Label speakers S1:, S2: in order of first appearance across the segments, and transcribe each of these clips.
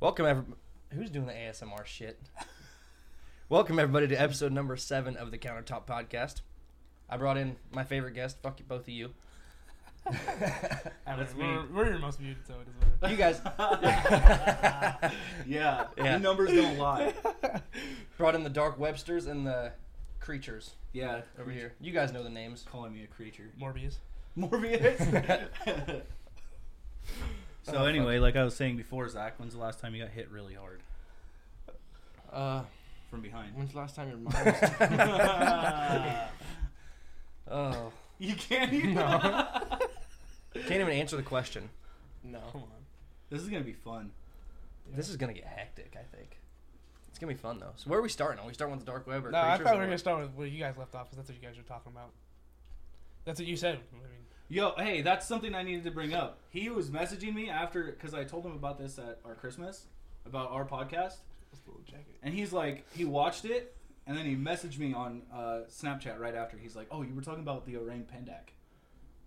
S1: Welcome, everybody. Who's doing the ASMR shit? Welcome, everybody, to episode number seven of the Countertop Podcast. I brought in my favorite guest. Fuck you, both of you.
S2: That's
S3: mean.
S2: We're, we're your most viewed, so it doesn't matter.
S1: You guys
S3: yeah.
S1: Yeah.
S3: The numbers don't lie.
S1: brought in the Dark Websters and the Creatures
S3: Yeah.
S1: over here. You guys know the names.
S3: Calling me a creature.
S2: Morbius.
S3: Morbius.
S1: Oh,
S3: so
S1: fuck.
S3: anyway, like I was saying before, Zach, when's the last time you got hit really hard
S4: Uh,
S3: from behind?
S4: when's the last time your mom? Was...
S1: Oh,
S3: you can't even.
S1: can't even answer the question.
S4: no.
S2: Come on.
S3: This is gonna be fun.
S1: This is gonna get hectic. I think it's gonna be fun though. So where are we starting? Are we starting with the Dark Web or
S2: No, I
S1: Creatures
S2: thought
S1: or
S2: we were gonna
S1: what?
S2: start with where you guys left off, because that's what you guys were talking about. That's what you said. I mean,
S3: Yo, hey, that's something I needed to bring up. He was messaging me after because I told him about this at our Christmas about our podcast,
S2: just a little jacket.
S3: and he's like, he watched it, and then he messaged me on uh, Snapchat right after. He's like, "Oh, you were talking about the Orang Pendak,"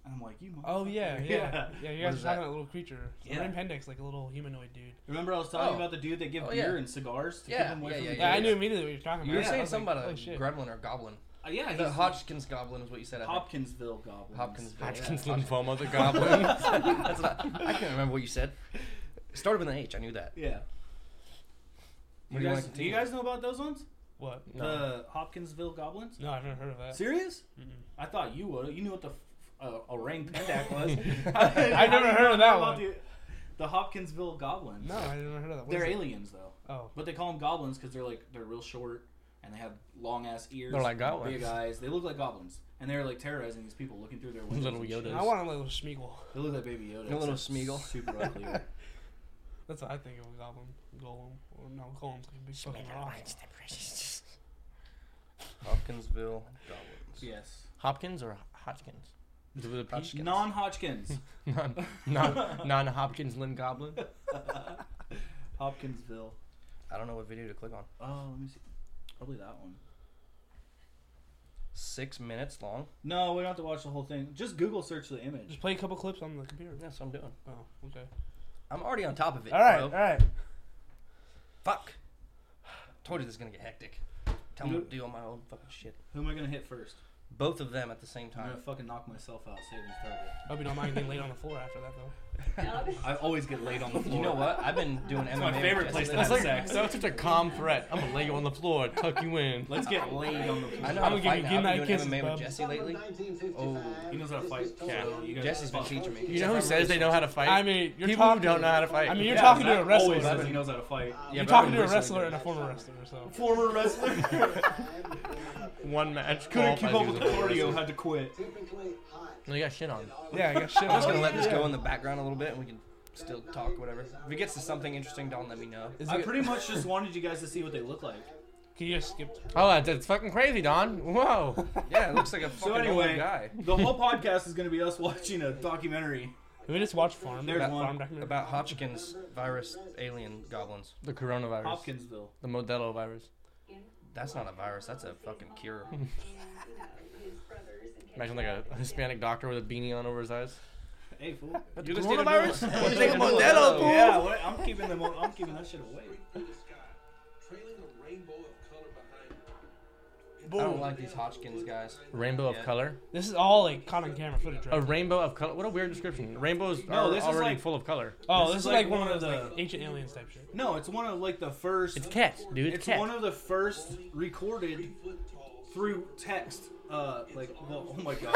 S3: and I'm like, "You."
S2: Oh
S3: motherfucker."
S2: yeah, yeah, yeah. You
S1: What
S2: guys
S1: is
S2: were talking
S1: that?
S2: about a little creature.
S3: Yeah.
S2: Yeah. Ren Pendek's like a little humanoid dude.
S3: Remember I was talking
S1: Oh.
S3: about the dude that give
S1: Oh, yeah.
S3: beer and cigars to
S1: Yeah,
S3: keep him away
S1: yeah,
S3: from
S1: yeah,
S3: the
S2: Yeah, I
S3: kids?
S2: knew immediately what you were talking about.
S1: You were
S3: Yeah,
S2: I
S1: saying
S2: was
S1: something
S2: like,
S1: about a
S2: "Holy shit."
S1: gremlin or goblin.
S3: Uh, yeah, he's
S1: The Hodgkin's goblin is what you said. I think.
S3: Hopkinsville Goblin.
S1: Hopkins.
S4: Hodgkin's
S1: yeah.
S4: lymphoma, the goblin.
S1: That's not, I can't remember what you said. It started with an H. I knew that. What
S3: Yeah.
S1: do you wanna
S3: you, guys, do you
S1: continue?
S3: guys know about those ones?
S2: What?
S1: No.
S3: The Hopkinsville Goblins?
S2: No, I've never heard of that.
S3: Serious?
S2: Mm-mm.
S3: I thought you would. You knew what the f- uh, orang pendak was.
S2: I've never heard of that one.
S3: The, the Hopkinsville Goblins.
S2: No, I've never heard of that. What is
S3: They're
S2: it?
S3: aliens though,
S2: Oh,
S3: but they call them goblins because they're like they're real short and they have long ass ears.
S4: They're like
S3: Big
S4: goblins.
S3: eyes. They look like goblins, and they're like terrorizing these people looking through their windows.
S4: Little
S3: and shit.
S4: Yodas.
S2: I want a little Smeagol.
S3: They look like Baby Yoda.
S1: A little
S3: except
S1: Smeagol.
S3: Super ugly.
S2: That's what I think of a goblin. Golem. Or no, golem's like a big fucking rock.
S1: Hopkinsville goblins.
S3: yes.
S4: Hopkins or Hodgkins? The, the peach?
S1: Hodgkins.
S3: Non-Hodgkins.
S4: non, non, non-Hopkins Lynn Goblin.
S3: Hopkinsville.
S1: I don't know what video to click on.
S3: Oh, let me see. Probably that one.
S1: Six minutes long.
S3: No, we don't have to watch the whole thing. Just Google search the image.
S2: Just play a couple clips on the computer.
S1: That's what I'm doing.
S2: Oh, okay.
S1: I'm already on top of it.
S2: All right,
S1: bro.
S2: all right.
S1: Fuck. Told you this is gonna get hectic. Tell me
S3: Nope.
S1: to do all my old fucking shit.
S3: Who am I gonna hit first?
S1: Both of them at the same
S3: I'm
S1: time.
S3: gonna fucking knock myself out. Saving trouble.
S2: Hope you don't mind getting laid on the floor after that, though.
S3: I always get laid on the floor.
S1: You know what? I've been doing MMA.
S3: my favorite
S1: with
S3: place
S1: Jesse
S3: to have
S4: That's like
S3: sex.
S4: that was such a calm threat. I'm gonna lay you on the floor, tuck you in.
S3: Let's get laid on the floor.
S1: I know
S2: I'm
S1: how
S2: gonna
S1: to
S2: give
S1: fight
S2: you
S1: now. I've
S2: goodnight
S1: been doing
S2: kisses,
S1: MMA
S2: bub.
S1: with Jesse lately.
S5: Oh,
S3: He knows how to fight.
S4: Yeah.
S3: You guys
S1: Jesse's been
S3: fuck.
S1: teaching me.
S4: You know who says they know how to fight?
S2: I mean, you're
S4: people
S2: talking.
S4: who don't know how to fight.
S2: I mean, you're
S3: Yeah,
S2: talking
S3: Zach
S2: to a wrestler.
S3: Always says he knows how to fight.
S1: Yeah,
S2: you're
S1: but I've
S2: talking
S1: been
S2: to a
S1: wrestling
S2: wrestler and a former wrestler, so.
S3: Former wrestler.
S4: One match.
S3: Couldn't keep up
S4: qualifies
S3: with the
S4: you as a
S3: cardio. Had to quit.
S4: No, you got shit on.
S2: Yeah, I got shit.
S1: I'm just gonna
S2: on.
S1: let this go in the background a little bit, and we can still talk whatever. If it gets to something interesting, don't let me know.
S2: Is
S3: I
S2: it,
S3: pretty much just wanted you guys to see what they look like.
S2: can you just skip?
S4: Oh, that's, that's fucking crazy, Don. Whoa.
S1: Yeah, it looks like a fucking
S3: So anyway,
S1: old guy
S3: the whole podcast is gonna be us watching a documentary.
S2: Can we just watch Farm?
S3: There's
S2: that
S3: one.
S2: Farm documentary.
S1: about Hodgkin's virus alien goblins.
S4: The coronavirus.
S3: Hopkinsville.
S4: The Modelo virus.
S1: That's not a virus. That's a fucking cure.
S4: Imagine like a Hispanic doctor with a beanie on over his eyes.
S3: Hey fool.
S1: You just need a new one.
S4: Coronavirus?
S1: You just
S4: Take
S1: need
S4: a
S1: a new
S4: Modelo,
S1: one.
S4: fool.
S3: Yeah, what, I'm keeping them. I'm keeping that shit away.
S5: Trailing a rainbow of color behind
S1: I don't like these Hodgkin's guys.
S4: Rainbow of
S1: Yeah.
S4: color.
S2: This is all like caught on camera footage. Right?
S4: A rainbow of color. What a weird description. Rainbows
S3: No,
S4: are
S3: this is
S4: already
S3: like-
S4: full of color.
S2: oh, this,
S3: this
S2: is
S3: is
S2: like
S3: like
S2: one
S3: one
S2: of
S3: of
S2: the
S3: the-
S2: ancient aliens type shit.
S3: No, it's one of like the first.
S4: It's cats, dude. It's,
S3: It's
S4: cats.
S3: one of the first recorded
S5: foot tall.
S3: through text. Uh, like, well, oh my god.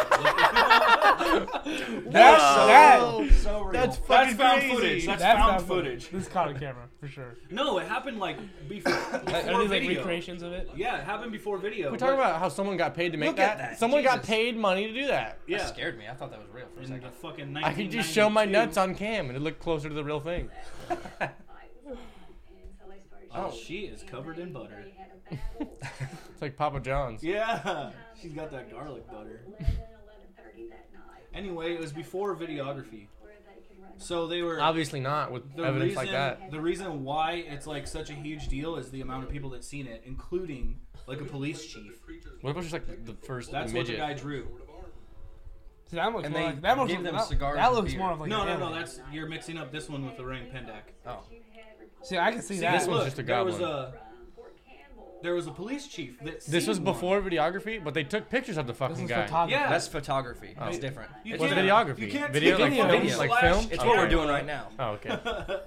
S2: That's
S4: Whoa.
S2: that.
S3: so real.
S4: Oh. That's
S3: That's
S4: fucking
S3: found
S4: crazy.
S3: footage. That's,
S2: not
S3: found
S2: footage.
S3: footage.
S2: This is caught on camera for sure.
S3: No, it happened like before,
S2: Are
S3: before
S2: these like
S3: video.
S2: recreations of it?
S3: yeah, it happened before video.
S4: We're talking about how someone got paid to make
S1: Look at
S4: that.
S1: that.
S4: Someone got
S1: Jesus.
S4: paid money to do that.
S3: Yeah.
S1: That scared me. I thought that was real for a
S3: In the
S1: second.
S3: fucking
S4: I could just show my
S3: 1992.
S4: nuts on cam and it looked closer to the real thing.
S3: Oh, she is covered in butter.
S4: It's like Papa John's.
S3: Yeah, she's got that garlic butter. Anyway, it was before videography, so they were
S4: Obviously not with evidence
S3: reason,
S4: like that.
S3: The reason why it's like such a huge deal is the amount of people that seen it, including like a police chief.
S4: What if it was just like the first
S3: That's what the
S4: midget?
S3: guy drew.
S2: See, that looks
S1: And
S2: more
S1: they
S2: like that looks
S1: give them
S2: that,
S1: cigars
S2: that
S1: and
S2: looks
S1: beer.
S2: more of like
S3: No,
S2: an
S3: no, no.
S2: alien.
S3: That's you're mixing up this one with the Ring Pendak.
S1: Oh.
S2: See, I can see, that.
S4: this one's
S3: look,
S4: just a
S3: there was
S4: goblin.
S3: a there was a police chief that
S4: This was
S3: seen one.
S4: before videography, but they took pictures of the
S2: This
S4: fucking
S2: is
S4: guy.
S2: photography.
S3: Yeah.
S1: That's photography. It's different.
S3: You
S1: It's
S4: What's
S3: can't-
S4: videography?
S3: you can't
S4: video,
S3: take
S4: like
S3: video.
S4: film,
S1: Video.
S4: like
S3: Slash-
S4: film.
S1: it's what we're
S4: Okay.
S1: doing right now.
S4: Oh, okay.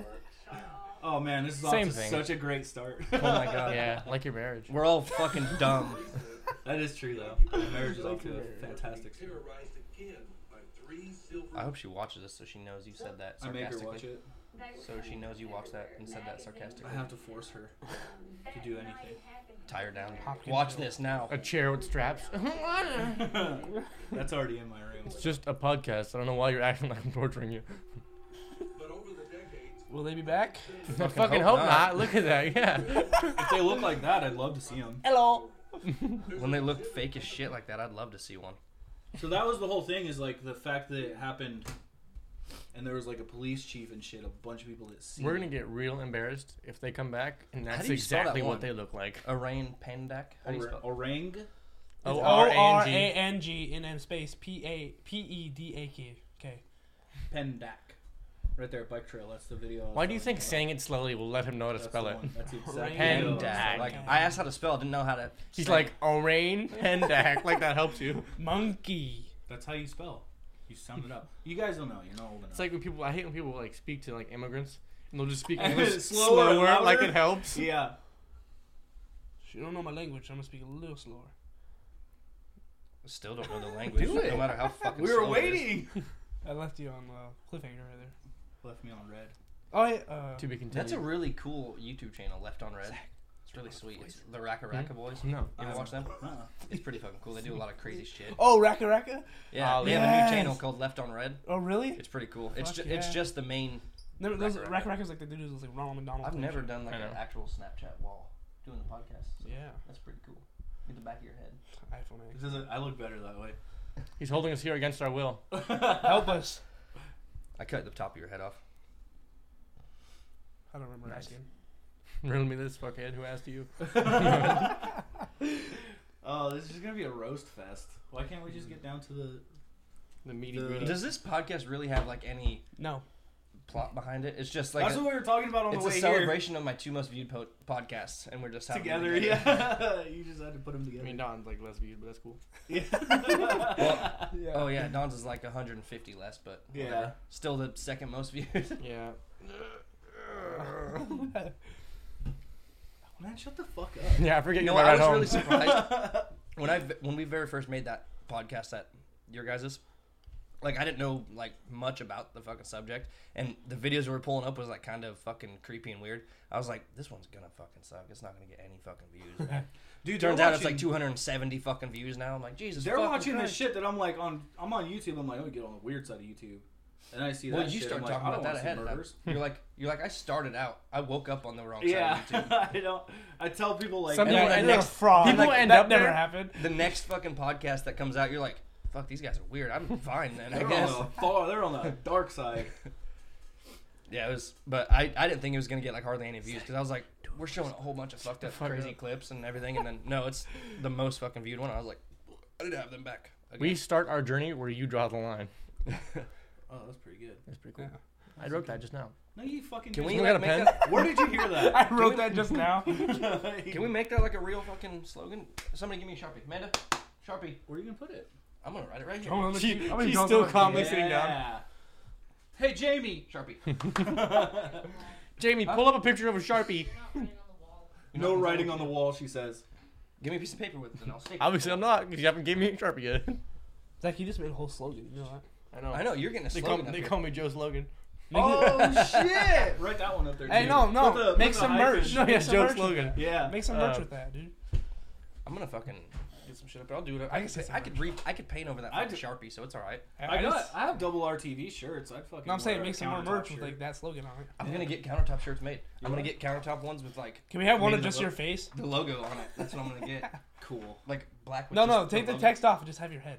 S3: Oh man, this is off
S4: Same
S3: to
S4: thing.
S3: such a great start.
S1: Oh my god.
S4: Yeah, like your marriage.
S1: We're all fucking dumb.
S3: that is true though. My marriage is off to a fantastic start.
S5: Terrorized again by three silver
S1: I hope she watches this so she knows you said that
S3: I
S1: sarcastically.
S3: make her watch it.
S1: So she knows you watched that and said that sarcastically.
S3: I have to force her to do anything.
S1: Tie her down.
S2: Hopkins
S1: Watch
S2: Hill.
S1: this now.
S4: A chair with straps.
S3: That's already in my room.
S4: it's just a podcast. I don't know why you're acting like I'm torturing you.
S5: But over the decades,
S2: Will they be back?
S4: I fucking
S1: hope
S4: hope
S1: not.
S4: not. Look at that. Yeah.
S3: If they look like that, I'd love to see them.
S2: Hello.
S1: When they look fake as shit like that, I'd love to see one.
S3: So that was the whole thing is like the fact that it happened, and there was like a police chief and shit, a bunch of people that see.
S4: We're gonna get real embarrassed if they come back, and
S1: How
S4: that's
S1: do you spell that
S4: exactly
S1: one?
S4: what they look like.
S1: Arain Pandak. How do you spell?
S3: orang.
S2: O
S4: O R
S2: R A
S4: A N G.
S2: N G N N space P A P E D A Q. Okay.
S3: Pendak. Right there at Bike Trail. That's the video. I was
S4: Why do you
S3: telling
S4: think saying it slowly will let him know how
S3: about.
S4: to
S3: That's
S4: spell
S3: the
S4: it?
S3: one. That's the exact
S2: Orang-
S3: video.
S1: Pendak. Like
S2: Pendak.
S1: I asked how to spell, I didn't know how to.
S4: He's
S1: say
S4: like
S1: it.
S4: Orain Pendak. like that helps you.
S2: Monkey.
S3: That's how you spell. You sound it up. You guys don't know. You're not old enough.
S4: It's like when people. I hate when people like speak to like immigrants and they'll just speak
S3: And
S4: English
S3: it's
S4: slower,
S3: slower, louder.
S4: like it helps.
S3: yeah.
S2: You don't know my language. I'm gonna speak a little slower.
S1: Still don't know the language.
S3: Do it.
S1: No matter how fucking.
S3: We were
S1: slow it is.
S3: waiting.
S2: I left you on uh, cliffhanger right there.
S3: Left me on red.
S2: Oh yeah. Uh,
S4: To be continued.
S1: That's a really cool YouTube channel, Left on Red. It's really sweet. It's the Raka Raka Boys. You
S4: no.
S1: ever watch them?
S3: Uh-uh.
S1: It's pretty fucking cool. They do a lot of crazy shit.
S2: oh Raka Raka.
S1: Yeah,
S4: Oh,
S1: they have a new channel
S2: yes.
S1: called Left on Red.
S2: Oh really?
S1: It's pretty cool. It's ju-
S2: Fuck
S1: it's
S2: yeah.
S1: just the main.
S2: No, those
S1: Raka Raka.
S2: Raka Raka's like the dude who's like Ronald McDonald.
S1: I've
S3: Mm-hmm.
S2: type
S1: never
S2: shit.
S1: done like
S4: I
S1: an
S4: know.
S1: actual Snapchat wall doing the podcast. So
S2: Yeah.
S1: that's pretty cool. Get the back of your head.
S2: iPhone
S3: It
S2: X.
S3: doesn't. I look better that way.
S4: He's holding us here against our will.
S2: Help us.
S1: I cut the top of your head off.
S2: I don't remember
S1: Nice.
S2: asking.
S4: Riddle me this fuckhead. Who asked you?
S3: Oh, this is just gonna be a roast fest. Why can't we just get down to the?
S4: The meaty
S3: The-
S4: gritty.
S1: Does this podcast really have like any
S2: No.
S1: plot behind it? It's just like
S3: That's
S1: a,
S3: what we were talking about on
S1: it's
S3: the
S1: a
S3: way
S1: celebration of my two most viewed po- podcasts, and we're just
S3: here.
S1: having them
S3: Together, yeah. you just had to put them
S4: I
S3: together.
S4: mean, Don's like less viewed, but that's cool.
S1: Well,
S2: Yeah.
S1: Oh yeah, Don's is like 150 less, but
S3: Yeah.
S1: whatever. still the second most viewed.
S4: Yeah.
S3: Man, shut the fuck
S4: Yeah, I forget
S1: No,
S4: you were
S1: I
S4: at
S1: was
S4: home.
S1: really surprised
S3: up.
S1: when I when we very first made that podcast that your guys's. Like I didn't know like much about the fucking subject, and the videos we were pulling up was like kind of fucking creepy and weird. I was like, this one's gonna fucking suck. It's not gonna get any fucking views.
S3: Dude,
S1: Turns
S3: they're
S1: out it's like
S3: watching-
S1: 270 fucking views now. I'm like, Jesus.
S3: They're
S1: fucking
S3: watching this
S1: Christ.
S3: shit that I'm like on. I'm on YouTube. I'm like, I'm gonna get on the weird side of YouTube, and I see that.
S1: Well, you
S3: shit,
S1: start
S3: I'm
S1: talking
S3: like, I
S1: about
S3: don't
S1: that
S3: wanna see
S1: ahead. of time.
S3: murders.
S1: You're like, you're like, I started out. I woke up on the wrong side
S3: Yeah,
S1: of YouTube.
S3: I don't. I tell people like,
S4: Something
S1: And then
S4: like-
S1: the
S4: and
S2: You're a
S1: next-
S2: fraud.
S4: people
S2: Like,
S4: end
S2: that
S4: up
S2: never
S4: there.
S2: happened.
S1: The next fucking podcast that comes out, you're like, fuck, these guys are weird. I'm fine then. I
S3: they're
S1: guess.
S3: on the far, they're on the dark side.
S1: Yeah, it was. But I, I didn't think it was gonna get like hardly any views because I was like, we're showing a whole bunch of fucked up
S4: Fuck
S1: crazy
S4: up.
S1: clips and everything, and then no, it's the most fucking viewed one. I was like, I didn't have them back. again.
S4: We start our journey where you draw the line.
S3: Oh, that's pretty good.
S4: That's pretty cool. I wrote that just now.
S3: No, you fucking.
S1: can
S3: did.
S1: we
S4: we
S1: like,
S4: got a
S1: make
S4: pen?
S1: that?
S3: Where did you hear that?
S2: I wrote that just now.
S1: Can we make that like a real fucking slogan? Somebody give me a sharpie, Amanda. Sharpie.
S3: Where are you gonna put it?
S1: I'm gonna write it right here.
S2: I'm gonna
S4: She-
S2: shoot- I'm gonna
S4: she's
S2: draw
S4: still
S2: something.
S4: calmly sitting down.
S3: Hey, Jamie.
S1: Sharpie.
S4: Jamie, pull up a picture of a sharpie.
S3: No writing on the wall. She says.
S1: Give me a piece of paper with it, and I'll stick. it.
S4: Obviously, I'm not because you haven't given me a sharpie yet.
S2: Zach, you just made a whole slogan. You know that?
S4: I know.
S1: I know you're getting a
S4: They call,
S1: slogan. up
S4: they
S1: here.
S4: call me Joe Slogan.
S3: Oh shit! Write that one up there.
S2: Hey,
S3: too.
S2: no, no.
S3: Put the- put
S2: Make
S3: the
S2: some
S3: hyphen.
S2: merch.
S4: No,
S2: Make
S4: yeah,
S2: some
S4: Joe
S2: merch with
S4: Slogan.
S3: Yeah.
S2: Make some merch
S4: Uh,
S2: with that, dude.
S1: I'm gonna fucking get some shit up. here. I'll do it. I,
S2: can
S1: could,
S2: say
S1: I could read. I could paint over that
S3: I
S1: fucking sharpie, so it's all right.
S3: I, got.
S2: just-
S3: I have double RTV shirts. I'd fucking.
S2: No, I'm saying
S3: wear a
S2: make some more
S3: countertop
S2: merch
S3: shirt.
S2: with like that slogan on it.
S1: I'm gonna get countertop shirts made. I'm gonna get countertop ones with like
S2: Can we have one
S1: Made
S2: of
S1: in the
S2: just your face?
S1: the logo on it. That's what I'm gonna get.
S3: Cool.
S1: Like black. With
S2: No,
S1: just
S2: no. Take the
S1: logo.
S2: text off and just have your head.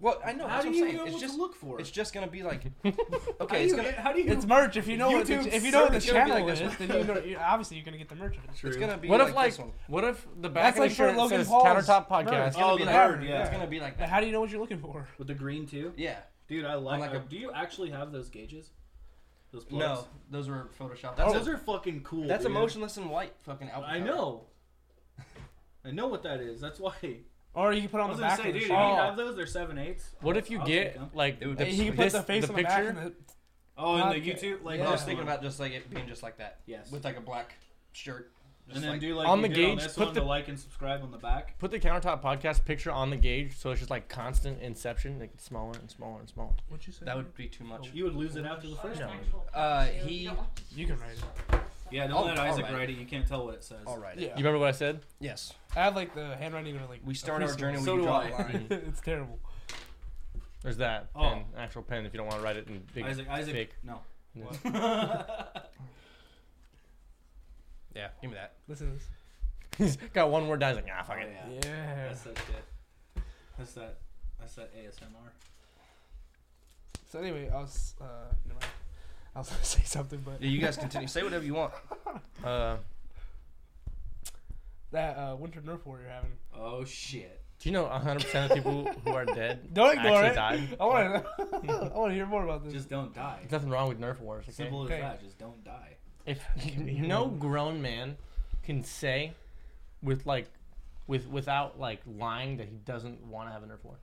S1: Well, I know.
S3: How
S1: that's
S3: do
S1: what
S3: you
S1: I'm
S3: know
S1: saying. It's
S3: what
S1: just
S3: to look for?
S1: it's just gonna be like
S3: how
S1: okay, it's
S3: do you-
S1: gonna
S3: How do you?
S2: It's merch. If you know what the,
S3: YouTube
S2: if you know what the
S1: search, it'll be
S2: channel
S1: like
S2: is,
S1: this
S2: then you know you obviously you're gonna get the merch of it.
S3: True.
S1: it's gonna be
S4: What
S1: like
S4: if like oh,
S1: this one.
S4: what if the
S2: That's
S4: back of
S2: like
S4: the
S2: for
S4: shirt
S2: Logan
S4: says
S2: Paul's
S4: countertop
S2: merch.
S4: podcast?
S1: It's gonna
S3: Oh,
S1: be
S3: the
S1: like
S3: bird,
S1: that.
S3: yeah.
S1: It's gonna be like
S2: But
S1: that.
S2: how do you know what you're looking for?
S3: with the green too.
S1: Yeah.
S3: Dude, I like. uh,
S1: like a-
S3: do you actually have those gauges? Those plugs.
S1: No, those were photoshopped.
S3: That's
S1: That's,
S3: Oh, those
S1: a,
S3: are fucking cool.
S1: that's a
S3: dude.
S1: motionless and white fucking album.
S3: I
S1: cover.
S3: know. I know what that is. That's why.
S2: Or you can put it
S3: I
S2: on
S3: was
S2: the
S3: gonna
S2: back
S3: say,
S2: of the
S3: dude, if you
S2: shirt.
S3: have those, they're seven eights.
S4: What if you
S3: I'll take
S4: get
S3: them.
S4: like
S1: It would
S4: the,
S1: be
S2: He can put
S4: this,
S2: the face
S4: the
S2: on the back
S4: picture?
S2: and the,
S3: Oh, in the
S2: Okay.
S3: YouTube, like
S1: I was
S3: this
S1: thinking
S3: one.
S1: about just like it being just like that.
S3: Yes.
S1: With like a black shirt. Just
S3: and then
S1: like,
S3: do like
S4: on
S3: you did
S4: the gauge,
S3: this
S4: put
S3: one,
S4: the-
S3: the like and subscribe on the back.
S4: Put the countertop podcast picture on the gauge, so it's just like constant inception, like it's smaller and smaller and smaller.
S2: What'd you say?
S1: that would be too much.
S3: You would lose it after the first
S4: No.
S3: one.
S1: Uh, he-
S2: You can write it.
S3: Yeah,
S1: don't let Isaac write
S3: it. You can't tell what it says.
S1: All right.
S2: Yeah.
S4: You remember what I said?
S1: Yes.
S2: I have like the handwriting of like.
S1: We
S2: a
S1: start our
S2: preschool.
S1: journey.
S4: So
S1: we
S4: do
S1: draw
S4: I.
S1: a line.
S2: it's terrible.
S4: There's that
S3: Oh.
S4: pen, actual pen. If you don't want to write it in big
S3: Isaac, Isaac,
S4: fake.
S3: no.
S4: No.
S1: yeah. Give me that.
S2: Listen to this.
S4: He's got one word down. He's like, ah,
S3: Oh,
S4: fuck it.
S3: yeah.
S2: Yeah.
S3: That's that shit. That's that. That's that ASMR.
S2: So anyway, I was. Uh, never mind. I was gonna say something, but
S1: Yeah, you guys continue. Say whatever you want.
S2: Oh,
S4: Uh,
S2: that uh, Winter Nerf War you're having.
S3: Oh shit.
S4: do you know 100 percent of people who are dead
S2: Don't ignore
S4: actually
S2: it.
S4: died?
S2: I want to. I want to hear more about this.
S3: Just don't die.
S4: There's nothing wrong with Nerf wars. Okay?
S3: Simple
S2: Okay.
S3: as that. Just don't die.
S4: If
S2: be
S4: no
S2: one.
S4: grown man can say with like with without like lying that he doesn't want to have a Nerf war.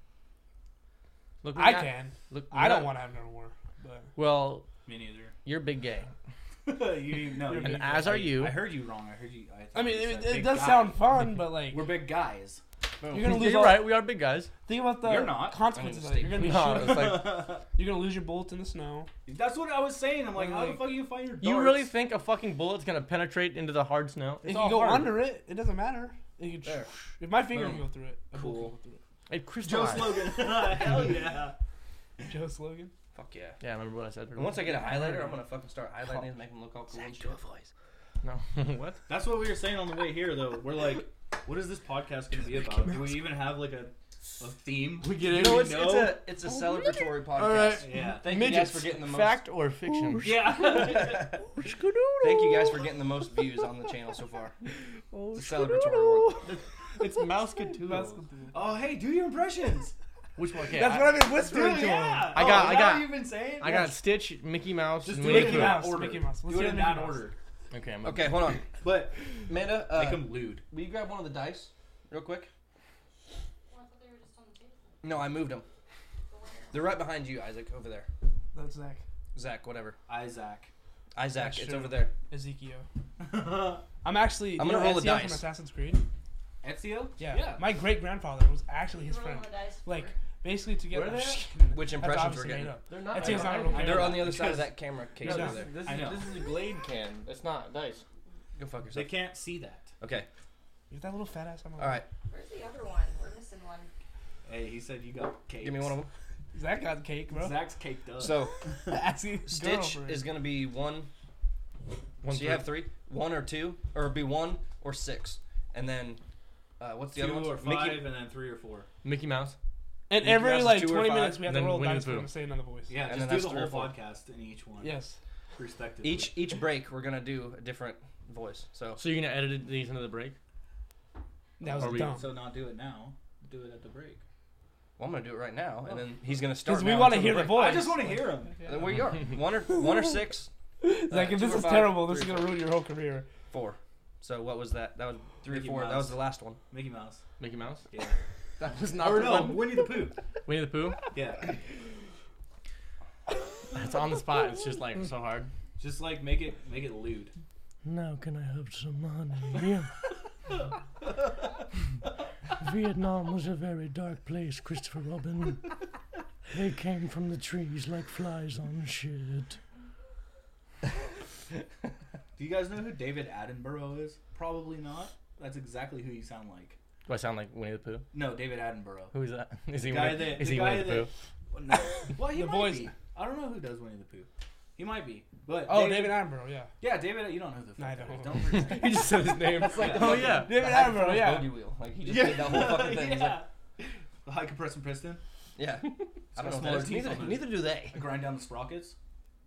S4: Look,
S2: I
S4: we're not-
S2: can.
S4: Look,
S2: I don't want to have Nerf War, but
S4: Well,
S3: Me neither.
S4: you're big gay,
S3: you no.
S2: And
S3: you-
S4: and as are you.
S3: I heard you wrong. I heard you. I,
S2: I
S3: thought
S2: mean,
S3: you
S2: it,
S3: said
S2: it
S3: big
S2: does
S3: guy.
S2: sound fun, but like
S3: We're big guys.
S2: you're gonna lose.
S4: You're
S2: all,
S4: right. We are big guys.
S2: Think about the
S3: You're not.
S2: consequences.
S1: I
S2: Of
S1: mean,
S2: it. You're gonna be
S4: No,
S2: shooting-
S4: it's like
S2: You're gonna lose your bullets in the snow.
S3: That's what I was saying. I'm like, how the
S2: Like,
S3: fuck you find your darts?
S4: you really think a fucking bullet's gonna penetrate into the hard snow?
S2: It
S3: It's
S2: can
S3: all
S2: go
S3: hard.
S2: under it. It doesn't matter. It could
S1: There.
S2: if my finger
S1: Boom.
S2: can go through it, a bullet
S3: Cool.
S2: can go through it.
S4: It
S3: Joe
S4: crystallized.
S3: Slogan? Hell yeah.
S2: Joe Slogan.
S1: Fuck yeah.
S4: Yeah, I remember what I said.
S1: And once I get a highlighter, I'm gonna fucking start highlighting these, make them look all cool and shit.
S4: no, what?
S3: That's what we were saying on the way here, though. We're like, what is this podcast going to be about? Do we even have like a, a theme?
S4: We get
S1: No, it's, it's a it's
S2: Oh,
S1: a celebratory podcast.
S4: Alright.
S3: Yeah.
S1: Thank you guys
S4: midgets.
S1: for getting the most.
S4: Fact or fiction?
S3: Yeah.
S1: Thank you guys for getting the most views on the channel so far.
S2: Oh,
S1: It's a celebratory one.
S4: It's mouse Mouse
S3: oh, hey, do your impressions.
S4: Which one? Okay,
S2: That's
S4: I,
S2: what I've been
S3: Do
S2: whispering
S3: it,
S2: to him.
S3: yeah.
S4: I got-
S3: Oh,
S4: I
S3: is that
S4: got-
S3: what you've been saying.
S4: I got Stitch, Mickey Mouse,
S3: Just
S4: and
S3: do
S4: Winnie
S3: it
S4: the
S3: in
S4: Pooh.
S3: that order.
S2: Mickey Mouse. Let's
S3: do
S2: do
S3: it
S2: a
S3: in
S2: Mickey
S3: that
S2: Mouse.
S3: order,
S4: Okay, I'm
S1: Okay, hold on.
S3: but
S1: Amanda,
S3: make
S1: uh,
S3: them lewd.
S1: will you grab one of the dice real quick? No, I moved them. They're right behind you, Isaac, over there.
S2: That's Zach.
S1: Zach, whatever.
S3: Isaac.
S1: Isaac,
S2: That's
S1: it's
S2: true.
S1: over there.
S2: Ezekiel. I'm actually.
S1: I'm
S2: you
S1: gonna
S2: know
S1: roll a
S2: Ezio
S1: dice.
S2: From Assassin's Creed.
S3: Ezio.
S2: Yeah.
S3: Yeah.
S2: My great grandfather was actually his friend. Like basically together.
S4: Where are they at?
S1: Which
S2: That's
S1: impressions we're
S2: obviously
S1: getting?
S2: made up.
S4: They're not.
S2: That's his not real
S1: They're
S2: Yeah,
S1: on the other side of
S3: because-
S1: that camera case
S2: No,
S1: over
S2: this-
S1: there.
S4: this,
S3: I know.
S4: is a blade can. It's not dice.
S1: Go fuck
S3: They
S1: yourself.
S3: can't see that.
S1: Okay.
S2: Is that little fat ass on my
S1: All right.
S6: Where's the other one? We're missing one.
S3: Hey, he said you got cakes.
S1: Give me one of them.
S2: Zach got cake, bro.
S3: Zach's caked up.
S1: So
S2: Ask his
S1: Stitch
S2: girlfriend.
S1: is gonna be one.
S4: One
S1: so you have three, one or two, or be one or six, and then uh, what's the
S3: two
S1: other one?
S3: or five, and then three or four.
S4: Mickey Mouse.
S2: And
S1: Mickey Mouse
S2: every
S1: is
S2: like
S1: two or
S2: 20
S1: five,
S2: minutes, we have to
S4: then
S2: roll a
S4: Winnie the
S2: dice for
S4: Pooh.
S2: him to say another voice.
S3: Yeah,
S1: And
S3: just
S1: then
S3: do
S1: that's
S3: the
S1: three or
S3: whole
S1: four.
S3: podcast in each one.
S2: Yes.
S3: respectively.
S1: Each each break we're gonna do a different voice. So
S4: So you're gonna edit these into the break?
S2: That was
S4: Are we-
S2: dumb.
S3: So not do it now. Do it at the break.
S1: well, I'm gonna do it right now, and then he's gonna start.
S2: Because we
S1: want to
S2: hear the voice.
S3: I just want to hear him.
S1: And then where you are, one or one or six,
S2: Like,
S1: Uh,
S2: if
S1: two
S2: this
S1: or
S2: is
S1: five,
S2: terrible, this is
S1: three or
S2: gonna ruin your whole career.
S1: four. So what was that? That was three or
S3: Mickey
S1: four. That
S3: Mouse.
S1: was the last one.
S3: Mickey Mouse.
S4: Mickey Mouse.
S3: Yeah.
S4: That was
S3: or no,
S4: one.
S3: Winnie the Pooh.
S4: Winnie the Pooh.
S3: Yeah.
S4: That's on the spot. It's just like so hard.
S3: Just like make it make it lewd.
S4: Now can I have some money? Yeah. Vietnam was a very dark place, Christopher Robin. They came from the trees like flies on shit.
S3: Do you guys know who David Attenborough is? Probably not. That's exactly who you sound like.
S4: Do I sound like Winnie the Pooh?
S3: No, David Attenborough.
S4: Who is that? Is he
S3: The guy
S4: Winnie,
S3: that-
S4: is
S3: the
S4: he
S3: guy
S4: Winnie the
S3: that-
S4: Pooh?
S3: Well, no. well he
S2: The
S3: might
S2: voice-
S3: be. I don't know who does Winnie the Pooh. He might be, but
S2: Oh, David Attenborough, yeah.
S3: Yeah, David. You don't know who the fuck
S2: No, I
S3: that
S2: don't.
S3: is. Don't pretend.
S4: he just said his name.
S3: like-
S4: oh yeah.
S2: David
S1: The high
S2: Attenborough, yeah.
S1: bogey wheel. Like he just did that whole fucking thing. He's like,
S3: yeah. The high compressing piston.
S1: Yeah. I
S3: got
S1: don't know.
S3: smaller
S1: What that is.
S3: teeth
S1: Neither,
S3: on it.
S1: neither do they.
S3: I grind down the sprockets.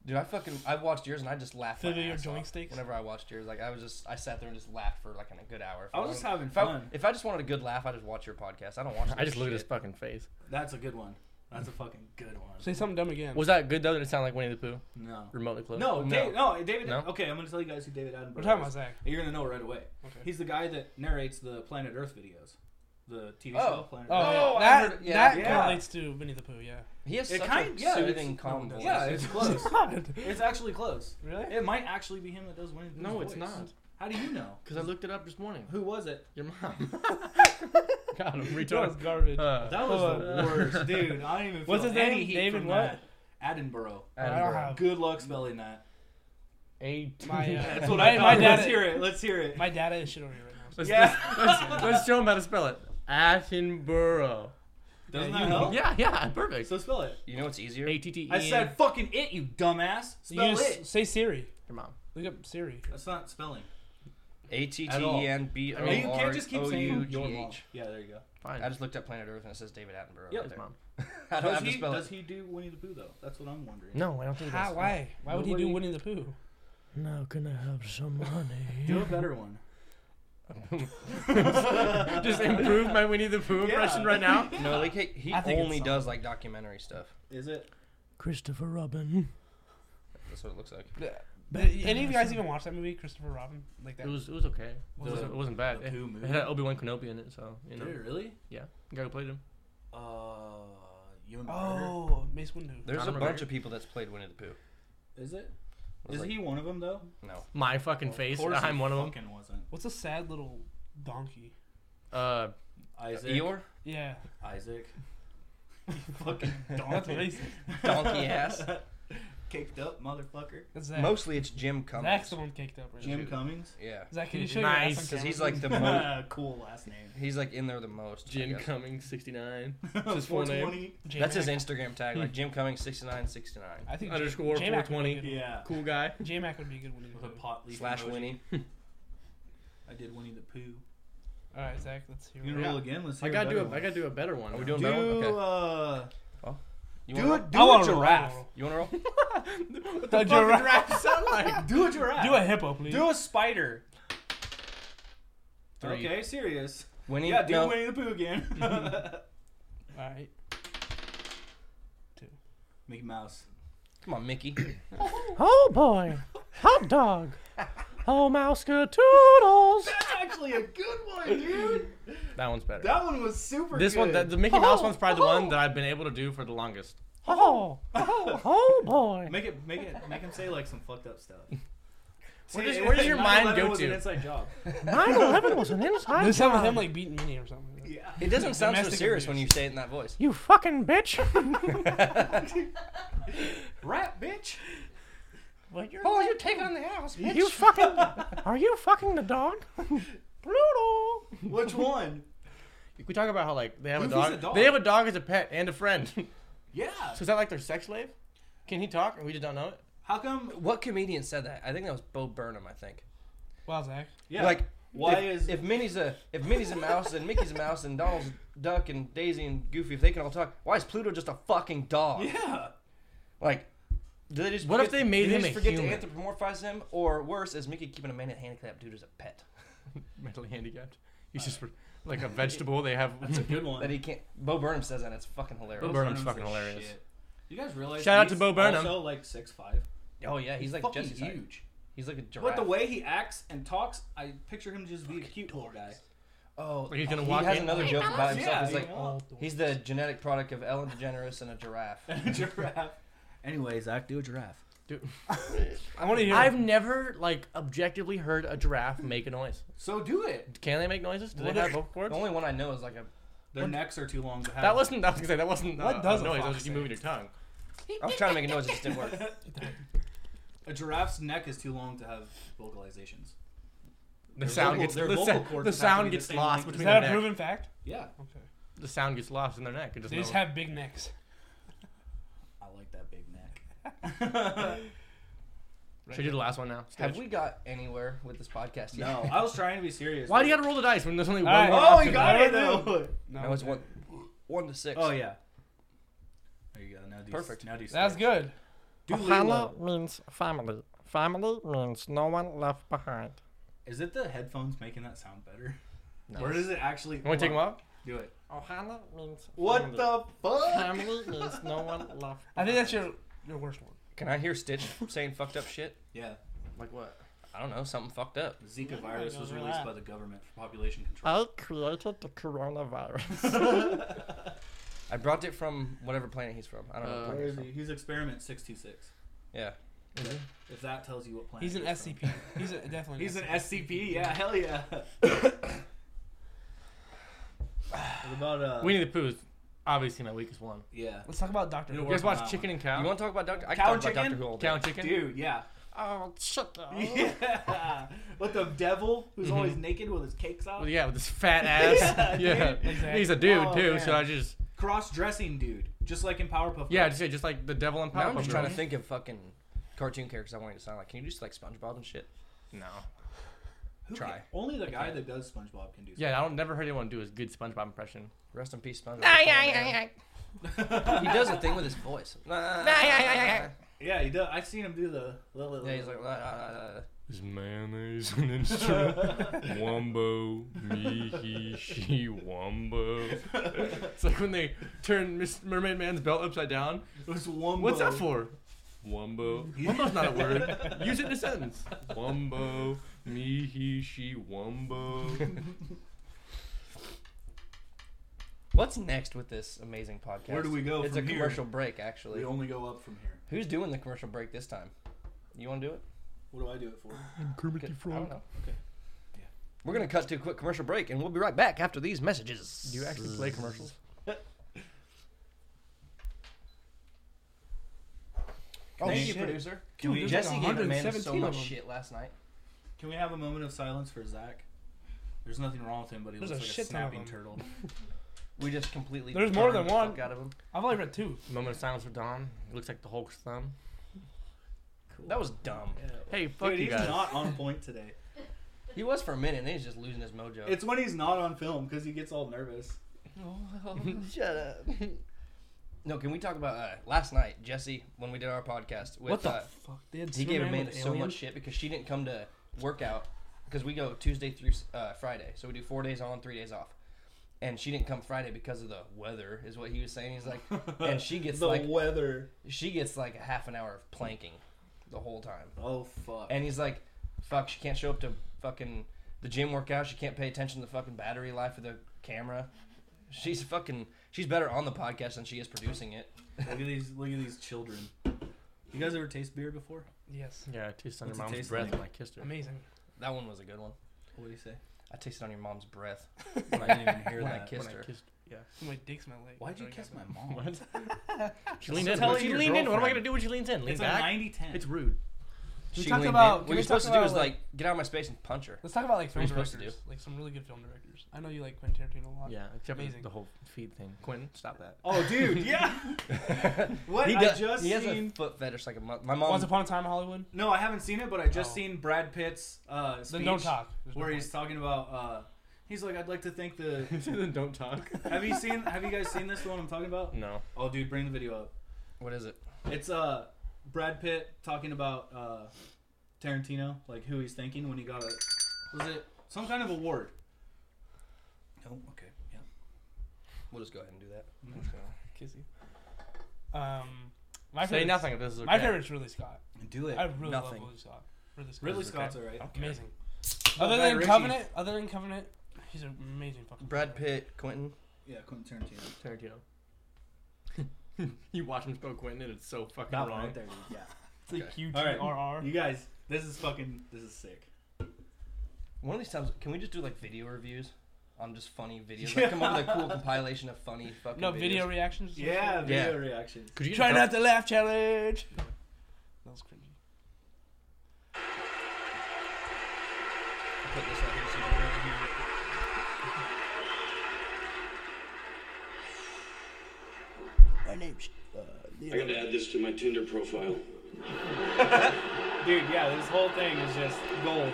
S1: Dude, I fucking I've watched yours and I just laughed. my
S2: Fiddle your
S1: ass
S2: joint
S1: off.
S2: steaks?
S1: Whenever I watched yours, like I was just I sat there and just laughed for like in a good hour. If
S3: I was just having
S1: if I,
S3: fun.
S1: if I just wanted a good laugh, I just watch your podcast. I don't watch.
S4: I just
S1: that
S4: look at his
S1: shit.
S4: fucking face.
S3: That's a good one. That's a fucking good one.
S2: Say something dumb again.
S4: Was that good though? Did it sound like Winnie the Pooh?
S3: No.
S4: Remotely close.
S3: No,
S4: no.
S3: Dave, no, David.
S4: No?
S3: Okay, I'm gonna tell you guys who David Attenborough.
S2: We're talking about
S3: is.
S2: Zach.
S3: You're gonna know right away.
S2: Okay.
S3: He's the guy that narrates the Planet Earth videos, the TV
S1: Oh.
S3: show Planet
S2: Oh,
S3: Earth.
S1: Oh,
S2: yeah.
S1: I
S2: that
S1: heard- yeah.
S2: that
S3: Yeah.
S2: correlates to Winnie the Pooh. Yeah.
S1: He has
S3: It
S1: such
S3: kind-
S1: a
S3: yeah, it's-
S1: soothing, calm voice.
S3: Yeah, it's close. it's actually close.
S2: Really?
S3: It might actually be him that does Winnie the Pooh's
S4: No, it's
S3: voice.
S4: not.
S3: How do you know?
S4: Because I looked it up this morning.
S3: Who was it?
S4: Your mom. God, I'm
S2: That was
S4: retarded.
S2: garbage.
S4: Uh,
S3: That was the
S4: uh,
S3: worst, dude. I don't even.
S2: What's
S3: feel
S2: his
S3: any
S2: name?
S3: heat
S2: David
S3: from
S2: what?
S3: That. Attenborough.
S2: I don't have
S3: Good luck spelling that.
S4: A
S2: my. Uh,
S3: That's what
S2: my,
S3: I
S2: my
S3: thought. Let's
S2: dad.
S3: hear it. Let's hear it.
S2: My dad is shit over here right now.
S4: Let's,
S3: Yeah.
S4: let's, let's, let's show him how to spell it. Attenborough.
S3: Doesn't
S2: Yeah,
S3: that
S2: you-
S3: help?
S4: Yeah, yeah, perfect.
S3: Oh. So spell it.
S1: You know what's easier?
S4: A T T E.
S3: I said fucking it, you dumbass.
S2: You
S3: Spell
S2: just
S3: it.
S2: say Siri.
S4: your mom.
S2: Look up Siri.
S3: That's not spelling.
S1: A T
S3: At
S1: T
S3: all.
S1: E N B O
S4: I mean,
S3: you can't
S1: R
S3: just keep
S1: O U
S3: saying
S1: G
S3: your mom.
S1: H.
S3: Yeah, there you go.
S4: Fine.
S1: I just looked at Planet Earth and it says David Attenborough.
S3: Yep.
S1: right
S4: His
S1: there.
S4: mom.
S1: I don't
S3: Does
S1: have
S3: he,
S1: to spell
S3: does
S1: it.
S3: he do Winnie the Pooh though? That's what I'm wondering.
S4: No, I don't think
S2: How,
S4: that's.
S2: why? Why would he do
S4: Nobody-
S2: Winnie the Pooh?
S4: Now can I have some
S3: Do
S4: money?
S3: a better one.
S4: just improve my Winnie the Pooh impression right now.
S1: No, like he, he
S2: I think it's
S1: only
S2: something.
S1: does like documentary stuff.
S3: Is it?
S4: Christopher Robin.
S1: That's what it looks like.
S2: Did any of you guys even watch that movie, Christopher Robin? Like that?
S4: It was it was okay. It
S3: The-
S4: wasn't, it wasn't bad.
S3: the
S4: It,
S3: Pooh
S4: it
S3: movie?
S4: had Obi Wan Kenobi in it, so you know,
S3: Did it really?
S4: yeah, the guy who played him.
S3: Uh, you and oh.
S2: oh, Mace Windu.
S1: There's
S4: Conor
S1: a bunch
S4: McGregor?
S1: of people that's played Winnie the Pooh.
S3: Is it?
S1: I was
S3: Is
S1: like,
S3: he one of them though?
S1: No.
S4: My fucking face.
S3: course
S4: I'm
S3: he
S4: one of them.
S3: Fucking wasn't.
S2: What's a sad little donkey?
S4: Uh,
S3: Isaac.
S1: Eeyore?
S2: Yeah,
S3: Isaac. fucking
S2: that's
S3: donkey.
S2: racist.
S1: Donkey ass.
S3: Caked up, motherfucker.
S2: That's Zach.
S1: Mostly it's Jim Cummings.
S2: Zach's the one caked up right now.
S3: Jim
S1: Dude.
S3: Cummings.
S1: Yeah.
S2: Zach, can you
S4: He's
S2: show
S4: nice,
S2: your ass on
S1: 'Cause
S2: camera?
S1: he's like the most.
S3: cool last name.
S1: He's like in there the most. I
S4: Jim
S1: guess.
S4: Cummings, 69. his full name.
S3: 420?
S2: J-Mac.
S1: That's his Instagram tag, like Jim Cummings sixty nine sixty nine
S2: I think
S4: Underscore
S2: J- J-Mac
S4: 420.
S2: would be a good
S3: Yeah.
S4: Cool guy.
S2: one. J Mac would be a good one.
S3: With a
S2: to do.
S3: pot leaf
S1: slash
S3: emoji.
S1: Winnie.
S3: I did Winnie the Pooh.
S2: All right, Zach, let's hear
S3: You
S2: it.
S3: can
S4: Yeah.
S3: roll again. Let's
S4: I
S3: hear
S4: gotta do
S3: better
S4: a,
S3: one.
S4: I gotta do a better one.
S1: Are we
S4: now.
S1: doing
S3: Do
S1: better? Okay.
S3: uh,
S1: You
S3: do a,
S1: want
S3: do a
S2: wanna roll,
S3: giraffe.
S2: wanna
S1: You want to roll?
S4: what
S2: A
S4: the
S2: giraffe.
S4: fuck rap sound like?
S3: Do a giraffe.
S2: roll. Do a hippo, please.
S3: Do a spider.
S1: Three.
S3: Okay, serious.
S1: Winnie?
S3: Yeah, do
S1: no.
S3: Winnie the Pooh again.
S2: All right.
S3: Mickey Mouse.
S1: Come on, Mickey.
S4: Oh boy, hot dog. Oh Mouska toodles.
S3: That's actually a good one, dude.
S4: That one's better.
S3: That one was super.
S4: this one, the,
S3: good.
S4: the Mickey Mouse one's probably the one that I've been able to do for the longest.
S7: Oh, oh, oh boy.
S3: Make it, make it, make him say like some fucked up stuff.
S4: Where
S3: See,
S4: does- where does your mind
S3: 9/11
S4: go
S3: was an
S4: to?
S3: inside job.
S7: 9 11 was an inside
S2: There's something with him
S7: job.
S2: like beating me or something. like that.
S3: Yeah.
S1: It doesn't sound so
S2: Domestic
S1: serious
S2: abuse.
S1: when you say it in that voice.
S7: You fucking bitch.
S3: Rap, bitch.
S1: Oh, you're taking on the house.
S7: You fucking. Are you fucking the dog? Brutal.
S3: Which one?
S4: We talk about how like they have a
S3: Goofy's
S4: dog.
S3: a dog.
S4: They have a dog as a pet and a friend. so
S3: Yeah.
S4: is that like their sex slave? Can he talk? And we just don't know it.
S3: How come?
S1: What comedian said that? I think that was Bo Burnham. I think.
S2: Wow, Zach.
S3: Yeah.
S1: Like,
S3: why
S1: if,
S3: is
S1: if Minnie's a if Minnie's a mouse and Mickey's a mouse and Donald's a duck and Daisy and Goofy if they can all talk, why is Pluto just a fucking dog?
S3: yeah?
S1: Like, do they just
S4: What if
S1: forget-
S4: they made
S1: do they
S4: him
S1: just
S4: a
S1: forget
S4: human?
S1: to anthropomorphize him, or worse, is Mickey keeping a man at handicap dude as a pet
S4: Mentally handicapped. He's just like a vegetable. They have.
S3: That's a good one.
S1: that he can't? Bo Burnham says that. It's fucking hilarious.
S4: Bo Burnham's fucking
S3: the
S4: hilarious.
S3: shit. You guys realize?
S4: Shout out
S3: he's
S4: to Bo Burnham.
S3: Also like six five.
S1: oh yeah, he's, like
S3: fucking
S1: Jesse's height.
S3: huge.
S1: He's like a giraffe.
S3: But the way he acts and talks, I picture him just being a cute little guy.
S1: oh,
S4: Like he's gonna
S1: he
S4: walk
S1: has
S4: in-
S1: another joke about himself.
S2: Uh,
S3: Yeah,
S1: he's like,
S3: you know.
S1: he's the genetic product of Ellen DeGeneres and a giraffe.
S3: a giraffe. Anyway, Zach, do a giraffe.
S2: I want to hear.
S4: I've never like objectively heard a giraffe make a noise.
S3: So do it.
S4: Can they make noises? Do
S2: What
S4: they
S2: if-
S4: have vocal
S1: The
S4: cords?
S1: only one I know is like a
S3: Their necks are too long to have.
S4: That wasn't. I was gonna say that wasn't.
S2: What
S4: uh,
S2: does
S4: a
S2: a
S4: noise? That
S2: fox
S4: was just you
S2: say?
S4: moving your tongue.
S1: I was trying to make a noise, it just didn't work.
S3: a giraffe's neck is too long to have vocalizations.
S4: The
S3: Their
S4: sound
S3: vocal-
S4: gets
S3: their
S4: the,
S3: vocal
S4: sa-
S3: cords
S4: the
S3: have to
S4: sound
S3: be the
S4: gets
S3: same
S4: lost
S3: length.
S2: Is
S4: between their
S2: that a
S4: neck.
S2: proven fact?
S3: Yeah,
S2: Okay.
S4: The sound gets lost in their neck. It
S2: They
S4: doesn't
S2: just
S4: know.
S2: have big necks.
S3: I like that big neck.
S4: Should I do the last one now?
S1: Have
S4: Stitch?
S1: we got anywhere with this podcast yet?
S3: no, I was trying to be serious.
S4: Why do you gotta roll the dice when there's only one?
S2: Alright.
S4: more
S2: Oh,
S3: Oh,
S4: option
S3: you got
S4: left?
S3: it though.
S2: No,
S1: That was one, one to six.
S3: Oh yeah. There you go. Now do
S1: Perfect.
S3: Now do
S2: That's
S3: six.
S2: good.
S3: Do
S7: Ohana
S3: Oh, Lilo.
S7: means family. Family means no one left behind.
S3: Is it the headphones making that sound better?
S4: No.
S3: Where does it actually?
S4: You wanna take them off?
S3: Do it.
S4: Ohana means
S3: What
S4: family.
S3: the fuck?
S4: Family means no one left.
S2: I think that's
S4: behind.
S2: your your worst one.
S1: Can I hear Stitch saying fucked up shit?
S3: Yeah,
S1: Like what? I don't know. Something fucked up.
S3: Zika virus was
S4: over
S3: released
S4: that.
S3: by the government for population control.
S4: I created the coronavirus.
S1: I brought it from whatever planet he's from. I don't know.
S4: Oh.
S2: Uh,
S1: what planet
S3: Where
S1: he's
S3: is
S1: from.
S3: he? He's experiment six two six.
S1: Yeah.
S3: If that tells you what planet
S2: He's an
S3: from.
S2: SCP. He's a, definitely.
S3: He's
S2: an
S3: an SCP. Yeah, hell yeah. what about uh?
S4: Winnie the Pooh's obviously my weakest one.
S3: yeah.
S2: Let's talk about Doctor.
S3: You
S2: Who.
S3: know
S4: You
S3: Work
S4: guys
S3: on that
S4: watch
S3: one.
S4: Chicken and Cow?
S1: You want to talk about Doctor? I can talk
S3: Cow
S1: about
S3: chicken?
S1: Doctor Who all day.
S4: Cow and Chicken?
S3: Dude, yeah.
S4: Oh, shut up.
S3: Yeah. With the devil who's always naked with his cakes out.
S4: Well, yeah, with this fat ass.
S3: Yeah,
S4: yeah.
S3: dude. Exactly.
S4: He's a dude,
S3: Oh,
S4: too,
S3: man.
S4: so I just.
S3: Cross dressing dude. Just like in Powerpuff
S4: Yeah,
S3: Girls.
S4: just, just like the devil in
S1: Now
S4: Powerpuff
S1: I'm just trying to
S4: Girls.
S1: think of fucking cartoon characters I want you to sound like. Can you just like SpongeBob and shit?
S4: No.
S3: Who
S1: Try.
S3: can- only the guy that does SpongeBob can do
S4: Yeah, I don't never heard anyone do his good SpongeBob impression.
S1: Rest in peace, SpongeBob. He does a thing with his voice. yeah,
S3: Yeah, he does. I've seen him do the. the- the-
S1: he's like.
S7: Is mayonnaise an instrument? Wombo, me, he, she, wombo.
S4: It's like when they turn Miss Mermaid Man's belt upside down.
S3: it was Wombo.
S4: What's that for?
S7: Wombo,
S4: Wombo's not a word. Use it in a sentence.
S7: wombo, me, he, she, wombo.
S1: What's next with this amazing podcast?
S3: Where do we go
S1: It's
S3: from
S1: a
S3: here?
S1: commercial break, actually.
S3: We only go up from here.
S1: Who's doing the commercial break this time? You want to do it?
S3: What do I do it for?
S7: Kermit
S1: Good- I don't know.
S3: Okay.
S1: Yeah.
S3: Yeah.
S1: We're gonna cut to a quick commercial break, and we'll be right back after these messages.
S4: Do you actually play commercials?
S1: Oh,
S3: Thank
S1: shit.
S3: you,
S1: producer.
S3: Can we,
S2: There's
S1: Jesse
S2: like
S1: gave Amanda so
S2: 117 of
S1: much
S2: them.
S1: shit last night.
S3: can we have a moment of silence for Zach? There's nothing wrong with him, but he
S2: There's
S3: looks
S2: a
S3: like a
S2: shit ton of
S3: snapping
S2: them.
S3: turtle.
S1: We just completely.
S2: There's more
S1: burned
S2: than
S1: the
S2: one.
S1: fuck Out of him.
S2: I've only read two.
S4: Moment of silence for Don. It looks like the Hulk's thumb.
S3: Cool.
S1: That was dumb.
S3: Yeah.
S4: Hey, fuck
S3: Dude,
S4: you
S3: he's
S4: guys.
S3: not on point today.
S1: He was for a minute, and then he's just losing his mojo.
S3: It's when he's not on film because he gets all nervous.
S1: shut up. No, can we talk about uh, last night, Jesse, when we did our podcast? With,
S2: What the
S1: uh,
S2: fuck? They had
S1: he gave
S2: Superman
S1: Amanda
S2: with
S1: so
S2: aliens?
S1: much shit because she didn't come to workout because we go Tuesday through uh, Friday, so we do four days on, three days off. And she didn't come Friday because of the weather, is what he was saying. He's like, and she gets
S3: the
S1: like
S3: weather.
S1: she gets like a half an hour of planking the whole time.
S3: Oh fuck.
S1: And he's like, fuck, she can't show up to fucking the gym workout. She can't pay attention to the fucking battery life of the camera. She's fucking, she's better on the podcast than she is producing it.
S3: look at these. Look at these children. You guys ever taste beer before?
S2: Yes.
S4: Yeah, I tasted on your
S3: What's it
S4: mom's
S3: taste
S4: breath
S3: like?
S4: when I kissed her.
S2: Amazing.
S1: That one was a good one.
S3: What do you say?
S1: I tasted on your mom's breath
S3: When I didn't even hear
S1: when I
S3: that.
S1: kissed
S4: When I
S1: her.
S4: kissed
S2: My dick's my leg.
S3: Why'd you
S2: Sorry,
S3: kiss
S2: guys.
S3: my mom?
S4: What? She leaned
S3: So
S4: in.
S3: tell
S4: She
S3: your
S4: leaned in. What am I
S3: girlfriend.
S4: gonna do when she leans in? Lean
S3: It's
S4: back.
S3: a 90-10.
S4: It's rude.
S2: Can we
S1: She
S2: talk
S1: leaned in. What
S2: about- can
S1: you're
S2: we talk
S1: supposed to do
S2: about,
S1: is
S2: like-
S1: like get out of my space and punch her.
S2: Let's talk about like
S1: What are
S2: film
S1: you supposed to
S2: directors. Like some really good film directors. I know you like Quentin Tarantino a lot.
S4: Yeah, except for
S2: Amazing.
S4: the whole feet thing. Quinn, stop that.
S3: Oh, dude, yeah. what?
S1: He,
S3: I
S1: does,
S3: just
S1: he has
S3: seen.
S1: a foot fetish like a mo- my
S2: Once
S1: mom.
S2: upon a time in Hollywood.
S3: No, I haven't seen it, but I just
S2: Oh.
S3: seen Brad Pitt's uh, speech
S2: Then don't talk. There's no
S3: where
S2: point.
S3: he's talking about. Uh, he's like, I'd like to thank the.
S4: then don't talk.
S3: have you seen? Have you guys seen this? The one I'm talking about?
S4: No.
S3: Oh, dude, bring the video up.
S1: What is it?
S3: It's uh Brad Pitt talking about uh Tarantino, like who he's thinking when he got a was it some kind of award? No, Oh, okay, yeah.
S1: We'll just go ahead and do that.
S3: Mm-hmm.
S2: kiss you. Um, my
S4: Say
S2: favorite's-
S4: nothing if this is okay.
S2: My favorite's Ridley Scott.
S3: Do it.
S2: I really
S1: Nothing.
S2: love Ridley Scott. Ridley Scott.
S3: Ridley
S4: Okay.
S3: Scott's alright.
S2: Amazing.
S3: Oh,
S2: Other
S3: Guy
S2: than
S3: Ritchie.
S2: Covenant, other than Covenant, he's an amazing fucking.
S1: Brad
S2: filmmaker.
S1: Pitt, Quentin.
S3: Yeah, Quentin Tarantino.
S4: Tarantino. you watch him spell Quentin and it's so fucking
S3: That one
S4: wrong.
S3: right there, dude. Yeah.
S2: It's like
S1: Okay.
S2: QTRR.
S3: You guys, this is fucking this is sick.
S1: One of these times, can we just do like video reviews on just funny videos? Like come up with a cool compilation of funny fucking.
S2: No
S1: videos.
S2: video reactions. or some
S3: Yeah,
S2: shit?
S3: video reactions.
S4: Could you
S2: Try
S4: get a
S2: not to laugh challenge. That was cringy.
S1: Put this right here so you can really hear it.
S8: I gotta add this to my Tinder profile.
S3: Dude, yeah, this whole thing is just gold.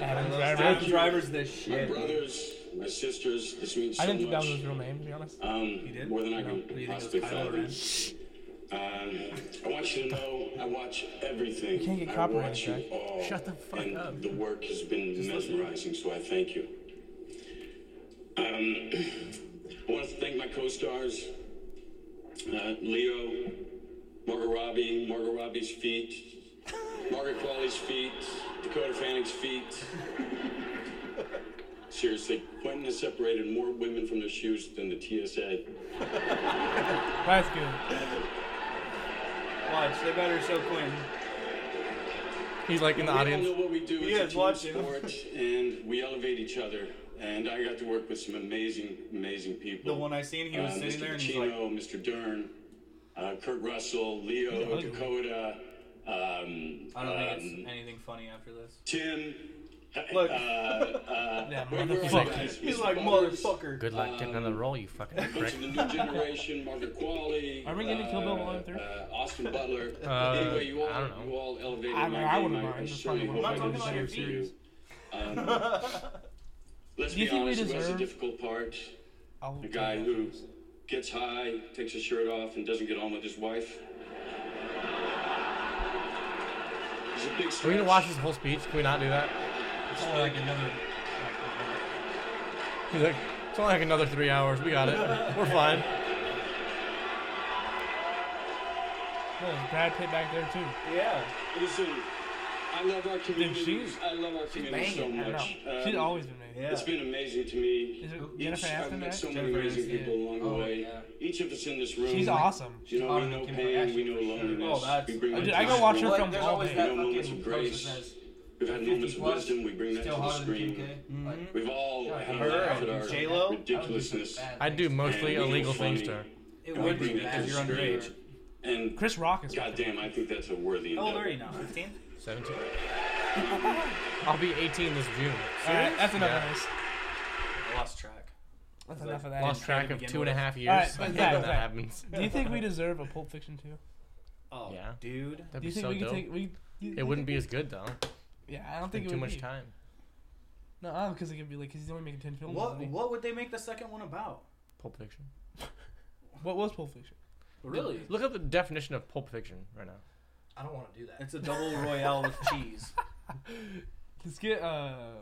S2: Adam
S3: Adam
S2: Driver.
S3: Driver's this
S8: My
S3: shit.
S8: brothers, my sisters, this means so
S2: I didn't think that
S8: much.
S2: was his real name, to be honest.
S8: um,
S3: did?
S8: more than I
S3: No.
S8: can
S3: Do you think it was
S8: possibly
S3: Kylo
S8: fathom. Um, I want you to know I watch everything.
S2: You can't get
S8: I
S2: copyrighted,
S8: watch you
S2: Jack.
S8: all.
S4: Shut the fuck
S8: and
S4: up.
S8: The work has been mesmerizing, so I thank you. Um, I want to thank my co-stars, uh, Leo, Margaret Robbie, Margaret Robbie's feet, Margaret Qualley's feet, Dakota Fanning's feet. Seriously, Quentin has separated more women from their shoes than the TSA.
S2: That's good.
S3: Watch, they better show Quentin.
S4: He's like in the
S8: we
S4: audience.
S8: all know what we do. It's
S3: Yeah,
S8: a
S3: it's watching.
S8: team sport, and we elevate each other. And I got to work with some amazing, amazing people.
S3: The one I seen, he
S8: Uh,
S3: was
S8: Mr.
S3: sitting there and he's like,
S8: Pacino, Mr. Dern, uh, Kurt Russell, Leo, Dakota, um,
S3: I don't think
S8: um,
S3: it's anything funny after this.
S8: Tim.
S3: Look.
S8: Uh, uh,
S2: Yeah,
S8: where were you
S4: motherfucker.
S8: guys?
S3: He's
S8: Mr.
S3: like,
S8: Butters,
S3: motherfucker.
S4: Good luck getting another role, you fucking
S8: a bunch
S4: prick.
S8: of the new generation, Margaret Qualley.
S2: Are we getting
S8: uh,
S2: Kill Bill while I'm through?
S8: uh, Austin Butler.
S4: Uh,
S8: anyway, you all,
S4: I don't know.
S8: you all elevated
S2: I mean,
S8: my
S2: I
S8: game.
S2: wouldn't mind. That's
S8: surely
S2: probably
S8: hope
S2: what
S8: I
S2: I'm
S8: did
S2: talking
S8: the
S2: about
S8: same
S2: here,
S8: to you. Um, Let's
S2: Do you
S8: be
S2: think we
S8: honest, it was a
S2: deserve-
S8: difficult part.
S2: I'll
S8: The guy who gets high, takes his shirt off, and doesn't get on with his wife. It's a big
S4: Are we
S8: stretch.
S4: gonna watch his whole speech? Can we not do that?
S3: It's only like another.
S4: He's like, it's only like another three hours. We got it. We're fine.
S2: Well, there's Brad Pitt back there too.
S3: Yeah.
S8: Listen, I love our community.
S2: she's-
S8: I love our community so
S2: I don't know.
S8: much. Um,
S2: She's always been made.
S3: Yeah.
S8: It's been amazing to me.
S2: Is it
S8: Each-
S2: Jennifer
S8: I've
S2: Aniston
S8: met
S2: back?
S8: so many
S3: Jennifer
S8: amazing
S3: Aniston,
S8: people along the
S1: Oh,
S8: way.
S1: yeah.
S8: Each of us in this room.
S2: She's awesome.
S8: You know,
S1: Oh,
S8: we know
S1: Kim
S8: pain, we
S1: Kardashian
S8: know
S1: for sure.
S8: loneliness.
S3: Oh, that's-
S8: we bring
S2: Dude,
S8: it
S2: I
S8: to
S2: go
S8: the
S2: watch
S8: screen.
S2: her
S1: Like,
S2: film
S1: there's
S2: all
S1: always
S2: day.
S1: that
S8: No moments
S1: fucking
S8: of
S1: post that
S8: grace.
S1: says,
S8: We've had
S1: 50
S8: moments of
S1: plus,
S8: wisdom. We bring that to
S1: Still
S8: the
S1: hotter than Kim
S8: screen.
S1: K. Like,
S8: We've all
S1: Yeah,
S8: had
S1: her
S8: enough
S1: and
S8: at our
S3: J-Lo?
S1: that would be some
S8: ridiculousness.
S1: bad
S4: I do
S1: things.
S4: mostly
S8: And
S4: illegal
S8: funny.
S4: things to her.
S1: It
S8: And we
S1: would
S8: bring
S1: be
S8: that to
S1: bad.
S8: the
S3: you're
S8: screen.
S3: underage. Oh,
S8: And
S2: Chris Rock is.
S8: goddamn, I think that's a worthy
S1: Oh,
S3: How old
S8: endeavor.
S3: are you now? 15?
S4: 17. I'll be 18 this June.
S2: All right, that's enough
S4: Yeah.
S2: of this.
S3: I lost track.
S2: That's
S3: Like,
S2: enough of that.
S4: Lost
S3: trying
S4: track
S3: to
S4: of
S3: begin
S4: two and a
S3: with.
S4: half years.
S2: All right,
S4: I hate
S2: back,
S4: when that
S2: back.
S4: happens.
S2: Do you think we deserve a Pulp Fiction too?
S3: Oh,
S4: Yeah.
S3: dude.
S4: That'd
S2: Do
S4: be
S2: you think
S4: so
S2: we could
S4: dope.
S2: take? We, you,
S4: it wouldn't be as good though.
S2: Yeah, I don't think
S4: Take
S2: it would
S4: too much
S2: be.
S4: time.
S2: No, because it could be like because he's only making ten films.
S3: What
S2: isn't he?
S3: What would they make the second one about?
S4: Pulp Fiction.
S2: What was Pulp Fiction?
S3: Really?
S4: Look up the definition of Pulp Fiction right now.
S1: I don't want to do that.
S3: It's a double royale with cheese.
S2: Let's get uh.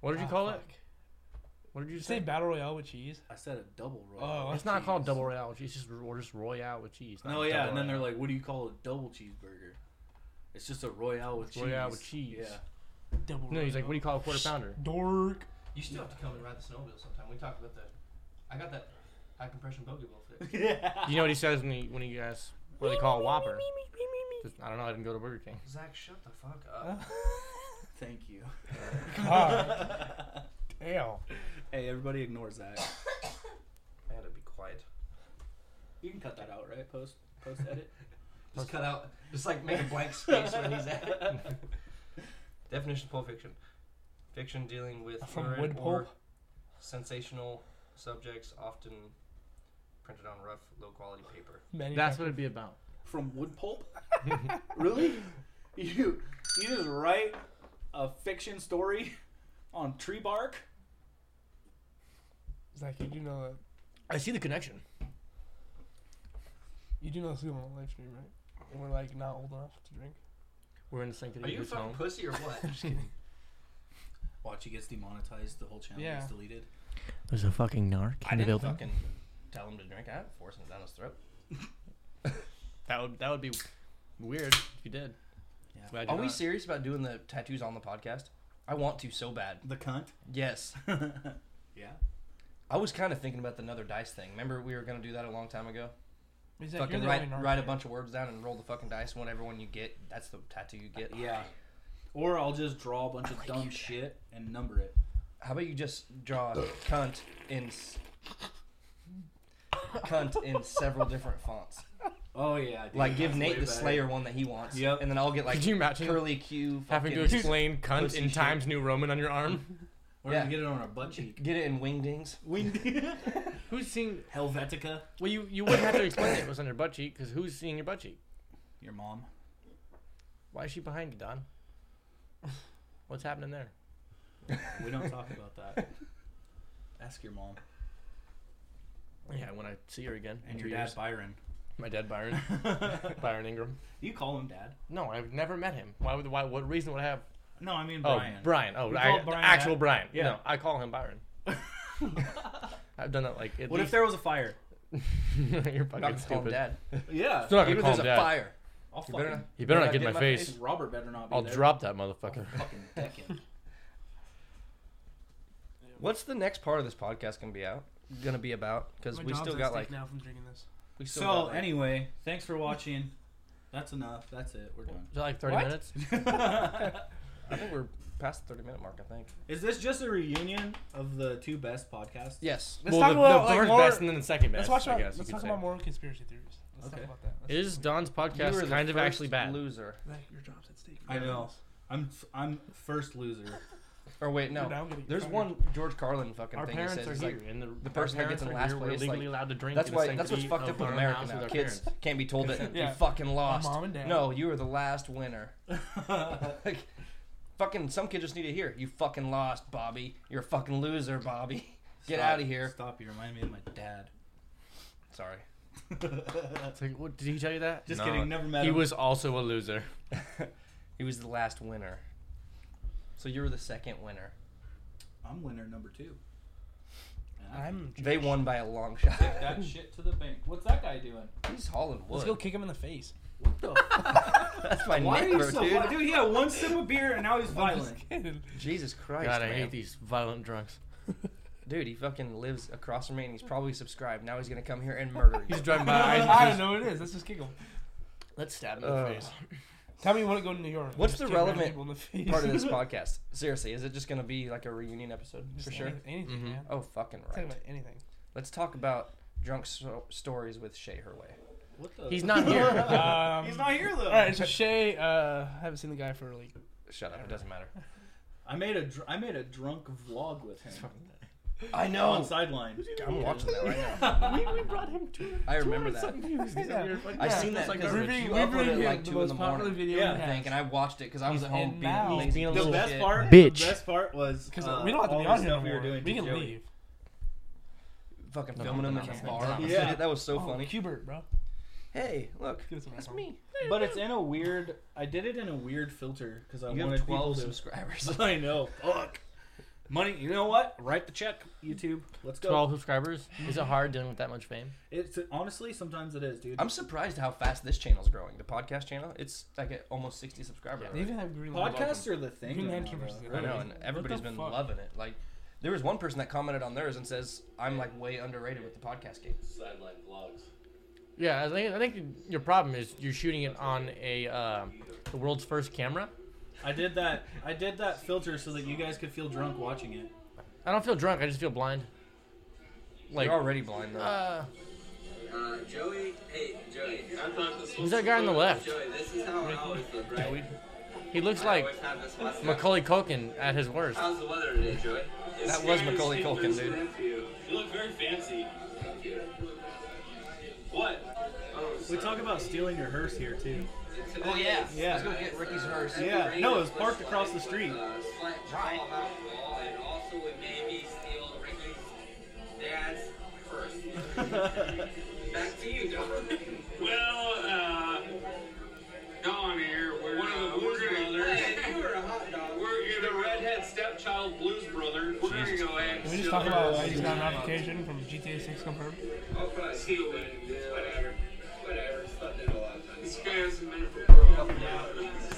S4: What did you
S2: ah,
S4: call it?
S2: fuck.
S4: What did you
S2: You
S4: say?
S2: say battle royale with cheese?
S3: I said a double royale.
S2: Oh,
S4: it's not called double royale. It's just or just royale with cheese.
S3: No, yeah, and then they're like, "What do you call a double cheeseburger?" It's just a royale with cheese.
S4: Royale with cheese.
S3: Yeah.
S2: double.
S4: No, he's like, what do you call a quarter pounder?
S2: Dork.
S1: You still have to come and ride the snowmobile sometime. We talked about that. I got that high compression bogey wheel fixed.
S4: Do you know what he says when he when he asks what do they call a Whopper? Just, I don't know. I didn't go to Burger King.
S1: Zach, shut the fuck up.
S3: Thank you.
S2: God. Damn.
S3: Hey, everybody ignores that.
S1: I gotta be quiet.
S3: You can cut that out, right? Post post edit.
S1: Just cut out. Just like make a blank space where he's at. Definition of pulp fiction: fiction dealing with
S2: From
S1: lurid
S2: wood
S1: or
S2: pulp?
S1: sensational subjects, often printed on rough, low-quality paper.
S4: That's what it'd be about.
S3: From wood pulp. really? You you just write a fiction story on tree bark?
S2: Zach, you do know that.
S4: I see the connection.
S2: You do know this is going on live stream, right? And we're like not old enough to drink.
S4: We're in the sanctity
S1: Are
S4: of
S1: you a
S4: his
S1: fucking
S4: home.
S1: pussy or what?
S2: I'm just kidding.
S3: Watch, he gets demonetized. The whole channel
S2: Yeah.
S3: gets deleted.
S4: There's a fucking narc
S1: I didn't fucking tell him to drink. I didn't force him down his throat.
S4: That would that would be weird if you did.
S3: Yeah.
S4: Glad
S1: Are
S4: you're
S1: we
S4: not.
S1: serious about doing the tattoos on the podcast? I want to so bad.
S3: The cunt.
S1: Yes.
S3: Yeah.
S1: I was kind of thinking about the another dice thing. Remember we were gonna do that a long time ago.
S2: He's like,
S1: fucking
S2: "You're the
S1: write,
S2: only narc
S1: write a
S2: here."
S1: bunch of words down and roll the fucking dice. Whatever one you get, that's the tattoo you get.
S3: Yeah. Or I'll just draw a bunch of dumb shit and number it.
S1: How about you just draw cunt in s- cunt in several different fonts?
S3: Oh yeah. dude,
S1: Like give
S3: that's
S1: Nate
S3: way
S1: the
S3: better.
S1: Slayer one that he wants.
S3: Yep.
S1: And then I'll get like
S4: Could you imagine
S1: curly Q.
S4: having to
S1: fucking-
S4: explain cunt
S1: pussy
S4: in
S1: shit.
S4: Times New Roman on your arm?
S3: Or
S1: Yeah.
S3: we get it on our butt cheek.
S1: Get it in wingdings.
S3: Winged.
S4: Who's seeing?
S3: Helvetica.
S4: Well, you you wouldn't have to explain it was on your butt cheek because who's seeing your butt cheek?
S3: Your mom.
S4: Why is she behind you, Don? What's happening there?
S3: We don't talk about that. Ask your mom
S4: Yeah, when I see her again. in
S3: and
S4: two
S3: your dad
S4: years.
S3: Byron.
S4: My dad, Byron. Byron Ingram.
S3: You call him dad?
S4: No, I've never met him. Why would? Why? What reason would I have?
S3: No, I mean
S4: Oh,
S3: Brian.
S4: Brian. Oh,
S3: We
S4: I,
S3: call Brian
S4: actual
S3: that.
S4: Brian.
S3: Yeah.
S4: No, I call him Byron. I've done that like. At
S3: what if there was a fire?
S4: they're? You're fucking
S1: I'm not
S4: stupid.
S1: calling dad.
S3: Yeah.
S4: Still not
S1: Even
S4: gonna
S1: if
S4: call
S1: there's a
S4: him dad.
S1: fire.
S3: I'll
S1: You
S3: fucking.
S1: better not-
S4: You better
S1: You're
S4: not get in my face.
S3: Hey, Robert better not be
S4: I'll
S3: there.
S4: drop that motherfucker.
S3: Fucking deck him.
S1: What's the next part of this podcast gonna be out? Gonna be about because
S2: My
S1: we
S2: job's
S1: still
S2: at
S1: got
S2: stake
S1: like
S2: now from drinking this.
S1: we still got,
S3: So
S1: like-
S3: anyway, thanks for watching. That's enough. That's it. We're
S4: Is that like 30
S1: What?
S4: minutes?
S3: done.
S1: I think we're past the 30 minute mark. I think.
S3: Is this just a reunion of the two best podcasts?
S1: Yes.
S2: Let's
S4: well,
S2: talk
S4: the,
S2: about
S4: the
S2: like,
S4: first
S2: more,
S4: best and then the second best.
S2: Let's watch
S4: I
S2: about,
S4: guess you
S2: let's
S4: could
S2: talk
S4: say.
S2: about moral conspiracy theories. Let's
S3: Okay.
S2: talk about that. Let's-
S4: Is Don's
S1: You were
S4: podcast
S1: the
S4: kind of
S1: first
S4: actually bad?
S1: Loser.
S2: Zach, your job's at stake.
S3: I know. I'm I'm first loser.
S1: Or wait,
S2: Dude,
S1: no.
S2: I'm gonna get
S1: There's
S2: fired.
S1: one George Carlin fucking
S4: Our
S1: thing. He
S4: parents
S1: says
S4: are
S1: he's
S4: here,
S1: like,
S4: and the,
S1: the person that gets in last
S4: We're
S1: place, like-
S4: legally allowed to drink.
S1: that's
S4: in the
S1: why. That's what's
S4: sanctity
S1: fucked
S4: of
S1: up with
S4: our own
S1: America
S4: house with
S1: now.
S4: our
S1: Kids
S4: parents.
S1: can't be told that
S2: Yeah.
S1: you fucking lost.
S2: mom and dad.
S1: No, you were the last winner. like, fucking, some kid just need to hear. You fucking lost, Bobby. You're a fucking loser, Bobby. Get
S3: Stop-
S1: out of here.
S3: Stop. You remind me of my dad.
S1: Sorry.
S4: It's like, what, did he tell you that?
S3: Just kidding. Never met
S4: He
S3: him.
S4: was also a loser.
S1: He was the last winner. So you were the second winner.
S3: I'm winner number two. And I
S2: I'm.
S1: They won by a long shot.
S3: take that shit to the bank. What's that guy doing?
S1: He's hauling wood.
S2: Let's go kick him in the face.
S3: What the?
S1: That's my
S3: Why are
S1: neighbor,
S3: you so?
S1: dude.
S3: Dude? dude, he had one sip of beer and now he's violent.
S1: Jesus Christ,
S4: God, I
S1: man.
S4: hate these violent drunks.
S1: Dude, he fucking lives across from me, and he's probably subscribed. Now he's gonna come here and murder you.
S4: He's driving by. and
S2: I don't
S4: just-
S2: know what it is. Let's just kick him.
S4: Let's stab him in the
S1: Ugh.
S4: face.
S2: Tell me you want to go to New York.
S1: What's
S2: Just
S1: the
S2: kick random
S1: relevant
S2: people in the face.
S1: Part of this podcast. Seriously, is it just gonna be like a reunion episode
S2: Just
S1: for sure?
S2: any- Anything,
S4: Mhm.
S2: man.
S1: Oh, fucking
S2: Talk
S1: right.
S2: about anything.
S1: Let's talk about drunk so- stories with Shay Herway.
S3: What the?
S4: He's not here.
S2: Um,
S3: He's not here though.
S2: All right, so Shay, uh, I haven't seen the guy for like.
S1: Shut up. It doesn't matter.
S3: I made a dr- I made a drunk vlog with him
S1: I
S3: on
S1: know.
S3: sideline.
S1: I'm watching that right now.
S4: we, we brought him to.
S1: I remember that. I seen that
S4: Like,
S1: because
S4: we
S1: you
S4: re-
S1: uploaded
S2: we
S1: it
S2: reviewed
S1: like two
S2: the
S1: in
S2: most
S1: the
S2: popular
S1: morning.
S2: video
S3: Yeah,
S2: we
S1: I think,
S2: had.
S1: and I watched it because I was
S2: He's
S1: at home
S2: in
S1: being
S2: now.
S1: lazy
S4: He's being a
S1: piece
S4: little
S1: of
S3: The best
S1: shit.
S3: part,
S4: Bitch.
S3: The best part was
S2: Because
S3: uh,
S2: we don't have to
S3: all
S2: be
S3: the
S2: on here
S3: stuff
S2: no
S3: we were
S2: more.
S3: doing.
S2: We
S3: to
S2: can
S3: Joey.
S2: leave.
S1: Fucking
S4: No,
S1: filming him
S4: no,
S1: in
S4: no,
S1: his
S4: no,
S1: bar.
S4: no.
S3: Yeah.
S1: that was so
S2: oh,
S1: funny.
S2: Hubert, bro.
S1: Hey, look,
S2: Give us a
S1: that's
S2: round.
S1: me.
S3: But it's in a weird. I did it in a weird filter because I
S1: You
S3: wanted
S1: have 12
S3: people
S1: subscribers.
S3: to. I know. Fuck. Money. You know what? Write the check. YouTube. Let's go.
S4: Twelve subscribers. Is it hard dealing with that much fame?
S3: It's honestly sometimes it is, dude.
S1: I'm surprised how fast this channel's growing. The podcast channel, it's like at almost 60 subscribers.
S2: They
S1: already.
S2: even have green
S3: Podcasts are the thing.
S2: You
S3: right
S2: mentioned
S3: now,
S2: versus
S3: though.
S2: the
S1: I know, and
S2: What the
S1: everybody's been
S2: fuck?
S1: loving it. Like, there was one person that commented on theirs and says, "I'm like way underrated with the podcast game."
S5: Sideline vlogs.
S4: Yeah, I think I think your problem is you're shooting it on a uh, the world's first camera.
S3: I did that. I did that filter so that you guys could feel drunk watching it.
S4: I don't feel drunk. I just feel blind. Like,
S1: You're already blind though.
S4: uh,
S9: Uh, Joey, hey, Joey.
S5: I thought this
S4: who's that guy on the left?
S9: Joey, this is how I always look, right?
S4: Joey. He looks like
S9: Always have this mustache.
S4: Macaulay Culkin at his worst.
S9: How's the weather today, Joey?
S1: that was Macaulay Culkin, dude.
S5: You look very fancy. What?
S3: We talk about stealing your hearse here too.
S1: Oh yeah,
S3: Yeah.
S1: Let's go get Ricky's hearse.
S3: Yeah. No, it was parked across the street.
S9: Uh, slight
S1: Right.
S9: draw about the wall, and also it made me steal Ricky's dad's purse. Back to you, Joey.
S5: Well, uh, Don here. We're one of the Blues Brothers.
S9: Hey, you were a hot dog.
S5: We're you're the redhead stepchild Blues Brother. We're gonna go ahead and
S2: Can we just
S5: steal
S2: talk about why
S5: her.
S2: he's got an application from GTA 6 confirmed?
S9: Okay.
S5: Steal it.
S9: Yeah, whatever. Whatever. Slept in a lot of times.
S5: This guy hasn't been for a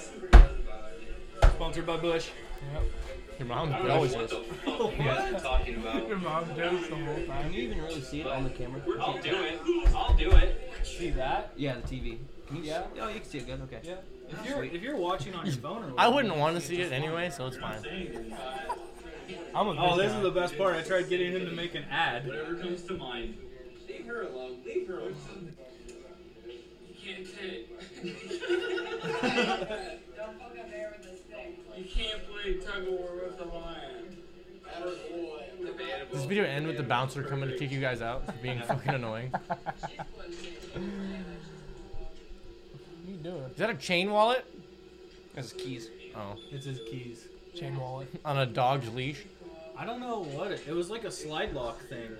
S3: Sponsored by Bush.
S4: Your mom always
S5: Always
S4: is.
S5: what the fuck you guys are talking about.
S2: Your mom jokes the whole
S1: Can
S2: time.
S1: you even really see it on the camera?
S5: I'll do it. I'll do it.
S3: See that?
S1: Yeah, the TV. Can you
S3: Yeah.
S1: See? Oh, you can see it good. Okay.
S3: Yeah. If you're if you're watching on your phone or
S4: I
S3: whatever,
S4: wouldn't want to see it anyway, so it's fine.
S2: I'm a
S3: Oh,
S2: bitch
S3: this
S2: now.
S3: is the best part. I tried getting him to make an ad.
S5: Whatever comes to mind.
S9: Leave her alone. Leave her alone.
S5: You can't take.
S6: Don't poke up there with a stick.
S5: You can't play tug of war with the lion.
S4: Does this video end with the bouncer coming to kick you guys out for being fucking annoying?
S2: What are you doing?
S4: Is that a chain wallet?
S1: That's his keys.
S4: Oh,
S3: It's his keys.
S2: Chain wallet.
S4: on a dog's leash.
S3: I don't know what it, it was like a slide lock thing.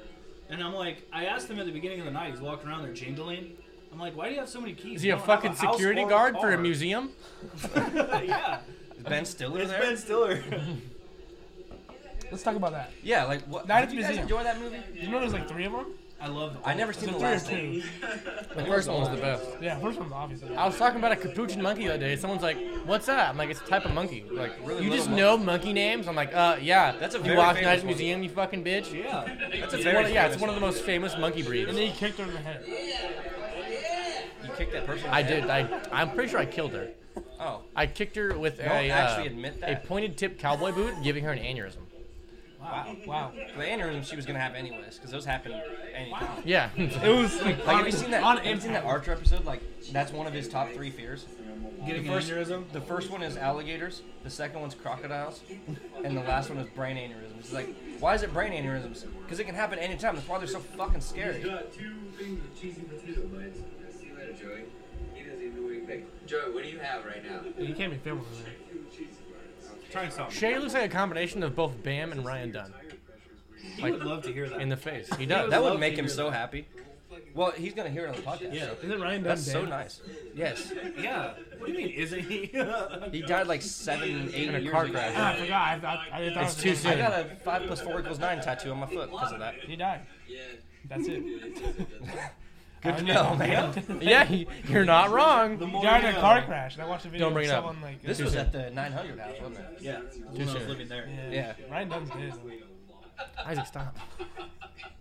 S3: And I'm like, I asked him at the beginning of the night. He's walking around there jingling. I'm like, why do you have so many keys?
S4: Is
S3: You
S4: he a
S3: don't have
S4: fucking
S3: house
S4: security
S3: or
S4: guard for a
S3: car."
S4: museum?
S3: yeah,
S1: Is Ben Stiller
S3: it's
S1: there?
S3: Ben Stiller.
S2: Let's talk about that.
S1: yeah, like what?
S2: Night
S1: did
S2: at the
S1: you guys
S2: Museum.
S1: enjoy that movie?
S2: You know, there's like three of them.
S3: I love.
S1: I never seen the
S2: Three or
S1: last one.
S2: two.
S4: The first one was the best.
S2: Yeah, first one's obviously.
S4: I was talking about a capuchin monkey the other day. Someone's like, "What's that?" I'm like, "It's a type of monkey." Like,
S1: really
S4: you
S1: little
S4: just
S1: monkey.
S4: know monkey names. I'm like, "Uh, yeah."
S1: That's a
S4: you
S1: very
S4: watch
S1: famous
S4: Night at
S1: one.
S4: the Museum, you fucking bitch.
S3: Yeah,
S1: That's a
S4: It's
S1: very
S4: one of- yeah, it's
S1: famous
S4: one of the most famous monkey breeds.
S2: And then he kicked her in the head.
S1: You kicked that person. in the
S4: I
S1: head?
S4: did. I I'm pretty sure I killed her.
S1: Oh,
S4: I kicked her with
S1: Don't
S4: a
S1: actually
S4: uh,
S1: admit
S4: a
S1: that.
S4: pointed tip cowboy boot, giving her an aneurysm.
S3: wow, wow.
S1: the aneurysm she was gonna have anyways, because those happen. Any-
S4: Yeah.
S2: It was like,
S1: Like, have you seen that?
S2: On
S1: Have you seen that
S2: impact.
S1: Archer episode? Like, that's one of his top three fears.
S3: Getting
S1: The first-
S3: an aneurysm.
S1: The first one is alligators. The second one's crocodiles, and the last one is brain aneurysms. It's like, why is it brain aneurysms? Because it can happen anytime. That's why they're so fucking scary.
S9: See you later, Joey. He doesn't even know what he picked. Joey, what do you have right now?
S2: You can't be filming that.
S3: Try and stop. me.
S4: Shay looks like a combination of both Bam and Ryan Dunn
S3: He would love to hear that.
S4: in the face. He does.
S1: That would
S3: love
S1: make
S3: to
S1: him
S3: hear
S1: so happy. Well, he's gonna hear it on the podcast.
S3: yeah,
S2: Isn't Ryan Dunn
S1: That's
S2: dead?
S1: so nice. Yes,
S3: yeah. What do you mean? Isn't he?
S1: he died like seven, eight
S4: In a
S1: years
S4: car
S1: ago.
S4: crash.
S2: Ah, I forgot. I, thought I thought it
S4: It's
S2: was
S4: too
S2: him.
S4: soon.
S1: I got a five plus four equals nine tattoo on my foot because of that.
S2: He died.
S9: Yeah.
S2: That's it.
S1: Good to know, man.
S4: yeah, he- you're not wrong.
S2: He died in a car crash. And I watched a video
S4: Don't bring
S2: of
S4: it up.
S2: someone like
S1: This
S2: uh,
S1: was at the 900 house, wasn't it?
S3: Yeah,
S4: Too
S3: when I was
S4: soon.
S3: living there.
S1: Yeah.
S2: Ryan Dunn's dead.
S4: Isaac, stop.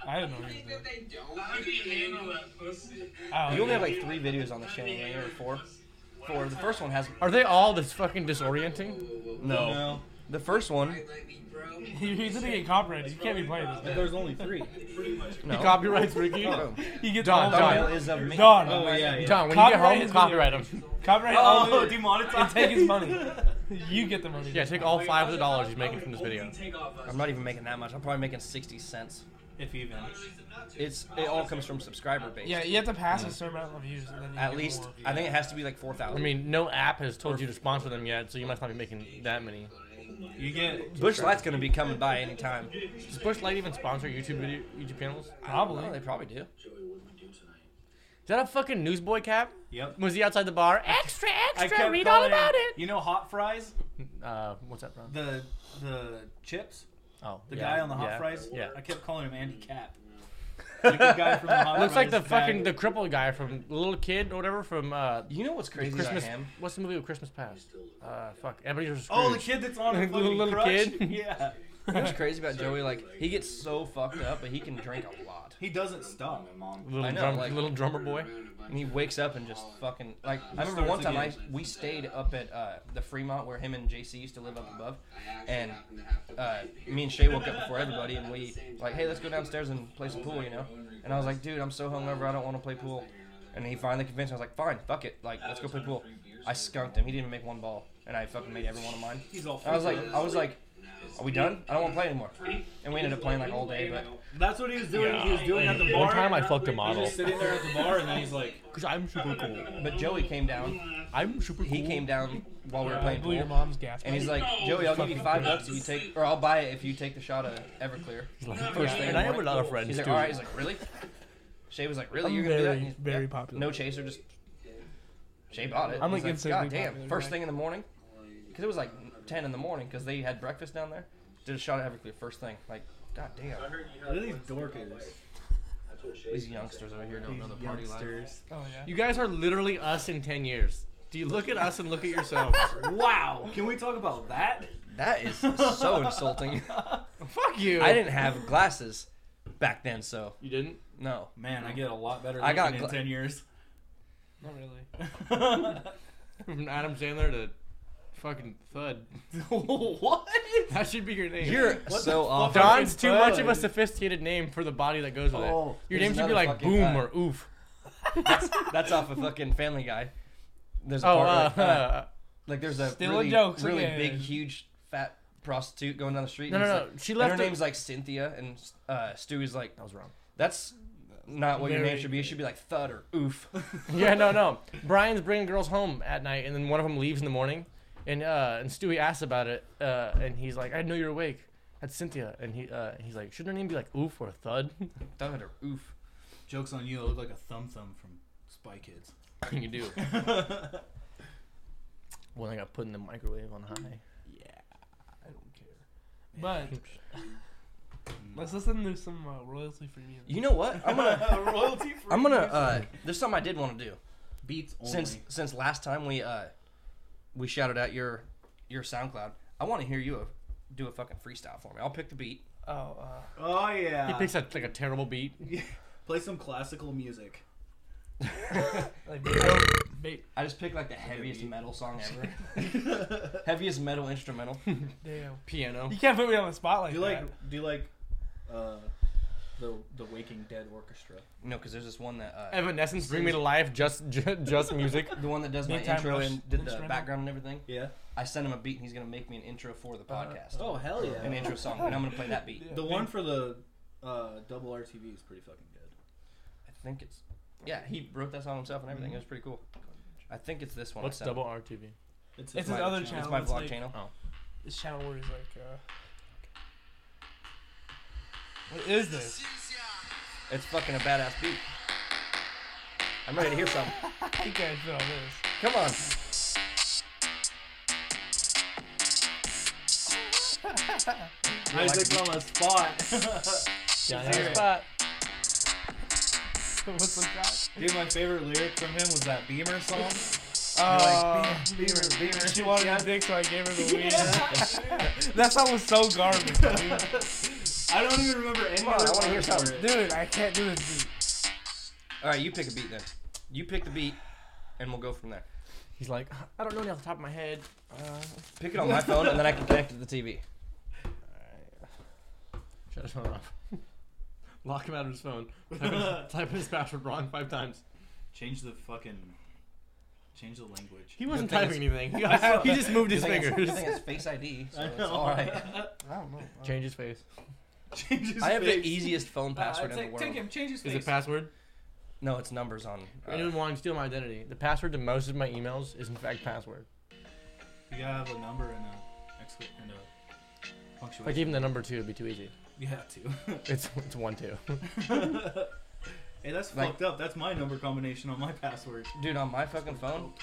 S2: I don't know. where he was at.
S9: They don't.
S5: How do you handle that pussy?
S2: I don't
S1: You only
S2: know.
S1: have like three videos on the channel, right? Or four. Four. The first one has
S4: Are they all this fucking disorienting?
S3: No,
S1: The first one.
S9: Like me, bro.
S2: He's gonna get copyrighted. You can't be playing this.
S3: but there's only three.
S1: No.
S4: Copyrights, Ricky.
S1: Oh.
S2: He gets
S4: Don,
S2: all
S4: Don,
S2: the-
S1: Thumbnail is of me.
S2: Don.
S3: Oh yeah, yeah.
S4: Don, when you get
S2: Copyright
S4: home,
S2: his
S4: copyright them.
S2: Copyright all
S3: Oh,
S2: of it. And
S3: demonetized.
S2: take his money. You get the money.
S4: Yeah, take all five of the dollars he's making from this video.
S1: I'm not even making that much. I'm probably making 60 cents.
S3: If even.
S1: It's it all comes from subscriber base.
S2: Yeah, you have to pass a certain amount of views, and then you
S1: At
S2: get
S1: least
S2: more.
S1: I think it has to be like 4,000.
S4: I mean, no app has told you to sponsor them yet, so you must not be making that many.
S3: You get.
S1: Bush Light's gonna be coming by anytime.
S4: Does Bush Light even sponsor YouTube video, YouTube channels?
S2: Probably.
S1: No, they probably do.
S4: Is that a fucking newsboy cap?
S3: Yep.
S4: Was he outside the bar? Extra,
S3: I
S4: extra,
S3: kept
S4: read all
S3: calling-
S4: about it.
S3: You know, hot fries.
S4: Uh, what's that from?
S3: The the chips.
S4: Oh,
S3: The
S4: yeah,
S3: guy on the hot
S4: yeah,
S3: fries.
S4: Yeah.
S3: I kept calling him Andy Cap. Like the guy from the hot
S4: Looks like the
S3: fries
S4: fucking the
S3: bag.
S4: cripple guy from Little Kid or whatever from uh
S1: You know what's crazy
S4: Christmas.
S1: about him?
S4: What's the movie with Christmas Past? Uh, fuck. Ebenezer Scrooge.
S3: Oh, the kid that's on the
S4: The
S3: fucking
S4: little
S3: crutch.
S4: kid.
S3: Yeah.
S1: You know what's crazy about Joey? Like he gets so fucked up, but he can drink a lot.
S3: He doesn't stop. Mom.
S4: Little,
S1: I know,
S4: drum,
S1: like-
S4: little drummer boy.
S1: And he wakes up and just fucking like I remember
S3: Starts
S1: one time I
S3: again.
S1: we stayed up at uh, the Fremont where him and JC used to live up above, and uh, me and Shay woke up before everybody and we like hey let's go downstairs and play some pool you know, and I was like dude I'm so hungover I don't want to play pool, and he finally convinced me I was like fine fuck it like let's go play pool, I skunked him he didn't even make one ball and I fucking made every one of mine.
S3: He's all.
S1: I was like
S3: freaked out.
S1: I was like, are we done? I don't want to play anymore, and we ended up playing like all day but
S3: that's what he was doing. He was doing at the bar.
S4: One time I fucked a
S3: He's
S4: model.
S3: just sitting there at the bar, and then he's like,
S4: Cause I'm super cool.
S1: but Joey came down
S4: I'm super cool.
S1: he came down while we were
S2: I
S1: playing
S2: blew your
S1: pool.
S2: mom's gas.
S1: And he's like, Joey, I'll give you five bucks if you take, or I'll buy it if you take the shot of Everclear. First thing in
S4: and
S1: the
S4: I have a
S1: morning.
S4: lot of friends
S1: He's like,
S4: too.
S1: all right. He's like, really? Shay was like, really?
S2: I'm
S1: You're gonna do that?
S2: very,
S1: And he's-
S2: very
S1: "Yeah."
S2: popular.
S1: No chaser, just Shay bought it.
S2: I'm, like,
S1: He's
S2: instantly
S1: God damn!
S2: popular,
S1: First
S2: right?
S1: thing in the morning, because it was like ten in the morning, because they had breakfast down there. Did a shot of Everclear first thing. Like, god damn!
S3: "Look at these dorkers,
S1: These youngsters over here don't
S3: these
S1: know the party life.
S3: youngsters."
S2: oh yeah.
S4: You guys are literally us in ten years. Do you look at us and look at yourselves?
S3: Wow. Can we talk about that?
S1: That is so insulting.
S4: Fuck you.
S1: I didn't have glasses back then, so
S4: You didn't.
S1: no.
S3: Man, I get a lot better.
S1: I got
S3: looking
S1: gla-
S3: in ten years.
S2: Not really.
S4: From Adam Sandler to fucking Thud.
S3: what?
S4: That should be your name.
S1: You're so off.
S4: Don's too
S3: Fucking
S4: much of a
S3: Thud.
S4: sophisticated name for the body that goes with
S1: Oh,
S4: it. Your
S1: there's
S4: name should
S1: another
S4: be like
S1: fucking
S4: Boom
S1: guy.
S4: or Oof.
S1: That's off of fucking Family Guy. There's a
S4: Oh, uh,
S1: part where, uh,
S4: uh,
S1: like there's a
S2: Still
S1: really,
S2: jokes
S1: really
S2: again.
S1: big, huge, fat prostitute going down the street.
S4: no,
S1: and
S4: no,
S1: he's
S4: no.
S1: like-
S4: She
S1: and
S4: left.
S1: her
S4: the-
S1: name's like Cynthia, and uh, Stewie's like,
S4: That was wrong.
S1: that's not what your
S2: Very
S1: name should be. It should be like Thud or Oof.
S4: Yeah, no, no. Brian's bringing girls home at night, and then one of them leaves in the morning, and uh, and Stewie asks about it, uh, and he's like, "I know you're awake." That's Cynthia, and he uh, he's like, "Shouldn't her name be like Oof or Thud?"
S1: Thud or Oof.
S3: Jokes on you. I look like a thumb thumb from Spy Kids.
S4: you do. when I got put in the microwave on high.
S2: I don't care. But let's listen to some uh, royalty free music.
S1: You know what? I'm gonna
S3: Royalty free.
S1: I'm gonna uh there's something I did want to do.
S3: beats only.
S1: Since since last time we uh we shouted out your your SoundCloud, I want to hear you a, do a fucking freestyle for me. I'll pick the beat.
S2: Oh, uh,
S3: oh
S4: He
S3: yeah.
S4: picks up like a terrible beat.
S3: Play some classical music.
S2: like Beethoven, Be-
S1: I just picked like the heaviest metal song ever. heaviest metal instrumental.
S2: damn.
S4: Piano.
S2: You can't put me on the spot like
S3: Do you
S2: that.
S3: like do you like uh the the Waking Dead Orchestra?
S1: No, because there's this one that uh,
S4: Evanescence, Bring Me to Life, just ju- just music.
S1: the one that does my
S2: Meantime,
S1: intro
S2: Rush-
S1: and did the
S2: instrumental?
S1: background and everything.
S3: Yeah.
S1: I sent him a beat and he's gonna make me an intro for the
S2: Uh,
S1: podcast,
S3: Oh hell yeah.
S1: an intro song, and I'm gonna play that beat.
S2: Yeah.
S3: the one for the uh double RTV is pretty fucking good.
S1: I think it's yeah. He wrote that song himself and everything.
S2: Mm-hmm.
S1: It was pretty cool. I think it's this one. I
S4: What's
S1: sent him.
S4: double RTV?
S3: It's,
S2: It's
S3: my-
S2: his other
S3: it's
S2: channel.
S1: It's my
S2: It's
S1: vlog
S2: like-
S1: channel.
S2: This channel where he's like, uh, what is this?
S1: It's fucking a badass beat. I'm ready to hear something.
S2: You can't feel this.
S1: Come on.
S3: Isaac's on the spot.
S4: Yeah,
S3: hear it.
S4: spot.
S2: What's the track?
S3: Dude, my favorite lyric from him was that Beamer song.
S2: Uh,
S3: Beamer, Beamer.
S2: she wanted a dick, so I gave her the weed. that song was so garbage, dude.
S3: I don't even remember any.
S1: on, I
S3: other
S1: wanna hear
S3: lyrics for
S1: something.
S3: it.
S2: Dude, I can't do this beat.
S1: All right, you pick a beat then. You pick the beat, and we'll go from there.
S4: He's like, I don't know any off the top of my head.
S1: Pick it on my phone, and then I can connect it to the TV.
S4: Shut his phone off. Lock him out of his phone. Type his, type his password wrong five times.
S3: Change the fucking. Change the language.
S4: He wasn't
S1: thing
S4: typing anything. He just, he just moved his
S1: I think it's-
S4: fingers.
S1: I think it's Face ID, so it's all right.
S2: I don't know. Uh,
S4: Change his face.
S3: Change his
S1: I have the
S3: face. Uh,
S1: easiest phone password in the
S3: take,
S1: world.
S3: take him. Change his
S4: Is
S3: face.
S4: it password?
S1: No, it's numbers on. uh,
S4: Anyone wanting to steal my identity? The password to most of my emails is in fact password.
S3: you gotta have a number and a excla- and a
S4: If I
S3: punctuation.
S4: gave him the number two, it'd be too easy.
S3: You have to.
S4: It's it's one two.
S3: hey, that's
S1: Like-
S3: fucked up. That's my number combination on my password.
S1: dude, on my fucking phone,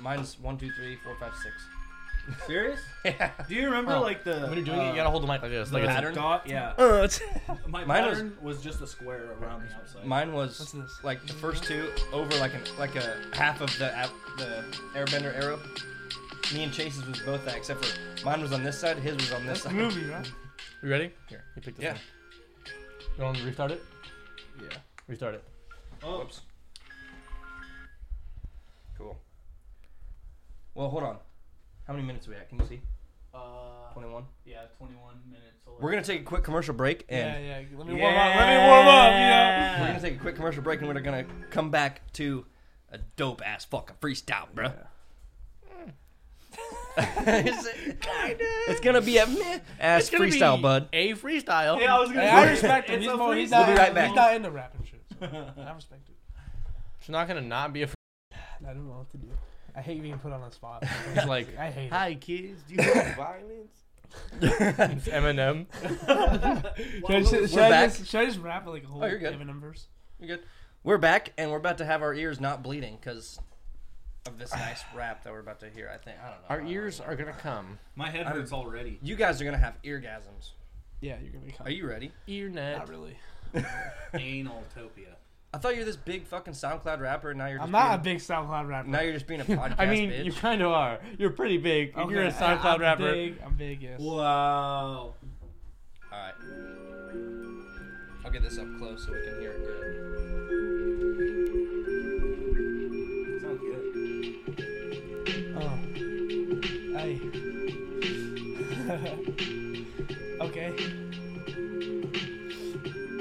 S1: mine's one, two, three, four, five, six.
S3: Serious?
S1: Yeah.
S3: Do you remember
S4: Oh.
S3: like the
S4: When you're doing
S3: uh,
S4: it, you gotta hold the mic like this.
S1: the
S4: Like it's,
S1: pattern?
S3: dot? Yeah.
S4: uh, it's-
S3: My
S1: Mine was-
S3: pattern was, just a square around the outside.
S1: Mine
S2: What's
S1: was
S2: this?
S1: like the first two over like an like a half of the ab- the airbender arrow. Me and Chase's was both that, except for mine was on this side, his was on this
S2: That's
S1: side.
S2: groovy, huh?
S4: you ready? Here, you pick this
S1: Yeah.
S4: one. You want to restart it?
S1: Yeah.
S4: Restart it.
S3: Oh,
S1: Whoops. Cool. Well, hold on. How many minutes are we at? Can you see?
S3: Uh,
S1: 21.
S3: yeah, 21 minutes.
S1: We're gonna take a quick commercial break, and
S2: Yeah, yeah. Let me warm up. Let me warm up, you know?
S1: we're gonna take a quick commercial break, and we're gonna come back to a dope ass fucking freestyle, bro. it's gonna be a meh ass freestyle, bud.
S4: A freestyle.
S3: Yeah, I was gonna
S2: Hey, I respect him. He's, more, he's, not,
S1: We'll be right back.
S2: he's not into rapping shit. So I respect it.
S4: It's not gonna not be a. Fr-
S2: I don't know what to do. I hate being put on the spot.
S4: it's like,
S2: I hate it.
S4: hi kids, do you want violence? it's Eminem.
S2: Should I just, should I
S1: back.
S2: just- should I just rap like a whole
S1: Oh, you're good.
S2: Eminem verse?
S1: We're good. We're back, and we're about to have our ears not bleeding because of this nice rap that we're about to hear. I think I don't know. I
S4: Our
S1: don't
S4: ears
S1: know.
S4: are gonna come.
S3: My head hurts already.
S1: You guys are gonna have eargasms.
S2: Yeah, you're gonna come.
S1: Are you ready?
S4: Ear net.
S2: Not really.
S3: Analtopia.
S1: I thought you were this big fucking SoundCloud rapper, and now you're. Just
S2: I'm not a
S1: being,
S2: big SoundCloud rapper.
S1: Now you're just being a podcast.
S4: I mean,
S1: bitch.
S4: you kind of are. You're pretty big. and You're a
S2: Okay,
S4: SoundCloud
S2: I'm
S4: rapper.
S2: Big, I'm big, yes.
S3: Wow.
S1: All right. I'll get this up close so we can hear it good.
S3: Sounds good.
S2: Oh. Hey. okay.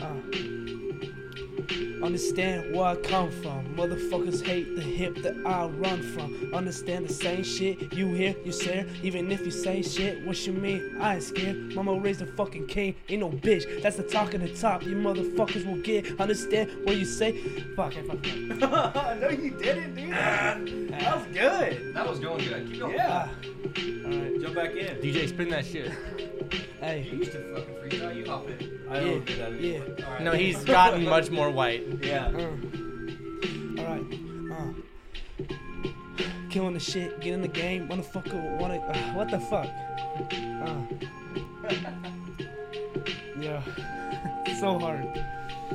S2: Uh. Understand where I come from. Motherfuckers hate the hip that I run from. Understand the same shit you hear, you say, even if you say shit. What you mean? I ain't scared. Mama raised a fucking king, ain't no bitch. That's the talk of the top. You motherfuckers will get. Understand what you say? Fuck, I fucking.
S3: no, you didn't, dude. That was good.
S1: That was going good. Keep going.
S3: Yeah.
S2: Ah. Alright,
S3: Jump back in.
S4: DJ, spin that shit.
S2: hey.
S1: used to fucking freestyle. You hop it.
S3: I
S2: Yeah,
S3: don't do that
S2: yeah.
S3: anymore.
S4: No, he's gotten much more white.
S3: Yeah.
S2: Alright, Uh. Killing the shit, get in the game, motherfucker. Wanna, uh, what the fuck? Uh. yeah, so hard.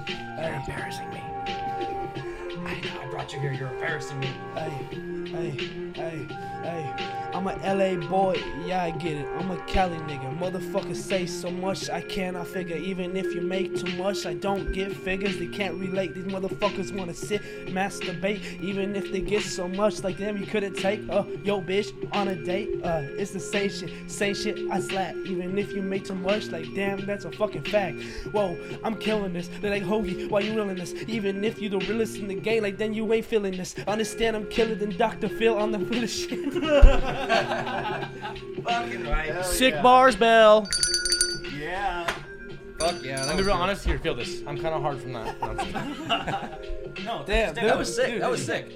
S2: Hey,
S1: Embarrassing me. I know I brought you here. You're embarrassing me.
S2: hey, hey, hey, hey. I'm a LA boy, yeah I get it. I'm a Cali nigga. Motherfuckers say so much I cannot figure. Even if you make too much, I don't get figures. They can't relate. These motherfuckers wanna sit, masturbate. Even if they get so much, like them you couldn't take. Uh, yo bitch on a date. Uh, it's the same shit, same shit I slap. Even if you make too much, like damn, that's a fucking fact. Whoa, I'm killing this. They like hoagie while you reeling this. Even if you the realest in the game, like then you ain't feeling this. Understand I'm killer than Dr. Phil on the real shit.
S1: Fucking right.
S7: Sick bars, Bell.
S3: Yeah.
S1: Fuck yeah. That was
S4: I'm gonna be real
S1: good.
S4: honest here. Feel this. I'm kind of hard from that. No, I'm just kidding.
S3: No,
S2: Damn,
S3: damn.
S1: That was sick. that was sick.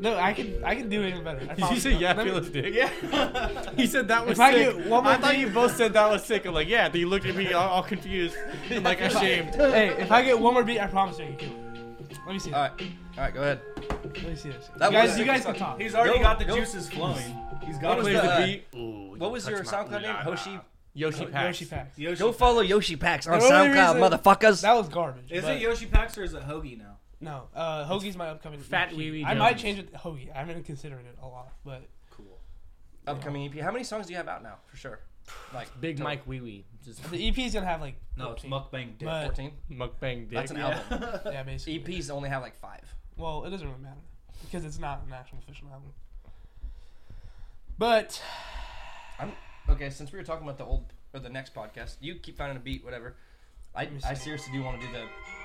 S2: No, I can I can do even better. I
S4: Did you
S2: promise.
S4: say yeah?
S2: Let me-
S4: Feel this dick. Yeah. he said that was
S2: If I
S4: sick.
S2: get one more
S4: I thought
S2: thing-
S4: you both said that was sick. I'm like, yeah. Then you looked at me all, all confused, and, like ashamed.
S2: Hey, if I get one more beat, I promise you I can kill it. Let me see.
S1: All
S2: That.
S1: right. All right. Go ahead.
S2: Let me see this.
S1: That
S2: you guys,
S1: was-
S2: you guys can talk.
S3: He's already
S1: Go,
S3: got the
S1: go.
S3: juices flowing. He's
S1: What
S3: got
S1: was
S3: it.
S4: Plays
S1: the,
S4: the
S1: uh,
S4: beat. Ooh,
S1: What was your SoundCloud name? Hoshi. Oh,
S4: Yoshi Packs.
S2: Yoshi packs.
S3: Yoshi
S1: Go follow Yoshi Packs on
S2: The only
S1: SoundCloud,
S2: reason-
S1: motherfuckers.
S2: That was garbage.
S3: Is
S2: but-
S3: it Yoshi Pax or is it Hoagie now?
S2: No, uh, Hoagie's my upcoming.
S7: Fat Wee Wee
S2: I might
S7: Jones.
S2: change it to Hoagie. I've been considering it a lot, but
S1: Upcoming EP. How many songs do you have out now? For sure. Like
S7: Big
S1: total?
S7: Mike Wee Wee. Just
S2: the EP's gonna have like
S3: No, it's
S2: 14.
S3: Mukbang Dick.
S2: But-
S1: Fourteen.
S4: Mukbang dick.
S1: That's an album.
S2: Yeah, basically.
S7: E
S1: EPs only have like five.
S2: Well, it doesn't really matter because it's not an actual official album. But
S1: Okay, since we were talking about the old or the next podcast, you keep finding a beat, whatever. I,
S2: me
S1: I
S2: see.
S1: seriously do want to do the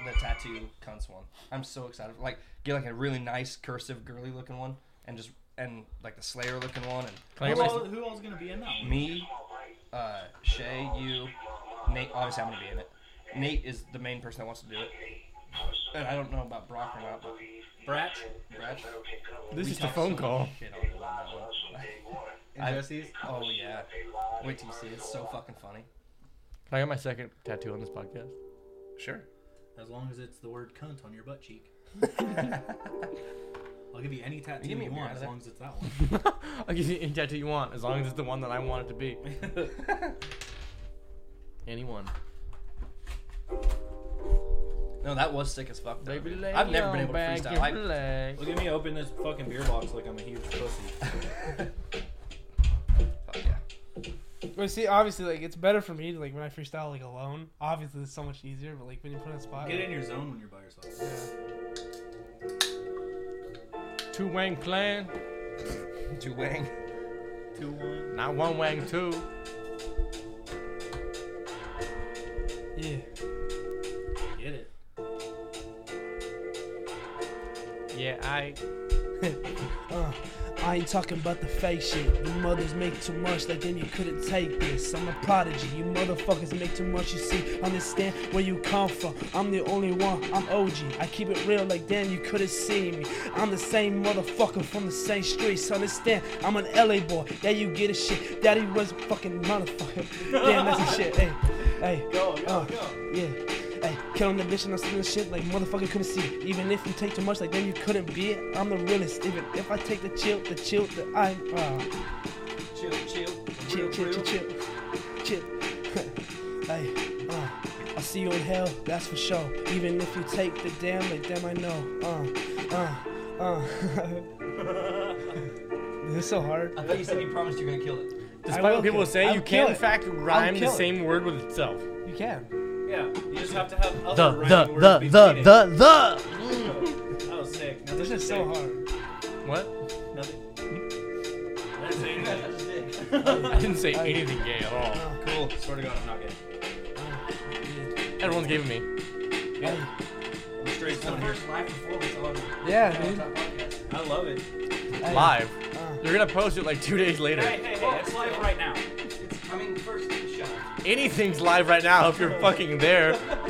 S1: the tattoo cunts one. I'm so excited. Like get like a really nice cursive girly looking one, and just and like the Slayer looking one, and
S4: Can I get
S3: Who
S4: my-
S3: all, who all's gonna be in that one?
S1: me, uh, Shay, you, Nate. Obviously, I'm gonna be in it. Nate is the main person that wants to do it, and I don't know about Brock or not, but
S3: Bratch
S1: Brad.
S4: This is just a phone call.
S1: Shit on you on that one.
S3: and
S1: I-
S3: Jesse's.
S1: Oh yeah. Wait till you see. it. It's so fucking funny.
S4: Can I get my second tattoo on this podcast?
S1: Sure.
S3: As long as it's the word cunt on your butt cheek. I'll give you any tattoo
S1: Give me
S3: you
S1: a beer
S3: want
S1: out of
S3: as
S1: that.
S3: long as it's that one.
S4: I'll give you any tattoo you want, as long as it's the one that I want it to be. Anyone.
S1: No, that was sick as fuck. Though. I've never been able to freestyle. I,
S3: Look at me open this fucking beer box like I'm a huge pussy.
S1: fuck yeah.
S2: but see, obviously, like it's better for me to like when I freestyle like alone. Obviously, it's so much easier. But like when you put in a spot,
S3: Get in your zone when you're by yourself.
S4: Two Wang plan,
S1: To Wang.
S3: Two one.
S4: not one Wang two.
S2: yeah,
S3: Get it.
S4: Yeah, I.
S2: Uh, I ain't talking about the fake shit. You mothers make too much, like then you couldn't take this. I'm a prodigy. You motherfuckers make too much. You see, understand where you come from. I'm the only one. I'm OG. I keep it real, like damn, you couldn't see me. I'm the same motherfucker from the same streets. Understand? I'm an LA boy. Yeah, you get a shit. Daddy was a fucking motherfucker. Damn, that's a shit. Hey, hey.
S3: Go, go,
S2: uh,
S3: go.
S2: yeah. Hey, killing the bitch and I'm stealing shit like motherfucker couldn't see it. Even if you take too much, like then you couldn't be it. I'm the realest. Even if I take the chill, the chill, the I uh,
S3: Chill, chill.
S2: chill,
S3: real,
S2: chill,
S3: real.
S2: chill, chill, chill. hey, uh, I see you in hell, that's for sure. Even if you take the damn, like damn I know. Uh, uh, uh. it's so hard.
S1: I thought you said you promised you're gonna kill it.
S4: Despite
S2: will
S4: what people
S2: kill-
S4: say,
S2: I'll
S4: you
S2: kill
S4: can in
S2: it.
S4: fact rhyme the
S2: kill it.
S4: same word with itself.
S2: You can.
S3: Yeah, you just have to have
S4: The,
S3: other
S4: the,
S3: rhyming
S4: the,
S3: words
S4: the,
S3: between it.
S4: the, the.
S3: That was sick. Now
S2: This is so hard.
S4: What?
S3: Nothing. That's it. That's it.
S4: I didn't say anything gay at all.
S2: Oh.
S3: Cool. Swear to God, I'm not gay.
S4: Everyone's giving me.
S3: I'm straight
S1: The
S3: from here.
S1: first live performance on
S2: Yeah, dude.
S3: I love it.
S4: Live.
S2: uh.
S4: You're gonna post it like two days later.
S3: hey, hey, it's live right now.
S1: I mean, first shut up.
S4: Anything's live right now if you're fucking there.
S1: I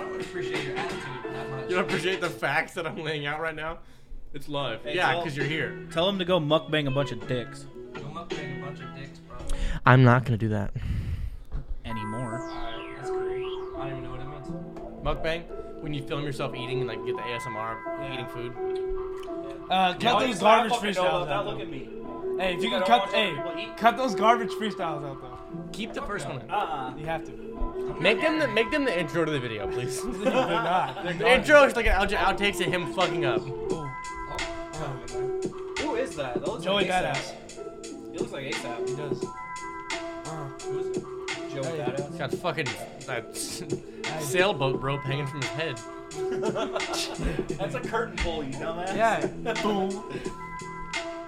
S1: don't appreciate your attitude that much.
S4: You don't appreciate the facts that I'm laying out right now? It's live.
S3: Hey,
S4: yeah,
S3: Joel.
S4: because you're here.
S3: Tell him to go mukbang a bunch of dicks.
S1: I'm up being a bunch of dicks, bro.
S4: I'm not gonna do that.
S3: Anymore.
S1: Alright, that's cool. I don't even know what it means.
S4: Mukbang. when you film yourself eating and like get the ASMR eating food.
S2: Uh, cut
S3: Why
S2: those
S3: do you- I
S2: garbage
S3: fucking know about
S2: freestyles
S3: that.
S2: out.
S3: Look
S2: though.
S3: at me.
S2: Hey, if you
S3: think
S2: can
S3: I don't
S2: cut,
S3: watch other
S2: hey,
S3: people eat?
S2: cut those garbage freestyles out though.
S4: Keep the first one in.
S2: Uh,
S3: Uh-uh.
S2: You have to.
S4: Make them the make them the intro to the video, please.
S2: They're not. They're
S4: the intro is like an out- outtakes of him fucking up.
S3: Who is that? that looks
S2: Joey
S3: like
S2: Badass.
S3: He looks like ASAP.
S2: He does.
S3: Who is it? Joey
S2: Hey.
S3: Badass.
S4: Got fucking that sailboat rope hanging from his head.
S3: That's a curtain pole, you dumbass.
S2: Yeah. Boom.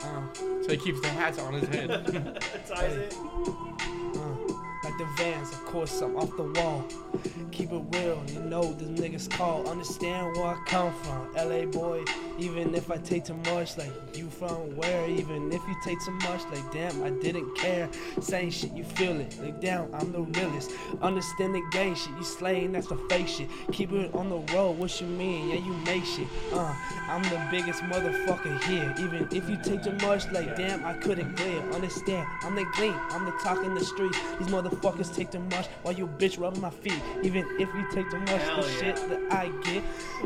S2: Uh,
S4: So he keeps the hats on his head.
S3: Ties it.
S2: uh, Like the vans, of course, I'm off the wall. Keep it real, you know, these niggas call. Understand where I come from, LA boy. Even if I take too much, like, you from where? Even if you take too much, like, damn, I didn't care. Same shit, you feel it. Like, damn, I'm the realest. Understand the game shit, you slaying, that's the fake shit. Keep it on the road, what you mean? Yeah, you make shit. Uh, I'm the biggest motherfucker here. Even if you take too much, like, damn, I couldn't clear. Understand, I'm the gleam, I'm the talk in the streets. These motherfuckers take too much while you bitch rubbing my feet. Even if you take too much,
S3: Hell
S2: the
S3: yeah.
S2: shit that I get.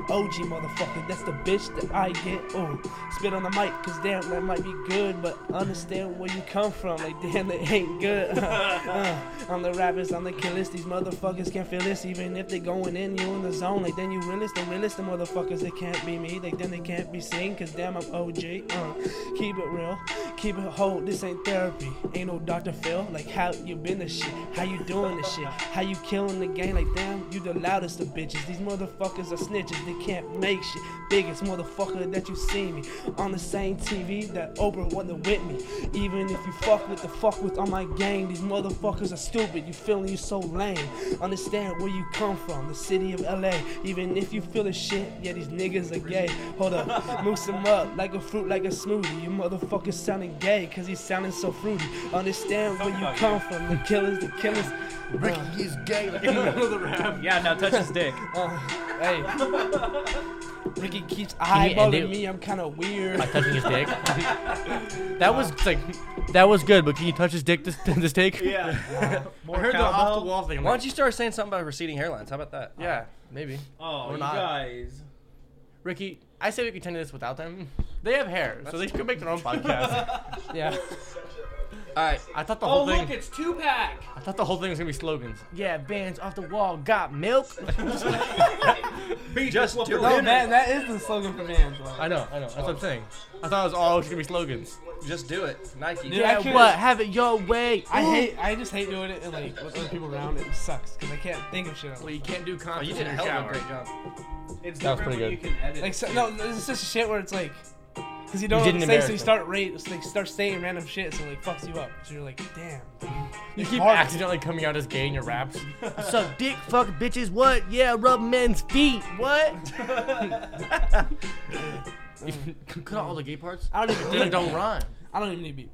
S2: OG motherfucker, that's the bitch that I get. Oh, spit on the mic, cause damn, that might be good, but understand where you come from. Like, damn, that ain't good. Uh, I'm the rappers, I'm the killers. These motherfuckers can't feel this, even if they going in, you in the zone. Like, then you realist, the realist, the motherfuckers, they can't be me. Like, then they can't be seen, cause damn, I'm OG. Uh, keep it real, keep it whole. This ain't therapy, ain't no Dr. Phil. Like, how you been this shit? How you doing this shit? How you killing the game? Like, damn, you the loudest of bitches. These motherfuckers are snitches, they can't make shit. Biggest motherfucker that you see me on the same TV that Oprah wasn't with me. Even if you fuck with the fuck with on my gang, these motherfuckers are stupid. You feeling you so lame. Understand where you come from, the city of LA. Even if you feel the shit, yeah, these niggas are gay. Hold up, moose him up like a fruit, like a smoothie. You motherfuckers sounding gay, cause he's sounding so fruity. Understand where you come from, the killers, the killers.
S4: Ricky is gay. Like in the middle of the rap.
S3: Yeah, now touch his dick.
S2: Hey. Ricky keeps
S4: Can you end it?
S2: eyeballing me, I'm kinda weird.
S4: By touching his dick. that was like, that was good. But can you touch his dick this this take?
S3: Yeah. More
S4: I heard the
S3: cowbell.
S4: off the wall thing. I'm
S1: Why
S4: like,
S1: don't you start saying something about receding hairlines? How about that?
S4: yeah, maybe.
S3: Oh,
S4: Or
S3: you
S4: not.
S3: guys.
S4: Ricky, I say we could continue this without them. They have hair, so they could make their own podcast. yeah.
S1: All right.
S4: I thought the
S3: Oh,
S4: whole
S3: look,
S4: thing.
S3: it's two pack.
S4: I thought the whole thing was gonna be slogans. Yeah, bands off the wall got milk.
S1: Just do
S2: No,
S1: it.
S2: man, that is the slogan for Vans. Like.
S4: I know, I know. That's what I'm saying. I thought it was all gonna be slogans.
S1: Just do it. Nike.
S2: Dude, I can't-
S4: Have it your way.
S2: I hate. I just hate doing it and like with other people around. It sucks because I can't think of shit.
S4: Well, you can't do
S1: Oh,
S4: content.
S1: you did a hell of a great job.
S3: It's
S4: That
S3: different
S4: was pretty
S3: when
S4: good.
S3: You can edit.
S2: Like so, no, it's just shit where it's like, because you don't
S4: You
S2: know
S4: didn't
S2: what to say, so you
S4: embarrass
S2: start rate, like start saying random shit, so like fucks you up. So you're like, damn.
S4: You
S2: It's
S4: keep
S2: hard.
S4: accidentally coming out as gay in your raps. Suck dick, fuck bitches, what? Yeah, rub men's feet, what? Cut out all the gay parts.
S2: I don't even.
S4: Then it
S2: Need,
S4: don't rhyme.
S2: I don't even need beat.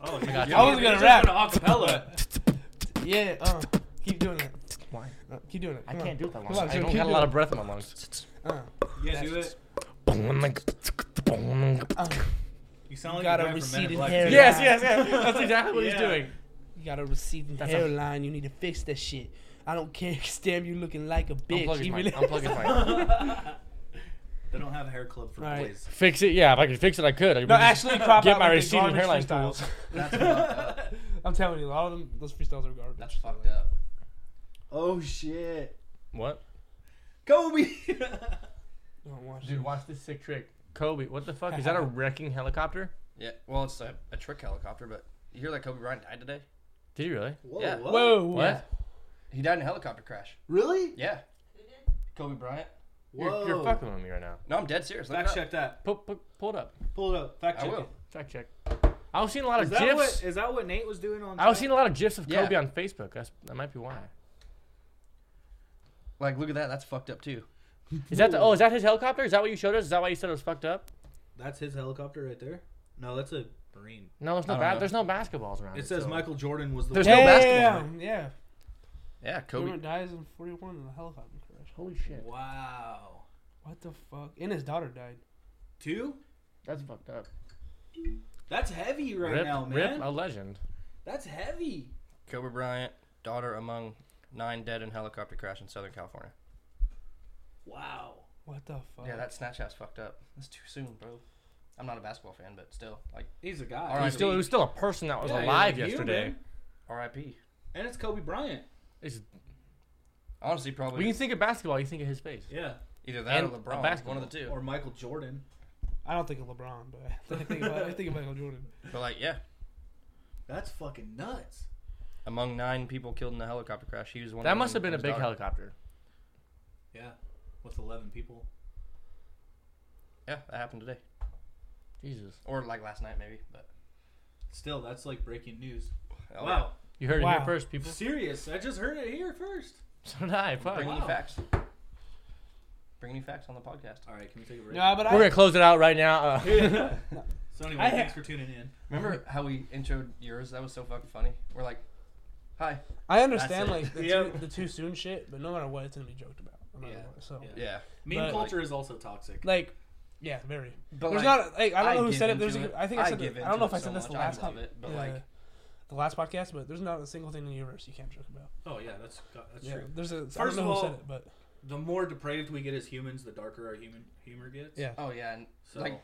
S3: oh,
S4: got
S3: yeah.
S4: you.
S2: I wasn't gonna rap.
S3: acapella.
S2: Yeah. Uh, keep doing it.
S4: Why?
S2: Uh, keep doing it.
S4: I
S2: Come
S4: can't
S2: on.
S4: do it that long.
S2: Come on,
S4: I
S2: so
S4: don't
S2: keep
S4: have a
S2: doing
S4: lot
S2: it.
S4: of breath in my lungs.
S2: Uh,
S3: yeah, do it. You sound
S2: gotta
S3: like the guy from Men in
S2: receding
S3: Black.
S2: hair.
S4: Yes, yes, yes. That's exactly what he's
S3: Yeah.
S4: doing.
S2: you got a receding
S4: That's a-
S2: hairline. you need to fix that shit. I don't care. 'cause Damn, you looking like a bitch.
S4: Unplug his
S2: You
S4: mic.
S2: really-
S4: Unplug his mic.
S3: They don't have a hair club for
S2: Right.
S3: boys.
S4: Fix it. Yeah, if I could fix it, I could. I
S2: No, actually, crop
S4: Get
S2: out
S4: my
S2: like the
S4: receding
S2: garbage
S4: hairline
S2: freestyles.
S4: tools.
S1: That's fucked up.
S2: I'm telling you, all of them, those freestyles are garbage.
S1: That's fucked up.
S3: Oh shit,
S4: What?
S3: Kobe.
S2: You don't watch
S4: Dude,
S2: it.
S4: watch this sick trick. Kobe, what the fuck? Is that a wrecking helicopter?
S1: Yeah. Well, it's a, a trick helicopter, but you hear that Kobe Bryant died today?
S4: Did he really?
S3: Whoa,
S1: Yeah.
S3: what?
S2: Whoa.
S4: What?
S1: He died in a helicopter crash.
S3: Really?
S1: Yeah. Kobe Bryant.
S4: You're, you're
S3: Whoa.
S4: fucking with me right now.
S1: No, I'm dead serious. Look it
S3: Fact
S1: up.
S3: check that.
S4: Pull, pull, pull it up.
S3: Pull it up. Fact
S1: I
S3: check
S1: will.
S3: it.
S4: Fact check. I was seeing a lot
S3: Is
S4: of
S3: that
S4: gifs.
S3: what? Is that what Nate was doing on?
S4: I was seeing a lot of gifs of
S1: Yeah.
S4: Kobe on Facebook. That's, that might be why.
S1: Like, look at that. That's fucked up too.
S4: Is that the? Oh, is that his helicopter? Is that what you showed us? Is that why you said it was fucked up?
S3: That's his helicopter right there. No, that's a marine.
S4: No, there's no.
S1: I don't
S4: Ba-
S1: know.
S4: there's no basketballs around.
S3: It says
S4: so-
S3: Michael Jordan was the.
S1: There's
S3: one-
S1: no basketball.
S2: Damn, yeah.
S1: Yeah, Kobe.
S2: Jordan dies in 41 in a helicopter crash.
S4: Holy shit.
S3: Wow.
S2: What the fuck? And his daughter died.
S3: Two?
S4: That's fucked up.
S3: That's heavy right
S4: rip,
S3: now,
S4: rip,
S3: man.
S4: a legend.
S3: That's heavy.
S1: Kobe Bryant, daughter among nine dead in helicopter crash in Southern California.
S3: Wow.
S2: What the fuck?
S1: Yeah, that Snapchat's fucked up. That's too soon, bro. I'm not a basketball fan, but still, like,
S3: He's a guy.
S1: All right.
S4: He's still, he was still a person that was
S3: Yeah,
S4: alive
S3: like you,
S4: yesterday.
S3: man.
S1: R.I.P.
S3: and it's Kobe Bryant.
S4: It's-
S1: Honestly, probably
S4: when you think of basketball, you think of his face.
S3: Yeah.
S1: either that or
S4: and a
S1: LeBron. One
S4: basketball.
S1: of the two.
S3: Or Michael Jordan.
S2: I don't think of LeBron, but I think about I think of Michael Jordan.
S1: But like, yeah,
S3: That's fucking nuts.
S1: among nine people killed in the helicopter crash, he was one.
S4: That
S1: of
S4: must have
S1: them
S4: been a
S1: and
S4: big
S1: his daughter.
S4: helicopter.
S3: Yeah. With 11 people.
S1: Yeah, that happened today,
S4: Jesus.
S1: or like last night maybe. But
S3: Still, that's like breaking news.
S1: oh,
S3: wow.
S4: You heard it
S2: Wow.
S4: here first, people.
S3: Serious. I just heard it here first.
S4: So did I.
S1: yeah.
S4: Fuck.
S1: bringing
S3: Wow.
S1: you facts. Bringing you facts on the podcast.
S3: All right, can we take a break?
S2: No, but
S4: We're
S2: I,
S4: gonna close it out right now. Uh,
S3: So anyway,
S2: I ha-
S3: thanks for tuning in.
S1: Remember how we introed yours? That was so fucking funny. We're like, "Hi."
S2: I
S1: That's
S2: understand
S1: it.
S2: like the,
S3: Yep.
S2: too, the too soon shit, but no matter what, it's gonna be joked about. No matter
S3: Yeah.
S2: what, so
S3: Yeah.
S1: Yeah,
S3: Meme
S2: But-
S3: culture is also toxic.
S2: like, yeah, very.
S1: but like,
S2: There's not like I don't know who
S1: give
S2: said it.
S1: into
S2: There's a, I think I said
S1: give
S2: it- I don't
S1: into
S2: know if
S1: it
S2: I said
S1: so
S2: this the
S1: much. I
S2: last
S1: love
S2: time.
S1: it, but
S2: yeah.
S1: like,
S2: the last podcast, but there's not a single thing in the universe you can't joke about.
S3: oh yeah, that's that's
S2: Yeah,
S3: true.
S2: there's a. I
S3: First
S2: don't know
S3: of
S2: who
S3: all-
S2: said it, but
S3: The more depraved we get as humans, the darker our human humor gets.
S2: yeah.
S1: oh yeah, and
S3: So
S1: like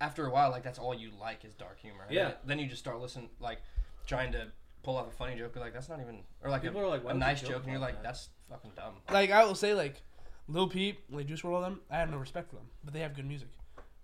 S1: after a while, like that's all you like is dark humor. And
S3: Yeah.
S1: Then you just start listening, like trying to pull off a funny joke, but like that's not even, or like
S3: People
S1: a,
S3: are like, "Why
S1: a
S3: would you
S1: nice
S3: joke
S1: joke, and you're
S3: about
S1: like,
S3: that?"
S1: that's fucking dumb.
S2: Like I will say, like Lil Peep, like Juice WRLD, all them. I have no respect for them, but they have good music.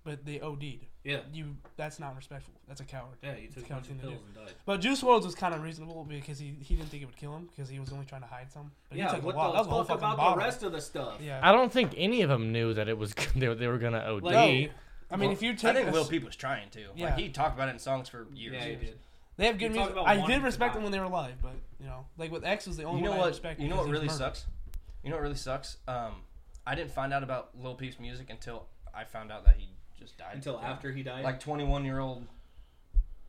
S2: But they OD'd.
S3: yeah,
S2: You, that's not respectful. That's a coward.
S3: yeah. You
S2: It's a
S3: took a
S2: coward
S3: bunch
S2: thing
S3: of
S2: to do.
S3: pills and died.
S2: But Juice WRLD was kind of reasonable because he, he didn't think it would kill him because he was only trying to hide some. But he
S3: yeah,
S2: took
S3: what
S2: a lot.
S3: the
S2: that was a whole
S3: fuck
S2: fucking
S3: about
S2: bottle.
S3: the rest of the stuff?
S2: Yeah.
S4: I don't think any of them knew that it was they, were- they were gonna OD.
S2: No. I mean, if you take
S1: I think
S2: a
S1: Will
S2: s-
S1: Peep was trying to.
S2: Yeah.
S1: Like he talked about it in songs for years.
S3: yeah, you did.
S2: they have good
S3: you talk
S2: music.
S3: about
S2: I
S3: wanting
S2: did
S3: to
S2: respect
S3: die.
S2: them when they were alive, but you know, like with X was the only
S1: You know
S2: one I
S1: what?
S2: respect.
S1: You know what
S2: because he was
S1: really
S2: murdered.
S1: sucks. You know what really sucks. Um, I didn't find out about Lil Peep's music until I found out that he just died.
S3: Until
S1: Yeah.
S3: after he died.
S1: like 21 year old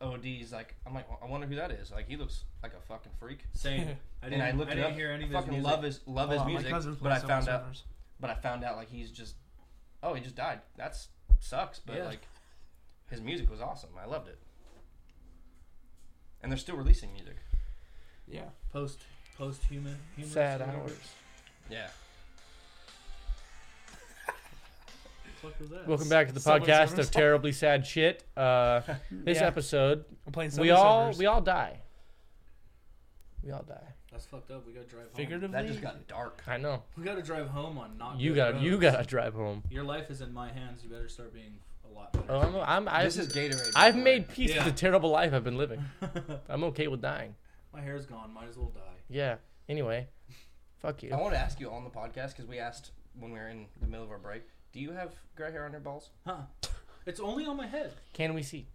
S1: ODs. Like I'm like, I wonder who that is. Like he looks like a fucking freak.
S3: same. I didn't.
S1: and I looked
S3: didn't
S1: it up.
S3: hear any of his
S1: fucking
S3: music. Oh,
S1: love his love
S2: Hold
S1: his
S2: on, my
S1: music,
S2: cousin
S1: but I
S2: plays so much
S1: found out.
S2: Surfers.
S1: But I found out like he's just, oh, he just died. That's sucks. But
S3: Yeah.
S1: like, his music was awesome. I loved it. And they're still releasing music.
S2: Yeah.
S3: post post human humorous
S4: Sad
S3: or whatever.
S4: hours.
S1: Yeah.
S3: What the fuck was that?
S4: Welcome back to the
S2: Subway
S4: podcast
S2: service.
S4: of terribly sad shit. Uh, this
S2: Yeah.
S4: episode,
S2: I'm playing.
S4: we all we all die. We all die.
S3: That's fucked up. We gotta drive home.
S2: figuratively.
S1: That just got dark.
S4: I know.
S3: We gotta drive home on not.
S4: You
S3: good
S4: got you
S3: roads.
S4: gotta drive home.
S3: Your life is in my hands. You better start being a lot better.
S4: Oh, I'm, I'm, I've,
S1: this is Gatorade. by
S4: I've
S1: the way.
S4: made peace
S3: Yeah.
S4: with the terrible life I've been living. I'm okay with dying.
S3: my hair's gone. Might as well die.
S4: Yeah. Anyway, fuck
S1: I
S4: you.
S1: want to ask you on the podcast because we asked when we were in the middle of our break. Do you have gray hair on your balls?
S3: Huh? It's only on my head.
S4: Can we see?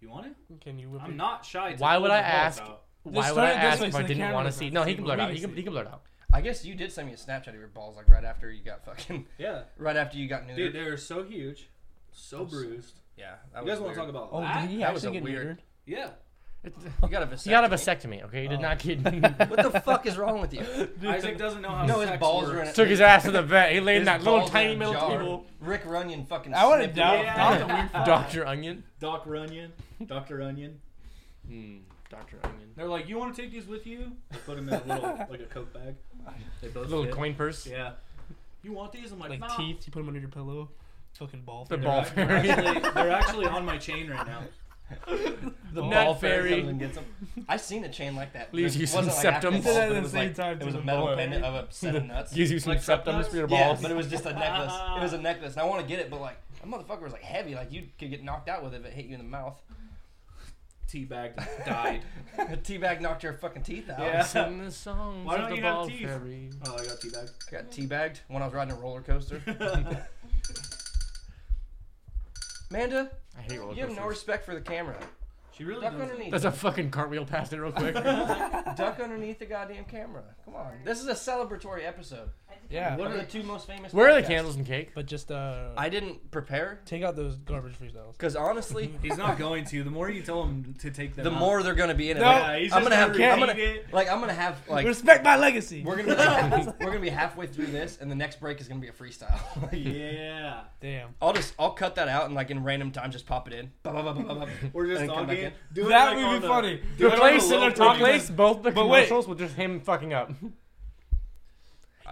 S3: You want it?
S2: Can you? Whip
S3: I'm
S2: it?
S3: not shy. To
S4: Why would
S3: pull
S4: I
S3: the balls
S4: ask?
S3: out.
S4: Why would
S2: turn
S4: I
S2: it this
S4: ask
S2: way
S4: if
S2: so
S4: I
S2: the
S4: didn't
S2: camera
S4: want to
S2: doesn't
S4: see? No, he
S2: see it.
S4: can blur it out.
S2: We
S4: He can,
S2: see
S4: he can blur it out.
S1: I guess you did send me a Snapchat of your balls like right after you got fucking
S3: Yeah,
S1: right after you got neutered.
S3: dude, they're so huge, so bruised.
S1: yeah, that
S3: You
S1: was
S3: guys want
S1: weird.
S3: to talk about
S2: Oh,
S3: that?
S2: did he
S1: That was
S2: actually
S1: a
S2: get
S1: weird-
S2: weird?
S3: Yeah.
S1: You got a vasectomy.
S4: He got a vasectomy. Okay, he did not get.
S1: What the fuck is wrong with you?
S3: Isaac doesn't know how
S1: No,
S3: sex
S1: his balls are in
S3: works.
S1: a-
S4: Took his ass to the vet. He laid in
S1: his
S4: that little
S1: balls in
S4: tiny
S1: a
S4: middle
S1: jar.
S4: table.
S1: Rick Runyon fucking.
S2: I want to
S1: snipped
S2: doubt.
S1: it.
S2: doubt the weird
S4: Doctor Onion.
S3: Doc Runyon, Doctor Runyon.
S4: Doctor Onion.
S3: They're like, you want to take these with you? They put them in a little like a coke bag. They both
S4: Little
S3: fit.
S4: coin purse.
S3: Yeah. You want these? I'm like,
S2: like
S3: nah.
S2: teeth. You put them under your pillow. Fucking ball.
S4: The
S2: fairy.
S4: ball
S3: They're
S4: fairy.
S3: actually, they're actually on my chain right now.
S4: the
S1: Ball
S4: ball
S1: fairy comes
S4: fairy.
S1: and gets 'em. I seen a chain like that.
S4: Leaves
S1: It
S4: you some
S1: wasn't like
S4: septum.
S1: active
S4: Did
S1: balls, but
S2: that at
S1: it
S2: the
S1: was
S2: same
S1: like-
S2: time
S1: It
S2: to
S1: was a
S2: the
S1: metal
S2: ball.
S1: pendant of a set of nuts.
S4: Gives you some
S3: Like
S4: septum
S3: nuts?
S4: for your
S1: Yeah,
S4: balls.
S1: but it was just a necklace. It was a necklace, and I want to get it, but like a motherfucker was like heavy. Like you could get knocked out with it if it hit you in the mouth.
S3: Teabagged, died.
S1: a tea bag knocked your fucking teeth out.
S3: Yeah.
S4: Sing the songs
S3: Why
S4: of
S3: don't
S4: the
S3: you have
S4: ball
S3: teeth?
S4: fairy.
S3: Oh, I got teabagged.
S1: I got tea bagged when I was riding a roller coaster. Amanda,
S4: I hate roller
S1: you have no
S4: coasters.
S1: respect for the camera.
S3: She really
S1: Duck
S3: does.
S1: underneath.
S4: That's a fucking cartwheel past it real quick.
S1: Duck underneath the goddamn camera. Come on. This is a celebratory episode.
S2: Yeah.
S1: What are the two most famous?
S4: Where are the
S1: podcasts?
S4: candles and cake?
S2: But just uh,
S1: I didn't prepare
S2: take out those garbage freestyles.
S1: because honestly,
S3: He's not going to. The more you tell him to take them
S1: the
S3: out-
S1: more they're gonna be in it.
S2: No,
S1: Like,
S3: he's
S1: I'm
S3: just
S1: gonna have.
S3: gonna
S1: I'm gonna
S3: repeat it.
S1: like. I'm gonna have like.
S2: Respect my legacy.
S1: We're gonna be we're gonna be halfway through this, and the next break is gonna be a freestyle. Like,
S3: Yeah.
S2: Damn.
S1: I'll just I'll cut that out and like in random time just pop it in. Ba, ba, ba, ba, ba, ba.
S3: We're just
S1: And come back
S3: talking.
S1: in.
S3: Do it
S2: That
S3: like
S2: would
S3: on
S2: be
S3: the-
S2: funny.
S3: do it on the
S4: Replace
S3: low
S4: and
S3: thirty.
S4: replace both the
S2: But wait.
S4: commercials with just him fucking up.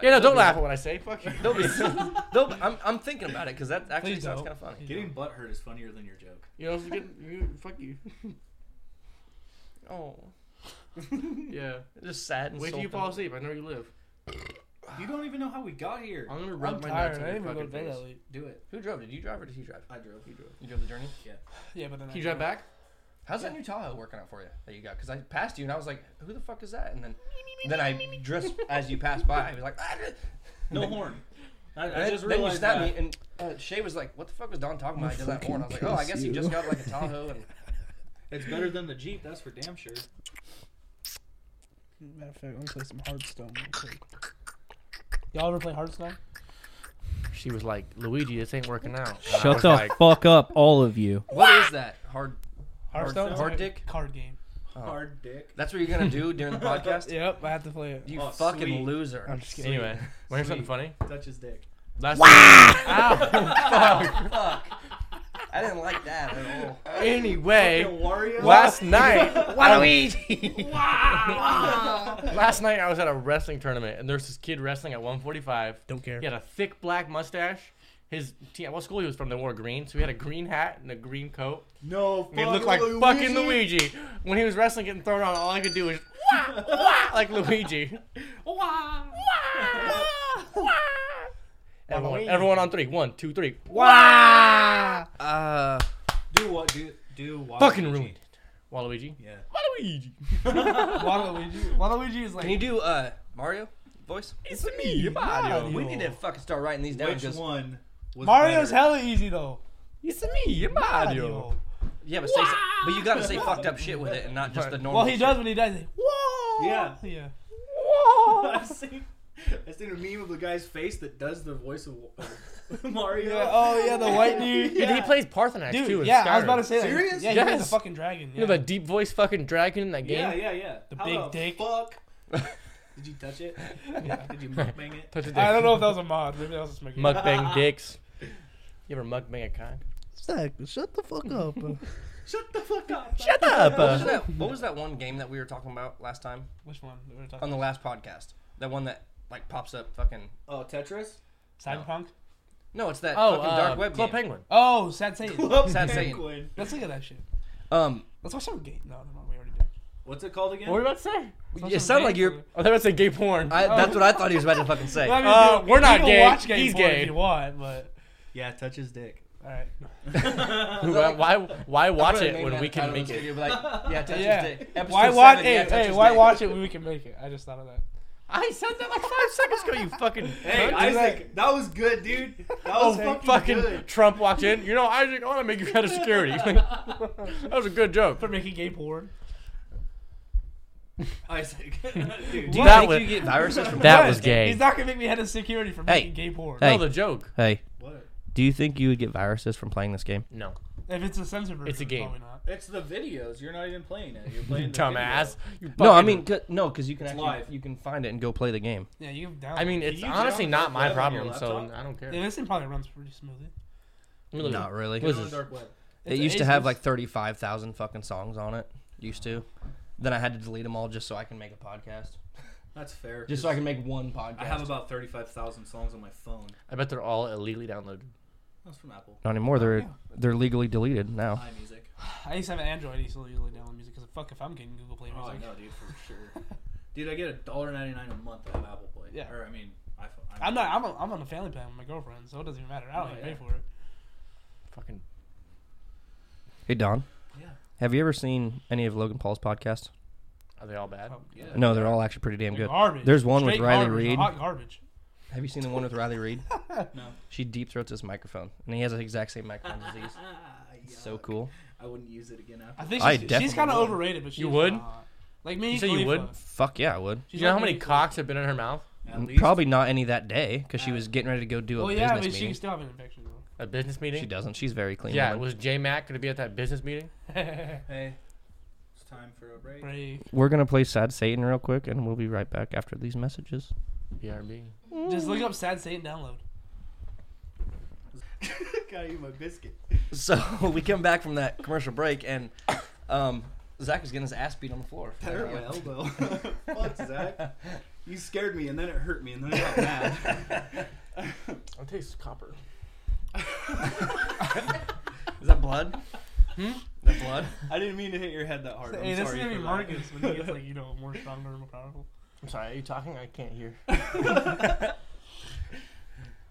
S4: Yeah, no, don't laugh at what I say. Fuck you.
S1: Don't be. don't, I'm, I'm thinking about it because that actually
S4: Please
S1: sounds
S4: don't.
S1: kind of funny.
S3: Getting butt hurt is funnier than your joke.
S4: You know, it's good- you- fuck you.
S1: Oh,
S4: Yeah.
S1: just sad and
S4: Wait till you fall asleep. I know where you live.
S3: You don't even know how we got here.
S4: I'm gonna rub
S2: I'm
S4: my
S2: tired.
S4: nuts
S2: I
S4: in
S2: didn't
S4: your
S2: even go to
S4: fucking
S2: bed
S4: face.
S2: that late.
S3: Do it.
S1: Who drove? Did you drive or did he drive?
S3: I drove. You drove.
S1: You drove the journey.
S2: Yeah, but then
S4: Can you
S2: I
S4: drive back?
S1: How's that new Tahoe working out for you that you got? Because I passed you and I was like, who the fuck is that? And then, then I dressed as you passed by. I was like, ah,
S3: No horn. I, I
S1: And
S3: just
S1: then, then you
S3: realized
S1: snapped
S3: that.
S1: me, and uh, Shay was like, "What the fuck was Don talking about?" I did that horn. I was like, "Oh, I guess he just got like a Tahoe." And
S3: It's better than the Jeep, that's for damn sure.
S2: Matter of fact, I'm gonna play some Hearthstone. real quick. Y'all ever play Hearthstone?
S4: She was like, Luigi, this ain't working out. And I
S10: Shut
S4: was
S10: the
S4: like,
S10: fuck up, all of you.
S1: what is that hard?
S2: Hearthstone's
S1: hard
S2: a
S1: dick?
S2: card game.
S3: Hard dick.
S1: That's what you're gonna do during the podcast.
S2: Yep, I have to play it.
S1: You
S3: Oh,
S1: fucking
S3: sweet.
S1: loser.
S2: I'm just kidding.
S4: Anyway, want to hear something funny?
S3: Touch his dick.
S4: Last week-
S1: I didn't like that at all.
S4: Anyway,
S3: Fucking Wario.
S4: last night,
S1: Waluigi.
S4: last night I was at a wrestling tournament, and there's this kid wrestling at 145.
S2: Don't care.
S4: He had a thick black mustache. His team, what school he was from, they wore green, so he had a green hat and a green coat.
S3: No.
S4: He looked like fucking Luigi. When he was wrestling, getting thrown around, all I could do was wah, wah, like Luigi. Wah, wah, wah. Everyone, everyone on three. One, two, three. Wah!
S1: Uh,
S3: Do what? Do do what?
S4: Fucking ruined it. Waluigi.
S3: Yeah.
S4: Waluigi.
S2: Waluigi. Waluigi is like.
S1: can you do uh Mario voice?
S4: It's me, Mario.
S1: We need to fucking start writing these down.
S3: Which
S1: just,
S3: one? Was
S2: Mario's
S3: better?
S2: hella easy though.
S4: It's me, Mario.
S1: Yeah, but say, but you gotta say fucked up shit with it and not just the normal.
S2: Well, he
S1: shit.
S2: does when he does it. Whoa.
S3: Yeah.
S2: Yeah.
S3: I've seen. I've seen a meme of the guy's face that does the voice of of Mario.
S2: Yeah, Oh yeah, the white dude.
S4: Dude, he plays Parthenax
S2: Dude,
S4: too. in
S2: yeah, I was
S4: Skyrim.
S2: about to say that.
S3: Serious?
S2: Yeah, he plays the
S4: Yes.
S2: fucking dragon. Yeah.
S4: You know that deep voice fucking dragon in that game?
S3: Yeah, yeah, yeah.
S2: The
S3: How
S2: big
S3: the
S2: dick.
S3: Fuck. Did you touch it? Did you bang it?
S4: Touch a dick.
S2: I don't know if that was a mod. Maybe that was just making.
S4: Mukbang dicks. You ever mukbang a cock?
S2: Zach, shut the fuck up.
S3: Shut the fuck up.
S4: Shut up.
S1: What was, that, what was that one game that we were talking about last time
S2: Which one? We were talking
S1: on the last podcast? That one that like pops up fucking.
S3: Oh, Tetris.
S2: Cyberpunk.
S1: No, it's that
S4: Oh,
S1: fucking
S4: uh,
S1: dark web
S4: Club
S1: game.
S4: Penguin.
S2: Oh, Sad Satan.
S1: Sad saying.
S3: Penguin.
S2: Let's look at that shit.
S1: Um,
S2: Let's watch some game. No, no, no, we already did.
S3: What's it called again?
S4: What were you about to say?
S1: it sounded like you're.
S4: I thought about to say gay porn.
S1: I, that's what Oh. I thought he was about to fucking say.
S2: Well, I mean,
S4: Uh,
S2: dude,
S4: we're
S2: you
S4: not
S2: can
S4: gay.
S2: Watch gay
S4: He's
S2: porn
S4: gay.
S2: If you want, but
S3: Yeah, touch his dick.
S2: all right.
S4: why, why, why watch
S1: Probably
S4: it
S1: made
S4: when
S1: that
S4: we can
S1: title of
S4: make
S1: this video,
S4: it?
S1: Like, yeah, touch
S2: Yeah.
S1: his dick. Episode
S2: Why watch?
S1: seven,
S2: Hey,
S1: yeah, touch
S2: hey,
S1: his
S2: why
S1: dick.
S2: watch it when we can make it? I just thought of that.
S4: I said that like five seconds ago, you fucking.
S3: Hey,
S4: cunt.
S3: Isaac, that was good, dude. That was fucking,
S4: Oh, fucking
S3: good.
S4: Trump walked in. You know, Isaac, I want to make you head of security. that was a good joke.
S2: For making gay porn.
S3: Isaac, dude.
S1: Do you
S4: That
S1: think
S4: was-
S1: you get viruses from
S10: That
S2: What?
S10: was gay.
S2: He's not gonna make me head of security for
S1: Hey.
S2: making gay porn.
S4: No,
S10: Hey.
S4: the joke.
S10: Hey,
S3: What?
S10: do you think you would get viruses from playing this game?
S4: No,
S2: If it's a censored version,
S4: It's a game.
S2: Probably not.
S3: It's the videos. You're not even playing it. You're playing the
S4: dumbass. You
S10: No, I
S4: fucking-
S10: mean,
S1: C- no, because you can
S3: It's
S1: actually
S3: live.
S1: you can find it and go play the game.
S2: Yeah, you can download.
S4: I mean,
S2: it.
S4: it's
S3: you download
S4: honestly not my
S3: that on your
S4: problem, so
S3: laptop?
S4: I don't care.
S2: yeah, this thing probably runs pretty smoothly.
S4: Let me look.
S1: Not really.
S4: What is
S3: Video.
S4: this?
S3: Dark web.
S1: It
S2: It's
S1: used to
S2: Asus.
S1: have like thirty-five thousand fucking songs on it. Used to. Then I had to delete them all just so I can make a podcast.
S3: That's fair.
S1: Just so I can make one podcast.
S3: I have about thirty-five thousand songs on my phone.
S4: I bet they're all illegally downloaded.
S3: That's from Apple.
S1: Not anymore. They're
S2: Yeah.
S1: they're legally deleted now.
S3: iMusic.
S2: I used to have an Android. I used to usually download music because fuck if I'm getting Google Play
S3: Oh, I
S2: Music.
S3: know, dude, for sure. dude, I get a dollar ninety-nine a month on Apple Play.
S2: Yeah.
S3: Or I mean, iPhone. I
S2: I'm not. I'm, a, I'm on a family plan with my girlfriend, so it doesn't even matter. I don't
S3: Oh,
S2: even pay
S3: yeah.
S2: for it.
S4: Fucking.
S1: Hey Don.
S3: Yeah.
S1: Have you ever seen any of Logan Paul's podcasts?
S4: Are they all bad?
S2: Oh,
S3: Yeah.
S1: No, they're all actually pretty damn
S2: They're
S1: good.
S2: Garbage.
S1: There's one with
S2: Straight
S1: Riley
S2: garbage,
S1: Reid.
S2: Hot garbage.
S1: Have you seen the one with Riley Reed?
S3: No.
S1: She deep throats his microphone, and he has the exact same microphone disease.
S3: Ah,
S1: It's so
S3: yuck.
S1: cool.
S3: I wouldn't use it again after.
S2: I think
S1: I
S2: she's, she's
S1: definitely
S2: kind of
S1: would.
S2: overrated, but she
S4: You
S2: is
S4: would?
S2: kinda hot. Like me. and
S4: said you
S2: Khalifa.
S4: would?
S1: Fuck yeah, I would.
S2: She's
S4: Do you know
S2: like
S4: how many
S2: me and
S4: cocks have been in her mouth?
S3: At
S1: N-
S3: least-
S1: Probably not any that day because she was getting ready to go do a
S2: Khalifa. Well, yeah, but
S1: business
S2: she
S1: meeting.
S2: can still have an infection though.
S4: A business meeting?
S1: She doesn't. She's very clean.
S4: Yeah,
S1: woman.
S4: was J Mac going to be at that business meeting?
S3: Hey, it's time for a break.
S2: Brave.
S1: We're gonna play Sad Satan real quick, and we'll be right back after these messages.
S4: BRB.
S2: Just look up Sad Satan download.
S3: Gotta eat my biscuit.
S1: So we come back from that commercial break, and um,
S11: Zach was getting his ass beat on the floor.
S3: That hurt my elbow. Fuck, Zach. You scared me, and then it hurt me, and then I got mad.
S4: I taste copper.
S11: Is that blood? Hmm? Is that blood?
S3: I didn't mean to hit your head that hard. I'm
S2: hey, this is
S3: sorry
S2: gonna be
S3: for that.
S2: Marcus when he gets like you know more stronger and more powerful.
S4: I'm sorry. Are you talking? I can't hear.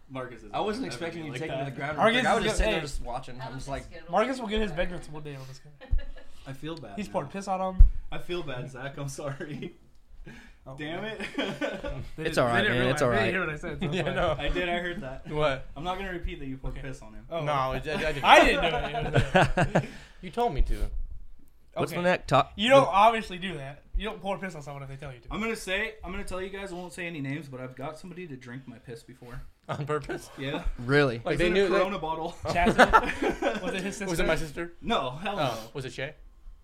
S3: Marcus is.
S11: I wasn't
S3: never
S11: expecting
S3: be
S11: you to
S3: like
S11: take me
S3: that.
S11: to the ground.
S2: Argus
S11: Like, I was
S2: is good-
S11: just sitting there
S2: hey.
S11: just watching. I'm just like,
S2: Marcus will get his vengeance one day on this guy.
S3: I feel bad.
S2: He's
S3: now.
S2: poured piss on him.
S3: I feel bad, Zach. I'm sorry.
S2: Oh,
S3: Damn it.
S2: They
S1: It's
S2: didn't-
S1: alright,
S2: they didn't
S1: man,
S2: realize-
S1: it's alright.
S2: They didn't hear what I said. so it's
S4: Yeah,
S2: fine.
S4: no.
S3: I did. I heard that.
S4: What?
S3: I'm not gonna repeat that you poured piss on him.
S2: Oh.
S4: No, it- I- I didn't.
S2: I didn't do it. You didn't do it.
S4: You told me to.
S1: What's the
S2: Okay.
S1: next top?
S2: You don't obviously do that. You don't pour piss on someone if they tell you to.
S3: I'm gonna say. I'm gonna tell you guys. I won't say any names, but I've got somebody to drink my piss before.
S4: On purpose.
S3: Yeah.
S1: Really?
S4: Like
S3: It's
S4: they
S3: in
S4: knew.
S3: a
S4: they-
S3: Corona bottle.
S2: Chastity? was it his sister?
S4: was it my sister?
S3: No, hell no.
S4: Oh, was it Shay?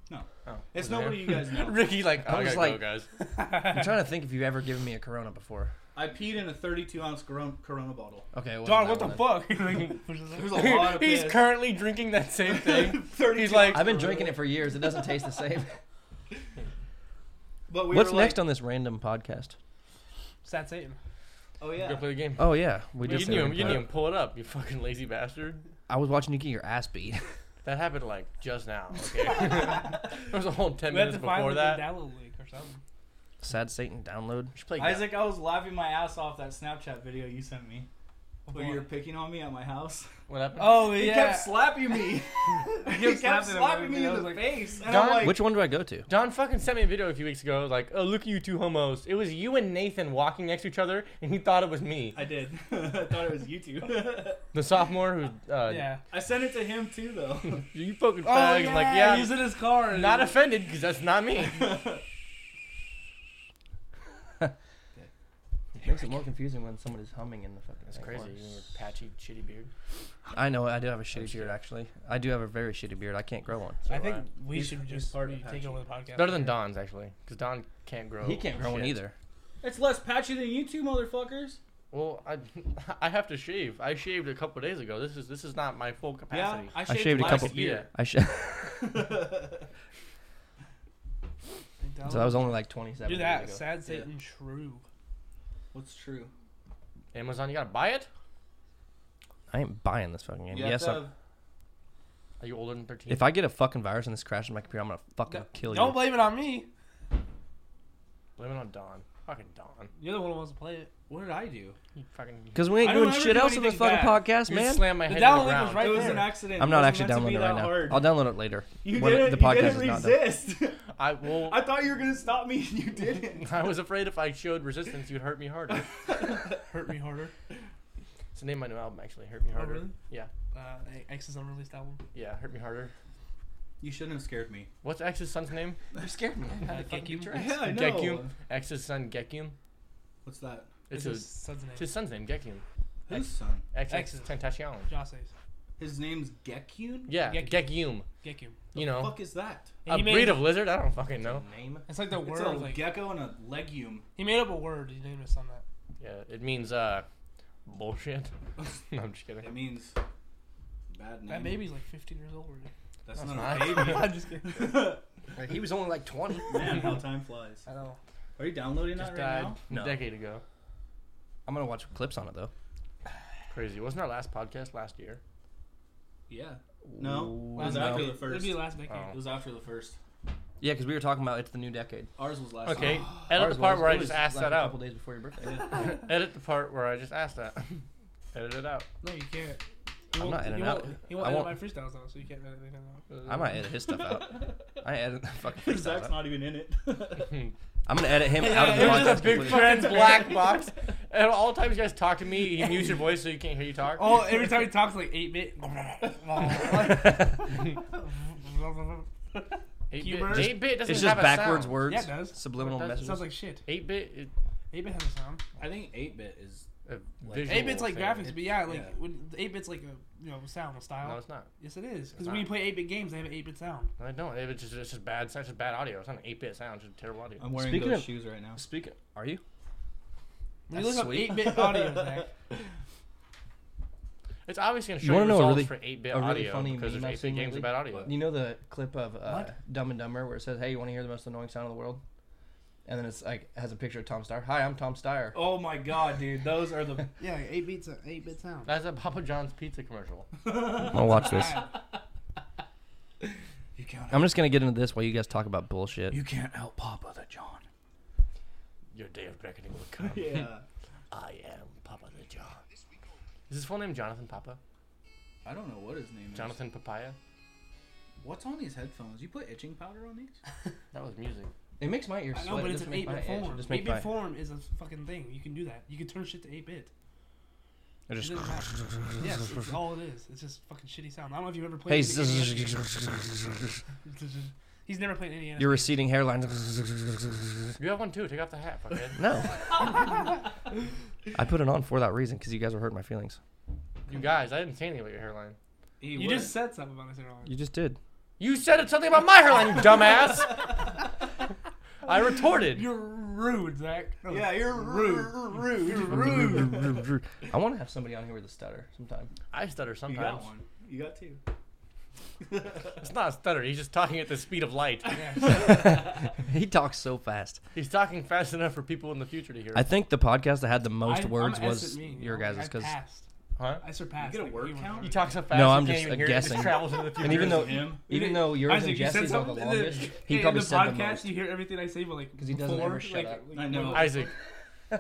S3: No.
S4: Oh,
S3: It's
S4: was it her?
S3: nobody you guys know.
S4: Ricky, like, oh,
S11: I
S4: I
S11: was
S4: was like,
S11: like-
S4: guys.
S11: I'm trying to think if you've ever given me a Corona before.
S3: I peed in a 32 ounce Corona, corona bottle.
S11: Okay, it wasn't
S2: John,
S11: that
S2: what the
S11: one then.
S2: fuck?
S3: There's a lot of
S4: He's
S3: piss.
S4: currently drinking that same thing.
S3: 32
S4: He's like,
S3: ounce
S11: I've been
S3: Corona.
S11: drinking it for years. It doesn't taste the same.
S3: But we
S1: What's
S3: were like-
S1: next on this random podcast?
S2: Sad Satan.
S3: Oh
S4: Go
S3: yeah.
S4: play the game.
S1: Oh yeah, we
S4: you
S1: just.
S4: knew
S1: said
S4: him.
S1: we
S4: You
S1: were
S4: knew
S1: gonna
S4: him. Pull it up, you fucking lazy bastard.
S1: play. I was watching you get your ass beat.
S4: That happened like just now. Okay. there was a whole ten
S2: We had
S4: minutes
S2: to find
S4: before
S2: like
S4: that.
S2: a download link or something.
S1: Sad Satan download.
S4: You should play
S3: Isaac, I was laughing my ass off that Snapchat video you sent me. Where
S2: What?
S3: you were picking on me at my house.
S4: What happened?
S2: Oh
S3: He kept slapping me. he kept
S2: slapping him,
S3: slapping me
S2: and I
S3: in
S2: was
S3: the
S2: like-
S3: face. And
S4: Don,
S3: I'm like,
S1: Which one do I go to?
S4: Don fucking sent me a video a few weeks ago. Like, oh look at you two homos. It was you and Nathan walking next to each other, and he thought it was me,
S3: I did. I thought it was you two.
S4: the sophomore who. Uh,
S2: yeah.
S3: I sent it to him too, though.
S4: You fucking fags. I'm like, yeah,
S2: He's in his car. and-
S4: not offended because that's not me.
S11: It makes it more confusing when somebody's humming in the fucking.
S4: That's
S11: thing.
S4: crazy. You and your patchy, shitty beard.
S1: I know I do have a shitty
S4: shit.
S1: beard actually. I do have a very shitty beard. I can't grow one.
S2: I think
S4: Right.
S2: we
S3: He's-
S2: should
S3: he's
S2: just
S3: part
S2: we
S3: of
S2: take
S3: Apache.
S2: over the podcast.
S4: Better than Don's actually, because Don can't grow.
S11: He can't grow one
S4: shit.
S11: either.
S3: it's less patchy than you two, motherfuckers.
S4: Well, I I have to shave. I shaved a couple days ago. This is this is not my full
S3: Yeah,
S4: capacity.
S3: I shaved,
S1: shaved a
S3: last
S1: couple-
S3: year.
S1: I should.
S2: Don-
S1: so I was only like 27.
S2: do
S1: years
S2: that.
S1: ago.
S2: Sad Satan True.
S3: What's true?
S4: Amazon, you gotta buy it.
S1: I ain't buying this fucking game.
S3: You have
S1: yes,
S3: to
S1: I'm,
S3: have-
S4: Are you older than thirteen?
S1: if I get a fucking virus and this crashes my computer, I'm gonna fucking kill you.
S2: Don't blame it on me.
S4: blame it on Don. Fucking Don.
S2: You're the one who wants to play it.
S3: What did I do?
S4: You fucking.
S1: Because we ain't
S2: I don't
S1: doing
S2: ever
S1: shit
S2: do
S1: else in this
S2: anything
S1: fucking
S2: bad.
S1: podcast,
S4: You
S1: man.
S4: slammed my
S2: The
S4: head
S2: download
S4: in
S2: link
S4: the
S2: was
S4: ground.
S2: right
S3: it was
S2: there.
S3: an accident.
S1: I'm
S3: It
S1: not
S3: wasn't
S1: actually
S3: meant to
S1: downloading
S3: be
S1: it right
S3: that
S1: now.
S3: hard.
S1: I'll download it later.
S3: You
S1: When it-
S3: didn't,
S1: the
S3: you
S1: podcast
S3: didn't
S1: is not done.
S3: resist.
S4: I well,
S3: I thought you were gonna stop me, and you didn't.
S4: I was afraid if I showed resistance, you'd hurt me harder.
S2: Hurt me harder.
S4: It's the name of my new album, actually. Hurt me harder.
S2: Oh, really?
S4: Yeah,
S2: Uh, X's unreleased album.
S4: yeah. Hurt me harder.
S3: You shouldn't have scared me.
S4: What's X's son's name?
S11: You scared me.
S2: Uh, Gekium?
S3: Yeah, I know.
S4: Gekium. X's son Gekium.
S3: What's that?
S4: It's,
S2: his
S4: his,
S2: son's name.
S4: it's his son's name, Gekium.
S3: Whose son?
S4: X X
S2: X's.
S4: Tentacion.
S2: Joss says.
S3: His name's Gekyun.
S4: Yeah,
S2: Gekium.
S4: Gekium.
S2: Gekium.
S4: You know,
S3: Fuck is that?
S2: And
S4: a
S2: he made-
S4: breed of lizard. I don't fucking know.
S11: Name.
S2: It's like the
S3: It's
S2: word.
S3: a
S2: like,
S3: gecko and a legume.
S2: he made up a word. He named his son that.
S4: Yeah, it means uh, bullshit. no, I'm just kidding.
S3: It means bad name.
S2: That baby's like 15 years old already.
S3: That's
S4: That's
S3: not
S4: nice.
S3: a
S2: I'm just kidding.
S3: baby.
S11: He was only like 20.
S3: Man, how time flies.
S2: I know.
S3: Are you downloading
S4: Just
S3: that right
S4: died
S3: now?
S4: a
S11: No.
S4: decade ago.
S1: I'm gonna watch clips on it though.
S4: Crazy. Wasn't our last podcast last year?
S3: Yeah. No. It
S2: Last
S3: was
S1: no.
S3: after
S2: decade.
S3: the first.
S2: It'd be last decade.
S4: Oh.
S3: It was after the first.
S1: Yeah, because we were talking about it's the new decade.
S3: Ours was last.
S4: Okay.
S3: time.
S4: Edit
S11: Ours
S4: the part
S11: was-
S4: where
S11: it
S4: I
S11: was
S4: just asked
S11: like
S4: that
S11: a
S4: out.
S11: couple days before your birthday.
S4: Edit the part where I just asked that. Edit it out.
S2: No, you can't.
S1: I'm
S2: He won't,
S1: not editing
S2: he won't,
S1: out.
S2: He won't
S1: I
S2: edit my
S1: won't-
S2: freestyles though, so you can't edit anything out.
S1: I might edit his stuff out. I edit the fucking freestyle
S3: Zach's
S1: out.
S3: not even in it.
S4: Hmm.
S1: I'm gonna edit him out of the
S4: It was just
S1: podcast
S4: a big
S1: completely.
S4: trans black box. And all the times you guys talk to me, you mute your voice so you can't hear you talk.
S2: Oh, every time he talks like 8 bit.
S4: eight
S2: Hubert.
S4: bit. Eight bit doesn't
S1: It's
S4: have
S1: just
S4: a
S1: backwards
S4: sound.
S1: words.
S2: Yeah, it does.
S1: Subliminal
S4: It does.
S1: messages.
S2: Sounds like shit.
S4: Eight bit. It,
S2: 8 bit has a sound.
S3: I think 8-bit is.
S4: a visual
S2: 8 bit's like
S4: thing.
S2: graphics, but yeah, like
S3: yeah.
S2: when 8 bit's like a you know sound, a style.
S4: No, it's not.
S2: yes, it is.
S4: It's
S2: Because when you
S4: not.
S2: play 8 bit games, they have an 8 bit sound.
S4: No, I don't. It's just, it's just bad. It's just bad audio. It's not an eight bit sound. It's just terrible audio.
S3: I'm wearing
S1: Speaking
S3: those
S1: of-
S3: shoes right now.
S1: Speaking. Are you?
S2: When
S1: That's
S2: you look
S1: sweet.
S2: up 8 bit audio, Zach,
S4: It's obviously going to
S1: You
S4: show you,
S1: wanna know a
S4: results
S1: really-
S4: for 8-bit
S1: a really
S4: audio
S1: funny
S4: because
S1: meme
S4: there's
S1: I've
S4: 8-bit
S1: seen
S4: games
S1: lately?
S4: with bad audio.
S1: You know the clip of uh,
S3: What?
S1: Dumb and Dumber where it says, "Hey, you want to hear the most annoying sound in the world?" And then it's like has a picture of Tom Steyer. Hi, I'm Tom Steyer.
S3: Oh my god, dude, those are the
S2: Yeah, eight beats, eight bit sound.
S4: That's a Papa John's pizza commercial.
S1: I'll watch this.
S3: you can't
S1: I'm just gonna get into this while you guys talk about bullshit.
S3: you can't help Papa the John.
S4: Your day of reckoning will come.
S3: Yeah,
S4: I am Papa the John. Is his full name Jonathan Papa?
S3: I don't know what his name is.
S4: Jonathan Papaya?
S3: What's on these headphones? You put itching powder on these?
S4: That was music.
S1: It makes my ears
S2: I
S1: sweat.
S2: know, but
S1: It
S2: it's
S1: doesn't make
S2: an eight
S1: my
S2: bit
S1: itch. It
S2: form.
S1: just make
S2: Eight bit
S1: my-
S2: form is a fucking thing. You can do that. You can turn shit to eight bit.
S1: it just-
S2: yes, it's all it is. It's just fucking shitty sound. I don't know if you've ever played.
S1: Hey,
S2: any E NES games. He's never played any. E NES
S1: your receding hairline.
S4: You have one too. Take off the hat, fuckhead.
S1: No. I put it on for that reason because you guys were hurting my feelings.
S4: you guys, I didn't say anything about your hairline.
S3: He
S2: You just said something about this earlier.
S1: You just did.
S4: You said something about my hairline, you dumbass. I retorted.
S2: You're rude, Zach. No,
S3: yeah, you're rude. Rude. You're rude.
S1: I want to have somebody on here with a stutter sometime.
S4: I stutter
S3: You
S4: sometimes.
S3: got one. You got two.
S4: It's not a stutter. He's just talking at the speed of light.
S1: he talks so fast.
S4: He's talking fast enough for people in the future to hear.
S1: I think the podcast that had the most
S2: I'm-
S1: words
S2: I'm S
S1: was
S2: at me, you
S1: your
S2: know?
S1: guys'
S2: I
S1: because.
S2: passed.
S4: Huh?
S2: I surpassed.
S3: You get a
S2: it.
S3: word
S2: You were
S3: count?
S4: He
S2: right.
S4: talks so fast.
S1: No,
S4: you
S1: I'm
S4: can't
S1: just
S4: even hear it. It just
S1: guessing.
S4: travels into the future.
S1: And even though,
S3: Him.
S1: even though yours
S2: Isaac,
S1: and
S2: you said
S1: Jesse's are the
S2: something in the-
S1: longest,
S2: Hey,
S1: he
S2: in
S1: probably
S2: the
S1: said the
S2: podcast,
S1: most.
S2: You hear everything I say, but like
S1: 'Cause he doesn't
S2: before,
S1: ever shut
S2: like,
S1: up.
S2: like,
S3: I know.
S4: Isaac.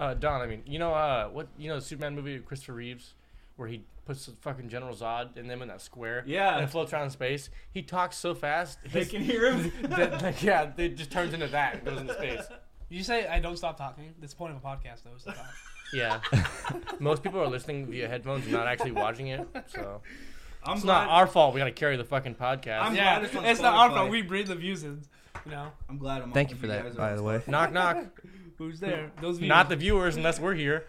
S4: uh, Don, I mean, you know uh, what? You know the Superman movie with Christopher Reeves, where he puts the fucking General Zod and them in that square.
S3: Yeah.
S4: And it floats around in space. He talks so fast.
S3: They
S4: His,
S3: can hear him.
S4: that, like, yeah, it just turns into that. and Goes into space.
S2: You say I don't stop talking. That's the point of a podcast, though. Is to talk.
S4: Yeah. Most people are listening via headphones and not actually watching it. So
S3: I'm
S4: it's not
S3: glad-
S4: our fault. We got to carry the fucking podcast.
S3: I'm
S2: yeah,
S3: glad
S2: it's,
S3: it's on
S2: not our
S3: Spotify.
S2: fault. We breathe the views in. You know
S3: I'm glad I'm.
S1: Thank
S3: on-
S1: you for
S3: guys
S1: that,
S3: are
S1: by
S3: on
S1: the way.
S4: knock knock.
S2: who's there? Those views.
S4: Not the viewers unless we're here.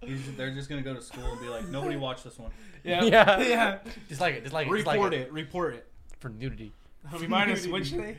S3: He's, they're just gonna go to school and be like, nobody watched this one.
S2: yeah.
S4: Yeah.
S2: yeah.
S4: Just like it. Just like it. Just like
S3: Report it. Report it.
S4: for nudity.
S2: Remind us which day.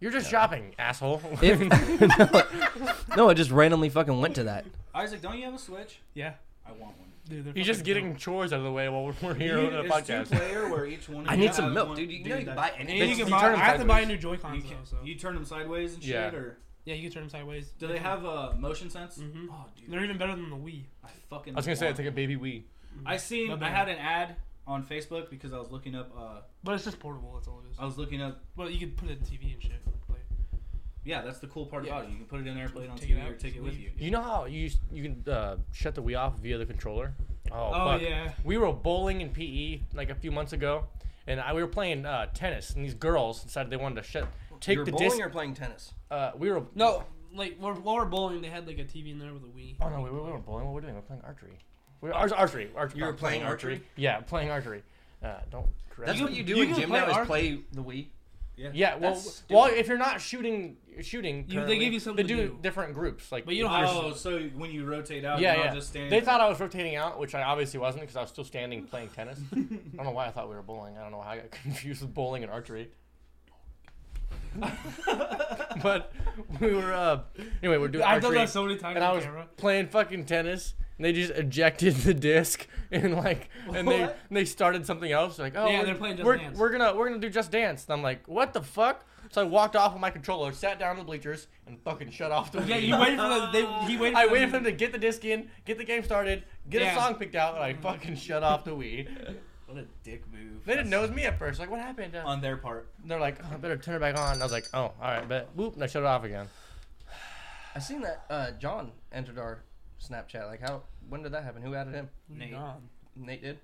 S4: You're just shopping, asshole.
S1: If- no, it just randomly fucking went to that.
S3: Isaac, don't you have a Switch?
S2: Yeah,
S3: I want one.
S2: dude. they're
S4: You're just
S2: fucking
S4: getting
S2: dope.
S4: chores out of the way while we're, we're here on the
S3: it's two
S4: podcast.
S3: player where each one. Of
S1: I
S3: you
S1: need some
S3: have
S1: milk,
S3: one-
S1: dude. You know you can
S3: that-
S1: buy any.
S2: And you
S4: It's-
S2: can
S4: you
S2: buy.
S4: turn them
S2: I have to buy
S4: sideways.
S2: new Joy Cons
S3: You,
S2: though.
S3: can,
S2: So
S3: you turn them sideways and shit,
S4: Yeah.
S3: or
S2: yeah, you can turn them sideways.
S3: do they have uh, motion sense?
S2: Mhm.
S3: Oh, dude,
S2: They're even better than the Wii.
S3: I fucking.
S4: I was gonna say
S3: want
S4: it's like a baby wee.
S3: I seen.
S2: Not
S3: I
S2: bad.
S3: had an ad on Facebook because I was looking up. Uh,
S2: But it's just portable. That's all it is.
S3: I was looking up.
S2: Well, you can put it in TV and shit. Like, play.
S3: Yeah, that's the cool part
S2: Yeah.
S3: about it. You can put it in there, play it on
S2: Take it
S3: TV,
S2: out,
S3: or take it with you.
S2: leave.
S4: You know how you s- you can uh, shut the Wii off via the controller? Oh,
S2: Oh,
S4: fuck.
S2: yeah.
S4: We were bowling in PE like a few months ago, and I, we were playing uh, tennis, and these girls decided they wanted to shut take
S1: You're
S4: the
S1: bowling
S4: disc.
S1: or playing tennis?
S4: uh, we were
S2: No, like while, while we're bowling, they had like a TV in there with a Wii.
S4: Oh no, we, we we weren't bowling. What were we doing? We were playing archery. We were, ours- archery. archery.
S1: You were
S4: uh,
S1: playing archery?
S4: Yeah, playing archery. Uh, don't correct.
S1: That's
S4: me.
S1: what you do
S2: you
S1: in
S2: can
S1: gym
S2: play
S1: now is
S2: arc-
S1: play the Wii.
S4: Yeah, well,
S1: That's stupid.
S4: well, if you're not shooting, shooting,
S2: You- they
S4: currently,
S2: give you something
S4: They
S2: to
S4: do
S2: do.
S4: different groups, like
S2: But you don't have-
S4: there's-
S3: Oh, so when you rotate out,
S4: Yeah,
S3: you're
S4: yeah.
S3: not just standing.
S4: They thought I was rotating out, which I obviously wasn't because I was still standing playing tennis. I don't know why I thought we were bowling. I don't know how I got confused with bowling and archery. but we were uh, anyway, we're doing
S2: I've done
S4: archery,
S2: that so many times.
S4: and I
S2: on
S4: was
S2: camera.
S4: playing fucking tennis. And they just ejected the disc and like, and they
S3: What?
S4: and they started something else. Like, oh,
S2: Yeah,
S4: we're-
S2: they're playing Just
S4: we're,
S2: Dance.
S4: We're gonna we're gonna do just dance. And I'm like, what the fuck? So I walked off with my controller, sat down in the bleachers, and fucking shut off the.
S2: Yeah,
S4: Wii.
S2: you waited for the. They, he waited. For
S4: I
S2: the
S4: waited for them to get the disc in, get the game started, get
S2: Yeah.
S4: a song picked out, and I fucking shut off the Wii.
S3: What a dick move.
S4: They didn't know it was me at first. Like, what happened? Uh,
S3: on their part.
S4: they're like, oh, I better turn it back on. And I was like, oh, all right, but boop, and I shut it off again.
S1: I seen that uh, John entered our Snapchat. Like how? When did that happen? Who added him?
S3: Nate.
S2: Gone.
S1: Nate did.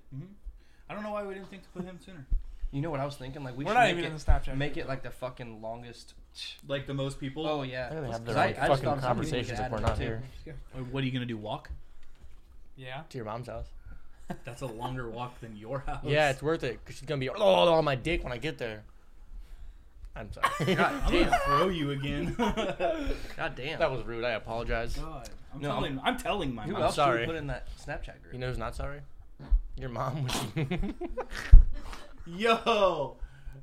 S3: I don't know why we didn't think to put him sooner.
S1: You know what I was thinking? Like we
S2: We're
S1: should
S2: not
S1: make
S2: even
S1: it,
S2: in the Snapchat.
S1: make it like the fucking longest.
S3: Like the most people.
S1: Oh yeah.
S4: I think they have their
S1: 'Cause I- I
S4: own
S1: just
S4: fucking
S1: thought of something we
S4: conversations
S1: could
S4: if
S1: add
S4: we're
S1: in
S4: not
S1: too.
S4: here.
S3: What are you gonna do? Walk?
S2: Yeah.
S4: To your mom's house.
S3: That's a longer walk than your house.
S4: Yeah, it's worth it because she's gonna be all on my dick when I get there. I'm sorry.
S3: I'm gonna throw you again.
S1: God damn.
S4: that was rude. I apologize.
S3: God, I'm
S1: No,
S3: telling. I'm, telling my
S1: Who
S3: mom.
S1: else should we
S4: sorry.
S1: put in that Snapchat group?
S4: You know who's not sorry? Your mom.
S3: Yo,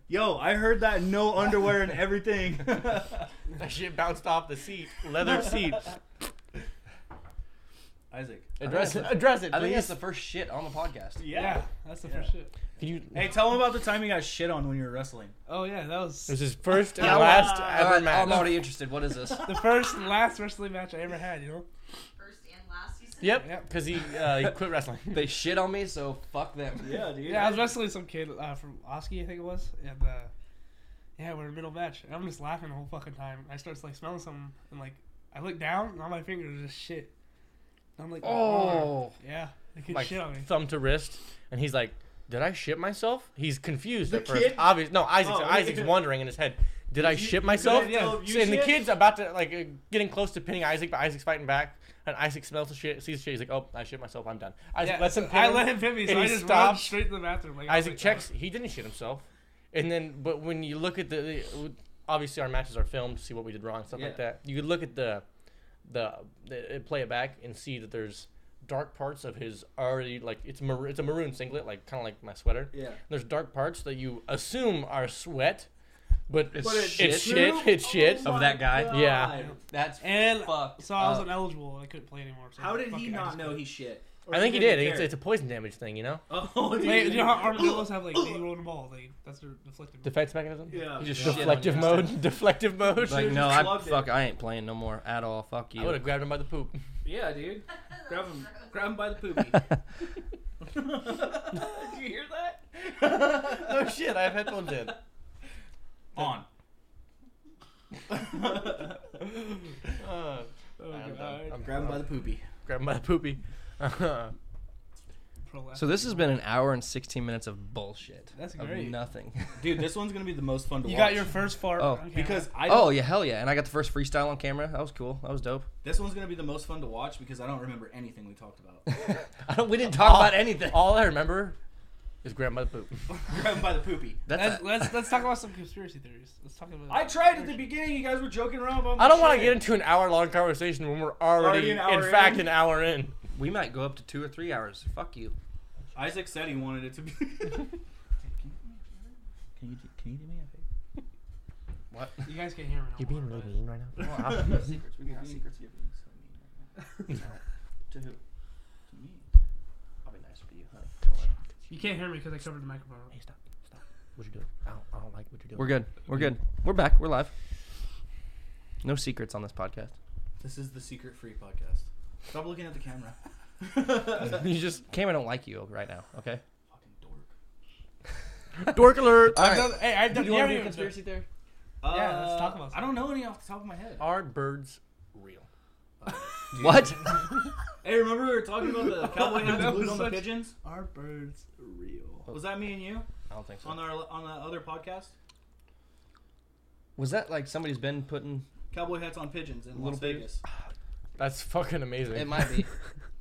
S3: yo, I heard that no underwear and everything.
S4: that shit bounced off the seat, leather seat.
S3: Isaac.
S4: Address it. Address it,
S1: I think that's
S4: please.
S1: the first shit on the podcast.
S3: Yeah, that's the first shit.
S4: Can you?
S3: Hey, tell him about the time you got shit on when you were wrestling.
S2: Oh yeah, that was.
S4: It was his first and
S2: Yeah,
S4: last
S2: well,
S4: ever match.
S1: I'm already interested. What is this?
S2: the first and last wrestling match I ever had. You know.
S11: First and last, you said?
S4: Yep, because he uh, he quit wrestling.
S1: they shit on me, so fuck them.
S3: Yeah, dude.
S2: Yeah, I was wrestling some kid uh, from Oski, I think it was, and uh, yeah, we're in middle match, and I'm just laughing the whole fucking time. I start like smelling something, and like I look down, and all my fingers are just shit. And I'm like,
S4: Oh.
S2: yeah, the kid
S4: like
S2: shit on me.
S4: thumb to wrist, and he's like, "Did I shit myself?" He's confused
S3: The
S4: at
S3: kid?
S4: first. Obvious. No, Isaac's
S3: Oh, yeah.
S4: Isaac's wondering in his head. Did I
S3: you- you
S4: shit myself?
S3: couldn't tell if you
S4: and the
S3: shit?
S4: kid's about to like uh, getting close to pinning Isaac, but Isaac's fighting back. And Isaac smells the shit, sees the shit. He's like, "Oh, I shit myself. I'm done." Isaac
S2: Yeah,
S4: lets him.
S2: so
S4: Pin
S2: I let him pin me, so
S4: and
S2: I
S4: he
S2: just run
S4: stops.
S2: straight to the bathroom. Like, I was
S4: Isaac
S2: like, "Oh."
S4: checks. He didn't shit himself. And then, but when you look at the, the- obviously our matches are filmed to see what we did wrong, stuff like
S3: Yeah.
S4: that. You could look at the, the, the play it back and see that there's dark parts of his already like it's mar- it's a maroon singlet like kind of like my sweater.
S3: Yeah.
S4: There's dark parts that you assume are sweat, but it's
S1: But it's
S4: shit. It's shit.
S1: shit.
S4: It's
S3: Oh
S4: shit.
S1: Of that guy?
S4: Yeah.
S1: That's
S2: And
S1: fucked
S2: so I was
S1: up.
S2: ineligible. and I couldn't play anymore. So
S3: How did
S2: fuck
S3: he
S2: it, I
S3: not
S2: just
S3: know
S2: quit.
S3: he shit? Or
S4: I think he did.
S3: even
S4: It's,
S3: care?
S4: it's a poison damage thing, you know.
S3: oh, dude.
S2: Like, you know how armadillos have like armadillos ball? They that's their deflective.
S4: Defense mechanism.
S3: Yeah.
S1: You just shit on
S4: Deflective
S1: you.
S4: mode. Deflective mode.
S1: Like
S3: Should've
S1: no,
S3: just
S1: I
S3: slugged it.
S1: fuck. I ain't playing no more at all. Fuck
S4: I would
S1: you.
S4: have grabbed him by the poop.
S3: yeah, dude. Grab him, grab him by the poopy. Did you hear that?
S4: oh shit! I have headphones in.
S3: On.
S4: Uh,
S2: Oh,
S4: I'm
S2: God.
S4: done. I'm
S3: Grab him by the poopy.
S4: grabbing my poopy.
S2: Pro-
S1: So this has been an hour and 16 minutes of bullshit.
S2: That's
S1: Of
S2: great.
S1: nothing.
S3: Dude, this one's gonna be the most fun to
S2: You
S3: watch.
S2: got your first fart.
S1: Oh,
S2: on camera.
S3: because I don't,
S1: oh yeah, hell yeah! And I got the first freestyle on camera. That was cool. That was dope.
S3: this one's gonna be the most fun to watch because I don't remember anything we talked about.
S1: I don't. We didn't talk
S4: All-
S1: about anything.
S4: All I remember is grandma the poop.
S3: Grab him by the poopy.
S1: That's
S2: Let's,
S1: a-
S2: let's let's talk about some conspiracy theories. Let's talk about.
S3: I tried at the beginning. You guys were joking around about.
S4: I don't want to get into an hour long conversation when we're already,
S3: Already an hour
S4: in fact,
S3: in.
S4: an hour in.
S1: we might go up to two or three hours. Fuck you.
S3: Isaac said he wanted it to be. Can you, do- can you do me a favor?
S1: What?
S2: You guys can't hear me.
S4: You're being really mean right now.
S3: secrets. We got secrets. You're being so mean right now. to who? To me.
S1: I'll be nice for you, honey.
S2: You can't hear me because I covered the microphone.
S4: Hey, stop, stop. What you doing? I don't, I don't like what you're doing.
S1: We're good. We're good. We're back. We're live. No secrets on this podcast.
S3: This is the secret free podcast. Stop looking at the camera.
S1: you just camera don't like you right now. Okay.
S3: Fucking dork.
S4: Dork alert.
S1: All right.
S2: I've done- hey, I've done.
S1: you wanna
S2: yeah,
S1: do
S2: we-
S1: conspiracy
S2: theory? Yeah, let's talk about
S3: I don't know any off the top of my head.
S4: Are birds real?
S1: What?
S3: Hey, remember we were talking about the cowboy hats
S2: That
S3: glued
S2: was
S3: on the
S2: such-
S3: pigeons?
S2: Are birds real?
S3: Was that me and you
S1: I don't think so.
S3: on our on the other podcast?
S1: Was that like somebody's been putting?
S3: Cowboy hats on pigeons in Las
S1: Little
S3: Vegas.
S4: That's fucking amazing.
S10: It might be.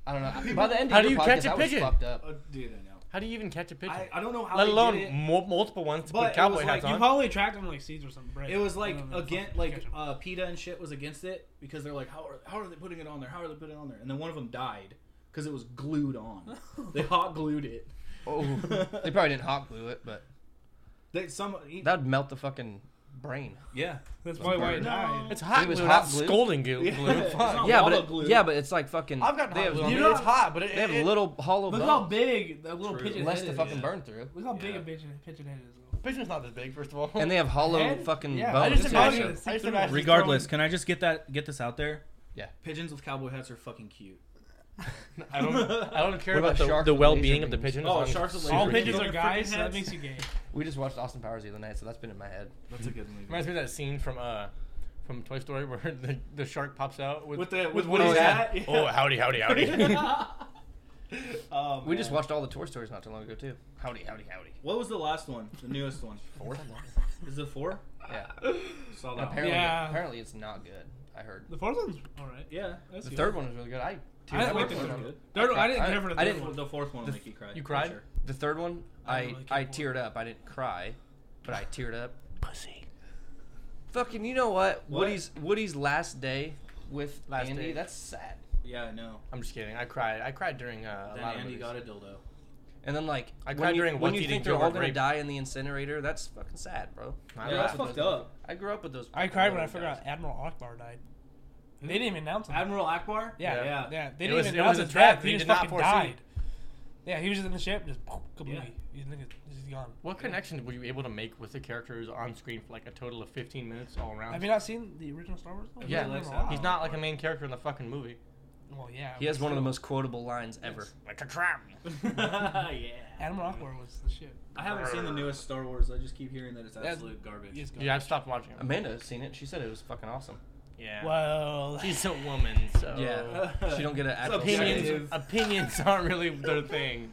S10: I don't know. I- By the end of
S4: How do
S10: your
S4: you
S10: podcast,
S4: catch a
S10: I was
S4: pigeon?
S10: fucked up.
S3: Uh, dude, I know.
S4: How do you even catch a pigeon?
S3: I, I don't know how.
S4: Let
S3: they
S4: alone
S3: did it.
S4: mul multiple ones to
S3: But
S4: put
S3: it
S4: cowboy
S3: was
S4: hats
S3: like,
S2: You
S4: on.
S2: probably tracked them like seeds or some bread.
S3: It was like
S2: Whatever the
S3: again,
S2: fuck,
S3: like
S2: catch 'em.
S3: uh, PETA and shit was against it because they're like, how are how are they putting it on there? How are they putting it on there? And then one of them died because it was glued on. they hot glued it.
S1: Oh, they probably didn't hot glue it, but
S3: They some e-
S1: that'd melt the fucking brain.
S3: yeah.
S2: that's probably why it died.
S4: it's hot
S1: It was
S4: glue,
S1: hot
S4: not
S1: glue.
S4: scolding glue.
S3: Yeah.
S4: glue.
S3: It's
S4: Fuck.
S3: not
S1: Yeah, but
S3: Walnut
S1: it,
S3: glue.
S1: yeah, but it's like fucking. they have,
S4: You
S1: they
S4: know it's hot, but it,
S1: have
S4: it-
S1: little hollow
S2: Look how
S1: bones.
S2: big that little pigeon
S1: Less
S2: head
S1: to
S2: is.
S1: fucking burn through,
S2: Look how big
S3: Yeah.
S2: a pigeon pigeon head is. Though.
S4: Pigeon's not this big, first of all.
S1: and they have hollow
S2: Head?
S1: fucking
S2: Yeah.
S1: bones.
S2: I just
S1: too,
S2: imagine
S1: so-
S2: it.
S4: I just
S2: See-through.
S4: imagine
S3: Regardless, can I just get that get this out there?
S1: Yeah.
S3: Pigeons with cowboy hats are fucking cute.
S4: throwing- I don't. I don't care
S1: What
S4: about,
S1: about
S4: the,
S1: sharks
S4: the
S1: with
S4: well-being
S1: laser
S4: of the
S1: beams?
S4: pigeon.
S3: Oh,
S4: as long
S3: sharks
S4: as
S3: with
S4: it's
S3: laser
S2: All
S4: super
S3: Freaking
S2: pigeons
S4: cute.
S2: are
S3: freaking
S2: guys, so that
S3: heads.
S2: makes you gay.
S1: We just watched Austin Powers the other night, so that's been in my head.
S3: That's a good movie.
S4: Reminds me of that scene from uh, from Toy Story where the, the shark pops out with
S3: With the- with
S4: Woody's
S3: Woody's
S4: hat.
S3: hat, yeah.
S4: Oh, howdy, howdy, howdy.
S3: Um,
S1: We just watched all the Toy Stories not too long ago too. Howdy, howdy, howdy.
S3: What was the last one? The newest one. Four. Is it four?
S1: Yeah.
S3: Saw that. one.
S1: Apparently,
S2: Yeah.
S1: apparently it's not good. I heard.
S2: The fourth one's all right.
S3: Yeah. That's
S1: The
S3: good.
S1: third one was really good. I.
S2: I
S1: that
S2: didn't
S1: was
S2: like the
S1: really
S2: third
S1: good.
S2: one. Third one, I didn't
S1: I-
S2: care for the
S1: I
S2: third
S1: didn't-
S2: one.
S3: The fourth one will make you cry.
S4: You
S3: I'm
S4: cried?
S3: sure.
S1: The third one,
S2: I
S1: I
S2: don't like
S1: I
S2: it.
S1: teared up. I didn't cry, but I teared up.
S4: Pussy.
S1: Fucking, you know what?
S3: What?
S1: Woody's Woody's last day with
S4: Last
S1: Andy.
S4: day.
S1: That's sad.
S3: Yeah, I know.
S4: I'm just kidding. I cried. I cried during uh, a
S3: Then
S4: lot of
S3: Andy
S4: movies.
S3: got a dildo.
S1: And then like
S4: I
S1: when
S4: cried
S1: you,
S4: during
S1: when
S4: What's
S1: you
S4: Eating
S1: think they're all
S4: Gilbert
S1: gonna
S4: Grape.
S1: die in the incinerator, that's fucking sad, bro.
S4: I
S3: Yeah,
S4: laughed.
S3: that's fucked up.
S1: I grew up with those.
S2: I
S1: fucking
S2: cried when I
S1: little
S2: figured out
S1: guys.
S2: Admiral Akbar died. They didn't even announce him.
S3: Admiral Akbar?
S2: Yeah,
S3: Yeah.
S2: yeah. They
S3: It
S2: didn't even
S3: was- it
S2: announce
S3: was a
S2: his
S3: trap.
S2: death.
S3: He
S2: He, just
S3: did not
S2: fucking
S3: foresee.
S2: died. Yeah, he was just in the ship, just
S4: Yeah.
S2: completely. He's, nigga- he's gone.
S4: What connection were you able to make with the characters on screen for like a total of 15 minutes all around?
S2: Have you not seen the original Star Wars? though?
S4: Yeah,
S2: It's been a
S4: he's
S2: while.
S4: not like a main character in the fucking movie.
S2: Well, yeah.
S1: He has
S2: but
S1: one of the
S2: still.
S1: most quotable lines ever.
S4: Like a trap.
S3: yeah.
S2: Admiral Akbar was the shit.
S3: I haven't seen the newest Star Wars. I just keep hearing that it's
S2: That's-
S3: absolute garbage.
S2: it's garbage.
S4: Yeah, I've stopped watching it.
S1: Amanda's seen it. She said it was fucking awesome.
S4: Yeah.
S2: Well,
S4: she's a woman, so
S1: Yeah. She don't get an
S4: It's
S1: actual
S4: opinions.
S1: second.
S4: opinions aren't really their thing.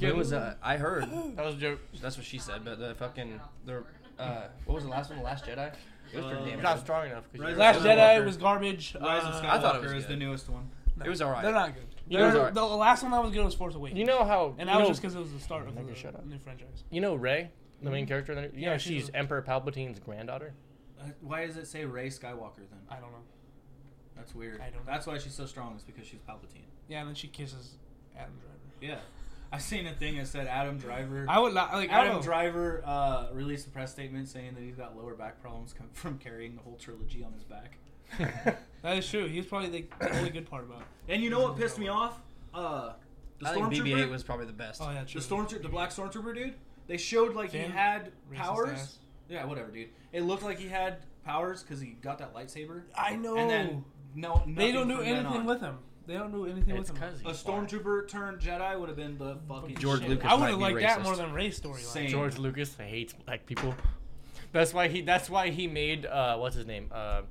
S1: It was. Uh, I heard.
S4: That was a joke.
S1: That's what she said. But the fucking the uh, what was the last one? The Last Jedi. It was pretty
S3: Uh,
S1: damn.
S3: It's
S1: good.
S4: not strong enough 'cause
S3: Rise of
S2: Last Jedi
S3: Skywalker.
S2: was garbage.
S3: Rise of
S2: Uh,
S3: Skywalker
S1: I thought it was
S3: is the
S1: good.
S3: newest one.
S1: It was alright.
S2: They're not good.
S4: You know-
S2: They're-
S4: It was
S2: The last one that was good was Force Awakens.
S4: You know how
S2: and
S4: you
S2: that was
S4: know-
S2: just because it was the start of the
S4: Thank you, shut up.
S2: new franchise.
S4: You know Ray, the main character. in the- You
S2: Yeah,
S4: know
S2: she's
S4: she's
S2: a-
S4: Emperor Palpatine's granddaughter.
S3: Uh, Why does it say Ray Skywalker then?
S2: I don't know.
S3: That's weird.
S2: I don't know.
S3: That's why she's so strong. Is because she's Palpatine.
S2: Yeah, and then she kisses Adam Driver.
S3: Yeah. I've seen a thing that said Adam Driver.
S2: I would not like. oh. I
S3: Adam
S2: don't know.
S3: Driver uh, released a press statement saying that he's got lower back problems com- from carrying the whole trilogy on his back.
S2: That is true. He was probably like, the only good part about. it.
S3: And you know what pissed me off? Uh, the
S1: I think BB-8
S3: stormtrooper.
S1: was probably the best.
S2: Oh yeah,
S3: the
S2: true.
S3: stormtrooper, the black stormtrooper dude. They showed like
S2: Finn?
S3: he had
S2: Racist
S3: powers.
S2: ass.
S3: Yeah, whatever, dude. It looked like he had powers because he got that lightsaber.
S2: I know.
S3: And then no,
S2: Oh. they
S3: nothing
S2: don't do
S3: from then
S2: anything
S3: on.
S2: with him. They don't do anything
S4: It's
S2: with him.
S4: 'cause
S3: A stormtrooper turned Jedi would have been the fucking
S1: George
S3: shit.
S1: Lucas
S2: I would
S1: might
S2: have
S1: be
S2: liked that
S1: racist.
S2: more than Ray's storyline.
S3: Same.
S4: George Lucas hates black people. That's why he. That's why he made uh, what's his name, uh,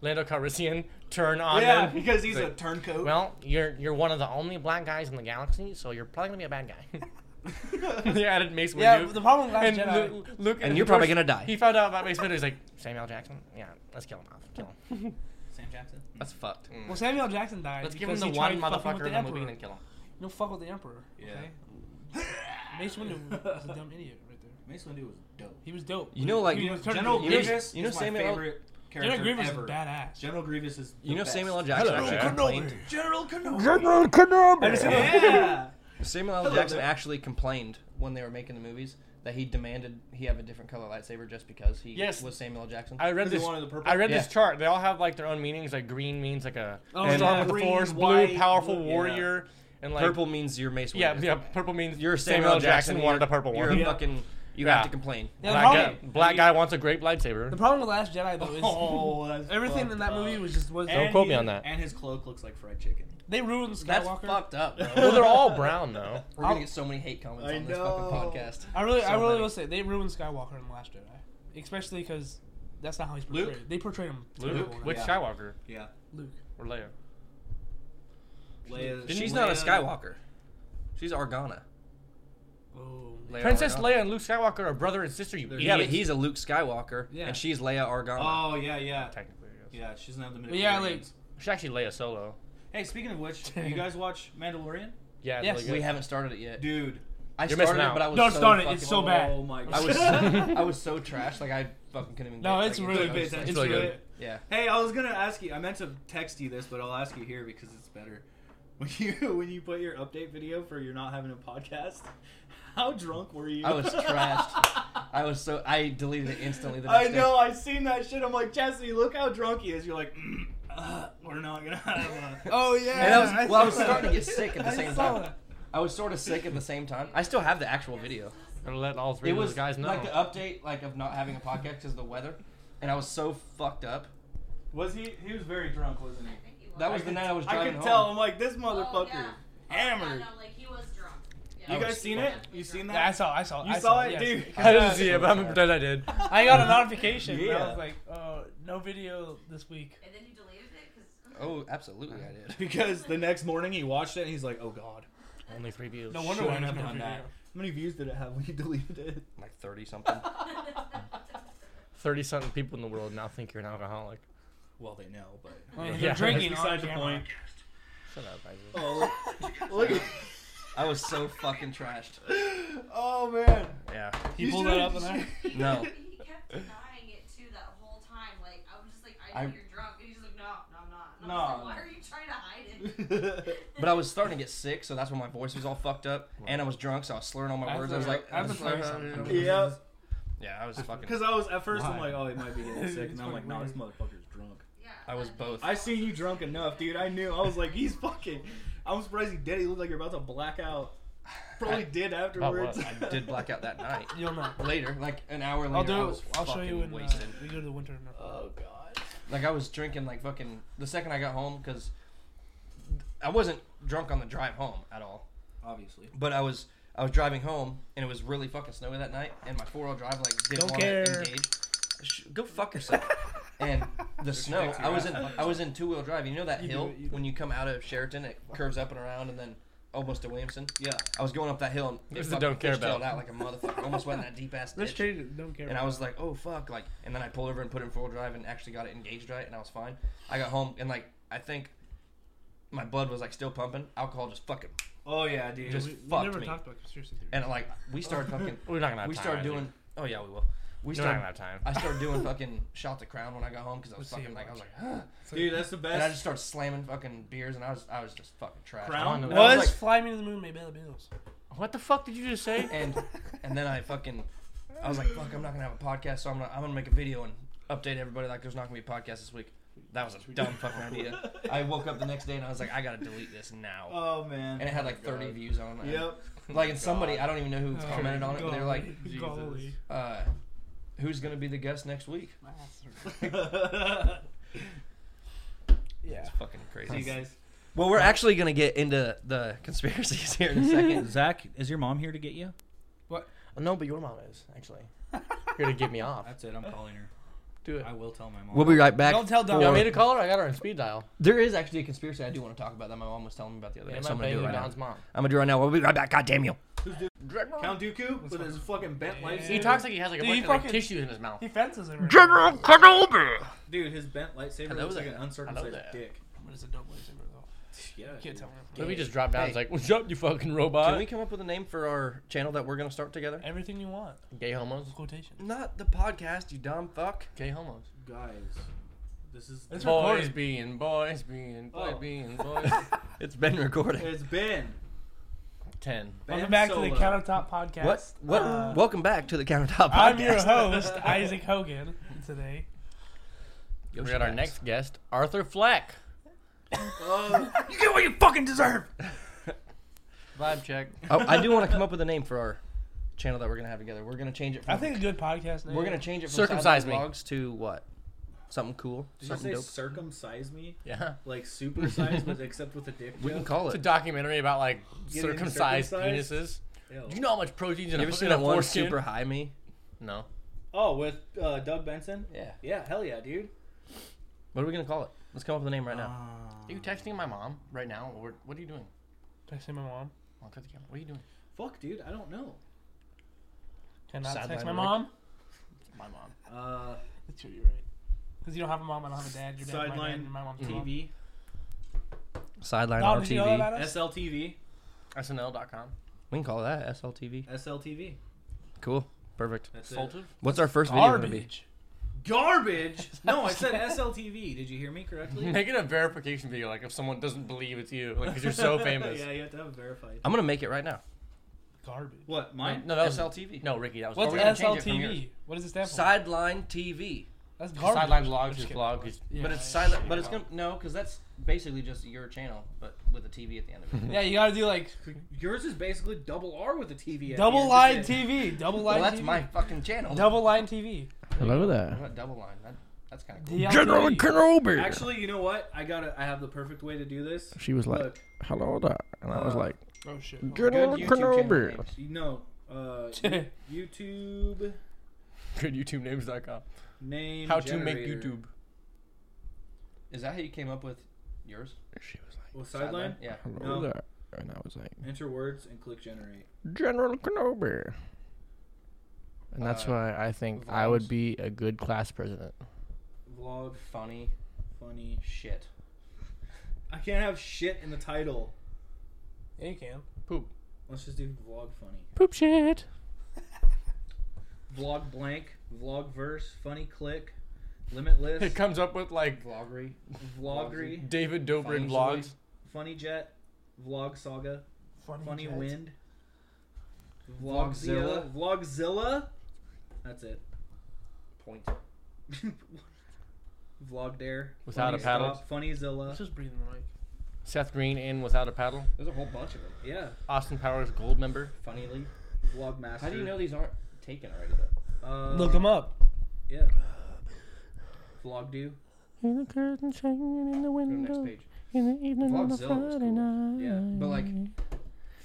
S4: Lando Calrissian, turn on
S3: Yeah,
S4: them.
S3: because he's a
S4: Like,
S3: turncoat.
S4: Well, you're you're one of the only black guys in the galaxy, so you're probably gonna be a bad guy. they added Mace Windu.
S2: Yeah, the problem with uh, Last
S4: and
S2: Jedi-
S4: Lu- Luke,
S1: And you're probably
S4: George-
S1: gonna die.
S4: He found out about Mace Windu. He's like Samuel Jackson. Yeah, let's kill him off. Kill him.
S3: Sam Jackson.
S1: That's fucked.
S2: Well, Samuel L. Jackson died.
S4: Let's give him
S2: because
S4: the
S2: he
S4: one
S2: tried fucking with
S4: motherfucker in the movie
S2: Emperor.
S4: and then kill him.
S2: You don't fuck with the emperor.
S3: Yeah.
S2: Okay? Mace Windu was a dumb idiot right there.
S3: Mace Windu was dope.
S2: He was dope.
S1: You know, like
S2: He
S1: you
S2: was turned
S3: General
S2: into-
S1: know-
S3: Grievous
S1: you know
S3: is my
S1: Samuel L-
S3: favorite character
S2: General Grievous
S3: ever.
S2: is badass.
S3: General Grievous is the
S1: know
S3: best.
S1: Samuel L. Jackson
S2: Hello,
S1: actually complained.
S3: General Kenobi.
S2: Yeah.
S3: yeah.
S1: Samuel L.
S3: Hello
S1: Jackson
S3: there.
S1: actually complained when they were making the movies that he demanded he have a different color lightsaber just because he
S4: Yes.
S1: was Samuel L. Jackson.
S4: I read
S3: Because he
S4: this.
S3: wanted the purple.
S4: I read this
S1: Yeah.
S4: chart. They all have like their own meanings. Like green means like a
S2: Oh,
S4: strong
S2: yeah.
S4: with the
S3: Green,
S4: force,
S3: white,
S4: blue, powerful
S3: blue- yeah.
S4: warrior, and like
S1: purple means you're Mace Windu.
S4: Yeah, yeah. Purple means
S1: You're
S4: Samuel L. Jackson, wanted
S1: you're-
S4: a purple
S1: You're
S4: one.
S1: a fucking. You
S4: Yeah.
S1: have to complain.
S2: Yeah, the,
S4: Black,
S2: problem,
S4: guy, black guy wants a grape lightsaber.
S2: the problem with Last Jedi though is
S3: Oh, that's
S2: everything
S3: fucked
S2: in that movie
S3: up.
S2: was just was
S4: Don't
S3: And
S4: quote me
S3: he-
S4: on that.
S3: And his cloak looks like fried chicken.
S2: they ruined Skywalker.
S1: That's fucked up. Bro.
S4: well, they're all brown though.
S1: We're gonna get so many hate comments
S3: I
S1: on this
S3: know.
S1: fucking podcast.
S2: I really,
S1: So
S2: I really
S1: many.
S2: will say they ruined Skywalker in the Last Jedi, especially because that's not how he's portrayed.
S3: Luke?
S2: They portrayed him
S4: Luke,
S2: terrible. in
S4: which
S3: Yeah.
S4: Skywalker
S3: Yeah.
S2: that. Luke.
S4: or Leia?
S3: Leia,
S1: She's not a
S3: Leia-
S1: Skywalker. She's Organa.
S2: Oh,
S1: Leia
S4: Princess
S1: Organa.
S4: Leia and Luke Skywalker are brother and sister. You
S1: Yeah, but
S4: idiots.
S1: he's a Luke Skywalker,
S2: Yeah.
S1: and she's Leia Organa.
S3: Oh yeah, yeah,
S4: technically. I guess.
S3: yeah. She doesn't have the.
S2: But yeah,
S3: midichlorians.
S4: She's actually Leia Solo.
S3: Hey, speaking of which, you guys watch Mandalorian?
S4: Yeah, it's
S2: Yes.
S4: really good.
S1: we haven't started it yet.
S3: Dude.
S1: I
S4: You're missing
S1: started it,
S4: out.
S1: but I was
S2: Don't
S1: so
S2: start it,
S1: fucking-
S2: it's so bad.
S3: Oh my god.
S1: I was I was so trash, like I fucking couldn't even.
S2: No,
S1: get,
S2: it's
S1: like,
S2: really
S1: I
S2: bad.
S1: was like-
S4: It's really good.
S1: yeah.
S3: Hey, I was gonna ask you. I meant to text you this, but I'll ask you here because it's better. When you when you put your update video for you're not having a podcast, how drunk were you?
S1: I was trashed. I was so I deleted it instantly. The
S3: I
S1: next
S3: know. I seen that shit. I'm like, Chastity, look how drunk he is. You're like, "Mm, uh, we're not gonna have a.
S2: Oh yeah.
S1: Day. And I was well, I was starting to get sick at the same
S2: saw
S1: time.
S2: that.
S1: I was sort of sick at the same time. I still have the actual video.
S4: Gotta let all three
S1: It
S4: of
S1: was
S4: those guys know.
S1: like the update, like of not having a podcast because of the weather, and I was so fucked up.
S3: Was he? He was very drunk, wasn't he?
S1: That was the night I was
S3: I
S1: driving
S3: could
S1: home.
S3: tell. I'm like, this
S11: Oh,
S3: motherfucker,
S11: yeah.
S3: hammered.
S11: No, no, like he was drunk. Yeah.
S3: You
S1: I
S3: guys
S1: was
S3: seen it?
S1: fucked.
S3: You seen
S2: Yeah, I
S3: that?
S2: saw. I saw.
S3: You
S2: I
S3: saw, it,
S2: yes.
S3: dude.
S4: I didn't see it, but I'm gonna pretend I did.
S2: I got a notification. Yeah. I
S3: Yeah.
S2: was like, uh, no video this week.
S11: And then you deleted it because.
S1: Oh, absolutely, I did.
S3: Because the next morning he watched it and he's like, oh god.
S4: Only three views.
S2: No wonder
S3: Shouldn't
S2: why I
S3: have
S2: never
S3: done
S2: did
S3: that.
S2: video.
S3: How many views did it have when you deleted it?
S1: Like thirty something.
S4: Thirty something people in the world now think you're an alcoholic.
S3: Well, they know, but
S2: Well,
S4: Yeah.
S2: They're drinking
S3: That's
S2: on
S3: beside the
S2: camera.
S3: point.
S4: Shut up, Isaac.
S3: Oh, look! at-
S1: I was so fucking trashed.
S3: Oh man!
S4: Yeah.
S2: He
S3: You
S2: pulled that up
S3: should've-
S2: and I.
S1: No,
S11: He kept denying it too that whole time. Like I was just like, I
S1: I-
S11: know you're drunk, and he's like, No, no, I'm not. And
S3: No,
S11: I'm just
S3: no.
S11: like, Why are you trying to hide it?
S1: but I was starting to get sick, so that's when my voice was all fucked up, and I was drunk, so I was slurring all my
S2: I
S1: words. I was
S2: thought-
S1: like,
S2: I thought-
S1: "Uh,
S3: yep.
S1: Yeah, I was fucking.
S3: Because I was at first, I'm like, oh, he might be getting sick, and I'm like, no, this motherfucker's drunk.
S1: I was both.
S3: I seen you drunk enough, dude. I knew. I was like, he's fucking. I'm surprised he did. He looked like you're about to black out. Probably did afterwards.
S1: I did black out that night.
S2: You'll know.
S1: later, like an hour later.
S2: I'll do.
S1: I
S2: It.
S1: Oh, was
S2: I'll show you
S1: fucking
S2: when uh,
S1: wasted.
S2: we go to the winter. in our-
S3: Oh god.
S1: Like I was drinking like fucking the second I got home because I wasn't drunk on the drive home at all.
S3: Obviously.
S1: But I was I was driving home and it was really fucking snowy that night and my four wheel drive like didn't
S2: Don't
S1: want to
S2: care.
S1: engage. Sh- Go fuck yourself. and the snow.
S2: fix your
S1: I was
S2: ass.
S1: in I was in two wheel drive. You know that
S2: You do
S1: hill
S2: it, you do
S1: when you come out of Sheraton, it curves up and around and then almost to Williamson.
S3: Yeah.
S1: I was going up that hill and it
S4: There's the
S1: fucking
S4: don't care
S1: fishtailed
S4: belt.
S1: out like a motherfucker. almost went in that deep ass ditch.
S2: Let's change it. Don't care.
S1: And I was like, oh fuck, like, and then I pulled over and put it in four wheel drive and actually got it engaged right, and I was fine. I got home and like I think my blood was like still pumping. Alcohol just fucking,
S3: Oh yeah, dude.
S1: just
S2: we, we
S1: fucked
S2: never
S1: me.
S2: talked about conspiracy theory.
S1: and like we started fucking.
S4: We're not gonna have
S1: we
S4: time,
S1: started
S4: I think.
S1: doing. Oh yeah, we will. We
S4: We're not
S1: started.
S4: gonna have time.
S1: I started doing fucking shot the crown when I got home because I was
S2: Let's see
S1: fucking
S2: it,
S1: like I was
S2: watch.
S1: like, huh.
S3: dude, that's the
S1: and I
S3: best.
S1: just started slamming fucking beers and I was I was just fucking trash.
S3: Crown?
S1: And I
S2: Was
S1: like-
S2: Fly Me to the Moon by Bella Beatles.
S4: What the fuck did you just say?
S1: and and then I fucking I was like, fuck, I'm not gonna have a podcast, so I'm gonna I'm gonna make a video and update everybody like there's not gonna be a podcast this week. That was a dumb fucking idea. I woke up the next day and I was like, I gotta delete this now.
S3: oh man.
S1: and it had like 30 views on it.
S3: Yep.
S1: Like and somebody I don't even know who commented on it, but they were like,
S2: Oh, Golly.
S1: uh, "Who's gonna be the guest next week?"
S2: Yeah.
S1: It's fucking
S3: See you
S1: crazy.
S3: guys.
S1: Well, we're actually gonna get into the conspiracies here in a second.
S12: Zach, is your mom here to get you?
S4: no, but your mom is actually here to get me off.
S12: That's it. I'm calling her.
S4: Do it.
S12: I will tell my mom.
S1: We'll be right back.
S2: Don't tell
S4: You want me
S2: Don.
S4: to call her? I got her on speed dial.
S1: There is actually a conspiracy I do want to talk about that my mom was telling me about the other
S4: Yeah,
S1: day.
S4: I'm
S1: So I'm
S4: not
S1: gonna do it right now.
S4: Don's mom.
S1: I'm gonna do it right now. We'll be right back. God damn you.
S3: Count Dooku with his fucking bent lightsaber.
S4: He talks like he has like a
S2: Dude,
S4: bunch
S2: he
S4: of like,
S2: fucking-
S4: tissues in his mouth.
S2: He fences everyone.
S3: Dude, his bent lightsaber
S4: Hello
S3: looks like
S4: there.
S3: an uncircumcised
S4: Hello there.
S3: dick.
S2: But it's a double lightsaber though.
S3: Yeah.
S2: You can't tell.
S4: Maybe he just dropped down.
S1: Hey.
S4: He's like, "What's up, you fucking robot?"
S1: Can we come up with a name for our channel that we're gonna start together?
S2: Everything you want.
S4: Gay homos.
S2: Quotation.
S1: Not the podcast, you dumb fuck.
S4: Gay homos.
S3: Guys, this is.
S2: It's
S4: boys
S2: recorded.
S4: being boys being boy
S3: Oh.
S4: being boys.
S1: It's been recording.
S3: It's Ben.
S4: Ten.
S2: Welcome
S3: Ben
S2: back to the
S3: Solo.
S2: Countertop Podcast.
S1: What? What?
S2: Uh,
S1: Welcome back to the countertop podcast.
S2: I'm your host, Isaac Hogan, today.
S1: Yoshi
S4: we got our
S1: Max.
S4: next guest, Arthur Fleck.
S3: Oh,
S12: You get what you fucking deserve.
S4: Vibe check.
S1: Oh, I do want to come up with a name for our channel that we're gonna have together. We're gonna change it. From,
S2: I think a good podcast name.
S1: we're gonna change it from
S4: Circumcise
S1: Sideline
S4: me.
S1: vlogs to what? Something cool.
S3: Did you
S1: something
S3: say
S1: dope.
S3: circumcise me?
S4: Yeah.
S3: Like super size, but except with a dick.
S1: we
S3: joke?
S1: can call
S4: It's a
S1: it.
S4: documentary about like
S3: Getting
S4: circumcised,
S3: circumcised?
S4: penises.
S3: Ew.
S4: Do you know how much protein's in
S1: You
S4: a,
S1: ever seen
S4: in a
S1: that one
S4: foreskin?
S1: super high me?
S4: No.
S3: Oh, with uh, Doug Benson?
S1: Yeah.
S3: Yeah, hell yeah, dude.
S1: What are we gonna call it? Let's come up with a name right now.
S4: Are you texting my mom right now? Or what are you doing?
S2: Did I say my mom?
S4: I'll cut the camera. What are you doing?
S3: Fuck, dude, I don't know.
S2: Cannot
S1: Sideline
S2: text my
S1: Rick.
S2: mom.
S4: My mom.
S3: Uh,
S2: That's true, you're right. Because you don't have a mom, I don't have a dad. Your dad's my dad,
S3: Sideline
S2: and my
S1: Mm-hmm.
S2: mom's TV.
S3: TV.
S1: Sideline
S2: Mom. Dom,
S1: RTV.
S2: did you know that about us?
S3: SLTV.
S4: SNL.com.
S1: we can call that SLTV.
S3: SLTV.
S1: Cool. Perfect.
S3: That's it.
S4: Salted.
S1: What's our first video gonna be?
S2: Garbage.
S3: Garbage. No, I said SLTV. Did you hear me correctly?
S4: Make it a verification video, like if someone doesn't believe it's you, like because you're so famous.
S3: Oh, yeah, you have to have it verified.
S1: I'm gonna make it right now.
S2: Garbage.
S3: What? Mine?
S4: No, that was
S1: SLTV.
S4: No, Ricky, that was
S2: What's
S1: we gonna change it from
S2: SLTV? What does it stand for?
S1: Sideline TV.
S2: That's garbage.
S4: sideline
S2: I'm
S4: vlogs.
S2: just
S4: His
S2: kidding.
S4: vlog. His,
S2: Yeah.
S1: But it's silent. But it's gonna no, because that's basically just your channel, but with a TV at the end of it.
S2: Yeah, you gotta do like
S3: Yours is basically double R with a TV. at
S2: double
S3: the end.
S2: line TV. Double line
S1: well, that's
S2: TV.
S1: my fucking channel.
S2: Double line TV.
S4: Hello
S1: What
S4: there.
S1: about double line? That, that's kind of cool.
S2: DLTV.
S4: Kenobi.
S3: Actually, you know what? I gotta. I have the perfect way to do this.
S4: she was
S3: Look,
S4: "Hello there," and
S3: I was Uh,
S4: like,
S2: Oh shit.
S1: Good
S4: "Good
S1: YouTube channel names.
S3: you know, uh, you- YouTube
S4: GoodYouTubeNames.com.
S3: name.
S4: How to make
S3: generator.
S4: YouTube.
S1: Is that how you came up with yours?
S4: She was like,
S3: Well, sideline.
S1: Yeah.
S3: "Hello No.
S4: there," and I was like,
S3: Enter words and click generate.
S4: General Kenobi. And that's
S1: Uh,
S4: why I think I
S1: vlogs.
S4: would be a good class president.
S3: Vlog
S1: Funny
S3: funny.
S1: shit.
S3: I can't have shit in the title.
S2: Yeah, you can.
S3: Let's just do vlog funny.
S4: Poop shit.
S3: Vlog blank. Vlog verse. Funny click. Limitless.
S4: It comes up with like
S1: Vloggery.
S3: Vloggery.
S4: David Dobrik
S1: Funny
S4: vlogs.
S3: Funny Jet, Vlog Saga, Funny
S2: Jets.
S3: Wind, Vlogzilla, Vlogzilla. That's it.
S1: Point.
S3: Vlog dare.
S4: Without a
S3: Funny
S4: paddle?
S3: Stop, Funnyzilla.
S4: Let's just breathe in the mic. Seth Green in without a paddle.
S1: There's a whole bunch of them.
S3: Yeah.
S4: Austin Powers gold member.
S1: Funnily.
S3: Vlogmaster.
S1: How do you know these aren't taken already though?
S3: Uh,
S2: Look him up.
S3: Yeah. Vlog do.
S7: Hear the curtains hanging in the window. In the evening on a
S1: Vlogzilla was
S7: Friday night.
S1: Yeah, but like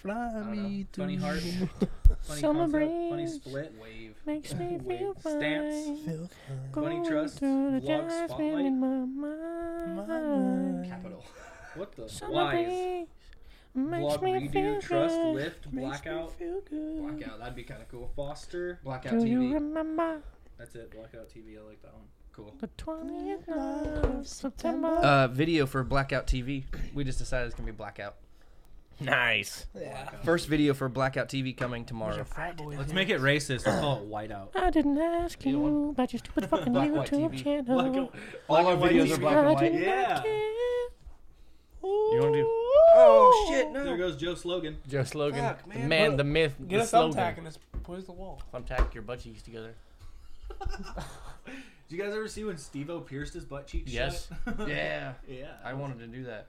S2: Fly me to
S3: Funny heart.
S2: you.
S3: Funny
S7: Summer
S3: concept. Funny
S7: breeze.
S3: split. Wave.
S7: Makes me feel fine.
S3: Stamps. Funny
S7: Going
S3: trust.
S7: through the
S3: Vlog
S7: jasmine
S3: spotlight.
S7: in my mind.
S1: Capital.
S3: What the?
S7: Summer
S3: Wise.
S7: breeze makes
S3: Vlog
S7: me feel
S3: redo. Trust.
S7: good.
S3: Lift.
S7: Makes
S3: Blackout.
S7: me feel good.
S1: Blackout. That'd be kind of cool.
S3: Foster.
S1: Blackout
S7: Do you
S1: TV.
S7: remember
S3: That's it. Blackout TV. I like that one.
S1: Cool.
S7: the 20th night of September?
S1: Uh, video for Blackout TV. We just decided it's gonna be Blackout.
S4: Nice.
S1: First video for Blackout TV coming tomorrow.
S3: Let's make it racist. Let's call it whiteout.
S7: I didn't ask you, about your stupid fucking
S1: Black, white
S7: YouTube
S1: TV.
S7: channel.
S1: All our videos are black and
S7: I
S1: white.
S7: did not
S3: Yeah.
S7: care.
S4: You want to do
S1: Oh shit!
S3: There
S1: No.
S3: goes Joe Slogan.
S4: Joe Slogan?
S1: Fuck,
S4: The
S1: man.
S4: man, the myth,
S2: Get
S4: the
S2: a thumbtack
S4: slogan.
S2: and just poise the wall.
S4: Thumbtack your butt cheeks together.
S3: Did you guys ever see when Steve O pierced his butt cheek?
S4: Yes.
S3: Shut?
S1: Yeah.
S3: yeah.
S1: I wanted to do that.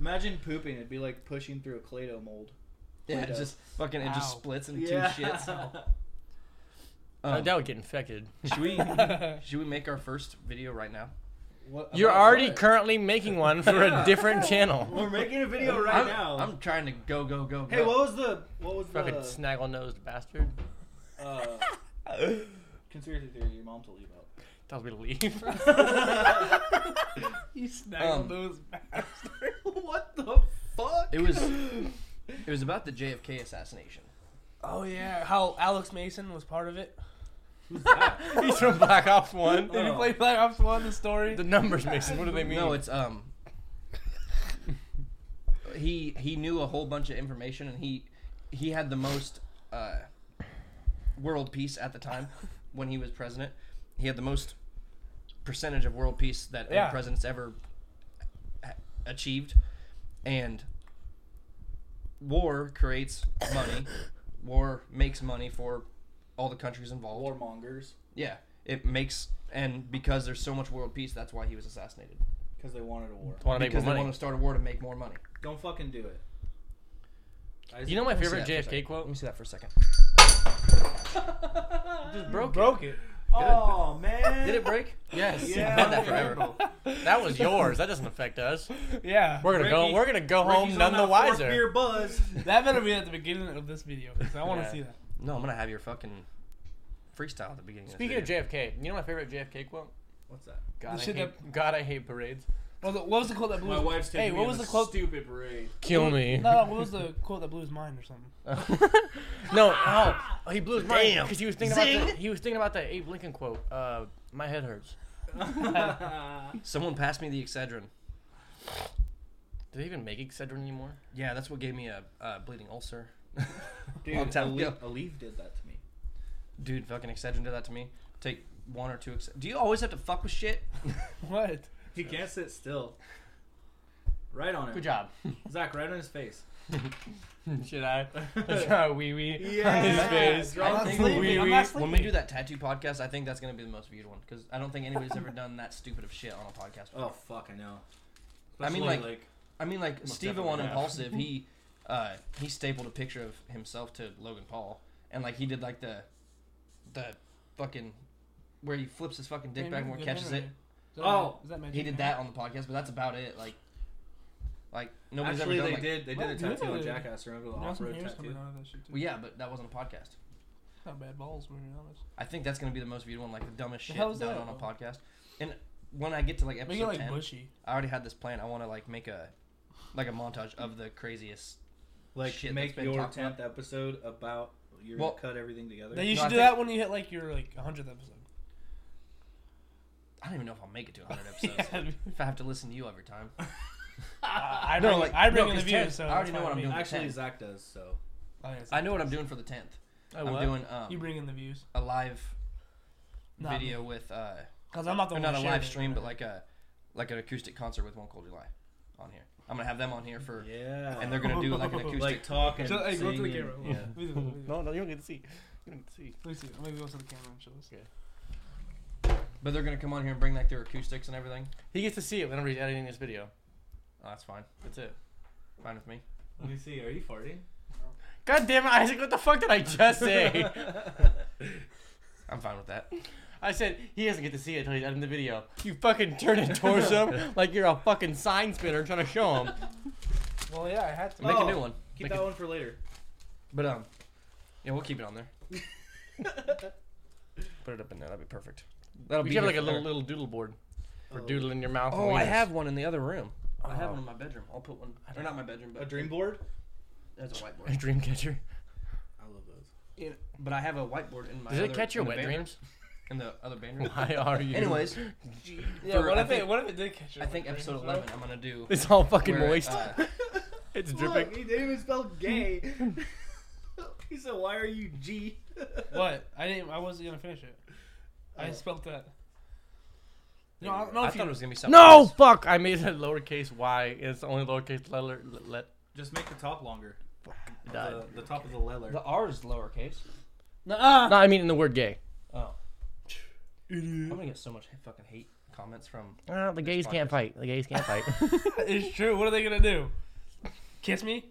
S3: Imagine pooping. It'd be like pushing through a Play-Doh mold.
S1: Yeah. It
S3: Play-Doh.
S1: just fucking it just
S2: Ow.
S1: splits into
S3: Yeah.
S1: two shits.
S4: Uh,
S1: Um,
S4: that would get infected.
S1: should we should we make our first video right now?
S3: What-
S4: You're
S3: about
S4: already
S3: what?
S4: currently making one for a different channel.
S3: We're making a video right
S1: I'm,
S3: now.
S1: I'm trying to go go go.
S3: hey,
S1: go.
S3: what was the what was
S4: Fucking
S3: the
S4: snaggle nosed bastard.
S3: uh, conspiracy theory your mom told you about?
S4: Tells me to leave.
S2: You
S1: Um,
S2: snaggled those bastards.
S3: what the fuck?
S1: It was it was about the JFK assassination.
S2: Oh yeah, how Alex Mason was part of it.
S4: He's from Black Ops 1.
S2: Did you
S1: Oh.
S2: play Black Ops One? The story.
S4: The numbers, Mason. What do they mean?
S1: No, it's um. he he knew a whole bunch of information, and he he had the most uh, world peace at the time when he was president. He had the most percentage of world peace that
S2: Yeah.
S1: any president's ever a- achieved, and war creates money. war makes money for all the countries involved.
S3: Warmongers
S1: Yeah, it makes and because there's so much world peace, that's why he was assassinated
S3: because they wanted a war.
S4: want to make more
S1: because they
S4: money.
S1: want to start a war to make more money.
S3: Don't fucking do it. I
S4: You know my
S1: Let me see that
S4: favorite
S1: for a
S4: JFK
S1: second.
S4: quote?
S1: Let me see that for a second.
S4: Just broke
S2: broke it.
S3: Oh man.
S1: Did it break? yes.
S3: Yeah.
S1: I've had that forever.
S4: That was yours. That doesn't affect us.
S2: Yeah.
S4: We're gonna go.
S3: Ricky-
S4: We're gonna go
S3: Ricky's
S4: home
S3: on
S4: none the
S3: that fourth
S4: wiser.
S3: Beer buzz.
S2: That better be at the beginning of this video because I want to
S4: Yeah.
S2: see that.
S1: No, I'm gonna have your fucking freestyle at the beginning.
S4: Speaking
S1: of,
S4: of
S1: this video.
S4: JFK, you know my favorite JFK quote?
S3: What's that?
S4: God, I
S2: shit
S4: hate, God, I hate parades.
S2: What was, the, what was the quote that blew?
S3: My wife's taking
S2: Hey,
S3: me
S2: what
S3: on
S2: was
S3: a
S2: the quote?
S3: Stupid parade.
S4: Kill me.
S2: No, no, what was the quote that blew his mind or something?
S4: No, oh, he blew his mind
S1: Damn.
S4: because he was thinking about the, he was thinking about that Abe Lincoln quote. Uh, my head hurts.
S1: Someone passed me the Excedrin.
S4: Do they even make Excedrin anymore?
S1: Yeah, that's what gave me a uh, bleeding ulcer.
S3: Dude,
S1: Long time
S3: Aleve,
S1: ago.
S3: Aleve did that to me.
S1: Dude, fucking Excedrin did that to me. Take one or two. Ex- Do you always have to fuck with shit?
S2: What?
S3: He can't sit still. Right on him.
S4: Good job.
S3: Zach, right on his face.
S4: Should I? Should I wee wee on his
S3: Yeah.
S4: face?
S3: Draw
S1: I
S3: the
S1: think
S2: sleeping.
S1: when we-
S2: I'm not sleeping.
S1: when we do that tattoo podcast, I think that's gonna be the most viewed one because I don't think anybody's ever done that stupid of shit on a podcast.
S3: Oh fuck, I know.
S1: I mean,
S3: Especially,
S1: like- I mean, like Steven
S4: definitely
S1: on
S4: have.
S1: Impulsive, he uh, he stapled a picture of himself to Logan Paul, and like he did like the the fucking where he flips his fucking dick back and catches it.
S3: Oh,
S2: is that Magic
S1: He did
S2: Man?
S1: that on the podcast, but that's about it. Like, like nobody's
S3: actually,
S1: ever done
S3: they
S1: like.
S3: did. They
S2: Well,
S3: did a
S2: good.
S3: tattoo on Jackass. Remember the
S2: There was some
S3: off-road
S2: hairs coming
S3: tattoo?
S2: out of that shit too.
S1: Well, yeah, but that wasn't a podcast.
S2: Not bad balls, when you're honest.
S1: I think that's gonna be the most viewed one, like the dumbest
S2: The
S1: shit
S2: hell
S1: done
S2: is that?
S1: on a podcast. And when I get to like
S2: Make it
S1: episode
S2: like
S1: ten,
S2: bushy.
S1: I already had this plan. I want to like make a like a montage of the craziest.
S3: Like,
S1: Shit, that's
S3: make
S1: been
S3: your
S1: talked about.
S3: tenth episode about your
S1: Well-
S3: cut everything together.
S2: Then you
S1: No,
S2: should
S1: I
S2: do
S1: think-
S2: that when you hit like your like 100th episode.
S1: I don't even know if I'll make it to 100 episodes.
S2: Yeah.
S1: If I have to listen to you every time.
S2: I
S1: No,
S2: bring,
S1: like-
S2: I bring
S1: no,
S2: in the
S1: 'cause ten-
S2: views. So
S1: I already
S2: that's
S1: know
S2: fine
S1: what
S2: with
S1: I'm
S2: me.
S3: Actually,
S1: tenth.
S3: Zach does. So
S2: Oh, yeah, it's-
S1: I know what I'm doing for the 10th. I'm doing um,
S2: You bring in the views.
S1: a live
S2: Not
S1: video with uh
S2: Because I'm not the
S1: or
S2: one
S1: not a
S2: sharing
S1: live
S2: it.
S1: stream but like a like an acoustic concert with One Cold July on here. I'm going to have them on here for
S3: yeah,
S1: and they're going to do like an acoustic
S3: like talk and
S2: Just, hey, go
S3: sing
S2: to the
S3: and-
S2: camera.
S3: yeah.
S2: We do- we do.
S4: No, no, you don't get to see. see.
S2: Let me see. I'm gonna go to the camera and show this.
S4: Okay.
S1: But they're gonna come on here and bring like their acoustics and everything.
S4: He gets to see it whenever he's editing this video.
S1: Oh, that's fine.
S4: That's it.
S1: Fine with me.
S3: Let me see. Are you farting?
S4: God damn it, Isaac! What the fuck did I just say?
S1: I'm fine with that.
S4: I said he doesn't get to see it until he's editing the video. You fucking turn it towards him like you're a fucking sign spinner trying to show him.
S1: Oh,
S2: Well, yeah, I had to.
S1: Make a new one.
S3: Keep
S1: Make
S3: that
S1: a-
S3: one for later.
S1: But um, yeah, we'll keep it on there. Put it up in there. That'd be perfect. That'll
S4: We
S1: be
S4: should have
S1: here
S4: like a
S1: for
S4: little
S1: there.
S4: little doodle board for
S1: Oh.
S4: doodling your mouth. and
S1: Oh, I
S4: wieners.
S1: have one in the other room. I have
S4: Oh.
S1: one in my bedroom. I'll put one. Or not my bedroom, but
S3: A dream board?
S1: That's a whiteboard.
S4: a dream catcher.
S3: I love those.
S1: Yeah, but I have a whiteboard in my.
S4: Does it
S1: other-
S4: catch your
S1: in the
S4: wet
S1: band-
S4: dreams?
S1: In the other band room.
S4: Why are you-
S1: Anyways.
S2: Yeah,
S1: for-
S2: what
S1: I
S2: if it?
S1: think-
S2: What if it did catch your?
S1: I think
S2: wet dreams,
S1: episode
S2: bro?
S1: eleven. I'm gonna do.
S4: It's all fucking
S1: where,
S4: moist.
S1: uh,
S4: it's
S3: Look,
S4: dripping.
S3: he didn't even spell gay. he said, "Why are you G?"
S2: What? I didn't. I wasn't gonna finish it. I
S3: Oh.
S2: spelt that. No, I don't know
S1: I
S2: if
S1: thought
S2: you.
S1: it was gonna be something.
S4: No,
S1: else.
S4: fuck! I made it a lowercase y. It's the only lowercase letter. Let, let
S3: Just make the top longer.
S4: died.
S3: The, the top of the leather.
S1: The R is lowercase.
S2: Nuh-uh.
S4: No, I mean in the word gay.
S1: Oh. I'm gonna get so much fucking hate comments from.
S4: Uh, the
S1: this
S4: gays can't
S1: podcast.
S4: fight. The gays can't fight.
S2: It's true. What are they gonna do? Kiss me?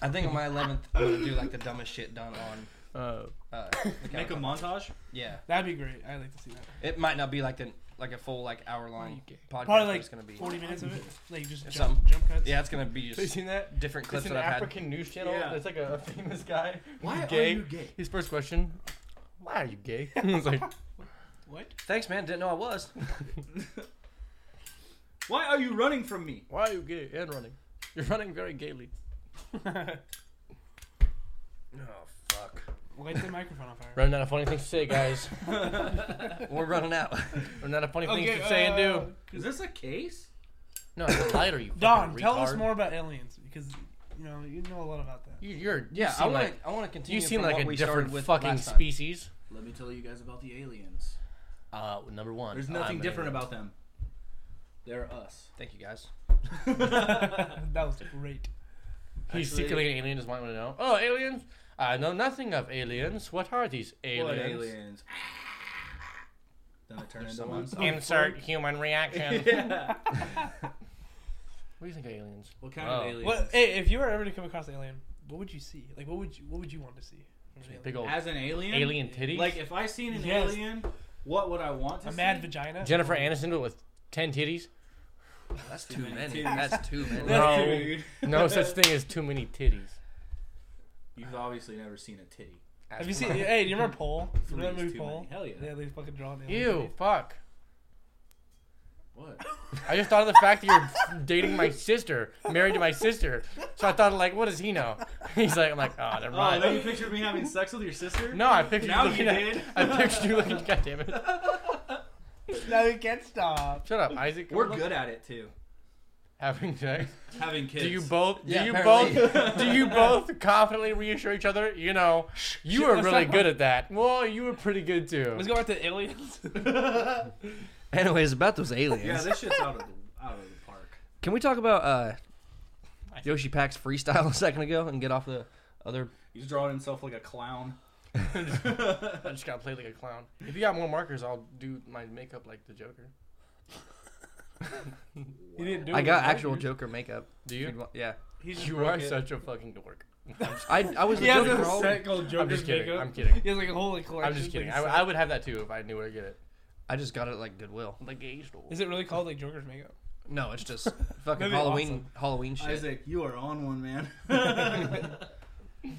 S1: I think on my 11th, I'm gonna do like the dumbest shit done on.
S4: Uh,
S1: Uh, the
S3: Make a
S1: couch.
S3: montage.
S1: Yeah.
S2: That'd be great. I'd like to see that.
S1: It might not be like the like a full like hour long podcast.
S2: Probably
S1: but
S2: like
S1: it's gonna be
S2: 40 minutes of it. Like just
S1: It's
S2: jump,
S1: something.
S2: jump cuts.
S1: Yeah, it's gonna be
S4: Have you
S1: just
S4: seen that?
S1: different clips
S4: it's
S1: that
S4: an
S1: I've
S4: African news channel.
S3: Yeah.
S4: It's like a, a famous guy.
S3: Why
S4: He's
S3: are you gay?
S4: His first question: Why are you gay? it's like
S2: What?
S1: had. Thanks, man. Didn't know I was.
S3: Why are you running from me?
S4: Why are you gay and running? You're running very gaily.
S1: Oh fuck.
S2: Light the microphone on fire.
S4: Running out of funny things to say, guys.
S1: We're running out.
S4: Running out of funny
S2: Okay,
S4: things to say and
S2: uh,
S4: do.
S3: Is this a case?
S4: No, it's a lighter. You
S2: Don,
S4: fucking
S2: tell us
S4: retard.
S2: more about aliens because you know you know a lot about that.
S4: You, you're you
S1: Yeah, I
S4: seem
S1: want
S4: like
S1: to. I want to continue.
S4: you seem
S1: from
S4: like
S1: what
S4: a
S1: we
S4: different
S1: started with
S4: fucking
S1: last time.
S4: species.
S3: Let me tell you guys about the aliens.
S4: Uh, number one.
S3: There's
S4: I'm
S3: nothing
S4: an
S3: different
S4: alien.
S3: about them. They're us.
S1: Thank you guys.
S2: that was great.
S4: He's
S3: Actually-
S4: secretly an alien. Doesn't want to know. Oh, aliens! I know nothing of aliens. What are these aliens?
S3: What aliens? then I turn
S1: There's
S3: into
S1: someone-
S3: one.
S4: Insert human reaction.
S3: yeah.
S4: What do you think of aliens?
S3: What kind
S4: Oh.
S3: of aliens?
S2: What? eh, Hey, if you were ever to come across an alien, what would you see? Like, what would you what would you want to see? from an
S4: Big
S2: alien?
S4: old
S3: As an alien?
S4: alien titties.
S3: Like if I seen an
S2: Yes.
S3: alien, what would I want to
S2: A
S3: see?
S2: mad vagina.
S4: Jennifer Aniston but with ten titties.
S1: That's too
S3: many
S1: many.
S3: titties.
S1: That's too many.
S4: No.
S3: Dude.
S4: No such thing as too many titties.
S3: You've obviously never seen a titty.
S2: Have you seen? Hey, do you remember Pole? Do you
S3: Three
S2: remember
S3: is
S2: movie
S3: too
S2: Pole?
S3: many. Hell yeah.
S2: Yeah, they fucking draw an alien.
S4: Ew, fuck.
S3: What?
S4: I just thought of the fact that you're dating my sister, married to my sister. So I thought, like, what does he know? He's like, I'm like, oh, never
S3: Oh, now you
S4: mind.
S3: pictured me having sex with your sister?
S4: No, I pictured
S3: Now
S4: you
S3: you
S4: looking at-
S3: did.
S4: I pictured you looking. God damn it!
S2: No, you can't stop.
S4: Shut up, Isaac.
S3: We're good at it too.
S4: Having sex.
S3: Having kids.
S4: Do you both? Do
S1: Yeah,
S4: you
S1: apparently.
S4: both? Do you both confidently reassure each other? You know, you were
S2: let's
S4: really
S2: talk
S4: good at that. Well, you were pretty good too.
S2: Let's go back to aliens.
S1: Anyways, about those aliens.
S3: Yeah, this shit's out of the out of the park.
S1: Can we talk about uh, Yoshi Pack's freestyle a second ago and get off the other?
S3: He's drawing himself like a clown.
S4: I just gotta play like a clown. If you got more markers, I'll do my makeup like the Joker.
S2: He didn't do it.
S1: I got
S2: right?
S1: actual Joker makeup.
S4: Do
S1: If you'd
S4: you?
S1: want- Yeah.
S2: He just
S4: You
S2: broke
S4: are
S2: it.
S4: such a fucking dork.
S1: I I was the
S2: He has
S1: Joker.
S2: a
S1: for all-
S2: set called Joker
S4: I'm just kidding.
S2: makeup.
S4: I'm kidding.
S2: He has like a whole like, collection.
S4: I'm just kidding.
S2: Like,
S4: I,
S2: set.
S4: I would have that too if I knew where to get it.
S1: I just got it at, like Goodwill.
S4: The gay store.
S2: Is it really called like Joker's makeup?
S1: No, it's just fucking
S2: That'd be
S1: Halloween Halloween shit.
S3: Isaac, you are on one, man.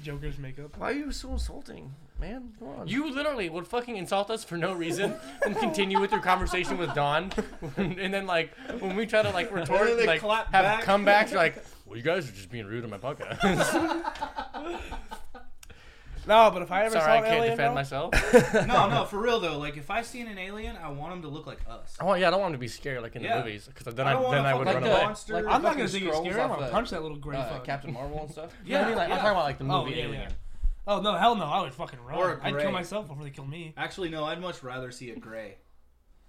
S2: Joker's makeup.
S1: Why are you so insulting, man? Come on.
S4: You literally would fucking insult us for no reason and continue with your conversation with Don, and then like when we try to like retort,
S3: then they
S4: like
S3: clap
S4: have
S3: back.
S4: comebacks, you're like, well, you guys are just being rude in my podcast.
S2: No, but if I ever
S4: Sorry,
S2: saw
S4: I
S2: an
S4: can't
S2: alien,
S4: defend
S2: bro,
S4: myself.
S3: no, no, for real though. Like, if I seen an alien, I want him to look like us.
S4: I want, yeah, I don't want him to be scary like in
S3: Yeah.
S4: the movies because then
S3: I
S4: I,
S3: don't want
S4: then
S3: a
S4: I would
S3: fucking
S4: run
S1: the-
S4: away.
S3: monster.
S1: like the
S2: I'm not
S1: fucking
S2: gonna think it's
S1: scrolls
S2: scary. I'm
S1: off
S2: gonna
S1: the-
S2: punch that little gray
S1: uh,
S2: fuck.
S1: Captain Marvel and stuff.
S4: You know what I mean? Like, I'm
S3: Yeah.
S4: talking about like the
S2: Oh,
S4: movie
S2: yeah,
S4: Alien.
S2: yeah. Oh no, hell no! I would fucking run.
S3: Or a
S2: I'd kill
S3: gray.
S2: myself before they kill me.
S3: Actually, no. I'd much rather see a gray.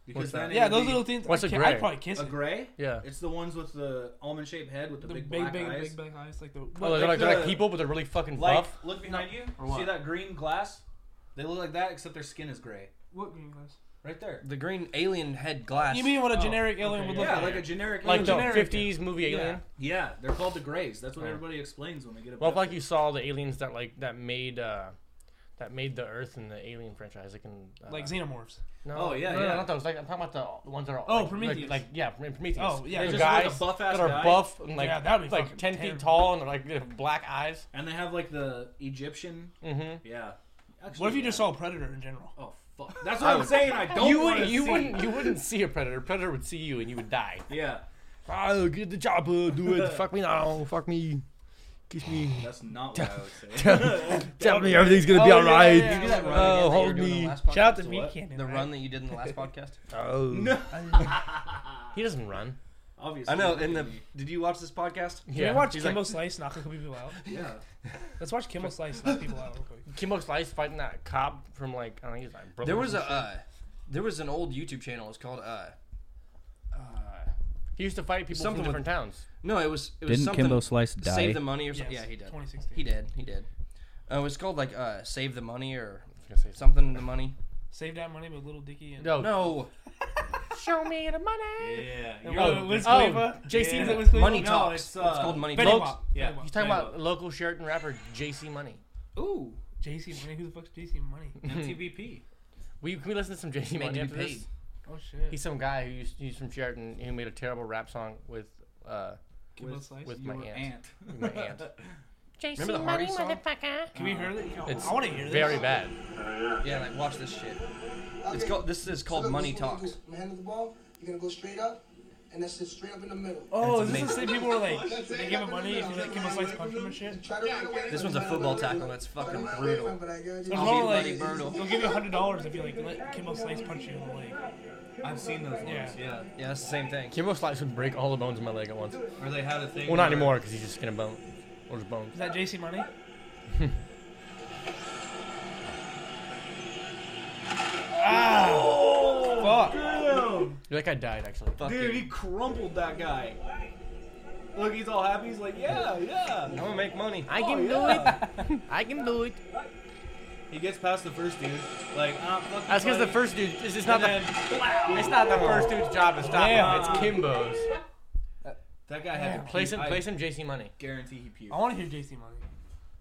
S3: Because then it
S2: Yeah,
S3: would
S2: those
S3: be-
S2: little things. What's I a can't- I'd gray? probably kiss
S3: A
S2: it.
S3: gray?
S4: Yeah.
S3: It's the ones with the almond shaped head with the,
S2: The
S3: big,
S2: big,
S3: black
S2: big,
S3: eyes.
S2: big, big eyes, like the- Oh,
S4: they're like- they're like people, but they're really fucking
S3: like,
S4: buff?
S3: Look behind
S4: No.
S3: you.
S4: Or what?
S3: See that green glass? They look like that, except their skin is gray.
S2: What green glass?
S3: Right there.
S1: The green alien head glass.
S2: You mean what a generic alien would look
S3: yeah,
S2: like?
S3: like a generic
S4: Like
S3: alien.
S4: the Generic. 50s movie
S3: Yeah.
S4: alien?
S3: Yeah, they're called the grays. That's what
S4: Yeah.
S3: everybody explains when they get a
S4: Well, if like you saw the aliens that like that made uh that made the Earth in the Alien franchise, like in uh,
S2: Like xenomorphs.
S4: No,
S2: Oh, yeah,
S4: no, no,
S2: yeah.
S4: not those. Like I'm talking about the ones that are.
S2: Oh,
S4: like- like-
S2: Prometheus.
S4: Like, yeah, Pr- Prometheus.
S2: Oh, yeah.
S4: the
S2: They just look
S4: guys
S2: like a buff-ass
S4: that are
S2: guy.
S4: buff and like
S2: Yeah, that'd be
S4: like
S2: fucking
S4: ten feet
S2: terrible.
S4: tall and they're like they have black eyes.
S3: And they have like the Egyptian.
S4: Mhm.
S3: Yeah.
S2: what if you
S3: yeah.
S2: just saw a predator in general?
S3: Oh fuck! That's what I'm saying. I don't.
S4: You
S3: wanna
S4: wouldn't. You
S3: see.
S4: wouldn't. You wouldn't see a predator. A predator would see you and you would die.
S3: Yeah.
S4: Oh, get the chopper. Do it. Fuck me now. Fuck me. Kiss me.
S3: That's not what I would say.
S4: Tell, tell me everything's gonna be
S1: Oh, yeah,
S4: alright.
S1: yeah, yeah. You do that run again that
S4: Oh,
S1: you were
S4: hold
S1: doing on the
S4: me.
S1: last Shout out podcast, to what?
S2: Weeknd,
S1: The run that you did in the last podcast?
S4: Oh.
S1: No.
S4: he doesn't run.
S1: I know. In the did you watch this podcast?
S2: Can we watch
S4: He's
S2: Kimbo
S4: like-
S2: Slice knock a couple people out?
S3: Yeah.
S2: Let's watch Kimbo Slice knock people out real quick.
S4: Kimbo Slice fighting that cop from like I don't think he's like.
S1: There
S4: Brooklyn
S1: was
S4: or
S1: a
S4: some
S1: uh, there was an old YouTube channel. It's called uh, uh
S4: He used to fight people from different towns.
S1: No, it was it was
S12: Didn't
S1: something,
S12: Kimbo Slice die?
S1: Save the money or something.
S2: Yes,
S1: yeah, he did.
S2: 2016.
S1: He did. He did. Uh, it was called like uh, save the money or something the money.
S2: Save that money with Little Dicky and
S1: No,
S4: Oh.
S1: no.
S4: Show me the money.
S3: Yeah.
S2: And
S4: you're-
S2: what, Wiz
S4: oh,
S2: Khalifa?
S4: JC
S2: Yeah.
S4: Wiz Khalifa?
S1: Money
S4: No,
S1: talks.
S4: it's,
S1: It's,
S4: uh,
S1: called money
S4: Fetty
S1: talks.
S4: Wap. Yeah, He's talking about local Sheraton rapper JC Money.
S3: Ooh,
S2: JC Money. Who the fuck's JC Money?
S3: MTVP.
S4: We can we listen to some JC
S1: Made
S4: Money
S1: to be
S4: after this?
S1: paid.
S2: Oh shit.
S4: He's some guy who used he's from Sheraton who made a terrible rap song with uh
S2: Kimbo
S4: with,
S2: Slice?
S4: with my
S3: Your
S4: aunt.
S3: aunt.
S4: With my aunt.
S7: JC
S1: Remember the
S7: Money,
S1: Hardy song?
S7: motherfucker.
S2: Can we hear it?
S1: It's
S2: I want to hear this.
S4: Very bad.
S1: Yeah, like watch this shit. It's
S13: Okay,
S1: called. This is
S13: so
S1: called
S13: look,
S1: money
S13: this is what we
S1: talks.
S13: do. I'm gonna handle the ball. You're gonna go straight up, and that's it, straight up in the middle.
S2: Oh, is
S1: It's
S2: this the
S1: amazing.
S2: same people who are like
S13: That's
S2: they
S13: it,
S2: give
S13: up
S2: him
S13: in
S2: money
S13: the
S2: if you
S13: middle.
S2: like Kimbo Slice punch him and shit?
S13: Try to run away
S1: This
S13: from
S1: one's a
S13: it,
S1: football
S13: run away
S1: tackle.
S13: from it.
S1: That's fucking
S13: Run away
S1: brutal.
S13: from it, I got
S2: There's
S13: you.
S2: no like
S1: Bloody brutal.
S2: they'll give you hundred dollars if you like let Kimbo Slice punch you in the leg.
S3: I've seen those ones. Yeah.
S2: Yeah.
S1: Yeah, that's the same thing.
S4: Kimbo Slice would break all the bones in my leg at once.
S3: Or they had a thing.
S4: Well, not
S3: where-
S4: anymore because he's just skin and bone, or just bones.
S2: Is that JC Money?
S3: Oh,
S2: Fuck.
S3: damn.
S4: That guy died actually.
S3: Dude, he crumpled that guy. Look, he's all happy. He's like, yeah,
S1: I'm
S3: yeah.
S1: gonna make money.
S4: I
S3: Oh,
S4: can
S3: yeah.
S4: do it. I can do it.
S3: He gets past the first dude. Like, ah, fuck
S4: That's because the
S3: buddy.
S4: first dude. It's, it's not
S3: And
S4: the.
S3: then, wow.
S4: It's not the first dude's job to stop
S2: Damn.
S4: him. It's Kimbo's.
S3: That guy had to
S4: Play
S3: puke.
S4: some,
S3: I
S4: play some JC money.
S3: Guarantee
S2: I
S3: he puked.
S2: want to hear JC Money.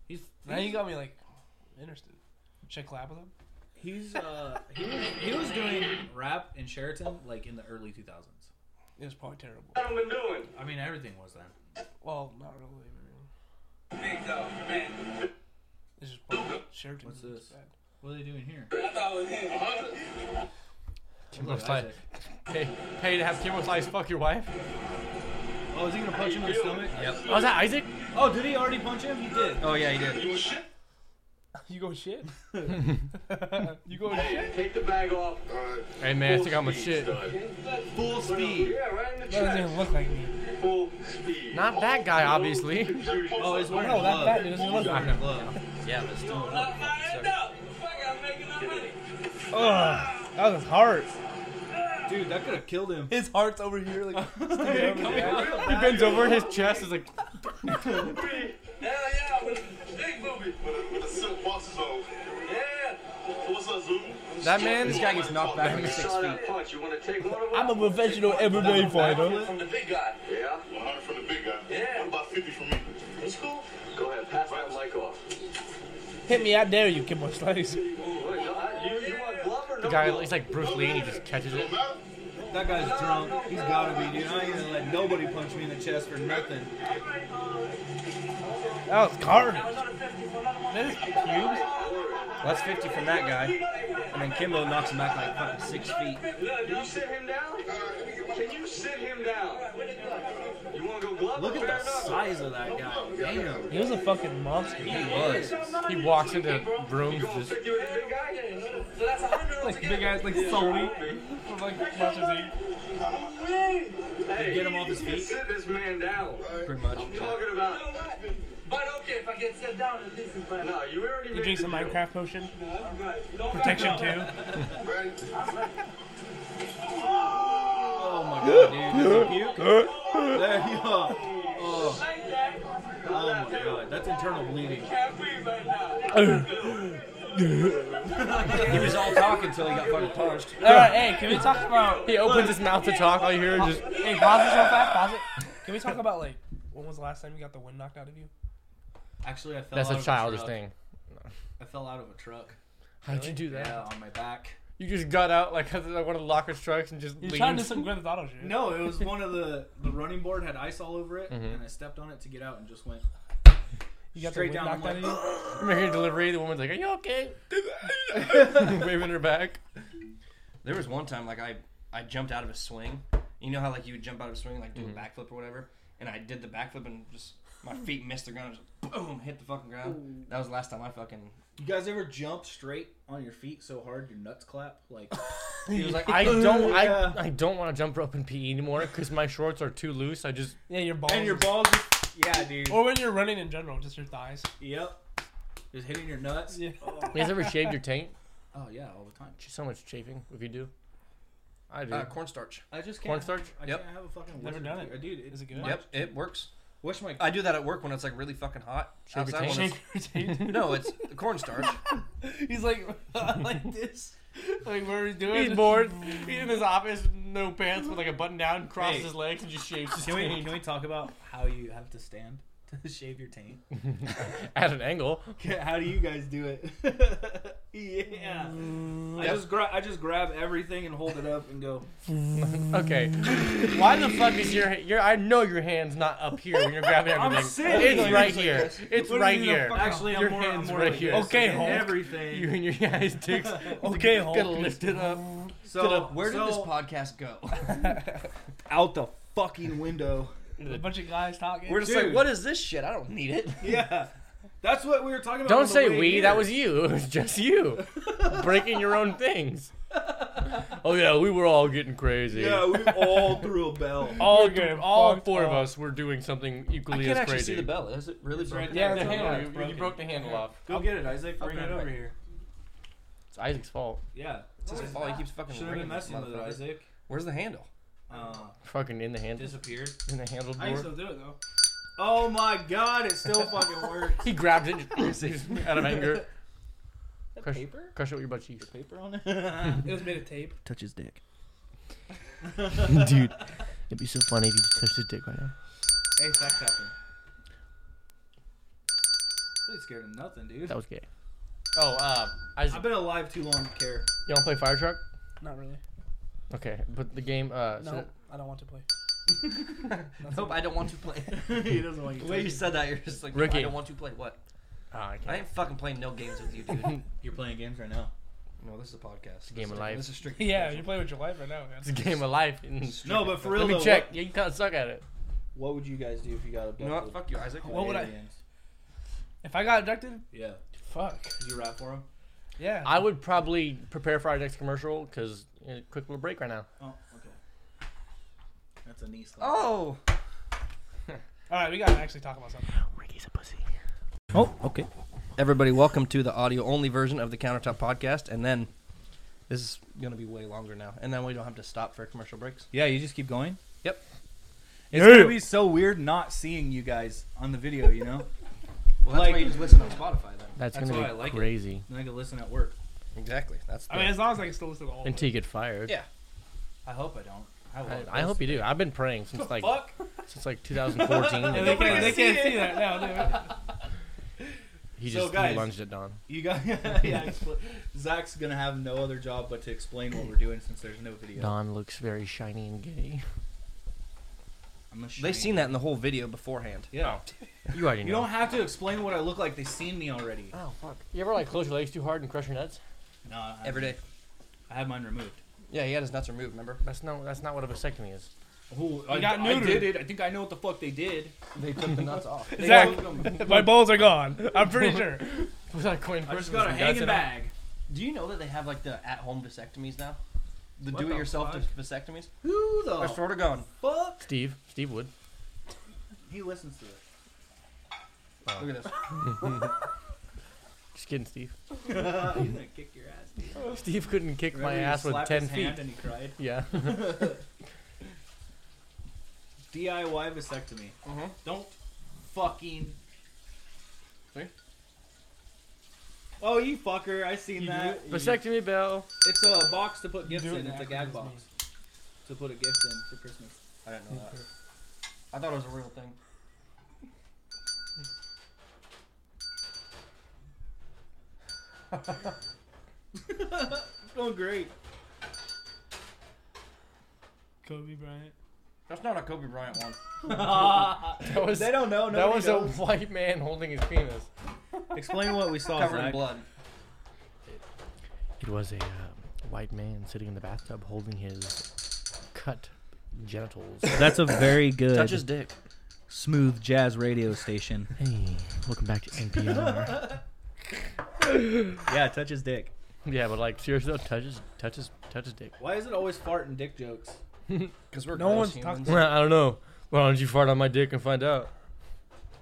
S3: He's
S2: Now you got me like interested. Should I collab with him?
S3: he's uh he was, he was doing rap in Sheraton like in the early 2000s.
S2: It was probably terrible.
S3: I mean, everything was then.
S2: Well, not really. but
S9: Big dog, man.
S2: It's just probably Sheraton.
S3: What's
S2: was
S3: this?
S2: bad.
S3: What are they doing here?
S9: I thought it was him.
S4: Kimbo Slice. Pay, pay to have Kimbo Slice fuck your wife.
S3: Oh, is he gonna punch him in the stomach?
S1: Yep.
S4: Oh, is that Isaac?
S3: Oh, did he already punch him? He did.
S1: Oh yeah, he did.
S2: You go shit. you go shit.
S5: Take the bag off.
S4: Hey man, I think I'm a shit.
S3: Full speed.
S2: That doesn't even look like me.
S4: Not that guy, obviously.
S3: Oh, he's wearing
S2: No, that
S3: a glove.
S2: fat dude doesn't
S3: He's
S2: look
S3: wearing
S2: like
S3: a glove.
S1: Yeah, but still.
S9: Lock my hand up. Fuck, I'm making no money.
S2: Ugh, that was hard.
S3: Dude, that could have killed him.
S2: His heart's over here, like
S4: He bends over and his chest is like.
S5: Hell yeah, with a big movie. With, with the silk boxes on. Yeah. What's up, Zoom?
S4: That man.
S1: This guy gets knocked back like six
S5: Saw
S1: feet.
S5: that punch. You want to take one of them?
S2: I'm a professional everyday fighter.
S5: From the big guy. Yeah. 100 from the big guy. Yeah. What about 50 from me? It's cool. Go ahead. Pass that mic off.
S2: Hit me, I dare you, Kimbo Slice.
S5: Wait, no, I- you, you want glove or no
S4: The guy,
S5: glove?
S4: he's like Bruce Lee and he just catches it.
S3: That guy's drunk. He's gotta be, dude. I ain't gonna let nobody punch me in the chest for nothing.
S2: That was hard. That is cubes.
S1: Well, that's 50 from that guy, and then Kimbo knocks him back like fucking six feet.
S5: Look, do you sit him down? Can you sit him down? You want to go glove?
S3: Look
S5: or
S3: at
S5: bare
S3: the
S5: knuckle?
S3: size of that guy. Damn.
S2: He was a fucking monster.
S1: He was.
S4: He walks into rooms just.
S5: You hit the guy?
S9: So that's a hundred dollars
S2: Like big guys, like Sony. like much as he.
S5: Hey,
S3: Get him off his
S5: you
S3: feet.
S5: Sit this man down.
S1: Pretty much.
S5: I'm talking about.
S9: But okay, if I get set down, at least it's fine.
S5: No, you already
S2: He
S5: made
S2: drinks a
S5: the deal.
S2: Minecraft potion.
S5: All right.
S2: Protection too.
S5: Ready?
S3: god, dude. Does he puke? There you are. Oh. oh my god, that's internal bleeding.
S1: he was all talk until he got fucking parched.
S7: All right, hey, can we talk about?
S4: He opens his mouth to talk. All you hear is just.
S7: Hey, pause this real fast. Pause it. Can we talk about like when was the last time you got the wind knocked out of you?
S3: Actually, I fell
S4: That's
S3: out
S4: a
S3: of
S4: childish
S3: truck.
S4: thing.
S3: I fell out of a truck.
S4: How'd you do that?
S3: Yeah, on my back.
S4: You just got out like one of the locker trucks and just
S7: You're
S4: leaned.
S7: trying to do some Grand Theft Auto shit.
S3: No, it was one of the the running board had ice all over it,
S4: Mhm.
S3: and I stepped on it to get out and just went
S7: You got the
S3: straight
S7: wind
S3: down. I'm
S7: knocked out
S3: like,
S4: You're making a delivery. The woman's like, "Are you okay?" Waving her back.
S1: There was one time like I I jumped out of a swing. You know how like you would jump out of a swing like
S3: Mm-hmm.
S1: do a backflip or whatever, and I did the backflip and just my feet missed the ground and just boom hit the fucking ground. That was the last time I fucking.
S3: You guys ever jump straight on your feet so hard your nuts clap? Like
S1: He was like,
S4: I don't.
S3: Yeah.
S4: I, I don't want to jump rope in PE anymore because my shorts are too loose. I just.
S7: Yeah, your balls.
S3: and your balls. just- Yeah, dude.
S7: Or when you're running in general, just your thighs.
S3: Yep. Just hitting your nuts.
S7: Yeah.
S3: Oh,
S4: You guys ever shaved your taint?
S3: oh, yeah, all the time.
S4: So much chafing. If you do, I do.
S1: Uh, cornstarch.
S3: I just can't.
S4: Cornstarch?
S3: I
S1: Yep.
S3: can't have a fucking.
S7: Never
S3: lizard
S7: done
S3: with
S7: it.
S3: you. dude. It,
S7: Is it good?
S1: Yep, it works.
S3: Wish my.
S1: I do that at work when it's like really fucking hot.
S4: Shave your
S1: outside
S4: taint?
S1: when it's- no, it's the cornstarch.
S7: He's like like this. Like where he's doing.
S4: He's bored. He's in his office, no pants, with like a button down, crosses
S3: Hey.
S4: his legs, and just shaves his
S3: Can we
S4: taint
S3: can we talk about how you have to stand to shave your taint?
S4: at an angle.
S3: How do you guys do it? Mm, yeah. I just grab I just grab everything and hold it up and go.
S4: Okay. Why the fuck is your your? I know your hand's not up here when you're grabbing everything.
S3: saying
S4: It's
S3: like-
S4: right
S3: it's like
S4: here.
S3: this. What
S4: It's
S3: do you
S4: right
S3: mean the
S4: here.
S3: fuck? Actually, I'm
S4: your
S3: more- I'm
S4: hand's
S3: more
S4: right
S3: like
S4: here.
S3: this.
S4: Okay,
S3: Like
S4: Hulk.
S3: everything.
S4: You and your guys dicks.
S7: Okay,
S4: Hulk.
S7: Hulk.
S4: Gotta lift it up.
S3: So
S1: Where did
S3: so-
S1: this podcast go?
S3: out the fucking window?
S7: A bunch of guys talking.
S1: We're just
S3: Dude.
S1: like, what is this shit? I don't need it.
S3: Yeah. That's what we were talking about. on
S4: Don't
S3: the
S4: say
S3: way
S4: we.
S3: here.
S4: That was you. It was just you breaking your own things. Oh yeah, we were all getting crazy.
S3: Yeah, we all threw a bell.
S4: all
S7: You're getting
S4: all
S7: fucked
S4: four of
S7: up.
S4: us were doing something
S1: I
S4: equally
S1: can't
S4: as
S1: actually
S4: crazy.
S1: see the bell. Is it really
S3: It's right
S1: broken?
S3: there. Yeah,
S4: Yeah, the
S3: it's
S4: handle.
S3: broken.
S4: you-
S3: It's
S4: you,
S3: broken.
S4: broke the handle off.
S3: Go get it, Isaac. Bring
S1: Okay.
S3: it over here.
S4: It's Isaac's fault.
S3: Yeah.
S1: It's his fault. He keeps fucking
S3: Should have been
S1: ringing this
S3: messing with it,
S1: motherfucker.
S3: Isaac.
S1: Where's the handle?
S3: Uh,
S4: Fucking in the handle.
S3: disappeared.
S4: In the handle
S7: I can
S4: board.
S7: still do it though.
S3: Oh my god, it still fucking works.
S4: He grabbed it just- out of anger. Crush,
S3: paper?
S4: crush it with your butt cheeks.
S3: Paper on it?
S7: It was made of tape.
S12: Touch his dick.
S4: Dude, it'd be so funny if you just touched his dick right now.
S3: Hey, sex happened. Really scared of nothing, dude.
S4: That was gay. Oh, uh, Isaac,
S3: I've been alive too long to care.
S4: you want to play Fire Truck?
S7: Not really.
S4: Okay, but the game, uh,
S7: No,
S4: so-
S7: I don't want to play.
S1: Nope, I don't want to play.
S3: he doesn't want
S1: the way you said that, you're just like,
S4: Ricky.
S1: I don't want to play what?
S4: Ah, I
S1: I
S4: can't.
S1: ain't fucking playing no games with you, dude.
S3: You're playing games right now.
S1: no, this is a podcast. This
S4: Game
S1: is-
S4: of life.
S1: This is strict.
S7: Yeah, you're playing with your life right now,
S4: It's
S7: man.
S4: a game of life. and-
S3: No, but for real
S4: Let me
S3: though,
S4: check. Yeah, you kind of suck at it.
S3: What, what would you guys do if you got
S1: You
S3: abducted?
S1: know what? Fuck you, Isaac.
S3: by
S7: What would I-
S3: aliens?
S7: If I got abducted,
S3: Yeah.
S7: fuck.
S3: Did you rap for him?
S7: Yeah.
S4: I would probably prepare for our next commercial because quick little break right now.
S3: Oh, okay. That's a knee slap.
S1: Oh!
S7: All right, we gotta actually talk about something.
S4: Ricky's a pussy.
S12: Oh, okay.
S1: Everybody, welcome to the audio only version of the Countertop Podcast. And then this is going to be way longer now. And then we don't have to stop for commercial breaks.
S3: Yeah, you just keep going.
S1: Yep.
S3: It's
S4: Yeah.
S3: gonna be so weird not seeing you guys on the video, you know?
S1: Well, that's
S3: Like-
S1: why you just listen on Spotify then.
S4: That's,
S3: That's
S4: gonna
S3: why
S4: be
S3: I like it.
S4: crazy
S3: then I can listen at work.
S1: Exactly. That's the
S7: I mean, as long as I can still listen to all. of it.
S4: until you get fired.
S1: Yeah.
S3: I hope I don't.
S4: I, I hope you do. I've been praying since like
S3: Fuck.
S4: since like 2014.
S7: Yeah, they
S3: Nobody
S7: can't, they
S3: can
S7: can't
S3: see
S7: see that now. dude.
S4: he
S3: So,
S4: just
S3: guys-
S4: he lunged at Don.
S3: You got yeah. Expl- Zach's gonna have no other job but to explain what we're doing since there's no video.
S4: Don looks very shiny and gay.
S3: I'm ashamed.
S1: They've seen Oh, that in the whole video beforehand.
S3: Yeah.
S4: You already know.
S3: You don't have to explain what I look like. They've seen me already.
S4: Oh fuck! You ever like close your legs too hard and crush your nuts?
S3: No, I haven't.
S1: Every day.
S3: I had mine removed.
S1: Yeah, he had his nuts removed, remember?
S4: That's not that's not what a vasectomy is.
S3: Ooh, I
S7: got
S3: I
S7: neutered.
S3: did it. I think I know what the fuck they did.
S1: They took the nuts off.
S3: They
S7: Zach.
S3: removed 'em.
S7: My balls are gone. I'm pretty sure.
S4: Was that a coin
S3: I
S4: purse
S3: just
S4: with
S3: got a
S4: some guts in
S3: hanging
S4: it?
S3: bag.
S1: Do you know that they have like the at home vasectomies now? The
S3: What the
S1: do it yourself
S3: fuck?
S1: vasectomies?
S3: Who
S1: I
S3: the
S1: swear to God.
S3: fuck?
S4: Steve, Steve Wood.
S3: He listens to it.
S1: Look at this.
S4: Just kidding, Steve.
S3: He's gonna kick your ass. dude.
S4: Steve couldn't kick
S3: Remember
S4: my
S3: you
S4: ass with
S3: slapped
S4: ten
S3: his
S4: feet.
S3: hand and he cried.
S4: Yeah.
S12: DIY vasectomy.
S1: Mm-hmm.
S12: Don't fucking. Oh, you fucker! I seen that.
S14: Vasectomy bell.
S12: It's a box to put gifts
S14: do it
S12: in.
S14: in
S12: It's a
S14: acronyms,
S12: gag box to put a gift in for Christmas.
S1: I didn't know that. I thought it was a real thing.
S12: Going Oh, great.
S14: Kobe Bryant.
S1: That's not a Kobe Bryant one.
S14: that was,
S12: They don't know,
S14: That
S12: nobody
S14: was
S12: knows.
S14: a white man holding his penis.
S12: Explain what we saw,
S1: Covered in
S12: Oh, Zach.
S1: blood.
S4: It was a uh, white man sitting in the bathtub holding his cut genitals.
S15: That's a very good.
S4: Touch his dick.
S15: Smooth jazz radio station.
S4: Hey, welcome back to NPR.
S15: yeah, touch his dick.
S4: yeah, but like seriously, though, touch his touch his touch his dick.
S12: Why is it always fart and dick jokes?
S1: Because we're
S12: No
S1: gross
S12: one's
S1: humans.
S4: Well, I don't know. Why don't you fart on my dick and find out?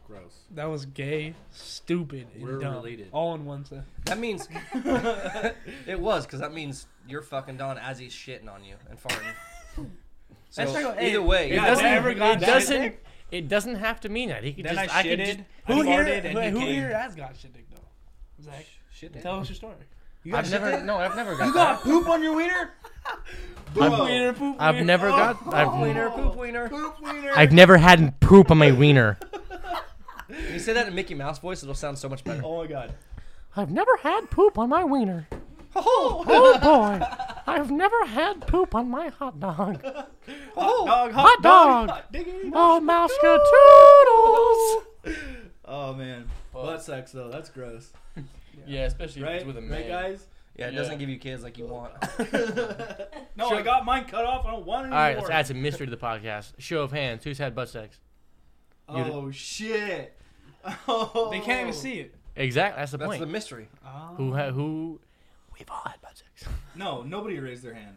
S12: Gross.
S2: That was gay, stupid, and
S12: We're
S2: dumb.
S12: related.
S2: All in one set.
S1: That means it was because that means you're fucking Don as he's shitting on you and farting. So
S14: That's not- hey,
S1: either way,
S14: it doesn't.
S2: never got
S14: it
S2: that
S14: doesn't.
S2: dick.
S4: It doesn't have to mean that. He could
S14: Then
S4: just.
S14: I
S4: could
S14: shitted,
S4: just.
S2: Who
S14: farted
S2: here?
S14: and
S2: wait,
S14: he
S2: who
S14: came.
S2: here has got shit dick though? Zach,
S12: shit
S2: dick. Tell us your story.
S4: I've never. No, I've never got.
S2: You
S12: Ah,
S4: that.
S2: got poop on your wiener?
S4: I've-
S2: wiener, poop
S4: I've
S2: wiener.
S4: never got-
S2: Oh,
S4: I've-
S2: wiener, poop
S1: wiener,
S2: poop wiener.
S4: I've never had poop on my wiener.
S1: If you say that in Mickey Mouse voice, it'll sound so much better.
S12: Oh my god.
S4: I've never had poop on my wiener. Oh, oh boy. I've never had poop on my hot dog.
S12: Oh, dog,
S4: hot, dog.
S12: diggity,
S4: Oh, Mouse
S12: Oh man, butt sex though. That's gross.
S14: Yeah, especially if
S12: Right?
S14: it's with a man.
S12: Right, guys.
S1: Yeah, it
S14: Yeah.
S1: doesn't give you kids like you want.
S12: No, I got mine cut off. I don't want it
S4: All right,
S12: anymore.
S4: let's add some mystery to the podcast. Show of hands. Who's had butt sex? You d-
S12: oh shit. Oh.
S2: They can't even see it.
S4: Exactly. That's the
S1: That's
S4: point.
S1: the mystery.
S4: who? Ha- who? We've all had butt sex.
S12: No, nobody raised their hand.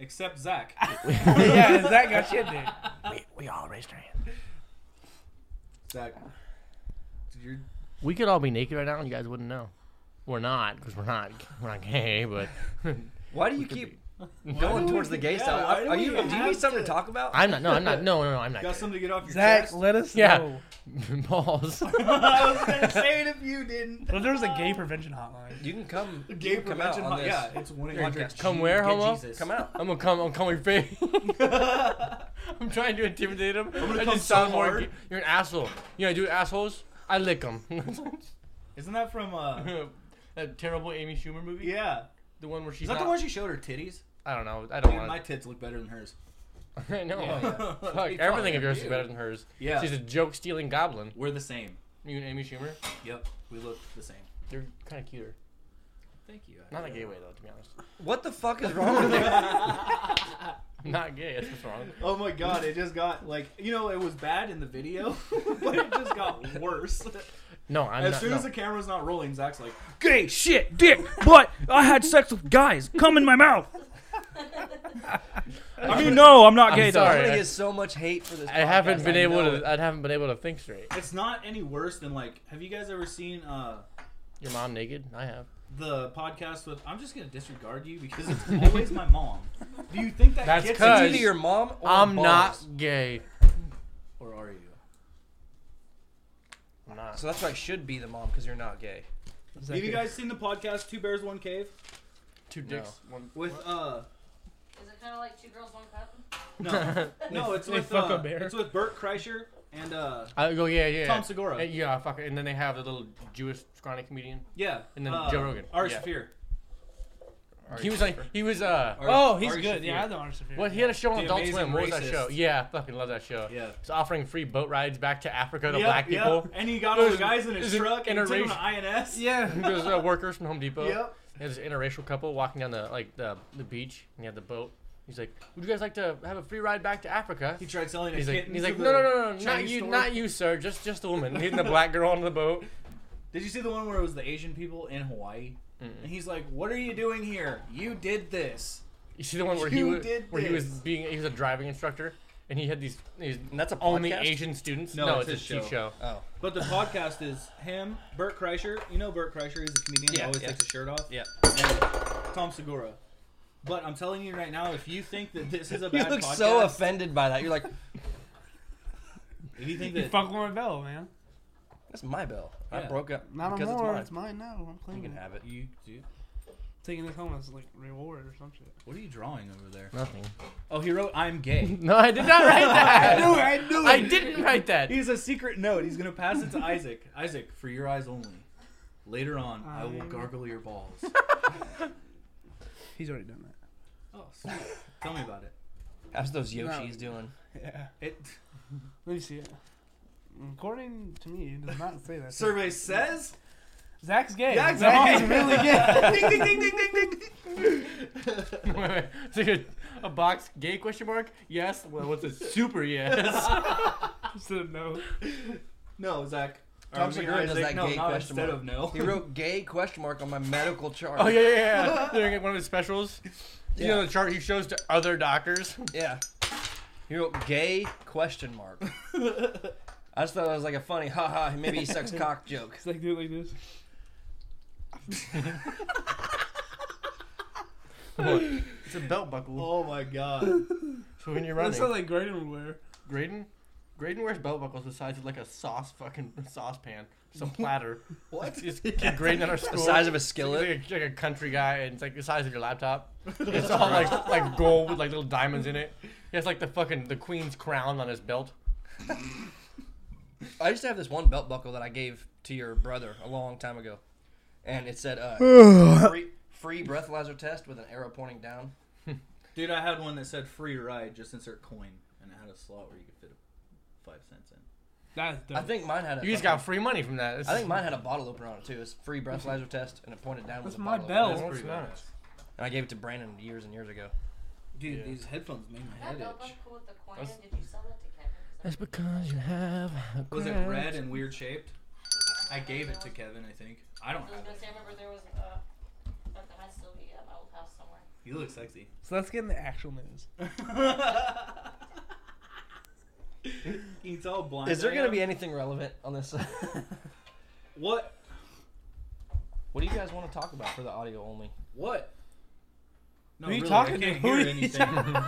S12: Except Zach.
S2: yeah, Zach got shit dick.
S4: We, we all raised our hand.
S12: Zach. Did your
S4: We could all be naked right now, and you guys wouldn't know. We're not, because we're not. We're not gay, but
S1: Why do you keep going towards the gay side? Are, you? Do you need something to talk about?
S4: I'm not. No, I'm not. No, no, no, I'm not.
S12: got
S4: gay.
S12: something to get off your
S2: Zach,
S12: chest?
S2: let us
S4: Yeah,
S2: know.
S4: balls.
S12: I was gonna say it if you didn't.
S2: But there's a gay prevention hotline.
S1: You can come.
S12: Gay
S1: you can come out
S12: prevention
S1: on
S12: hot-
S1: this.
S12: yeah, it's one eight hundred.
S1: podcast.
S4: Come where,
S12: Get
S4: homo?
S12: Jesus.
S1: Come out.
S4: I'm gonna come. I'm coming big. I'm trying to intimidate him. I'm
S12: gonna
S4: I
S12: come
S4: just
S12: so
S4: sound more.
S12: hard.
S4: ge- You're an asshole. You know, do assholes. I lick them.
S12: Isn't that from uh?
S4: that terrible Amy Schumer movie.
S12: Yeah.
S4: The one where she's
S12: Is that
S4: not.
S12: the one she showed her titties?
S4: I don't know. I don't
S12: Dude, my
S4: want.
S12: tits look better than hers.
S4: to I know.
S12: Yeah.
S4: Fuck,
S12: It's
S4: everything
S12: all
S4: of yours is
S12: you.
S4: better than hers.
S12: Yeah.
S4: She's a joke stealing goblin.
S12: We're the same.
S4: You and Amy Schumer,
S12: Yep, we look the same.
S4: they're kind of cuter.
S12: Thank you.
S4: Not in a gay way though, to be honest.
S1: What the fuck is wrong with you?
S4: I'm not gay. That's what's wrong.
S12: Oh my god, it just got like you know it was bad in the video, but it just got worse.
S4: No, I'm
S12: as
S4: not.
S12: soon
S4: no.
S12: as the camera's not rolling, Zach's like,
S15: Gay shit, dick, but I had sex with guys. Come in my mouth. I mean, no, I'm not
S4: I'm
S15: gay
S1: I'm
S4: sorry.
S1: gonna
S4: I-
S1: get so much hate for this.
S4: I haven't
S1: podcast,
S4: been
S1: I
S4: able
S1: know
S4: to.
S1: it.
S4: I haven't been able to think straight.
S12: it's not any worse than like. Have you guys ever seen uh
S4: Your mom naked? I have.
S12: the podcast with? I'm just gonna disregard you because it's always my mom. Do you think that
S4: That's
S12: gets
S1: It's
S4: cuz-
S12: into
S1: either your mom or
S12: Oh,
S4: I'm
S1: balls.
S4: not gay.
S12: or are you?
S4: I'm not.
S1: So that's why I should be the mom because you're not gay.
S12: Have you guys seen the podcast Two Bears One Cave
S4: Two dicks. One.
S12: with uh?
S11: Is it kind of like two girls, one cup?
S12: No, no, it's
S2: They
S12: with
S2: fuck
S12: uh,
S2: a bear.
S12: it's with Burt Kreischer and uh,
S4: I go yeah yeah.
S12: Tom Segura.
S4: Yeah, yeah fuck. it. And then they have the little Jewish scrawny comedian.
S12: yeah,
S4: And then
S12: uh,
S4: Joe Rogan.
S12: Ari
S4: Yeah.
S12: Shaffir.
S4: He was like he was uh.
S2: Oh, he's
S1: Ari
S2: good.
S1: Shaffir.
S2: Yeah, I know Ari Shaffir.
S4: What he had a show on
S12: The
S4: Adult
S12: Amazing
S4: Swim. What was that
S12: Racist.
S4: show? Yeah, I fucking love that show.
S12: Yeah.
S4: It's offering free boat rides back to Africa to
S12: Yep,
S4: black
S12: yep.
S4: people.
S12: And he got all the
S4: There's-
S12: guys in
S4: there's
S12: his
S4: an
S12: truck and he took them to
S4: interracial-
S12: INS.
S4: Yeah, there's uh, workers from Home Depot.
S12: Yep.
S4: And there's an interracial couple walking down the like the, the beach, and he had the boat. He's like, "Would you guys like to have a free ride back to Africa?"
S12: He tried selling a
S4: He's like,
S12: kitten
S4: he's
S12: to
S4: like,
S12: the
S4: "No, no, no, no, not
S12: Chinese
S4: you,
S12: store."
S4: not you, sir. Just just a woman." He's the black girl on the boat.
S12: Did you see the one where it was the Asian people in Hawaii? And he's like, "What are you doing here? You did this."
S4: You see the one where he
S12: You
S4: was
S12: did
S4: where he was
S12: this.
S4: being he was a driving instructor, and he had these these
S1: And that's a
S4: only
S1: podcast?
S4: Asian students.
S12: No, it's
S4: it's,
S12: his
S4: a show.
S12: show.
S4: show.
S1: Oh,
S12: But the podcast is him, Bert Kreischer. You know Bert Kreischer. He's a comedian.
S1: Yeah,
S12: that always
S1: yeah.
S12: takes a shirt off.
S1: Yeah.
S12: And Tom Segura.
S3: But I'm telling you right now, if you think that this is a
S1: You
S3: bad
S1: look
S3: podcast,
S1: so offended by that. You're like,
S3: if you think
S2: You
S3: that
S2: fuck with my bell, man.
S1: That's my bell. I
S2: Yeah.
S1: broke up
S2: Not
S1: because it's
S2: anymore.
S1: mine.
S2: It's mine now. I'm playing
S1: You can
S2: it.
S1: have it.
S3: You do.
S2: Taking this home as like reward or some shit.
S3: What are you drawing over there?
S4: Nothing.
S3: Oh, he wrote "I'm gay."
S4: No, I did not write that.
S3: I knew it. I knew it.
S4: I didn't write that.
S3: He's a secret note. He's gonna pass it to Isaac. Isaac, for your eyes only. Later on, i will
S2: I'm-
S3: gargle your balls.
S2: He's already done that.
S3: oh, sweet. Tell me about it.
S1: How's those
S2: No.
S1: Yoshis doing?
S2: Yeah.
S3: It
S2: Let me see it. According to me, it does not say that.
S3: survey says
S2: Zach's gay.
S3: Zach's
S2: Zach's
S3: gay.
S2: really gay.
S3: Ding, ding, ding, ding, ding, ding.
S4: Wait, wait. It's like a, a box gay question mark? Yes. Well, what's a super yes?
S2: Instead of no.
S3: no, Zach. Or
S1: Tom
S3: me,
S1: Segura does
S3: Isaac,
S1: that
S3: no,
S1: gay
S3: not
S1: question
S3: instead
S1: mark.
S3: of no.
S1: He wrote gay question mark on my medical chart.
S4: oh yeah, yeah, yeah. During one of his specials, you know
S1: Yeah.
S4: the chart he shows to other doctors.
S1: Yeah. He wrote gay question mark. I just thought it was like a funny haha maybe he sucks cock joke.
S2: It's like do it like this.
S4: it's a belt buckle.
S3: Oh my god.
S4: So when you're running,
S2: That's not like Graydon would wear.
S4: Graydon, Graydon wears belt buckles the size of like a sauce fucking saucepan, some platter.
S1: What?
S4: It's, it's a Graydon at our
S1: The
S4: school.
S1: size of a
S4: It's
S1: skillet?
S4: Like a, like a country guy, and it's like the size of your laptop. It's all like like gold with like little diamonds in it. He has like the fucking the queen's crown on his belt.
S1: I used to have this one belt buckle that I gave to your brother a long time ago, and it said uh, free, free breathalyzer test with an arrow pointing down.
S3: Dude, I had one that said free ride, just insert coin, and it had a slot where you could fit a five cents in.
S2: That's dope.
S1: I think mine had. A
S4: You just got
S1: fucking-
S4: free money from that. It's-
S1: I think mine had a bottle opener on it too. It's free breathalyzer test, and it pointed down. with
S2: That's
S1: a
S2: my
S1: bottle
S2: bell.
S1: opener.
S4: No, it's
S3: pretty
S4: not.
S3: badass.
S1: And I gave it to Brandon years and years ago.
S3: Dude, these headphones made my
S11: That
S3: head
S11: belt
S3: itch.
S11: buckle with the coin.
S1: That's-
S11: Did you sell that to Kevin?
S4: That's
S11: 'Cause
S4: because you have. A
S3: Was it
S4: crown.
S3: red and weird shaped?
S11: I
S3: I
S11: think
S3: gave
S11: remember
S3: it to
S11: there
S3: Kevin, I think. I don't
S11: was- I was
S3: have
S11: gonna
S3: it.
S11: say, I remember there was uh, that that might still be at my old house somewhere.
S3: You look sexy.
S2: So let's get in the actual news.
S3: He's all blind.
S1: Is there
S3: right
S1: gonna
S3: now.
S1: be anything relevant on this?
S3: what?
S1: what do you guys want to talk about for the audio only?
S3: What? No,
S2: Who you
S3: really,
S2: talking
S3: I
S2: to?
S3: can't
S2: Who
S3: hear
S2: you
S3: anything.
S2: I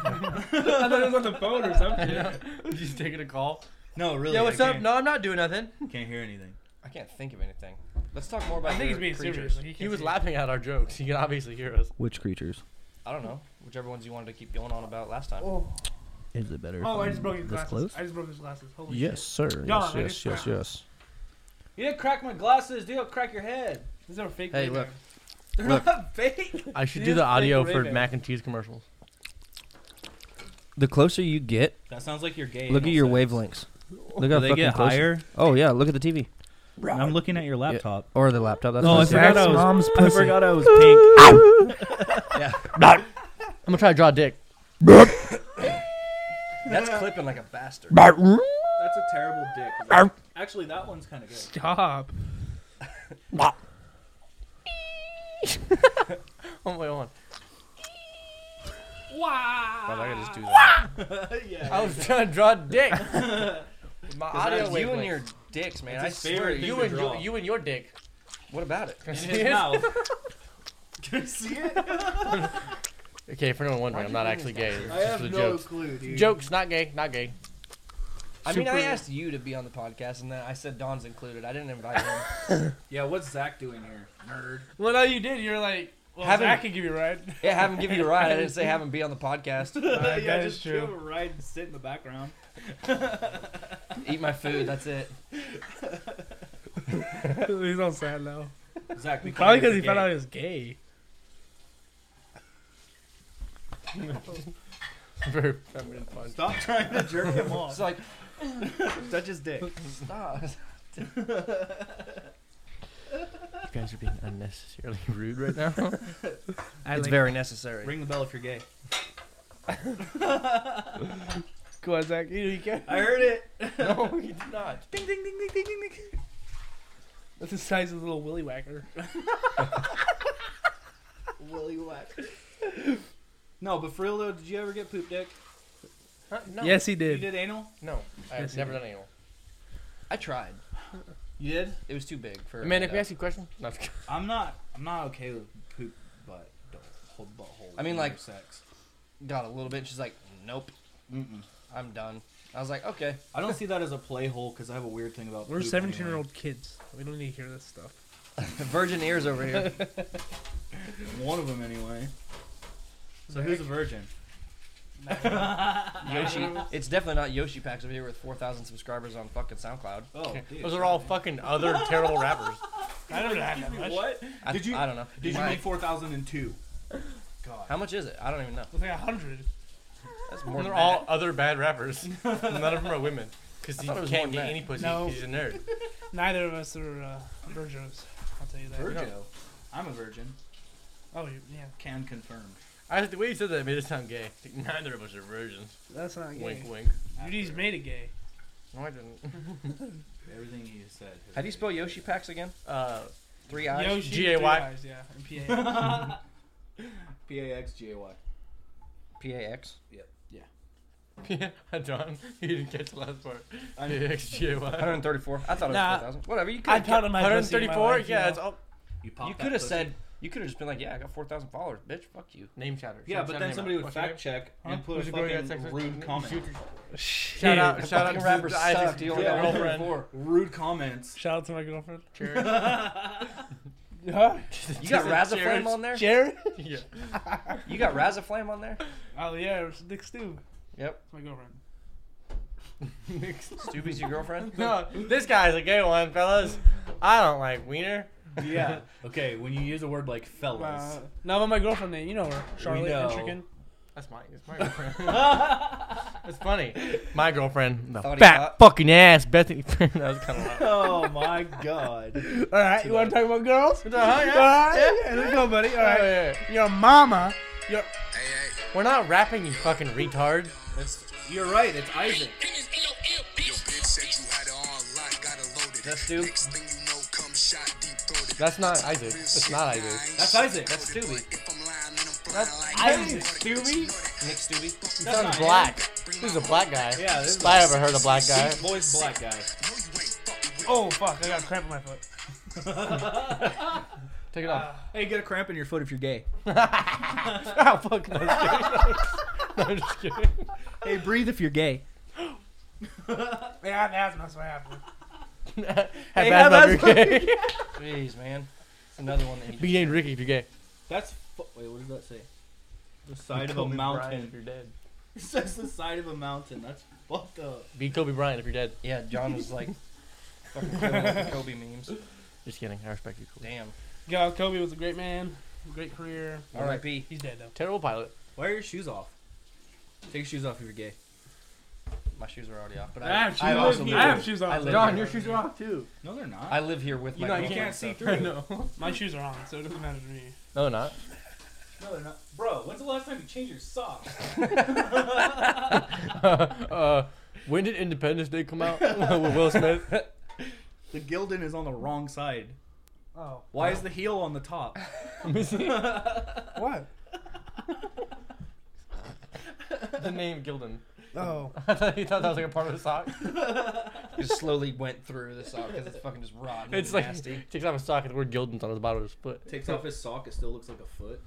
S2: thought it was on the phone or something.
S4: You just taking a call.
S3: no, really.
S4: Yeah,
S3: I
S4: what's up?
S3: can't-
S4: No, I'm not doing nothing.
S3: Can't hear anything.
S1: I can't think of anything. Let's talk more about.
S2: I think he's
S1: your
S2: being
S1: creatures.
S2: serious. Like,
S4: He was
S2: laughing.
S4: laughing at our jokes. He can obviously hear us.
S12: Which creatures?
S1: I don't know. Whichever ones you wanted to keep going on about last time.
S2: Oh,
S12: Is it better?
S2: oh,
S12: if
S2: I
S12: I'm
S2: just broke his
S12: this
S2: glasses.
S12: close?
S2: I just broke his glasses. Holy
S12: Yes,
S2: shit.
S12: sir.
S2: John,
S12: Yes,
S2: I
S12: yes,
S2: just
S12: yes,
S2: found-
S12: yes.
S3: You didn't crack my glasses, dude. I'll crack your head.
S2: These are fake.
S12: Hey,
S2: Ray-Bans.
S12: look.
S3: They're
S12: Look.
S3: not fake.
S4: I should
S2: He
S4: do
S2: is
S4: the audio
S2: fake
S4: for
S2: Ray-Ban.
S4: mac and cheese commercials.
S12: The closer you get,
S3: That sounds like you're gay.
S12: look at your wavelengths. Look how fucking close. Oh yeah, look at the TV
S3: I'm looking at your laptop.
S12: or the laptop. That's
S3: No,
S12: what
S3: Oh, I
S12: I'm saying.
S3: forgot I was.
S16: mom's
S3: I
S16: pussy.
S3: forgot I was pink.
S4: I'm gonna try to draw a dick.
S1: That's clipping like a bastard.
S3: That's a terrible dick. Actually, that one's kind of good.
S2: Stop.
S4: Oh my god.
S1: Why did I could just do that?
S3: yeah.
S4: I was trying to draw a dick. my audio
S1: Audio you and
S4: wavelength.
S1: your dicks, man.
S3: It's
S1: I
S3: his
S1: swear. You,
S3: favorite thing.
S4: you
S3: to
S4: and your,
S3: draw.
S4: you and your dick.
S1: what about it?
S4: Can I
S3: In
S4: see
S3: his
S4: it?
S3: mouth. Can you see it?
S4: Okay, for anyone wondering, I'm not actually gay. It's just a joke.
S3: clue, dude.
S4: Jokes, not gay, not gay.
S1: I mean, I
S4: Super-
S1: asked you to be on the podcast, and then I said Don's included. I didn't invite him.
S3: Yeah, what's Zach doing here? Nerd.
S2: Well, no, you did. You're like, well,
S1: Haven't-
S2: Zach can give you a ride.
S1: yeah, have him give you a ride. I didn't say have him be on the podcast.
S2: that
S3: yeah,
S2: is
S3: just
S2: true.
S3: chill, ride, and sit in the background.
S1: Eat my food. That's it.
S2: He's all sad now.
S3: Zach, we
S2: Probably because he found out he was gay.
S4: Very feminine punch.
S3: Stop trying to jerk him
S1: It's
S3: off.
S1: like
S3: Touch his dick.
S1: stop.
S4: You guys are being unnecessarily rude right now.
S1: it's very necessary.
S3: Ring the bell if you're gay.
S2: Go on, Zach. You, you can't.
S3: I heard it.
S1: no, you did not.
S3: Ding, ding, ding, ding, ding, ding, ding.
S2: That's the size of a little willy whacker.
S3: Willy whack. No, but for real though, did you ever get poop dick?
S4: Huh? No.
S2: Yes, he
S3: You
S2: did.
S3: did anal?
S4: No. I've
S2: Yes, you
S4: never
S2: did.
S4: done anal.
S1: I tried.
S3: You did?
S1: It was too big for.
S4: Man,
S1: a
S4: if we ask you a question, no, I'm just kidding.
S3: I'm not. I'm not okay with poop, but whole butthole.
S1: I mean,
S3: when you
S1: like,
S3: have sex.
S1: got a little bit. She's like, nope,
S3: Mm-mm.
S1: I'm done. I was like, okay.
S3: I don't see that as a play hole because I have a weird thing about.
S1: We're
S3: poop
S1: 17
S3: anyway.
S1: year
S12: Old kids. We don't need to hear this stuff.
S1: Virgin ears over here.
S3: One of them, anyway. So who's a virgin?
S1: Yoshi. It's definitely not Yoshi Packs over here with 4,000 subscribers on fucking SoundCloud.
S3: Oh, dude.
S4: Those are all fucking other terrible rappers.
S1: I don't have that
S3: Excuse me,
S1: much.
S3: What?
S1: I-
S3: did you?
S1: I don't know.
S3: Did you
S1: My-
S3: make four thousand and two?
S1: How much is it? I don't even know.
S12: It's like a hundred.
S1: That's
S4: And
S1: more
S4: they're
S1: than
S4: all
S1: that.
S4: other bad rappers. None of them are women. Because
S12: I
S4: he
S12: thought it was
S4: can't
S12: more
S4: get
S12: men.
S4: any pussy.
S12: No.
S4: He's a nerd.
S12: Neither of us are uh, Virgos. I'll tell you that.
S3: Virgo. I'm a virgin.
S12: Oh, you- yeah.
S3: Can confirm.
S4: I, the way you said that made it sound gay. Neither of us are virgins.
S12: That's not gay.
S4: Wink, wink.
S12: You just made it gay.
S4: No, I didn't.
S3: Everything he said. has
S1: How do you
S3: been-
S1: spell Yoshi Packs again?
S4: Uh,
S1: three eyes.
S12: Yoshi,
S4: G A Y.
S12: three eyes, yeah, and P A X.
S3: P A X G A Y.
S1: P A X.
S3: Yep. Yeah.
S4: Yeah, Don, you didn't catch the last part.
S1: I-
S4: PXGY.
S1: 134. I thought it was
S4: Nah.
S1: 4,000. Whatever. You could
S4: I pounded my pussy in my 134? life, Yeah, you know. it's
S1: all.
S4: all-
S1: You,
S4: You popped Oh, that
S1: could have
S4: pussy.
S1: said. You could have just been like, "Yeah, I got 4,000 followers, bitch. Fuck you."
S4: Name chatter.
S3: Yeah, but then somebody would fact check and put a fucking rude comment.
S4: Shout out, shout out
S3: Fucking
S4: to
S3: rappers
S4: the Isaac's
S3: suck, dude.
S4: girlfriend.
S3: Yeah. Rude comments.
S12: Shout out to my girlfriend.
S4: Cheers.
S12: Huh?
S1: You got Razaflame on there?
S12: Jared?
S4: Yeah.
S1: You got Razaflame on there?
S12: Oh yeah, it's Nick Stu.
S1: Yep.
S12: It's my girlfriend.
S1: Stupid's your girlfriend?
S4: No, this guy's a gay one, fellas. I don't like wiener.
S3: yeah. Okay, when you use a word like fellas.
S12: Uh, no, but my girlfriend name, you know her, Charlotte
S3: know.
S12: Intrican.
S4: That's mine. It's my girlfriend. That's funny. My girlfriend, the
S12: Thought he
S4: fat
S12: thought-
S4: fucking ass Bethany. that was kind of loud.
S3: oh my god.
S12: All right, you want to talk about girls? All
S4: yeah,
S12: right, yeah,
S4: yeah.
S12: let's go, buddy. All right,
S4: Oh, yeah,
S12: your mama, your
S4: We're not rapping, you fucking retard.
S3: That's, you're right. It's Isaac.
S1: That's dude.
S4: That's not Isaac. That's not Isaac.
S3: That's Isaac. That's Stewie.
S4: That's
S3: Isaac. Stewie?
S1: Nick Stewie.
S4: He
S3: That's
S4: sounds
S3: not
S4: black. Who's a black guy?
S3: Yeah, this
S4: If
S3: is
S4: I ever heard a black guy.
S3: Deep voice black guy.
S12: Oh fuck, I got cramp in my foot.
S4: Take it off.
S3: Hey, get a cramp in your foot if you're gay.
S4: oh fuck, no, I'm just kidding. No, I'm just kidding.
S3: Hey, breathe if you're gay.
S12: yeah, I have asthma, that's what happened.
S4: have
S1: Hey,
S4: asthma
S1: have
S4: if you're
S1: asthma.
S4: gay.
S1: Jeez, man. It's another one that he.
S4: Be named Ricky if you're gay.
S3: That's fu- wait. What does that say? The side of
S4: Kobe
S3: a
S4: Bryant
S3: mountain.
S4: if you're dead.
S3: It says the side of a mountain. That's fucked up.
S4: Be Kobe Bryant if you're dead.
S1: Yeah, John was like, fucking killing it with Kobe memes.
S4: Just kidding. I respect you, Kobe.
S1: Damn.
S12: God, Kobe was a great man, great career.
S1: R.I.P.
S12: He's dead though.
S4: Terrible pilot.
S3: Why are your shoes off? Take your shoes off if you're gay.
S1: My shoes are already off, but
S12: I
S1: I,
S12: have shoes
S1: I
S12: on.
S1: also
S12: I
S1: live
S12: have
S1: here.
S12: shoes on.
S1: I live
S12: John,
S1: here.
S12: your
S4: shoes are off too.
S3: No, they're not.
S1: I live here with my.
S4: know, you
S1: girlfriend,
S4: can't
S1: so-
S4: see through.
S3: no.
S12: My shoes are on, so it doesn't matter to me.
S4: No, they're not.
S3: No, they're not. Bro, when's the last time you changed your socks?
S4: uh, when did Independence Day come out with Will Smith?
S3: the Gildan is on the wrong side.
S12: Oh,
S3: Why is the heel on the top?
S4: Let me see.
S12: what?
S4: the name Gildan.
S12: Oh,
S4: I thought you thought that was like a part of the sock.
S1: Just slowly went through the sock because it's fucking just rotten.
S4: It's
S1: It's
S4: like
S1: nasty.
S4: takes off a sock and the word Gildan's on his bottom of his foot.
S3: Takes off his sock, it still looks like a foot.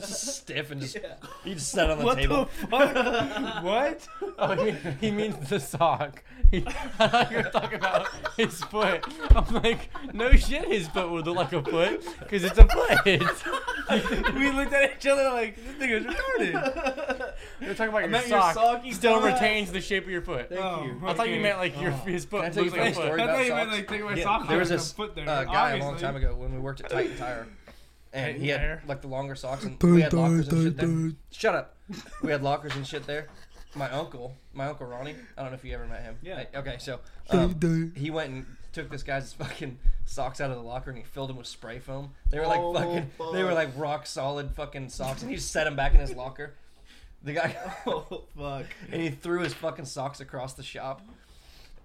S1: just stiff and just
S3: Yeah.
S1: he just sat on the
S12: what
S1: table.
S12: the fuck? what?
S4: Oh, he, he means the sock. He, I thought you were talking about his foot. I'm like, no shit, his foot would look like a foot because it's a foot.
S12: we looked at each other like this nigga's retarded.
S4: You're talking about
S3: I
S4: your
S3: meant your
S4: sock.
S3: sock, you
S4: still
S3: dumbass.
S4: retains the shape of your foot.
S3: Thank
S12: Oh,
S3: you.
S4: I thought you
S12: okay.
S4: meant like your
S12: Oh.
S4: his
S1: Can I
S4: foot
S1: tell you
S4: looks
S1: a
S4: like
S1: funny
S4: a foot.
S1: story
S12: I
S1: about
S12: thought you meant
S1: socks?
S12: like take my
S1: Yeah,
S12: sock off.
S1: there was
S12: and
S1: this
S12: put there.
S1: uh,
S12: like,
S1: guy a long
S12: obviously.
S1: time ago when we worked at Titan Tire, and he had
S12: Tire?
S1: like the longer socks and we had lockers and shit there. Shut up. We had lockers and shit there. My uncle, my uncle Ronnie. I don't know if you ever met him.
S3: Yeah.
S1: I- okay, so um, he went and took this guy's fucking socks out of the locker and he filled them with spray foam. They were like
S3: Oh,
S1: fucking. They were
S3: fuck.
S1: like rock solid fucking socks, and he just set them back in his locker. The guy.
S3: Oh, fuck.
S1: and he threw his fucking socks across the shop.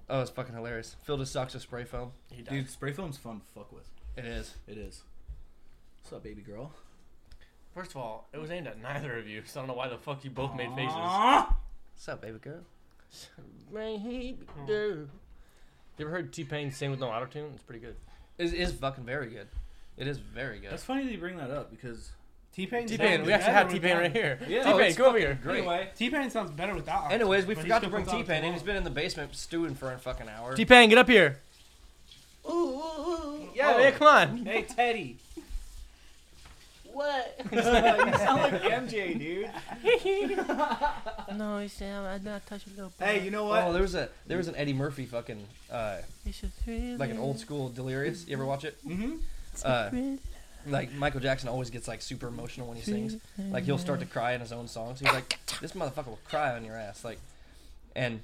S1: Oh, it's fucking hilarious. Filled his socks with spray foam.
S3: Dude, spray foam's fun to fuck with.
S1: It is.
S3: It is. What's up, baby girl?
S4: First of all, it was aimed at neither of you, so I don't know why the fuck you both made faces.
S1: What's up, baby girl?
S4: You ever heard T Pain sing with no auto tune? It's pretty good.
S1: It is fucking very good. It is very good.
S3: That's funny that you bring that up because T-Pain.
S4: T-Pain, we actually have T-Pain right here. T-Pain, come over here.
S3: Anyway,
S2: T-Pain sounds better with that.
S1: Anyways, we
S2: But he's
S1: forgot to
S2: still
S1: bring
S2: puts on
S1: T-Pain, and
S2: tomorrow.
S1: he's been in the basement stewing for a fucking hour.
S4: T-Pain, get up here.
S1: Ooh, ooh, ooh.
S4: Yeah, yeah, come on.
S3: Hey, Teddy.
S1: What?
S3: you sound like MJ, dude.
S7: no, it's, um, I'm not touching no.
S3: Hey, you know what?
S1: Oh, there was a there was an Eddie Murphy fucking uh,
S7: It's just really
S1: like an old school Delirious. You ever watch it?
S3: Mm-hmm.
S1: Uh, like Michael Jackson always gets like super emotional when he sings. Like he'll start to cry in his own songs. He's like, "This motherfucker will cry on your ass." Like, and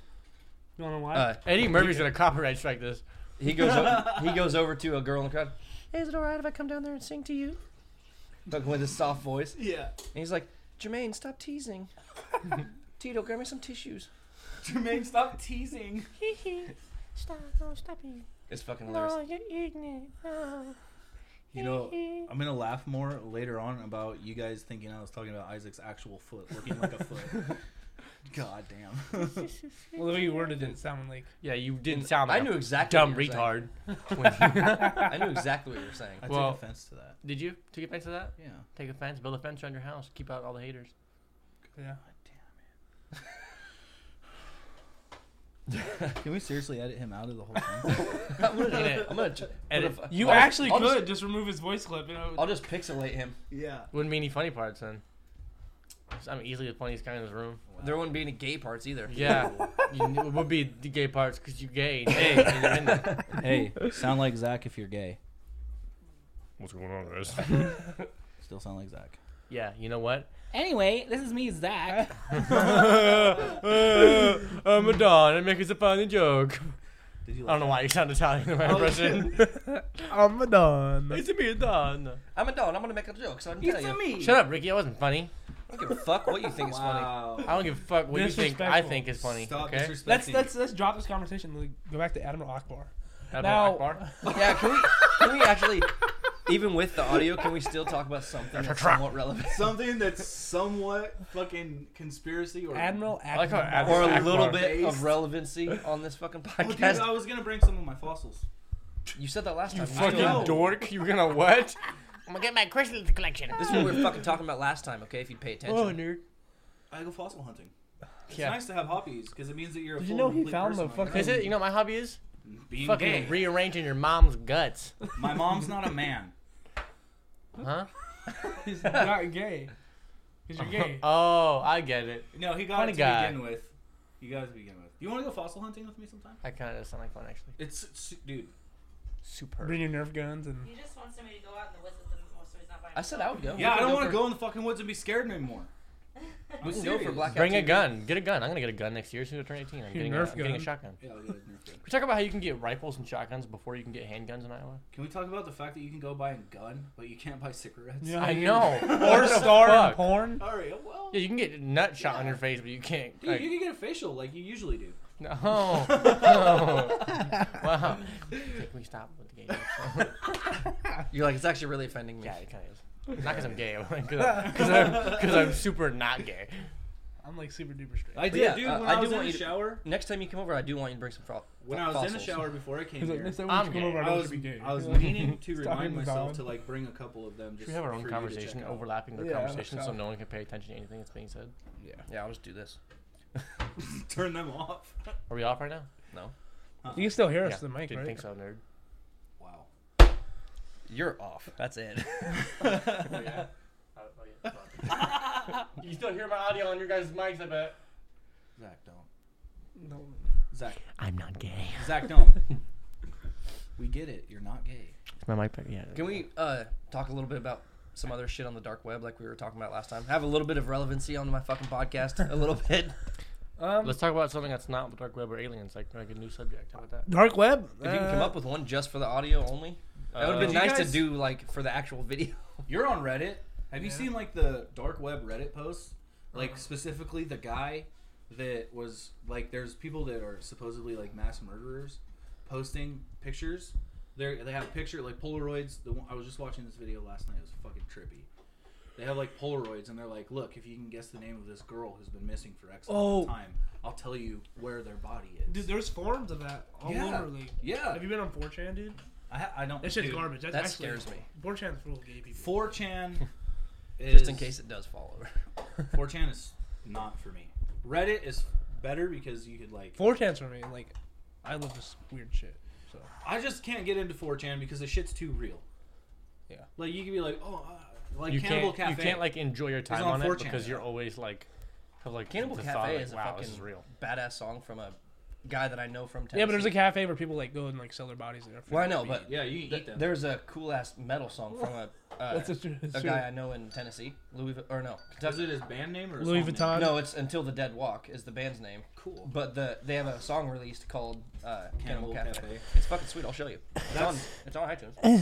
S2: You wanna know why?
S1: uh,
S4: Eddie Murphy's gonna copyright strike this.
S1: He goes o- he goes over to a girl in the crowd,
S7: Is it alright if I come down there and sing to you?
S1: fucking with his soft voice.
S3: Yeah. And
S1: he's like, Jermaine, stop teasing. Tito, grab me some tissues.
S3: Jermaine, stop teasing.
S7: Hee hee. Stop, no, stop it.
S1: It's fucking hilarious.
S7: No, you're ignorant. No.
S3: You know, I'm gonna laugh more later on about you guys thinking I was talking about Isaac's actual foot looking like a foot. God damn.
S2: Well, the way you worded it, it sounded like.
S4: Yeah, you didn't sound like
S1: I knew
S4: a
S1: exactly
S4: dumb
S1: what you were
S4: retard.
S1: saying.
S4: when you-
S1: I knew exactly what you were saying.
S3: I took
S4: well,
S3: offense to that.
S4: Did you take offense to that?
S3: Yeah.
S4: Take offense. Build a fence around your house. Keep out all the haters.
S2: Yeah.
S3: Can we seriously edit him out of the whole thing?
S1: I'm gonna, I'm gonna
S4: Edit.
S1: put a-
S2: You
S1: I'll just-
S2: actually
S1: I'll
S2: could
S1: just-
S2: just, remove his voice clip. You know,
S1: I'll just pixelate him.
S3: yeah.
S4: Wouldn't be any funny parts then. I'm easily the funniest guy in this room.
S1: There wouldn't be any gay parts either.
S4: Yeah, you, kn- it would be the gay parts because you're gay. and gay and you're in there.
S3: Hey, sound like Zach if you're gay.
S4: What's going on, guys?
S3: Still sound like Zach.
S4: yeah, you know what?
S7: Anyway, this is me, Zach.
S4: I'm a don. I make us a funny joke.
S3: Did you
S4: I don't know why you sound Italian in my
S7: Oh,
S4: impression.
S12: I'm a don.
S4: it's a me, a don.
S1: I'm a dog. I'm gonna make a joke, so I can tell you.
S4: Shut up, Ricky. That wasn't funny.
S1: I don't give a fuck what you think is
S3: Wow.
S4: I don't give a fuck what you think. I
S2: Disrespectful.
S4: think is funny.
S3: Stop
S4: okay.
S3: disrespecting.
S2: let's let's let's drop this conversation. Like, go back to Admiral Akbar.
S4: Admiral Akbar?
S1: funny. Yeah, can we can we actually even with the audio, can we still talk about something that's somewhat relevant?
S3: Something that's somewhat fucking conspiracy or
S2: Admiral
S4: I like how
S2: Akbar.
S4: Admiral
S1: Or a little
S4: Akbar-
S1: bit of
S3: Based.
S1: relevancy on this fucking
S3: Oh, dude, I
S1: podcast.
S3: was gonna bring some of my fossils.
S1: You said that last
S4: You
S1: time.
S4: fucking
S3: know.
S4: dork. You're gonna what?
S7: I'm gonna get my crystal collection.
S1: This is what we were fucking talking about last time, okay? If you'd pay attention.
S4: Oh, nerd.
S3: I go fossil hunting. It's
S4: Yeah.
S3: nice to have hobbies because it means that you're a
S2: Did
S3: full
S2: you know he
S3: complete
S2: found
S3: person,
S2: the
S3: like,
S2: fucking-
S4: Is it? You know what my hobby is
S3: being
S4: fucking
S3: gay.
S4: rearranging your mom's guts.
S3: my mom's not a man.
S4: Huh?
S2: He's not gay. Because you're gay.
S4: Oh, I get it.
S3: No, he got
S4: Funny
S3: it to
S4: guy.
S3: begin with. You got it to begin with. You want to go fossil hunting with me sometime?
S4: That kind of sound like fun actually.
S3: It's, it's dude.
S4: Superb.
S2: Bring your Nerf guns and.
S11: He just wants somebody to go out in the woods with him more so he's not by
S1: I said I would go.
S3: Yeah, I don't want to
S1: for-
S3: go in the fucking woods and be scared anymore. I'm
S1: We can go
S3: serious.
S1: for blackout.
S4: Bring a
S1: TV.
S4: gun. Get a gun. I'm gonna get a gun next year. As soon as I turn 18, I'm
S2: Your
S4: getting, a,
S2: Nerf
S4: I'm getting a
S2: gun.
S4: shotgun.
S3: Yeah, I'll get a Nerf gun.
S4: We talk about how you can get rifles and shotguns before you can get handguns in Iowa.
S3: Can we talk about the fact that you can go buy a gun, but you can't buy cigarettes?
S2: Yeah.
S4: I know.
S2: Or
S4: What the
S2: star in
S4: fuck?
S2: porn.
S3: All right, well,
S4: Yeah, you can get a nut shot on
S3: Yeah.
S4: your face, but you can't.
S3: dude,
S4: like-
S3: you can get a facial like you usually do.
S4: no. no. wow. Can we stop with the gay jokes?
S1: You're like, it's actually really offending me.
S4: yeah, it kind of is. Not because I'm gay, because I'm, 'cause I'm, 'cause I'm super not gay.
S2: I'm like super duper straight.
S3: I did,
S1: yeah,
S3: dude.
S1: uh,
S3: When
S1: I
S3: I,
S1: do
S3: was in
S1: want
S3: the
S1: you to-
S3: shower,
S1: Next time you come over, I do want you to bring some fro-
S3: when I was in the shower before I came
S2: He's like,
S3: here,
S2: next time
S4: I'm
S2: we should come
S4: gay.
S2: over, I
S3: I
S2: don't
S3: was
S2: should be gay.
S3: I was
S2: He's like,
S3: meaning to
S2: Stop
S3: remind
S2: being
S3: myself
S2: valid.
S3: to like bring a couple of them. Just
S4: Should we have our own
S3: for you to
S4: conversation,
S3: check out.
S4: overlapping their
S2: Yeah,
S4: conversation, so
S2: sure.
S4: no one can pay attention to anything that's being said?
S1: Yeah, I'll just do this.
S3: Turn them off.
S4: Are we off right now?
S1: No.
S2: you can still hear us, the
S4: Yeah,
S2: mic,
S4: didn't
S2: right?
S4: think so, nerd.
S3: Wow.
S1: You're off. That's it.
S4: you still hear my audio on your guys' mics, I bet.
S3: Zach, don't.
S2: No.
S3: Zach,
S7: I'm not gay.
S3: Zach, don't. we get it. You're not gay.
S7: Is my mic back? Yeah.
S1: Can we uh, talk a little bit about some other shit on the dark web, like we were talking about last time? Have a little bit of relevancy on my fucking podcast, a little bit.
S2: Um,
S4: Let's talk about something that's not the dark web or aliens, like like a new subject. How about that?
S2: dark web.
S1: If you can come
S2: uh,
S1: up with one just for the audio only, that would have been
S3: Uh,
S1: nice
S3: guys-
S1: to do like for the actual video.
S3: You're on Reddit. Have you seen like the dark web Reddit posts? Like
S2: Uh-huh.
S3: specifically the guy that was like there's people that are supposedly like mass murderers posting pictures. They they have picture like Polaroids. The one, I was just watching this video last night. It was fucking trippy. They have like Polaroids and they're like, look, if you can guess the name of this girl who's been missing for X amount
S2: Oh.
S3: of time, I'll tell you where their body is.
S2: Dude, there's forums of that all
S3: Yeah.
S2: over. Like,
S3: Yeah.
S2: Have you been on 4chan, dude?
S3: I, ha- I don't.
S2: That shit's
S3: dude,
S2: garbage. That's
S1: that
S2: actually,
S1: scares me.
S2: 4chan's full of gay people.
S3: 4chan
S1: Just in
S3: is-
S1: case it does fall over.
S3: 4chan is not for me. Reddit is better because you could like.
S2: 4chan's for me. Like, I love this weird shit. So
S3: I just can't get into 4chan because the shit's too real.
S2: Yeah.
S3: Like you could be like, oh, uh, like
S4: you
S3: Cannibal
S4: can't,
S3: Cafe.
S4: You can't like enjoy your
S3: is
S4: time on, it
S3: 4chan.
S4: because you're always like, have like
S1: Cannibal
S4: the
S1: Cafe
S4: thought, like,
S1: is a
S4: wow,
S1: fucking
S4: this is real.
S1: badass song from a guy that I know from Tennessee.
S2: yeah, but there's a cafe where people like go and like sell their bodies there.
S1: Well, I know, but
S3: th-
S1: There's a cool ass metal song from a uh,
S2: That's a true- that's
S1: a
S2: true.
S1: guy I know in Tennessee, Louis Vu- or no, Kentucky.
S3: it his band name or his Louis song name? Vuitton?
S1: No, it's Until the Dead Walk is the band's name.
S3: Cool.
S1: But the they have a song released called uh, Cannibal,
S3: Cannibal
S1: Cafe.
S3: Cafe.
S1: It's fucking sweet. I'll show you. It's on,
S3: That's-
S1: it's on iTunes.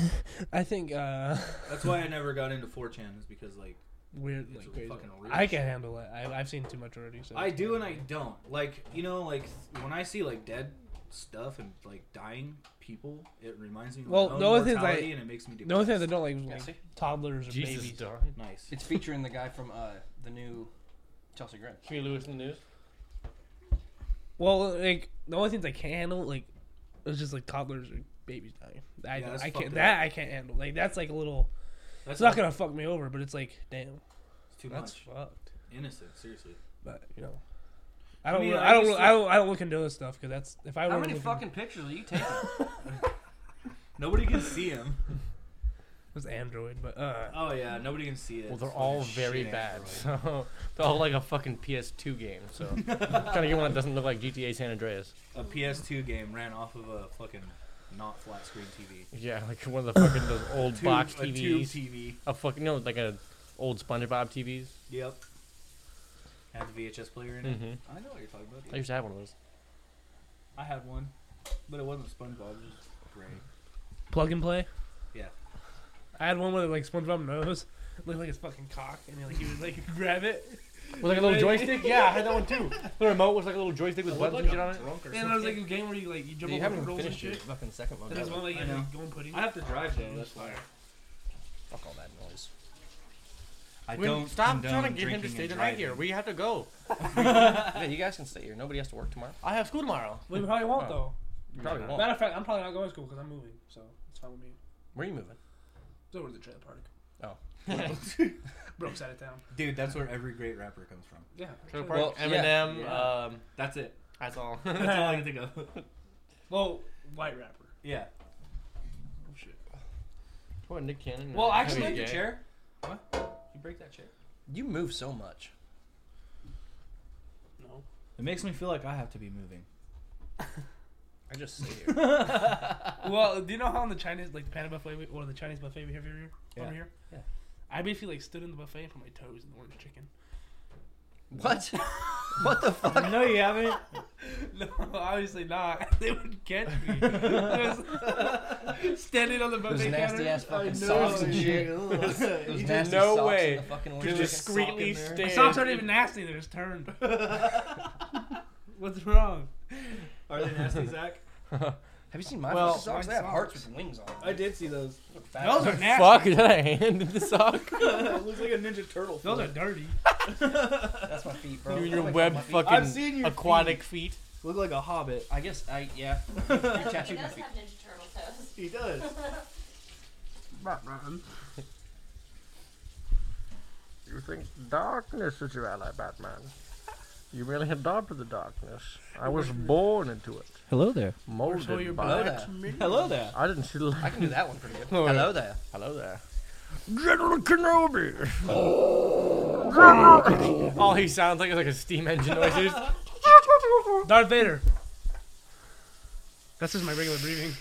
S2: I think uh,
S3: That's why I never got into 4chan is because like
S2: weird,
S3: it's
S2: like crazy.
S3: fucking real.
S2: I can
S3: shit.
S2: handle it. I, I've seen too much already. So
S3: I do and I don't. Like you know, like th- when I see like dead stuff and like dying people, it reminds me of my
S2: Well,
S3: own
S2: the only thing I
S3: mortality and it makes me.
S2: the only thing I
S3: depressed.
S2: don't like is
S1: Yeah,
S2: like
S1: see?
S2: toddlers or
S1: Jesus,
S2: babies.
S3: Nice.
S1: It's featuring the guy from uh, the new Chelsea Grin.
S4: Huey Lewis in the news.
S2: Well, like the only things I can handle, like, it's just like toddlers or babies dying. I,
S3: Yeah, that's
S2: I
S3: fucked
S2: can't.
S3: up.
S2: That I can't handle. Like that's like a little.
S3: That's
S2: it's not
S3: like-
S2: gonna fuck me over, but it's like damn.
S3: It's too
S2: that's
S3: much.
S2: fucked.
S3: Innocent, seriously.
S2: But you know, I don't.
S3: mean,
S2: really-
S3: I
S2: I, don't.
S3: used
S2: really-
S3: to-
S2: I don't. I don't look into this stuff because that's if I.
S1: How
S2: were to
S1: many
S2: look
S1: fucking pictures are you taking?
S3: Nobody can see him.
S2: It was Android, but uh.
S3: Oh yeah, nobody can see it.
S4: Well, they're
S3: It's
S4: all
S3: fucking
S4: very
S3: shit
S4: bad.
S3: Android.
S4: So they're all like a fucking PS2 game. So trying to get one that doesn't look like GTA San Andreas.
S3: A PS2 game ran off of a fucking not flat screen TV.
S4: Yeah, like one of the fucking those old
S3: Tube-
S4: box
S3: a tube
S4: TVs.
S3: TV.
S4: A fucking no, like a old SpongeBob TVs.
S3: Yep. Had the VHS player in it.
S4: Mhm.
S3: I know what you're talking about.
S4: I used to have one of those.
S3: I had one, but it wasn't SpongeBob. It was just gray.
S2: Plug and play.
S3: Yeah.
S2: I had one with like SpongeBob nose, looked like his fucking cock, and he, like he would like grab it.
S4: With like a little joystick. Yeah, I had that one too. The remote was like a little joystick with
S2: I look
S4: buttons and
S2: like
S4: shit
S2: a
S4: on it.
S2: And there was like a game where you like you jump
S1: Dude, you
S2: over
S1: haven't even
S2: rolls and
S1: finished your
S2: shit.
S1: fucking second one.
S2: And there's one like
S3: I
S2: you
S3: know.
S2: go and put in.
S3: I have to drive though. That's why.
S1: Fuck all that noise.
S3: I
S4: Wait,
S3: don't
S4: stop
S3: condone
S4: trying to get him
S3: drinking
S4: to
S3: and
S4: stay the night here.
S3: driving.
S4: We have to go.
S1: Yeah, you guys can stay here. Nobody has to work tomorrow.
S4: I have school tomorrow.
S2: We probably won't
S1: Oh.
S2: though.
S1: You probably won't.
S2: Matter of fact, I'm probably not going to school because I'm moving, so it's fine with me.
S1: Where are you moving?
S2: It's over to the trailer park.
S1: Oh.
S2: Broke's out of town.
S3: Dude, that's where every great rapper comes from.
S2: Yeah.
S4: Trailer
S2: Well,
S4: Park,
S1: yeah.
S4: Eminem.
S3: Yeah.
S4: Um,
S3: That's it.
S4: that's all.
S3: That's all I can think of.
S2: well, white rapper.
S3: yeah.
S2: Oh shit.
S4: Poor Nick Cannon.
S3: Well,
S4: I
S3: actually, the chair. What? You break that chair.
S1: You move so much.
S2: No.
S3: It makes me feel like I have to be moving.
S1: I just sit here.
S2: Well, do you know how in the Chinese, like the Panda buffet we- or the Chinese buffet we have here,
S3: Yeah.
S2: over here?
S1: Yeah.
S2: I basically like stood in the buffet and put my toes in the orange chicken.
S1: what? what the fuck?
S3: no, you haven't.
S2: No, obviously not. They would catch me. I was standing on the buffet
S1: Those nasty
S2: counter.
S1: ass fucking
S2: I know.
S1: socks and shit.
S3: Those-
S1: Those
S3: You
S1: nasty
S4: no
S1: socks and
S4: way
S1: the fucking
S4: to
S1: orange chicken
S4: discreetly
S1: sock in there.
S4: stay-
S2: My socks aren't even nasty; they're just turned. What's wrong?
S3: Are they nasty, Zach?
S1: Have you seen my
S4: Well,
S1: fucking socks? They have hearts with wings on them.
S3: I did see those.
S1: Look fat.
S2: Those are nasty.
S4: Fuck, is that a hand in the sock?
S3: it looks like a Ninja Turtle.
S2: Those are
S3: foot.
S2: dirty.
S1: That's my feet, bro.
S4: You and
S1: I
S4: your
S1: like
S4: web
S1: my feet.
S4: fucking
S3: I've seen your
S4: aquatic feet.
S3: look like a hobbit.
S1: I guess I yeah. You
S11: He
S1: tattooed my
S11: does
S1: feet.
S11: have Ninja Turtle toes.
S3: He does.
S4: You think darkness is your ally, Batman. You really adopted the darkness. I was born into it.
S17: Hello there.
S2: So
S4: Molded
S2: you're
S4: by
S1: Hello
S4: it.
S1: there.
S3: Hello there.
S4: I didn't see
S1: I
S4: light.
S1: can do that one pretty good.
S4: Oh, yeah.
S1: Hello there.
S4: Hello there. General Kenobi! All Oh, he sounds like is like a steam engine noise. He's just-
S2: Darth Vader. That's just my regular breathing.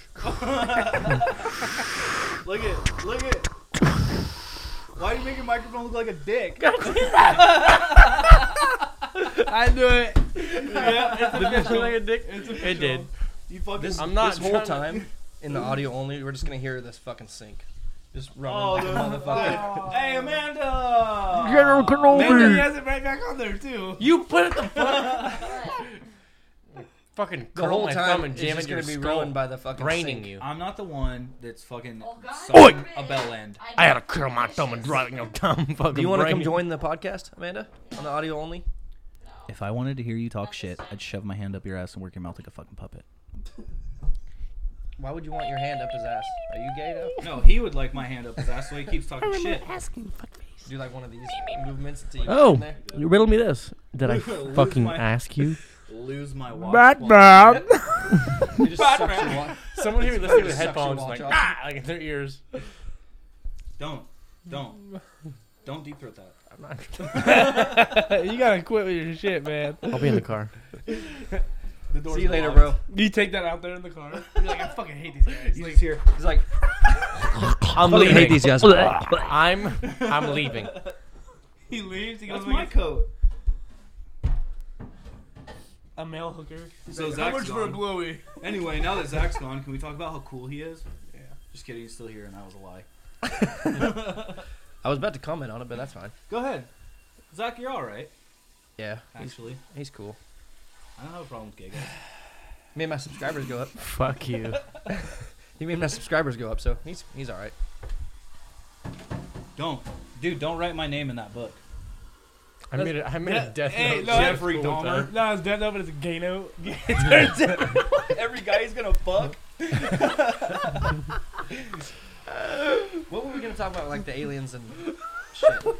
S3: Look at, look at. Why do you make your microphone look like a dick?
S2: I do it.
S4: It did.
S3: You fucking.
S1: This,
S4: I'm not
S1: this whole
S4: trying to-
S1: time in the audio only, we're just gonna hear this fucking sink. Just
S3: oh,
S1: running like a
S3: the-
S1: motherfucker.
S3: the- Hey, Amanda.
S4: General
S2: Then he
S4: Kenobi!
S2: has it right back on there too.
S4: You put it the fuck. fucking
S1: The
S4: curl
S1: whole
S4: my thumb
S1: time
S4: and
S1: it's
S4: jam it
S1: just
S4: in your
S1: gonna be
S4: skull,
S1: ruined by the fucking
S4: braining
S1: sink.
S4: you.
S3: I'm not the one that's fucking
S2: Oh,
S11: Well, God
S3: sucking
S11: forbid
S3: a bell end.
S11: I
S4: I had to
S11: don't
S4: curl my
S11: do
S4: thumb and
S11: dishes.
S4: drive it in your tongue. Fucking
S1: Do you want to
S4: brain
S1: come
S4: you.
S1: join the podcast, Amanda? On the audio only?
S17: If I wanted to hear you talk shit, I'd shove my hand up your ass and work your mouth like a fucking puppet.
S1: Why would you want your hand up his ass? Are you gay though?
S3: No, he would like my hand up his ass, so he keeps talking shit.
S17: asking fuckface.
S1: do like one of these movements to get in
S4: Oh,
S1: there.
S4: you riddle me this. Did I
S3: Lose
S4: fucking
S3: my-
S4: ask you?
S3: Lose my watch.
S4: Batman.
S3: It just sucks your
S12: Batman.
S3: watch-
S12: Someone here
S3: it
S12: listening to
S3: just sucks your
S12: headphones
S3: watch
S12: like
S3: off.
S12: ah, like in their ears.
S3: Don't, don't, don't deep throat that. I'm
S2: you gotta quit with your shit, man.
S4: I'll be in the car.
S3: The door's
S1: See you later,
S3: locked.
S1: bro.
S2: You take that out there in the car. You're like, I fucking hate these guys. Like,
S3: here.
S1: He's like,
S4: I'm
S1: Fucking
S4: leaving.
S1: hate these guys.
S4: I'm I'm leaving.
S2: he leaves. He goes,
S3: That's my
S2: like,
S3: coat.
S2: A male hooker. He's
S3: So
S2: like,
S3: Zach's
S2: How much for a
S3: gone.
S2: blowy?
S3: Anyway, now that Zach's gone, can we talk about how cool he is? Yeah. Just kidding, he's still here, and that was a lie.
S1: I was about to comment on it, but that's fine.
S3: Go ahead, Zach. You're all right.
S1: Yeah, he's-
S3: Actually,
S1: he's cool.
S3: I don't have a problem with gay guys.
S1: Me and my subscribers go up.
S4: Fuck you.
S1: You mean my subscribers go up? So he's he's all right.
S3: Don't, dude. Don't write my name in that book.
S4: I made it. I made a death
S2: hey,
S4: note.
S2: no,
S3: Jeffrey
S2: that's cool,
S3: Dahmer.
S2: though. No, it's death note, but it's a gay note. It turns out.
S3: Every guy he's gonna fuck.
S1: What were we gonna talk about? Like the aliens and shit.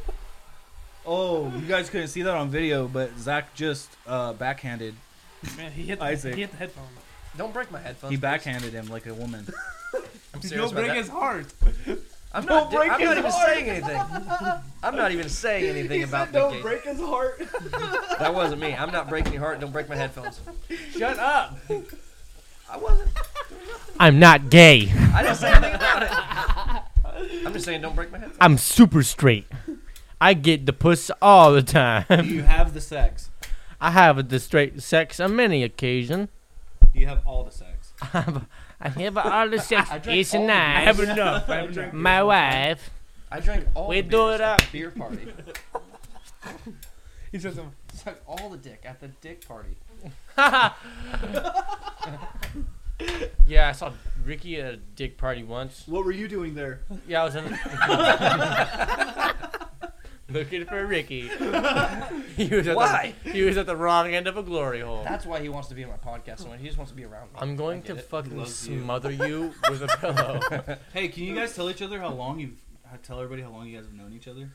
S3: Oh, you guys couldn't see that on video, but Zach just uh, backhanded.
S2: Man, he hit, the,
S3: Isaac.
S2: he hit the headphone.
S1: Don't break my headphones.
S3: He
S1: please.
S3: backhanded him like a woman.
S1: I'm serious
S2: Don't
S1: about
S2: break
S1: that.
S2: his heart.
S1: I'm not,
S3: Don't
S1: di-
S3: break
S1: I'm not
S3: his
S1: even
S3: heart.
S1: saying anything. I'm not even saying anything about the gate.
S3: his heart.
S1: That wasn't me. I'm not breaking your heart. Don't break my headphones.
S2: Shut up.
S1: I wasn't.
S4: I'm not gay.
S1: I didn't say anything about it. I'm just saying, don't break my headphones.
S4: I'm super straight. I get the puss all the time.
S3: Do you have the sex?
S4: I have the straight sex on many occasion.
S3: Do you have all the sex?
S4: I have- I have all the sex.
S1: drank
S4: It's
S1: all the
S4: nice.
S2: I have enough. I have enough.
S4: My wife.
S1: I drank all
S4: We
S1: the
S4: do
S1: beers
S4: it
S1: at
S4: up.
S1: the beer party.
S2: He says something.
S1: Suck all the dick at the dick party.
S12: Yeah, I saw Ricky at a dick party once.
S3: What were you doing there?
S12: Yeah, I was in looking for Ricky. He was at
S1: Why?
S12: The, he was at the wrong end of a glory hole.
S1: That's why he wants to be on my podcast. So much. he just wants to be around me.
S4: I'm
S1: I
S4: going
S1: get
S4: to
S1: it.
S4: fucking
S3: loves you.
S4: smother you with a pillow.
S3: Hey, can you guys tell each other how long you've how- tell everybody how long you guys have known each other?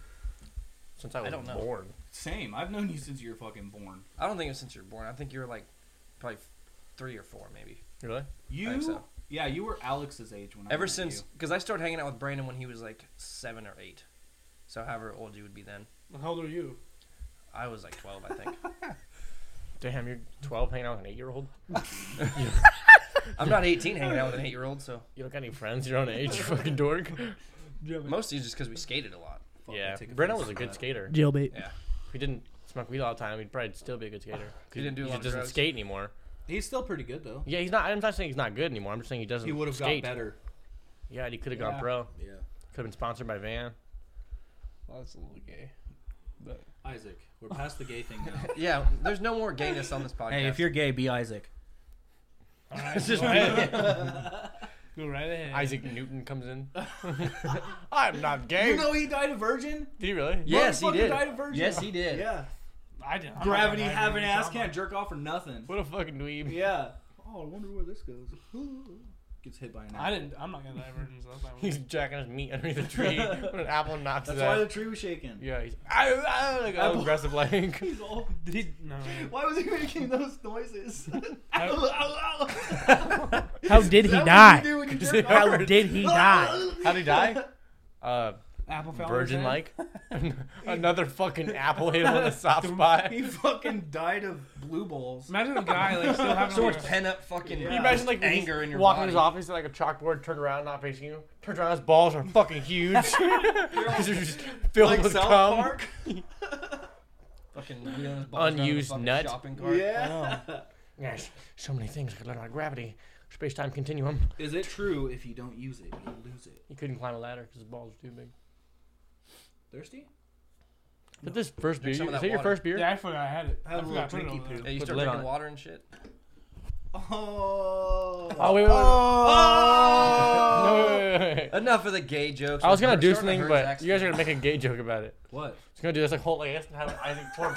S4: Since I was
S1: don't know.
S4: born.
S3: Same. I've known you since you were fucking born.
S1: I don't think it's since you were born. I think you were like probably three or four, maybe.
S4: Really?
S3: You?
S1: think so.
S3: Yeah, you were Alex's age when I
S1: Ever
S3: met
S1: since,
S3: you.
S1: because I started hanging out with Brandon when he was like seven or eight. So however old you would be then,
S2: How old are you?
S1: I was like twelve, I think.
S4: Damn, you're 12 hanging out with an 8 year old?
S1: I'm not eighteen hanging out with an eight-year-old, so
S4: You don't got any friends your own age, you fucking dork?
S1: mostly just because we skated a lot.
S3: Fuck,
S4: Yeah.
S3: I take
S4: Brenna
S3: offense
S4: was a
S3: to
S4: good
S3: that.
S4: skater. If
S18: Jailbait.
S1: Yeah,
S4: we didn't smoke weed all the time, he'd probably still be a good skater. 'Cause
S1: He didn't do a lot
S4: just
S1: of
S4: doesn't
S1: drugs.
S4: skate anymore.
S3: He's still pretty good though.
S4: Yeah, he's not. I'm not saying he's not good anymore. I'm just saying he doesn't.
S3: He would have got
S4: skate.
S3: better.
S4: Yeah, and he could have
S2: Yeah.
S4: gone pro. Could
S3: Yeah.
S4: have been sponsored by Van.
S2: Well, that's a little gay. But
S3: Isaac, we're past the gay thing now.
S1: yeah. There's no more gayness on this podcast.
S3: hey, if you're gay, be Isaac.
S2: it's just right. Go right ahead.
S4: Isaac Newton comes in. I'm not gay.
S3: You know he died a virgin.
S4: Did he really?
S1: yes, he
S3: Motherfucker
S1: did.
S3: died a virgin.
S1: Yes, he did.
S3: Yeah.
S2: I didn't. I'm
S3: Gravity
S2: not
S3: having
S2: gonna lie
S3: ass
S2: to you.
S3: can't jerk off for nothing.
S4: What a fucking dweeb.
S3: Yeah. Oh, I wonder where this goes. Gets hit by an.
S2: I didn't. I'm not gonna die virgin. So that's not
S4: He's
S2: weird.
S4: jacking his meat underneath a tree when an apple knocks
S3: That's
S4: his
S3: why the
S4: ass.
S3: tree was shaking.
S4: Yeah, he's "Ow, ow," like all
S3: Apple-
S4: aggressive like.
S3: He's all.
S2: Did he? No. no.
S3: Why was he making those noises?
S2: I-
S4: How did
S3: Is that what you do when you jerk off?
S4: How did he die? How did he die? Uh,
S2: Apple fell on his
S4: virgin
S2: head?
S4: like. Another fucking apple hit him in the soft spot.
S3: He fucking died of blue balls.
S2: Imagine a guy like still having
S1: So
S2: a-
S1: much pent up fucking
S3: Yeah.
S4: Can you imagine like
S1: anger in your
S4: walking
S1: body.
S4: in his office and like a chalkboard turned around not facing you? Turns around his balls are fucking huge. 'Cause they're just filled
S3: Like
S4: with
S3: South
S4: cum.
S3: Park.
S1: Fucking wheeling his balls around the
S4: Unused
S1: fucking
S4: nut.
S1: Shopping cart.
S3: Yeah.
S4: There's so many things I could learn about gravity, space time continuum.
S3: Is it true if you don't use it, you lose it?
S4: He couldn't climb a ladder because his balls were too big.
S3: Thirsty?
S4: But this first
S1: Drink
S4: beer, is
S1: some of
S4: that
S1: that
S4: your
S1: water.
S4: first beer?
S2: Yeah, I forgot I had it.
S3: Have
S2: I
S3: a
S2: forgot I put
S3: little
S2: it
S3: drinky
S2: on there.
S3: poo.
S1: Yeah, you
S4: Put
S1: start
S4: lid on
S1: drinking
S4: it.
S1: water and shit.
S3: Oh.
S4: Oh wait, wait, wait, wait. No, wait, wait, wait, wait.
S1: Enough of the gay jokes.
S4: I was gonna
S1: We're starting
S4: do
S1: to
S4: something,
S1: hurt
S4: but
S1: Zach's
S4: you guys are
S1: feelings.
S4: gonna make a gay joke about it.
S3: What?
S4: I was gonna do this like whole like this and have Isaac pour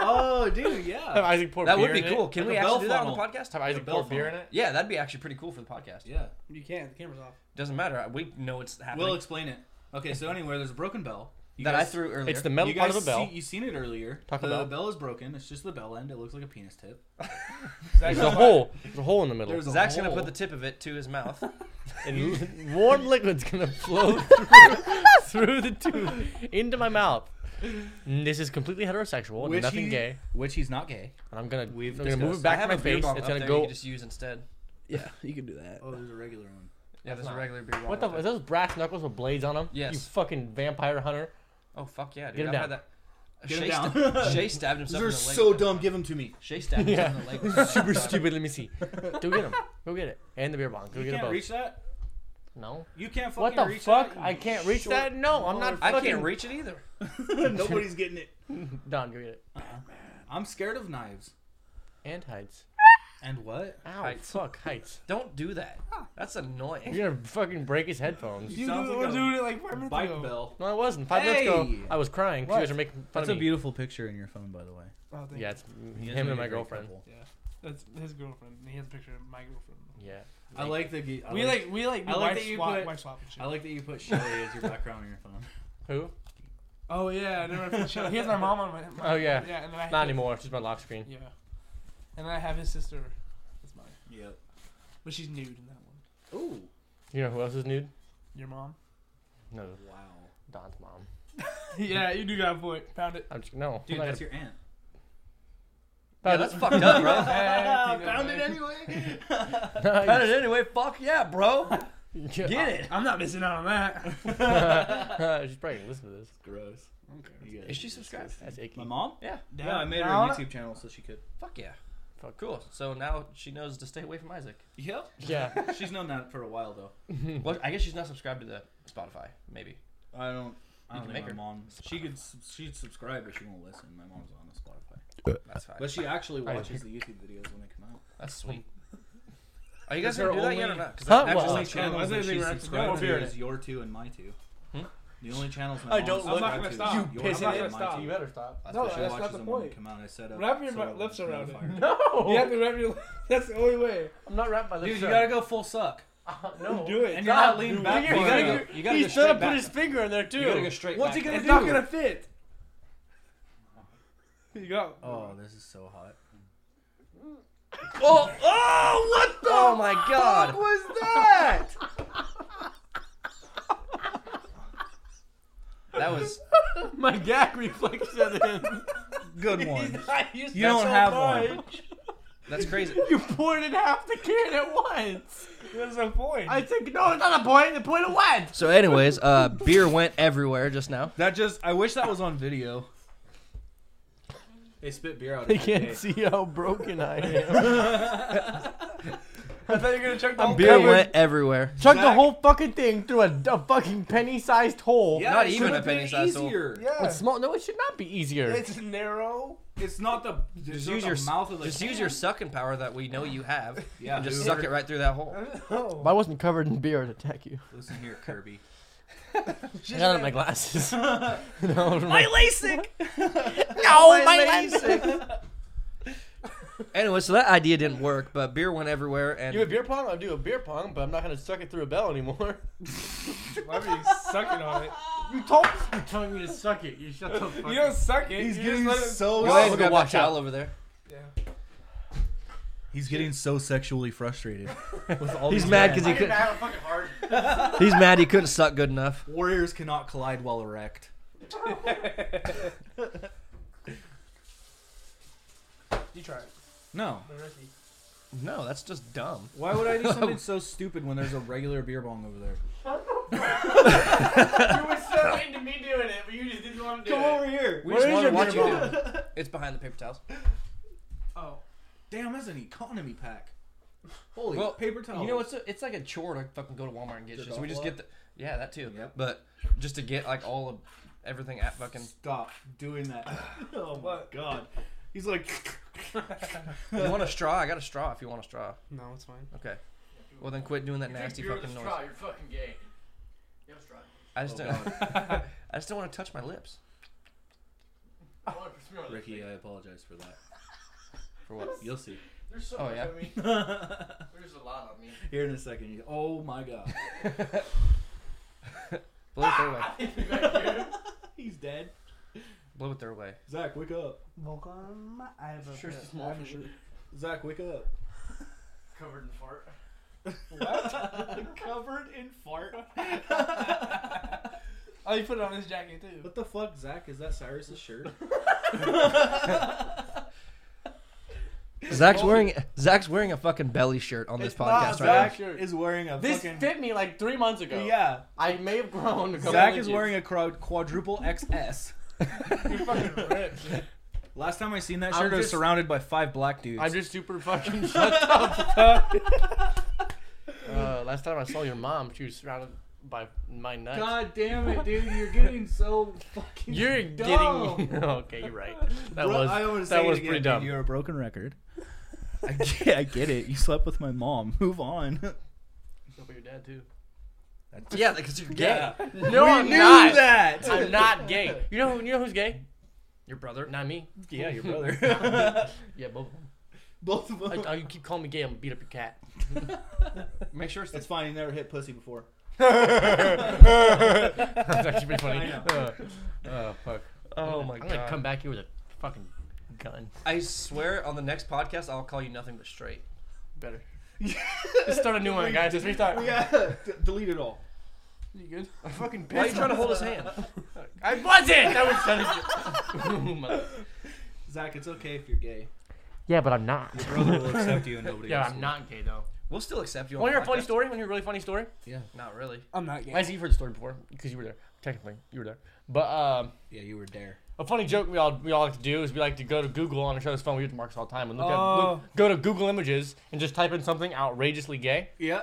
S3: Oh, dude, yeah.
S4: have Isaac pour
S1: That
S4: beer
S1: would be
S4: in it.
S1: cool. Can
S3: Like
S1: we
S3: a
S1: actually
S3: bell
S1: do that on the
S3: funnel.
S1: podcast?
S4: Have Isaac pour
S3: bell
S4: beer in
S3: funnel.
S4: it.
S1: Yeah, that'd be actually pretty cool for the podcast.
S3: Yeah.
S2: You can't. The camera's off.
S1: Doesn't matter. We know it's happening.
S3: We'll explain it. Okay, so anyway, there's a broken bell. You
S1: That I
S3: guys-
S1: threw earlier.
S4: It's the metal
S3: you
S4: part
S3: guys
S4: of the bell.
S3: See, you seen it earlier.
S4: Taco
S3: the
S4: Bell.
S3: bell is broken. It's just the bell end. It looks like a penis tip.
S4: There's a hole. There's a hole in the middle.
S3: There's a
S1: Zach's gonna
S3: hole.
S1: put the tip of it to his mouth.
S4: and warm liquid's gonna flow through, through the tube into my mouth. And This is completely heterosexual,
S3: Which
S4: nothing
S3: he-
S4: gay,
S3: which he's not gay.
S4: and I'm gonna
S3: We've
S4: I'm gonna move it
S3: discussed-
S4: back
S3: I
S4: to
S3: have
S4: my
S3: a beer
S4: face.
S3: bong
S4: It's
S1: up
S4: gonna
S1: there
S4: go.
S1: you just use instead.
S2: Yeah, you can do that.
S3: Oh, there's a regular one.
S1: Yeah, there's a
S4: not.
S1: regular beer.
S4: What the? Is those brass knuckles with blades on them? You
S1: Yes.
S4: fucking vampire hunter.
S1: Oh fuck yeah, dude!
S4: Get him
S1: I've
S4: down.
S1: had that.
S3: Get
S1: Shay,
S3: him down.
S1: sta- Shay stabbed himself.
S3: These are
S1: in the leg
S3: so
S1: with that.
S3: dumb. Give them to me.
S1: Shay stabbed
S4: Yeah.
S1: himself in the leg. with
S4: Super
S1: that.
S4: stupid. Let me see. Go get him. Go get it. And the beer bong. Go
S3: You
S4: get it
S3: can't
S4: both.
S3: reach that.
S4: No.
S3: You can't
S4: What
S3: fucking
S4: the
S3: reach
S4: fuck?
S3: that, you
S4: I can't reach
S3: short
S4: that. No, I'm not.
S3: motherfucker.
S1: I
S4: Fucking...
S1: can't reach it either.
S3: Nobody's getting it.
S4: Don, go get it.
S3: I'm scared of knives.
S4: And heights.
S3: And what?
S4: Ow.
S1: Heights.
S4: Fuck heights.
S1: Don't do that. That's annoying.
S4: You're gonna fucking break his headphones.
S12: You do, we're doing it like five minutes
S3: Bike
S12: ago.
S3: bell.
S4: No, I wasn't. Five minutes ago,
S3: Hey!
S4: I was crying. 'cause You guys are making fun
S19: That's a
S4: of me.
S19: beautiful picture in your phone, by the way.
S12: Oh, thank
S4: yeah,
S12: you.
S4: it's
S19: You guys
S4: him
S19: make a
S4: and my
S19: great
S4: girlfriend.
S19: couple.
S12: yeah. That's his girlfriend. He has a picture of my girlfriend.
S4: Yeah.
S3: I like the. ge- I
S12: we like we like
S3: I like
S12: wife
S3: that you
S12: swap,
S3: put.
S12: wife swap and shit.
S3: I like that you put Shelly as your background on your phone.
S4: Who?
S12: oh yeah, I never put show. He has my mom on my. my
S4: Oh yeah.
S12: yeah, and then I
S4: Not anymore. It's just my lock screen.
S12: Yeah, and I have his sister. That's mine,
S3: Yep.
S12: but she's nude in that one.
S3: Ooh.
S4: You know who else is nude?
S12: Your mom?
S4: No,
S3: Wow.
S4: Don's mom.
S12: yeah, you do got a point. Found it.
S4: I'm just no.
S3: Dude,
S4: I'm not
S3: that's
S4: gonna-
S3: your aunt.
S1: Yeah, that's fucked up, bro.
S12: Found it
S3: anyway.
S1: Found it anyway. Fuck yeah, bro.
S4: Yeah.
S1: Get it.
S12: I'm not missing out on that.
S4: She's probably gonna listen to this.
S3: Gross. Okay.
S1: Is she subscribed?
S4: That's icky.
S3: My mom?
S1: Yeah.
S3: Yeah, I made her
S12: Down.
S3: a YouTube channel so she could.
S1: Fuck yeah.
S4: Fuck.
S1: Cool. So now she knows to stay away from Isaac.
S3: Yep.
S4: Yeah.
S3: She's known that for a while though.
S1: Well, I guess she's not subscribed to the Spotify. Maybe.
S3: I don't. I
S1: You
S3: don't
S1: can
S3: think
S1: make her.
S3: my mom. She could. s- She'd subscribe, but she won't listen. My mom's on the Spotify,
S1: That's fine.
S3: but she actually
S4: Alright.
S3: watches the YouTube videos when they come out.
S1: That's sweet. Are you guys
S3: Is
S1: gonna
S3: there
S1: do that yet or
S3: only-
S1: not? 'Cause
S4: Huh?
S1: that actually
S4: Well,
S1: sounds
S12: channel.
S3: channels
S12: I
S3: that
S12: think
S3: she's
S12: we're actually
S3: subscribed
S12: going
S3: to
S12: here.
S3: is your two and my two.
S1: Hmm?
S3: The only channels my
S4: I
S3: mom's
S4: don't
S3: subscribed
S4: look-
S3: to
S12: I'm not gonna
S3: is
S12: stop.
S3: your
S12: I'm
S3: two
S12: not
S3: and
S12: gonna
S3: my
S12: stop.
S3: two.
S12: You
S4: better stop.
S3: That's
S12: No,
S3: what she
S12: that's
S3: watches
S12: not the
S3: them when they
S12: point.
S3: Come out. I set up.
S12: Wrap your
S3: so
S12: mu- lips
S3: it's
S12: around it.
S3: notified.
S4: No.
S12: You have to wrap your. That's the only way.
S4: I'm not wrapping my lips.
S3: Dude, you
S4: up.
S3: gotta go full suck.
S4: no.
S12: Do it.
S3: And you're not leaning back.
S4: You're-
S3: You gotta go. You gotta
S4: He's
S3: go
S4: trying to
S3: straight
S4: put
S3: back.
S4: his finger in there too.
S3: You gotta go straight.
S4: What's he
S3: back.
S4: gonna
S12: It's
S4: do?
S12: not gonna fit. You go.
S3: Oh, this is so hot.
S1: Oh, oh, what the? Oh my god.
S3: was that?
S1: That was
S4: My gag reflex set in.
S19: Good one.
S4: you
S19: don't have one.
S1: that's crazy.
S4: You poured in half the can at once.
S12: There's no point.
S4: I think no, it's not a point. The point of what?
S1: So, anyways, uh, beer went everywhere just now.
S3: That just. I wish that was on video. They spit beer out.
S7: I can't see how broken I am.
S4: I thought you were gonna check the
S7: I'm
S4: whole
S7: beer
S4: covered-
S7: went
S1: everywhere.
S7: Chuck the
S3: Zach-
S7: whole fucking thing through a, a fucking penny-sized hole.
S3: Yeah,
S1: Not
S3: it
S1: even
S3: should've
S1: a
S3: been
S1: penny size hole.
S3: easier.
S12: Yeah.
S7: It's small. No, it should not be easier.
S12: It's narrow.
S3: It's not the
S1: Just
S3: just
S1: use your
S3: mouth of the
S1: just
S3: can.
S1: use your sucking power that we know you have,
S3: yeah.
S1: and just
S3: dude.
S1: suck it right through that hole.
S7: If I wasn't covered in beer, I'd attack you.
S3: Listen here, Kirby.
S7: I got it in my glasses. no,
S1: My LASIK.
S7: no,
S1: anyway, so that idea didn't work, but beer went everywhere, and
S4: You have beer pong? I'll do a beer pong, but I'm not gonna suck it through a bell anymore.
S12: Why are you sucking on it?
S4: You told you're telling me to suck it. You shut the fuck
S12: You don't suck it.
S3: He's
S12: you
S3: getting
S12: just let it-
S3: so.
S1: go ahead and
S7: Look
S1: grab
S7: at
S1: that
S7: watch
S1: towel
S7: out.
S1: over there.
S12: Yeah.
S19: He's getting so sexually frustrated. With all
S1: He's
S19: these
S1: mad
S19: men.
S1: because he couldn't.
S4: have a fucking heart.
S1: He's mad he couldn't suck good enough.
S3: Warriors cannot collide while erect.
S12: You try it.
S3: No.
S12: But Ricky.
S1: No, that's just dumb.
S3: Why would I do something so stupid when there's a regular beer bong over there?
S12: You were so into me doing it, but you just didn't want to do it.
S3: here.
S1: We just want to watch you do it. It's behind the paper towels.
S12: Oh.
S3: Damn, that's an economy pack. Holy
S1: Well,
S3: paper
S12: Oh.
S3: towels.
S1: You know, it's a, it's like a chore to fucking go to Walmart and get
S3: The
S1: shit. So we just get
S3: Dog
S1: the yeah that too.
S3: Yep.
S1: But just to get like all of everything at fucking.
S3: Stop doing that. oh my god. He's like.
S1: You want a straw? I got a straw. If you want a straw,
S12: No, it's fine.
S1: okay. Well then, quit doing that nasty fucking noise.
S4: You're fucking gay. You have straw.
S1: I just
S3: Oh,
S1: don't. I just don't want to touch my lips.
S4: I want to smear
S3: Ricky, I apologize for that.
S1: For what?
S3: You'll see.
S4: There's so
S1: Oh, much yeah. of
S4: me. There's a lot of me.
S3: Here in a second. You, oh my god.
S1: Blow it their way.
S4: I think we got you.
S3: He's dead.
S1: Blow it their way.
S3: Zach, wake up.
S12: Welcome. I have a
S3: Sure,
S12: bit-
S3: it's small
S12: I have
S3: for
S12: a-
S3: sure. Zach, wake up.
S12: Covered in fart.
S3: What? Covered in fart.
S12: oh, you put it on his jacket too.
S3: What the fuck, Zach? Is that Cyrus's shirt?
S1: Zach's wearing Zach's wearing a fucking belly shirt on this
S4: It's
S1: podcast
S4: not
S1: right
S4: Zach.
S1: now.
S4: Sure.
S3: Is wearing a
S4: This
S3: fucking.
S4: fit me like three months ago.
S3: Yeah.
S4: I may have grown. a couple
S3: Zach is
S4: inches.
S3: wearing a quad- quadruple XS. Last time I seen that
S4: I'm
S3: shirt, I was
S4: just-
S3: surrounded by five black dudes.
S4: I'm just super fucking shut up. uh, last time I saw your mom, she was surrounded by my nuts.
S12: God damn it, dude! You're getting so fucking.
S4: You're
S12: dumb.
S4: getting okay. You're right.
S19: Bro,
S4: That was
S19: I wanna
S4: that
S19: say it
S4: was
S19: again,
S4: pretty
S19: dude.
S4: dumb.
S19: You're a broken record. I get, I get it. You slept with my mom. Move on.
S4: Except for your dad too.
S1: Yeah, because you're gay.
S4: No,
S1: We
S4: I'm
S1: knew
S4: not.
S1: that.
S4: I'm not gay. You know who? You know who's gay?
S1: Your brother.
S4: Not me.
S1: Yeah, your
S3: brother.
S4: yeah, both of them.
S3: Both of them.
S4: Like, oh, you keep calling me gay, I'm gonna beat up your cat.
S3: Make sure it's. That's fine. You never hit pussy before.
S4: That's actually pretty
S3: I
S4: funny.
S3: know.
S4: Uh, oh fuck.
S1: Oh,
S4: I'm
S1: my
S4: gonna- I'm gonna
S1: God.
S4: come back here with a fucking gun.
S1: I swear on the next podcast I'll call you nothing but straight.
S4: Better. Let's start a new one, guys. Let's restart.
S3: Yeah, d- delete it all.
S12: You good?
S4: I fucking
S1: Why are you trying to hold his hand?
S4: I wasn't. That was Mother-
S3: Zach, it's okay if you're gay.
S4: Yeah, but I'm not.
S3: Your brother will accept you and nobody
S4: Yeah,
S3: else
S4: I'm
S3: will.
S4: not gay though.
S1: We'll still accept you.
S4: Want
S1: on
S4: to hear
S1: the
S4: a funny
S1: podcast.
S4: story? Want to hear a really funny story?
S3: Yeah.
S1: Not really.
S12: I'm not
S4: I see you've heard the story before because you were there. Technically, you were there. But um,
S3: Yeah, you were there.
S4: a funny joke we all we all like to do is we like to go to Google on each other's phone. We do it to Marcus all the time and look at
S12: Oh.
S4: look, go to Google Images and just type in something outrageously gay.
S3: Yeah.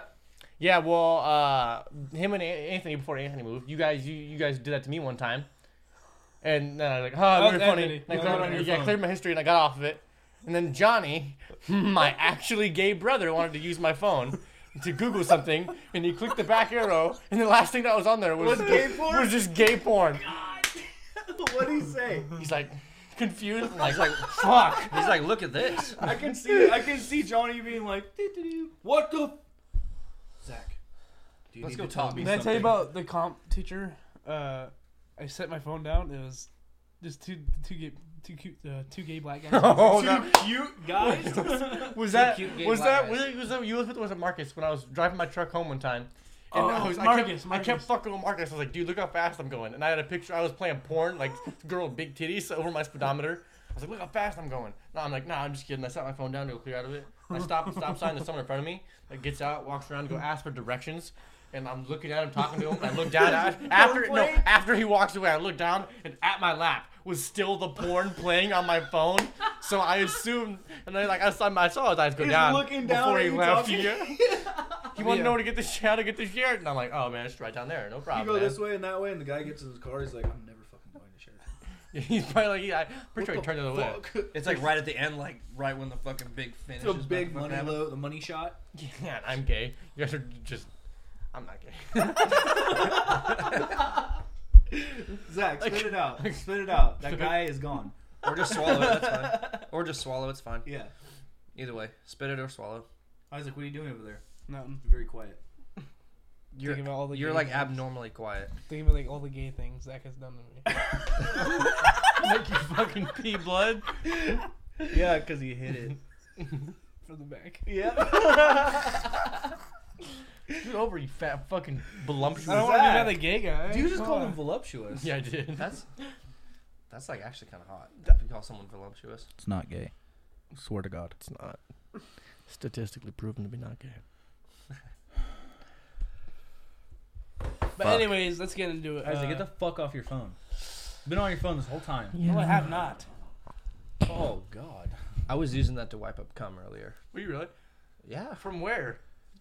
S4: Yeah, well, uh, him and An- Anthony before Anthony moved, you guys, you, you guys did that to me one time, and then I was like,
S12: That
S4: "Oh,
S12: was
S4: very funny."
S12: Anthony.
S4: And I
S12: That
S4: cleared,
S12: was on
S4: my,
S12: your
S4: yeah, I
S12: phone.
S4: cleared my history and I got off of it, and then Johnny, my actually gay brother, wanted to use my phone to Google something, and he clicked the back arrow, and the last thing that was on there was
S3: Was gay porn?
S4: was just gay porn.
S3: what do you say?
S4: He's like confused, like,
S1: like,
S4: "Fuck."
S1: He's like, look at this.
S3: I can see I can see Johnny being like, "Doo-doo-doo. what the? f-" Zach, do you
S1: Let's
S3: need
S1: go
S3: to tell
S1: talk.
S3: me
S12: Did I tell you
S3: something?
S12: about the comp teacher? Uh, I set my phone down. It was just two two gay two cute uh, two gay black guys.
S4: Oh,
S12: Two-
S4: no.
S3: cute guys?
S4: was
S12: Two
S4: that
S12: cute gay
S4: was
S12: black
S4: that
S12: guys.
S4: was, it, was that you was with was it Marcus when I was driving my truck home one time. And
S12: Oh,
S4: I, was, I,
S12: Marcus,
S4: kept, I kept fucking with Marcus. I was like, dude, look how fast I'm going. And I had a picture. I was playing porn, like girl with big titties over my speedometer. I was like, look how fast I'm going. No, I'm like, nah, I'm just kidding. I set my phone down to go clear out of it. I stop the stop sign. There's someone in front of me. Like gets out, walks around, to go ask for directions. And I'm looking at him, talking to him. I look down at- after no
S12: Don't play.
S4: after he walks away. I look down, and at my lap was still the porn playing on my phone. So I assumed, and then like I saw, I saw his eyes go
S3: He's
S4: down
S3: looking down
S4: before
S3: at
S4: he
S3: you
S4: left.
S3: talking.
S4: Yeah. He wanted to know where to get the sh- how to get the shirt, and I'm like, oh man, it's right down there, no
S3: You
S4: problem.
S3: go
S4: man.
S3: this way and that way, and the guy gets in his car. He's like, I'm never fucking going to Sheraton.
S4: He's probably like, yeah, I'm pretty sure he
S3: What
S4: turned the other way.
S3: fuck?
S1: It's like right at the end, like right when the fucking big finish.
S3: It's a
S1: is about
S3: big
S1: to fucking
S3: money
S1: happen.
S3: low, the money shot.
S4: Yeah, and I'm gay. You guys are just, I'm not gay.
S3: Zach, spit it out. Spit it out. That guy is gone.
S1: Or just swallow it. That's fine. Or just swallow. It's fine.
S3: Yeah.
S1: Either way, spit it or swallow.
S3: Isaac, what are you doing over there?
S12: Nothing.
S3: Very quiet.
S1: You're
S12: Thinking about all the
S1: you're
S12: gay
S1: like
S12: things.
S1: abnormally quiet.
S12: Think about like all the gay things Zach has done to me.
S4: Make you fucking pee blood.
S3: Yeah, because he hit it.
S12: From the back.
S3: yeah.
S4: Get over you fat fucking voluptuous.
S12: I don't want to be another gay guy.
S3: You just
S12: Come
S3: called
S12: on.
S3: him voluptuous.
S4: Yeah, I did.
S1: That's that's like actually kind of hot. If you call someone voluptuous,
S19: It's not gay. Swear to God.
S7: It's not statistically proven to be not gay.
S12: But
S19: Fuck.
S12: anyways, let's get into it.
S3: Isaac,
S12: Uh,
S3: get the fuck off your phone. Been on your phone this whole time.
S12: no, I have not.
S3: Oh God.
S1: I was using that to wipe up cum earlier.
S4: Were you really?
S1: Yeah.
S4: From where?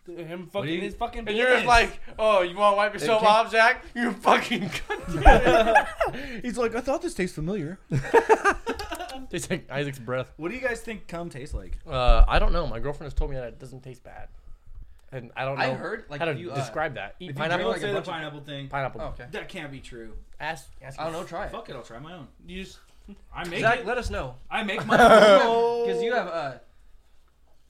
S12: Him
S3: What do
S12: fucking
S3: you-
S12: his fucking.
S4: And you're just like, oh, you want to wipe yourself
S1: came-
S4: off, Zach? You fucking.
S19: He's like, I thought this tastes familiar.
S4: Tastes like Isaac's breath.
S3: What do you guys think cum tastes like?
S4: Uh, I don't know. My girlfriend has told me that it doesn't taste bad, and I don't know.
S1: I heard, like,
S4: how to
S1: if you, uh,
S4: describe that. Eat
S1: if you
S4: pineapple.
S1: drink, like, a
S3: say the
S1: bunch of-
S3: pineapple thing.
S4: pineapple.
S1: Oh, okay.
S3: That can't be true.
S4: Ask. ask
S1: I don't know. Try it.
S3: Fuck it, I'll try my own.
S12: you just
S3: I make
S1: Zach,
S3: it.
S1: let us know
S3: I make my own.
S1: because you have uh,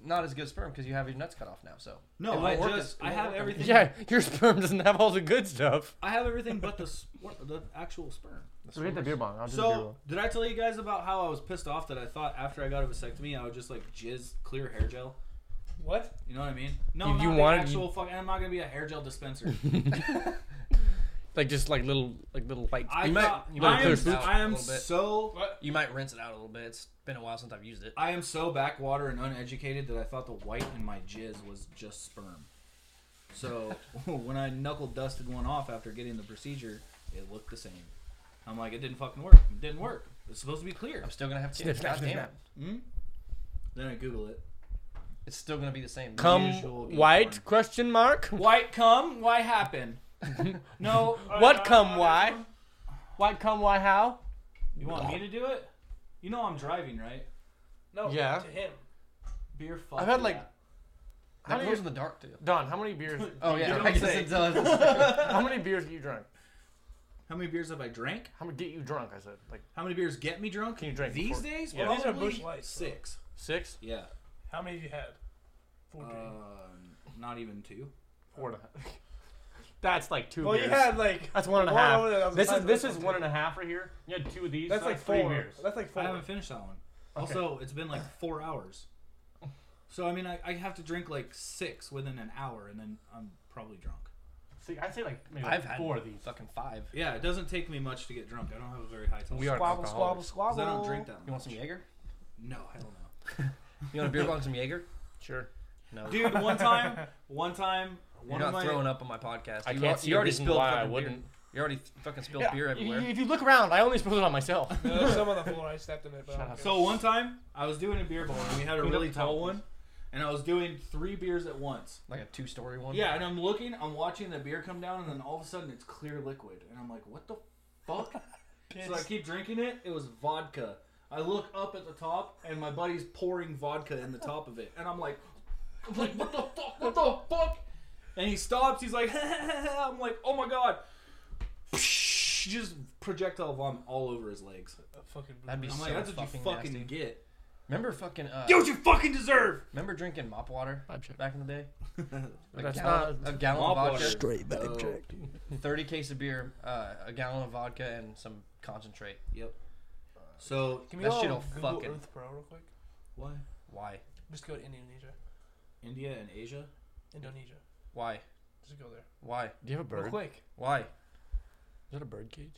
S1: not as good sperm because you have your nuts cut off now. So
S3: No,
S1: It won't
S3: I
S1: work
S3: just-
S1: it
S3: I
S1: won't
S3: have
S1: work on-
S3: everything-
S4: Yeah, your sperm doesn't have all the good stuff.
S3: I have everything but the swer- the actual sperm.
S4: So we get the beer bong, I'll do the beer
S3: so
S4: bong.
S3: did I tell you guys about how I was pissed off that I thought after I got a vasectomy I would just like jizz clear hair gel?
S12: What?
S3: You know what I mean? No,
S4: You-
S3: I'm
S4: you
S3: not
S4: wanted-
S3: an actual fucking. I'm not gonna be a hair gel dispenser.
S4: Like just like little like little white.
S3: I
S4: spoops.
S3: thought-
S4: you know,
S3: I
S4: clear
S3: am-
S4: spoops.
S3: I am
S1: a little bit.
S3: so.
S1: You might rinse it out a little bit. It's been a while since I've used it.
S3: I am so backwater and uneducated that I thought the white in my jizz was just sperm. So when I knuckle dusted one off after getting the procedure, it looked the same. I'm like, it didn't fucking work. It didn't work. It's supposed to be clear. I'm
S1: still gonna have kids. God damn it.
S3: Hmm? Then I Google it.
S1: It's still gonna be the same.
S4: Come white question mark.
S3: White come. Why happen? no.
S4: What come why? What come why how?
S3: You want me to do it? You know I'm driving, right?
S12: No.
S4: Yeah.
S12: To him.
S3: Beer. Fuck
S4: I've had
S3: yeah.
S4: like.
S3: That
S4: many-
S3: glows in the dark, too.
S4: Don, how many beers?
S3: Oh, yeah, I guess it does.
S4: how many beers have you drunk?
S3: How many beers have I drank?
S4: How many get you drunk? I said like.
S3: How many beers get me drunk?
S4: Can you drink
S3: These
S4: before-
S3: days,
S4: Yeah. These are
S3: Probably
S4: Busch Lights, though.
S3: Six.
S4: Six.
S3: Yeah.
S12: How many have you had? Four.
S3: Um, not even two.
S4: Four and a half. That's like two.
S12: Well, you
S4: beers.
S12: had, like,
S4: that's one and a
S12: one
S4: half.
S12: over there that was
S4: This is
S12: beside
S4: this
S12: the
S4: is one and a half right here. You had two of these.
S12: That's
S4: so
S12: like
S4: three
S12: four.
S4: beers.
S12: That's like four.
S3: I haven't finished that one.
S4: Okay.
S3: Also, it's been like four hours. So I mean, I, I have to drink like six within an hour, and then I'm probably drunk.
S4: See, I'd say like maybe
S1: I've
S4: like
S1: had
S4: four of these.
S1: Fucking five.
S3: Yeah, it doesn't take me much to get drunk. I don't have a very high tolerance.
S4: We are Squabble, alcoholics. squabble,
S3: 'Cause I don't
S4: squabble.
S3: drink that. Much.
S1: You want some Jaeger?
S3: No, hell no.
S1: You want a beer bong some Jaeger?
S4: Sure.
S1: No.
S3: Dude, one time, one time,
S1: You're
S3: one
S1: not
S3: of my
S1: throwing up on my podcast.
S4: I
S1: You
S4: can't
S1: al-
S4: see
S1: you
S4: a
S1: already
S4: reason
S1: spilled
S4: why I
S1: fucking beer.
S4: wouldn't.
S1: You already fucking spilled
S4: Yeah,
S1: beer
S4: y-
S1: everywhere.
S4: y- If you look around, I only spilled it on myself.
S12: No, some on the floor. I stepped in it. But I don't care.
S3: So one time, I was doing a beer bowl, and we had a
S12: Clean up
S3: really
S12: the
S3: tall
S12: towels.
S3: one, and I was doing three beers at once.
S1: Like a two-story one.
S3: Yeah, and I'm looking, I'm watching the beer come down, and then all of a sudden it's clear liquid, and I'm like, what the fuck? so I
S12: Pissed.
S3: keep drinking it. It was vodka. I look up at the top, and my buddy's pouring vodka in the top of it, and I'm like, I'm like, what the fuck? What the fuck? And he stops. He's like, I'm like, oh my god. Just projectile vomit all over his legs.
S12: fucking
S1: That'd be
S3: I'm
S1: so
S3: like, that's what you
S1: fucking
S3: fucking
S1: nasty.
S3: get.
S1: Remember fucking. Uh,
S3: Get what you fucking deserve.
S1: Remember drinking mop water back in the day? a
S4: That's
S1: gallon,
S4: not-
S1: a gallon
S4: Mop
S1: of
S4: water.
S1: vodka.
S4: Straight vibe No. check.
S1: Thirty case of beer, uh, a gallon of vodka, and some concentrate.
S3: Yep. So
S12: Can we
S1: that
S12: all
S1: shit'll
S12: Google
S1: fucking.
S12: Earth Pro real quick?
S3: Why?
S1: Why?
S12: Just go to Indonesia.
S3: India and Asia.
S12: Indonesia.
S1: Why?
S12: Just go there.
S1: Why?
S4: Do you have a
S12: Real
S4: bird?
S12: quick.
S1: Why?
S4: Is that a bird cage?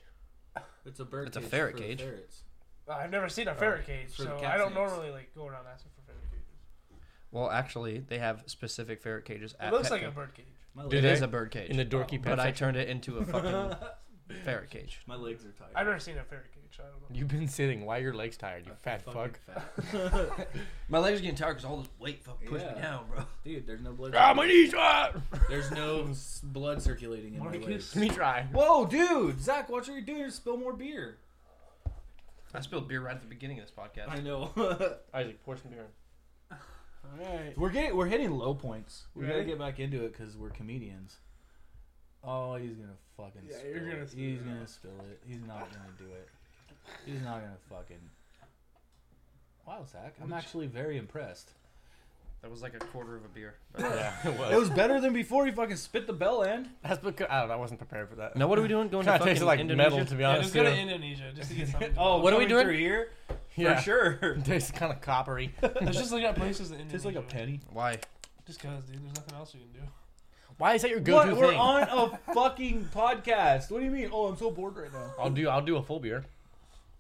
S3: It's a bird.
S1: It's a
S3: cage
S1: ferret
S3: for the
S1: cage.
S3: ferrets.
S12: Uh, I've never seen a
S4: Oh,
S12: ferret cage,
S3: for the
S12: so
S3: cat
S12: I don't
S3: snakes.
S12: normally like go around asking for ferret cages.
S1: Well, actually, they have specific ferret cages.
S12: It
S1: at
S12: looks like
S1: Petco.
S12: a bird cage.
S3: My
S1: It
S3: legs-
S1: is a bird cage
S4: In the dorky pet
S1: But I
S4: section?
S1: turned it into a fucking ferret cage.
S3: My legs are tired.
S12: I've never seen a ferret cage. so I don't know.
S4: You've been sitting. Why are your legs tired? You fat
S3: fucking
S4: Uh, fuck.
S3: fat.
S1: My legs are getting tired because all this weight fucking pushed me
S3: Yeah.
S1: down, bro.
S3: Dude, there's no blood.
S4: Ah, my knees!
S3: circulating.
S4: Ah!
S3: There's no s- blood circulating in my legs.
S4: Let me try.
S3: Whoa, dude, Zach, what are you doing? Just Spill more beer.
S1: I spilled beer right at the beginning of this podcast.
S3: I know.
S4: Isaac, pour some beer.
S12: All right.
S3: we're getting, we're hitting low points. We gotta
S12: Ready?
S3: get back into it because we're comedians. Oh, he's gonna fucking.
S12: Yeah,
S3: spill
S12: you're gonna
S3: it.
S12: spill
S3: He's
S12: it.
S3: gonna spill it. He's not gonna do it. He's not gonna fucking. Wow, Zach, I'm actually very impressed.
S1: That was like a quarter of a beer.
S4: Yeah, it was.
S3: It was better than before. He fucking spit the bell end.
S4: That's because I don't know. I wasn't prepared for that.
S1: Now what are we doing? Going to
S4: Kinda tasted
S1: fucking
S4: like
S1: Indonesia?
S4: metal, to be
S12: Yeah,
S4: honest.
S12: just go to
S4: too.
S12: Indonesia just to get something.
S3: Oh,
S1: What are we
S3: coming
S1: doing?
S3: through here?
S4: yeah.
S1: For sure.
S4: Tastes kind of coppery.
S12: Let's just look at places in Indonesia.
S3: Tastes like a penny.
S1: Why?
S12: Just cause, dude. There's nothing else you can do.
S4: Why is that your
S3: What?
S4: go-to
S3: We're
S4: thing?
S3: on a fucking podcast. What do you mean? Oh, I'm so bored right now.
S4: I'll do. I'll do a full beer.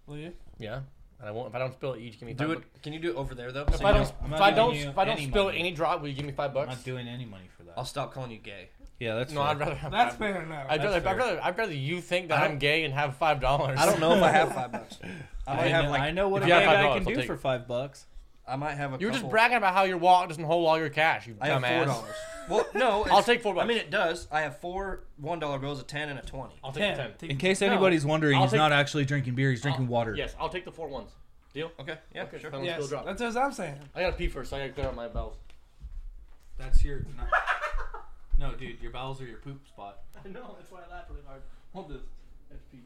S12: Will you?
S4: Yeah. And I won't. If I don't spill it, you just give me.
S1: Do
S4: five
S1: it. Can you do it over there though?
S4: bucks. If
S1: So
S4: I
S1: you
S4: don't,
S3: I'm
S4: if
S3: not
S4: I
S3: giving
S4: don't,
S3: you
S4: if I don't
S3: any
S4: spill
S3: money.
S4: any drop, will you give me five
S3: I'm
S4: bucks?
S3: not doing any money for that.
S1: I'll stop calling you gay.
S3: Yeah, that's
S4: No, I'd rather have.
S12: That's fair enough.
S4: I'd rather,
S3: That's
S4: I'd
S3: fair.
S4: rather, I'd rather you think that
S1: I
S4: I'm
S1: don't-
S4: gay and have five dollars.
S1: I don't know if I have five bucks. I might
S3: I,
S1: have
S3: know,
S1: like
S3: I know what
S4: If
S3: a
S4: you have
S3: gay
S4: five
S3: guy
S4: dollars,
S3: can
S4: I'll
S3: do
S4: take
S3: for
S4: it.
S3: five bucks.
S1: I might have a.
S4: You were just
S1: couple-
S4: bragging about how your wallet doesn't hold all your cash. You
S1: I have
S4: dumbass.
S1: four dollars. Well, no,
S4: I'll
S1: it's-
S4: take four
S1: I
S4: bucks.
S1: mean, it does. I have four one dollar bills, a ten, and a twenty.
S4: I'll take the ten.
S12: Take-
S3: In case
S4: No,
S3: anybody's wondering,
S4: I'll
S3: he's
S4: take-
S3: not actually drinking beer. He's drinking
S4: I'll-
S3: water.
S4: Yes, I'll take the four ones. Deal.
S1: Okay, yeah,
S4: Okay,
S1: sure.
S4: that one's
S12: Yes,
S4: still drop.
S12: that's what I'm saying.
S4: I gotta pee first. So I gotta clear out my bowels.
S3: That's your. No, dude, your bowels are your poop spot.
S12: I know. That's why I laughed really hard. Hold this. FP.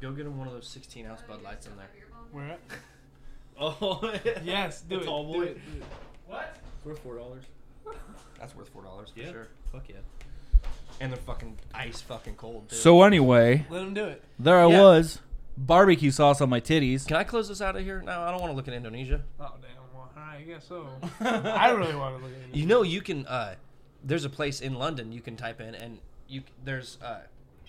S1: Go get him one of those sixteen ounce Bud Lights in there.
S12: Where at?
S3: Oh
S2: Yes, do
S3: the
S2: it,
S3: Tall
S2: do
S3: boy.
S2: it, do it.
S3: What? It's worth four dollars.
S1: That's worth four dollars for
S3: Yeah.
S1: sure.
S3: Fuck yeah.
S1: And they're fucking ice fucking cold. Dude.
S20: So anyway,
S2: Let 'em do it.
S20: There I
S1: Yeah.
S20: was, barbecue sauce on my titties.
S1: Can I close this out of here? No, I don't want to look at Indonesia.
S2: Oh damn! Well, I guess so. I really want to look at it.
S1: You know, you can. Uh, there's a place in London you can type in, and you c- there's uh,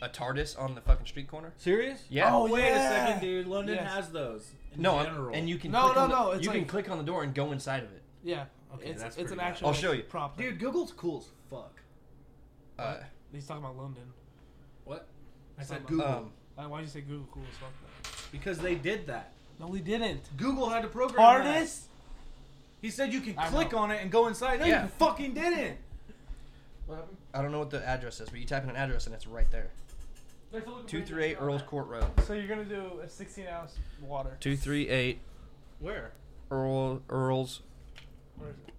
S1: a TARDIS on the fucking street corner.
S3: Serious?
S1: Yeah.
S3: Oh, wait a second, dude. London
S2: Yes.
S3: has those. In
S1: No, I'm-
S3: general.
S1: and you can.
S2: No,
S1: click
S2: no,
S1: on the-
S2: no, it's
S1: you can
S2: like-
S1: click on the door and go inside of it.
S2: Yeah.
S3: Okay,
S2: it's,
S3: that's
S2: it's an
S3: pretty
S2: actual.
S1: I'll show you.
S2: Prop.
S3: Dude, Google's cool as fuck.
S1: Uh,
S2: He's talking about London.
S3: What? I
S2: He's
S3: said
S2: talking about-
S1: um,
S3: Google.
S2: Why- Why'd you say Google cool as fuck? though?
S3: Because they did that.
S2: No, we didn't.
S3: Google had to program that.
S2: Artists.
S3: He said you can
S2: I
S3: click on it and go inside. No,
S1: Yeah.
S3: you fucking didn't.
S1: I don't know what the address is, but you type in an address and it's right there. Two three eight Earls Court Road.
S2: So you're gonna do a 16 ounce water.
S1: Two three eight
S3: Where?
S1: Earl Earls
S2: Where is it?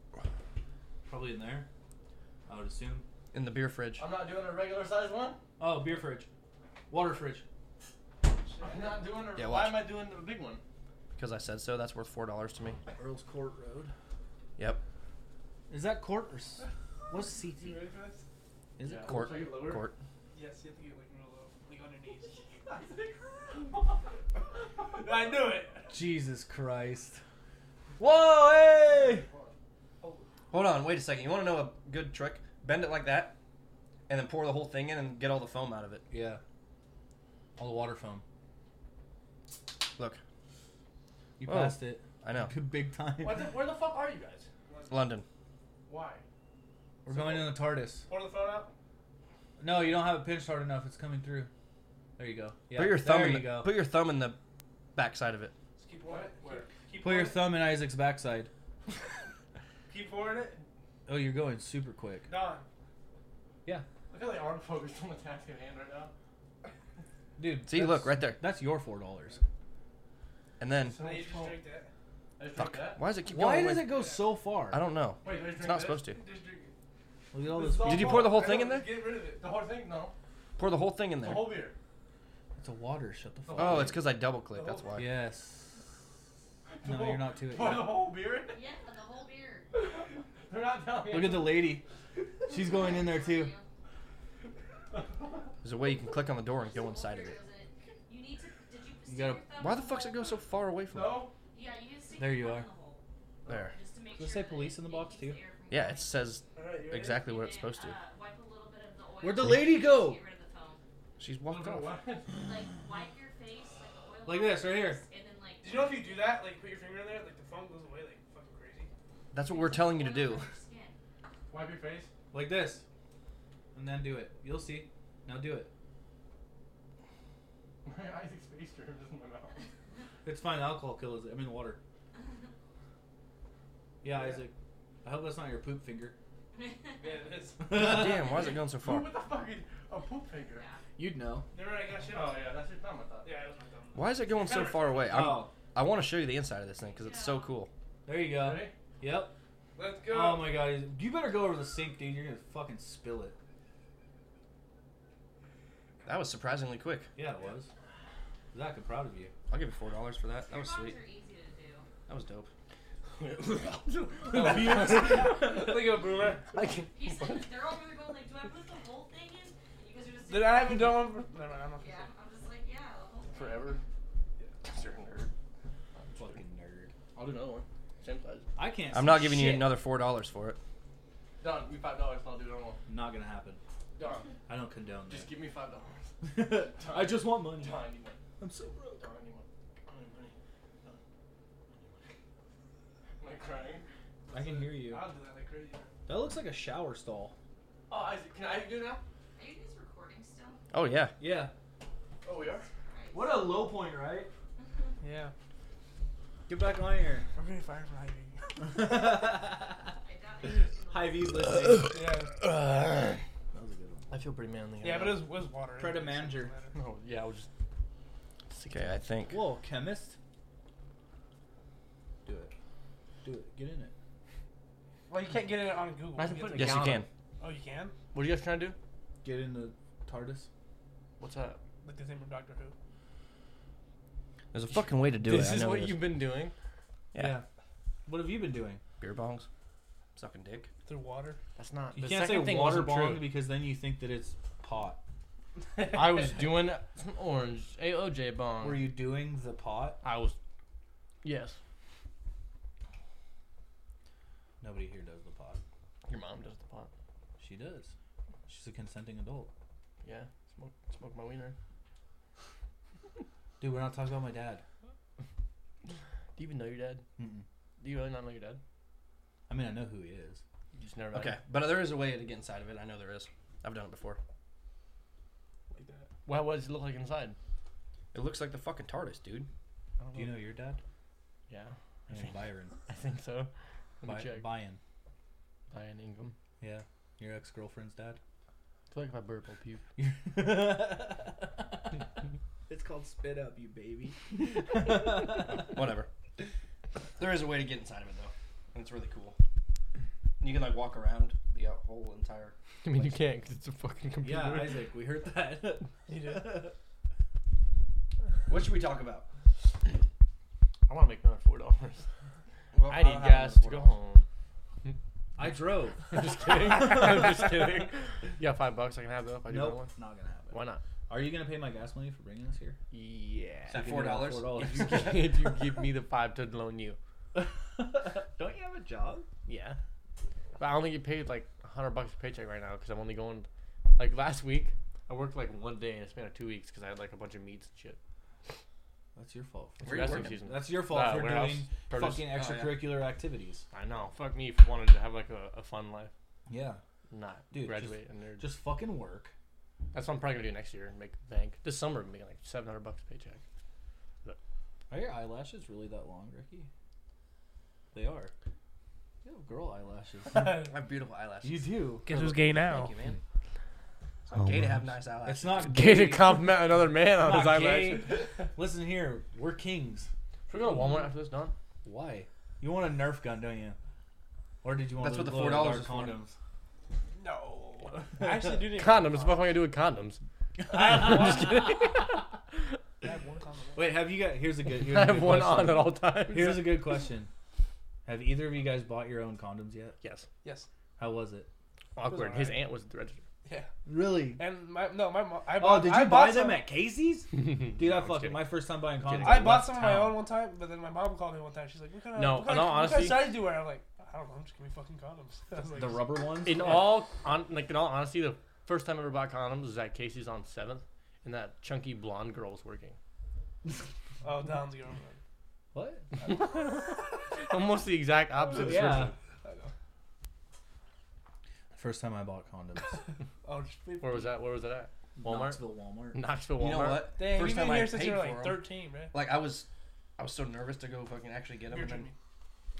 S3: Probably in there. I would assume.
S1: in the beer fridge.
S4: I'm not doing a regular size one.
S3: Oh, beer fridge. Water fridge.
S4: I'm not doing a.
S1: Yeah,
S4: why
S1: watch.
S4: am I doing the big one?
S1: Because I said so. That's worth four dollars to me.
S3: Earl's Court Road.
S1: Yep.
S3: Is that court or s- what's CT?
S2: You ready for this?
S3: Is
S2: Yeah.
S3: it
S1: Court.
S2: Take it lower?
S1: Court.
S2: Yes, you have to get like real low, like on your knees. I knew it.
S3: Jesus Christ.
S1: Whoa! Hey! Hold on. Wait a second. You want to know a good trick? Bend it like that, and then pour the whole thing in and get all the foam out of it.
S3: Yeah. All the water foam.
S1: Look,
S3: You
S1: Whoa.
S3: passed it.
S1: I know.
S3: Big time.
S2: What the, where the fuck are you guys?
S1: London.
S2: Why?
S3: We're going in the TARDIS.
S2: Pour the phone out.
S3: No, you don't have it pinched hard enough. It's coming through. There you go. Yeah,
S1: put your thumb.
S3: There
S1: In
S3: you
S1: the,
S3: go.
S1: Put your thumb in the backside of it.
S2: Just keep pouring it. Where? Keep
S3: Put your
S2: pouring
S3: thumb in Isaac's backside.
S2: it. Keep pouring it.
S3: Oh, you're going super quick.
S2: Don.
S3: Yeah.
S2: Look how they arm focused on the tattoo hand right now.
S3: Dude.
S1: See,
S3: that's-
S1: look right there.
S3: That's your four dollars.
S1: And then,
S2: So you just drink that. I just drink
S1: fuck.
S2: that.
S1: Why does it keep
S3: Why
S1: going?
S3: does
S1: away?
S3: it go so far?
S1: I don't know.
S2: Wait, do I just
S1: It's
S2: drink
S1: not
S2: this?
S1: supposed to.
S2: Just drink it.
S3: Look at all
S2: This
S3: this.
S2: is all
S1: Did you
S2: water.
S1: pour the whole
S2: I
S1: thing
S2: know,
S1: in there?
S2: Get rid of it. The whole thing? No.
S1: Pour the whole thing in
S2: The
S1: there.
S2: whole beer.
S3: It's a water. Shut the fuck.
S1: Oh,
S3: up.
S1: it's because I double clicked. That's why.
S3: Yes.
S2: The
S3: No,
S2: whole-
S3: you're not to it.
S2: Pour
S3: yet.
S2: the whole beer in?
S11: Yeah, the whole beer.
S2: They're not telling me.
S3: Look at the lady. She's going in there too.
S1: There's a way you can click on the door and go inside of it.
S11: You need to. Did you? stick
S3: gotta-
S11: your thumb
S1: Why
S11: in
S1: the fuck's it go
S11: hole?
S1: so far away from?
S2: No.
S11: Yeah, you need to stick
S3: There
S11: your
S3: you
S11: thumb
S3: are.
S11: in the hole,
S1: There.
S11: just to make
S3: Does it
S11: sure
S3: say
S11: that
S3: police in the
S11: it
S3: box,
S11: keeps
S3: too?
S11: air from
S1: Yeah,
S11: going.
S1: it says
S2: Alright, you ready?
S1: exactly what
S11: And,
S1: it's supposed to.
S11: uh, wipe a little bit of the oil
S3: Where'd the
S11: off
S3: lady
S11: just to
S3: go?
S11: get rid of the foam.
S1: She's
S2: Look
S1: walked
S2: at
S1: off.
S2: what? Did
S11: Like wipe your face, like the oil.
S3: Like
S11: off
S3: this,
S11: your
S3: right here.
S11: face, And then like.
S2: you know if you do that, like put your finger in there, like the foam goes away like fucking crazy?
S1: That's what we're telling you to do.
S11: Oil on your skin.
S2: Wipe your face.
S3: Like this. And then do it. You'll see. Now do it.
S2: My Isaac's face germs in my mouth.
S3: It's fine. Alcohol kills it. I mean, water. Yeah,
S2: Yeah.
S3: Isaac. I hope that's not your poop finger.
S2: Man, this.
S1: God damn, why is it going so
S2: Who
S1: far?
S2: with the fucking a poop finger?
S3: You'd know.
S2: Remember I got shit? Oh yeah, that's your thumb. I thought. Yeah, it was my thumb.
S1: Why is it going so far away? I'm,
S3: Oh,
S1: I want to show you the inside of this thing because it's so cool.
S3: there you go.
S2: Ready?
S3: Yep.
S2: Let's go.
S3: Oh my god. Isaac. You better go over the sink, dude. You're gonna fucking spill it.
S1: That was surprisingly quick.
S3: Yeah, it was. Zach, I'm proud of you.
S1: I'll give you four dollars for that. That was
S11: Bonds
S1: sweet.
S11: are easy to do.
S1: That was dope.
S2: Look at boomer.
S11: He said they're all really going like, do I put the whole thing in? And you guys are just.
S2: Did I haven't done one? For, never mind. I'm not
S11: Yeah, I'm just like yeah. The whole thing.
S1: Forever.
S3: Fucking nerd.
S4: I'll do another one. Same size.
S3: I can't.
S1: I'm
S3: see
S1: not giving you
S3: shit.
S1: another four dollars for it.
S4: Don, give me five dollars. I'll do another one.
S3: Not gonna happen.
S4: Don,
S3: I don't condone
S4: just give me five dollars.
S3: that. I just want money.
S4: Don, I need money.
S3: I'm so broke.
S4: Don, I need money. Don, I need money. Don, I need money. Am I crying?
S3: I can hear you.
S2: I'll do that like crazy.
S3: That looks like a shower stall.
S4: Oh, Isaac, can I do now?
S11: Are you guys recording still?
S1: Oh yeah.
S3: Yeah.
S4: Oh, we are.
S11: Right.
S3: What a low point, right?
S2: Yeah.
S3: Get back on here.
S2: I'm getting fired from hiding.
S3: High V listening.
S2: Yeah.
S3: That was a good one.
S21: I feel pretty manly.
S2: Yeah, but it was, was water.
S3: Try to
S2: It
S3: manager.
S2: doesn't matter.
S21: No, yeah, I was just.
S1: It's okay, I think.
S3: Whoa, chemist. Do it. Do it. Get in it.
S2: Well, you can't get it on Google.
S21: Imagine
S2: You have
S21: putting
S2: to-
S21: a
S1: Yes, you
S21: gallon.
S1: can.
S2: oh, you can.
S21: What are you guys trying to do?
S3: Get in the TARDIS.
S21: What's up?
S2: Like the same from Doctor Who.
S1: There's a fucking way to do
S21: this
S1: it. I
S21: is
S1: know
S21: what
S1: there's-
S21: you've been doing.
S1: Yeah.
S3: What have you been doing?
S1: Beer bongs, sucking dick.
S12: Through water.
S4: That's not.
S3: You
S4: the
S3: can't say
S4: second thing
S3: water
S4: wasn't true.
S3: bong because then you think that it's pot.
S4: I was doing some orange AOJ bong.
S3: Were you doing the pot?
S4: I was. Yes.
S3: Nobody here does the pot.
S4: Your mom does the pot.
S3: She does. She's a consenting adult.
S4: Yeah. Smoke, smoke my wiener.
S3: Dude, we're not talking about my dad.
S4: Do you even know your dad?
S3: Mm-mm.
S4: Do you really not know your dad?
S3: I mean, I know who he is.
S4: You just never met
S1: Okay,
S4: him.
S1: but there is a way to get inside of it. I know there is. I've done it before.
S4: Well, what does it look like inside?
S1: It looks like the fucking TARDIS, dude.
S3: Do you know your dad?
S4: Yeah. I
S3: His name's
S4: think,
S3: Byron.
S4: I think so. Let me
S3: By-
S4: check.
S3: Byron.
S4: Brian Ingham.
S3: Yeah. Your ex girlfriend's dad.
S4: I feel like if I burp, I'll puke.
S3: It's called spit up, you baby.
S1: Whatever. There is a way to get inside of it though, and it's really cool. You can like walk around the uh, whole entire.
S4: I mean, you can't because it's a fucking computer.
S3: yeah, Isaac, we heard that.
S12: You did.
S1: What should we talk about?
S4: I want to make another four dollars.
S1: Well,
S4: I
S1: I
S4: need
S1: don't have
S4: gas
S1: another
S4: to go
S1: $4.
S4: home.
S3: I drove.
S4: I'm just kidding. I'm just kidding. Yeah, five bucks. I can have that if I do that
S3: Nope,
S4: one.
S3: not gonna happen.
S4: Why not?
S3: Are you gonna pay my gas money for bringing us here?
S4: Yeah.
S3: So you can do that for $4.
S4: If you, gi- if you give me the five to loan you.
S3: Don't you have a job?
S4: Yeah. But I only get paid like a hundred bucks a paycheck right now because I'm only going. Like last week, I worked like one day in a span of two weeks because I had like a bunch of meats and shit.
S3: That's your fault.
S4: It's
S3: Where you
S4: wrestling
S3: working? Ah,
S4: season.
S3: That's your fault
S4: Uh,
S3: for
S4: warehouse,
S3: doing
S4: produce.
S3: fucking
S4: Oh, yeah.
S3: extracurricular activities.
S4: I know. Fuck me if I wanted to have like a, a fun life.
S3: Yeah,
S4: Not
S3: dude.
S4: graduate and nerd.
S3: just, just fucking work.
S4: That's what I'm probably gonna do next year and make bank. This summer, I'm making like 700 bucks a paycheck.
S3: Are your eyelashes really that long, Ricky? They are. You have girl eyelashes.
S1: I have beautiful eyelashes.
S3: you do.
S12: Guess who's gay now?
S1: Thank you, man. It's not gay to have nice eyelashes.
S3: It's not
S4: Gay to
S3: gay.
S4: compliment another man on
S3: Not
S4: his eyelashes.
S3: gay. Listen here, we're kings.
S4: Should we go to Walmart after this, Don?
S3: Why? You want a Nerf gun, don't you? Or did you want?
S1: That's what the
S3: low
S1: $4
S3: dollar
S1: is for.
S3: condoms?
S4: No.
S12: I actually do need.
S4: Condoms. What the fuck am I gonna do with condoms? I'm just kidding.
S12: I have one comment.
S3: Wait, have you got? Here's a good. Here's
S4: I
S3: a
S4: have
S3: good
S4: one
S3: question.
S4: on at all times.
S3: Here's a good question. Have either of you guys bought your own condoms yet?
S4: yes.
S12: Yes.
S3: How was it?
S4: Awkward. His
S12: alright.
S4: aunt was at the register.
S12: Yeah.
S3: Really?
S12: And my no, my mom. I
S3: Oh,
S12: bought,
S3: did you
S12: I
S3: buy
S12: bought
S3: them
S12: some-
S3: at Casey's? Dude, I fucking
S4: kidding.
S3: my first time buying
S4: kidding.
S3: condoms.
S12: I bought
S3: left
S12: some of my
S3: town.
S12: own one time, but then my mom called me one time. She's like, "What kind of
S4: No,
S12: what
S4: in
S12: kind of,
S4: all
S12: what kind of
S4: honesty-
S12: size do you wear?" I'm like, "I don't know. I'm just gonna be fucking condoms." I was like,
S3: The rubber ones.
S4: In all, on, like in all honesty, the first time I ever bought condoms was at Casey's on Seventh, and that chunky blonde girl was working.
S12: "Oh, Don's girl."
S3: what?
S4: Almost the exact opposite.
S3: Yeah.
S4: description.
S12: I know.
S3: First time I bought condoms.
S12: Oh, just leave.
S4: Where was that? Where was that at? Walmart.
S3: Knoxville Walmart.
S4: Knoxville Walmart.
S1: You know what?
S12: Damn,
S1: First
S12: you've been
S1: time I
S12: here since you
S1: paid
S12: were
S1: for
S12: like
S1: 'em,
S12: 13, man.
S1: Like I was, I was so nervous to go fucking actually get them.
S12: You're
S1: And then
S12: dreaming.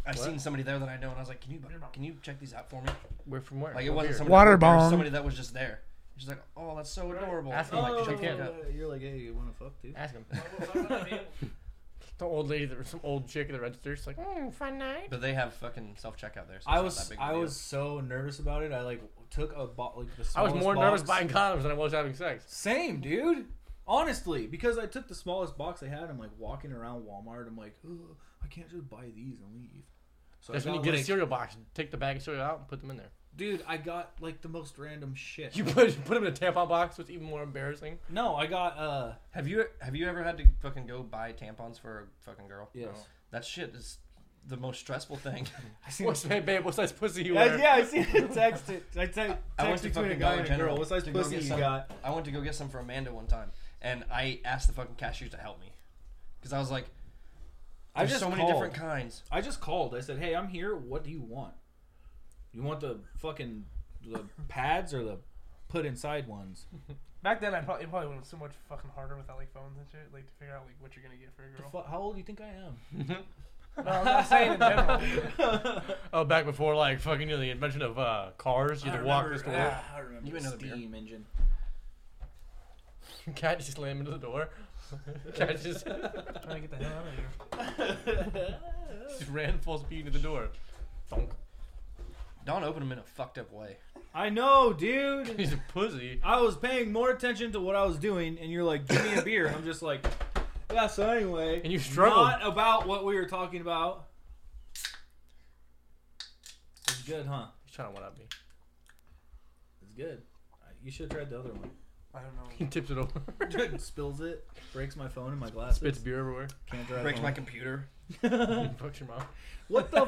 S1: I
S4: What?
S1: seen somebody there that I know, and I was like, "Can you
S12: You're not-
S1: can you check these out for me?"
S4: Where from where?
S1: Like it
S4: From
S1: wasn't
S4: here.
S1: somebody
S2: Water
S1: that worked there, it was
S2: bomb.
S1: Somebody that was just there. She's like, "Oh, that's so adorable."
S4: Ask him, like,
S1: Oh,
S4: shut the fuck up.
S3: You're like, hey, you want to fuck, dude?
S4: Ask him. the old lady, that was some old chick at the register. She's like, mm, fun night.
S1: But they have fucking self checkout there. So
S3: I
S1: it's not
S3: was
S1: that big of a
S3: I
S1: deal.
S3: was so nervous about it. I like took a bo- like the
S4: I was
S3: smallest
S4: more nervous
S3: box.
S4: buying condoms than I was having sex.
S3: Same, dude. Honestly, because I took the smallest box I had, I'm like walking around Walmart. I'm like, "Ugh, I can't just buy these and leave. So I
S4: That's when you
S3: got,
S4: get a
S3: like-
S4: cereal box, take the bag of cereal out, and put them in there.
S3: Dude, I got like the most random shit.
S4: You put put them in a tampon box, which is even more embarrassing.
S3: no, I got uh
S1: Have you have you ever had to fucking go buy tampons for a fucking girl?
S3: yes.
S1: That shit is the most stressful thing.
S3: I seen
S4: What's, hey, babe, what size pussy you
S3: I,
S4: wear?
S3: yeah, I seen it. Text it. I te-
S1: I went
S3: text
S1: to
S3: between a
S1: fucking
S3: guy
S1: Dollar
S3: and a girl.
S1: General.
S3: What size
S1: to go
S3: pussy
S1: get
S3: you
S1: some-
S3: got?
S1: I went to go get some for Amanda one time, and I asked the fucking cashiers to help me because I was like,
S3: I
S1: "There's
S3: just
S1: so many
S3: called.
S1: different kinds."
S3: I just called. I said, "Hey, I'm here. What do you want? You want the fucking the pads or the put inside ones?"
S12: Back then, I probably it probably would have so much fucking harder without like phones and shit, like to figure out like what you're gonna get for a
S3: The
S12: girl.
S3: fu- how old do you think I am?
S12: No, I'm not saying in general.
S4: Oh, back before like fucking you know, the invention of uh, cars, you had to walk this
S3: remember-
S4: door.
S3: ah, I remember
S1: You
S3: the
S1: another beer?
S3: steam engine.
S4: Cat just slammed into the door. Cat just,
S12: Trying to get the hell out of here.
S4: just ran full speed into the door. Thunk.
S1: Don opened them in a fucked up way.
S3: I know, dude.
S4: He's a pussy.
S3: I was paying more attention to what I was doing, and you're like, "Give me a beer," and I'm just like, "Yeah." So anyway,
S4: And you struggled.
S3: Not about what we were talking about. good, huh?
S4: He's trying to one up me.
S3: It's good. Uh, You should have tried the other one.
S12: I don't know.
S4: He tips it over.
S3: Spills it, breaks my phone and my glasses.
S4: Spits beer everywhere.
S3: Can't drive.
S1: Breaks
S3: home.
S1: my computer.
S4: Fucks your mom.
S3: What the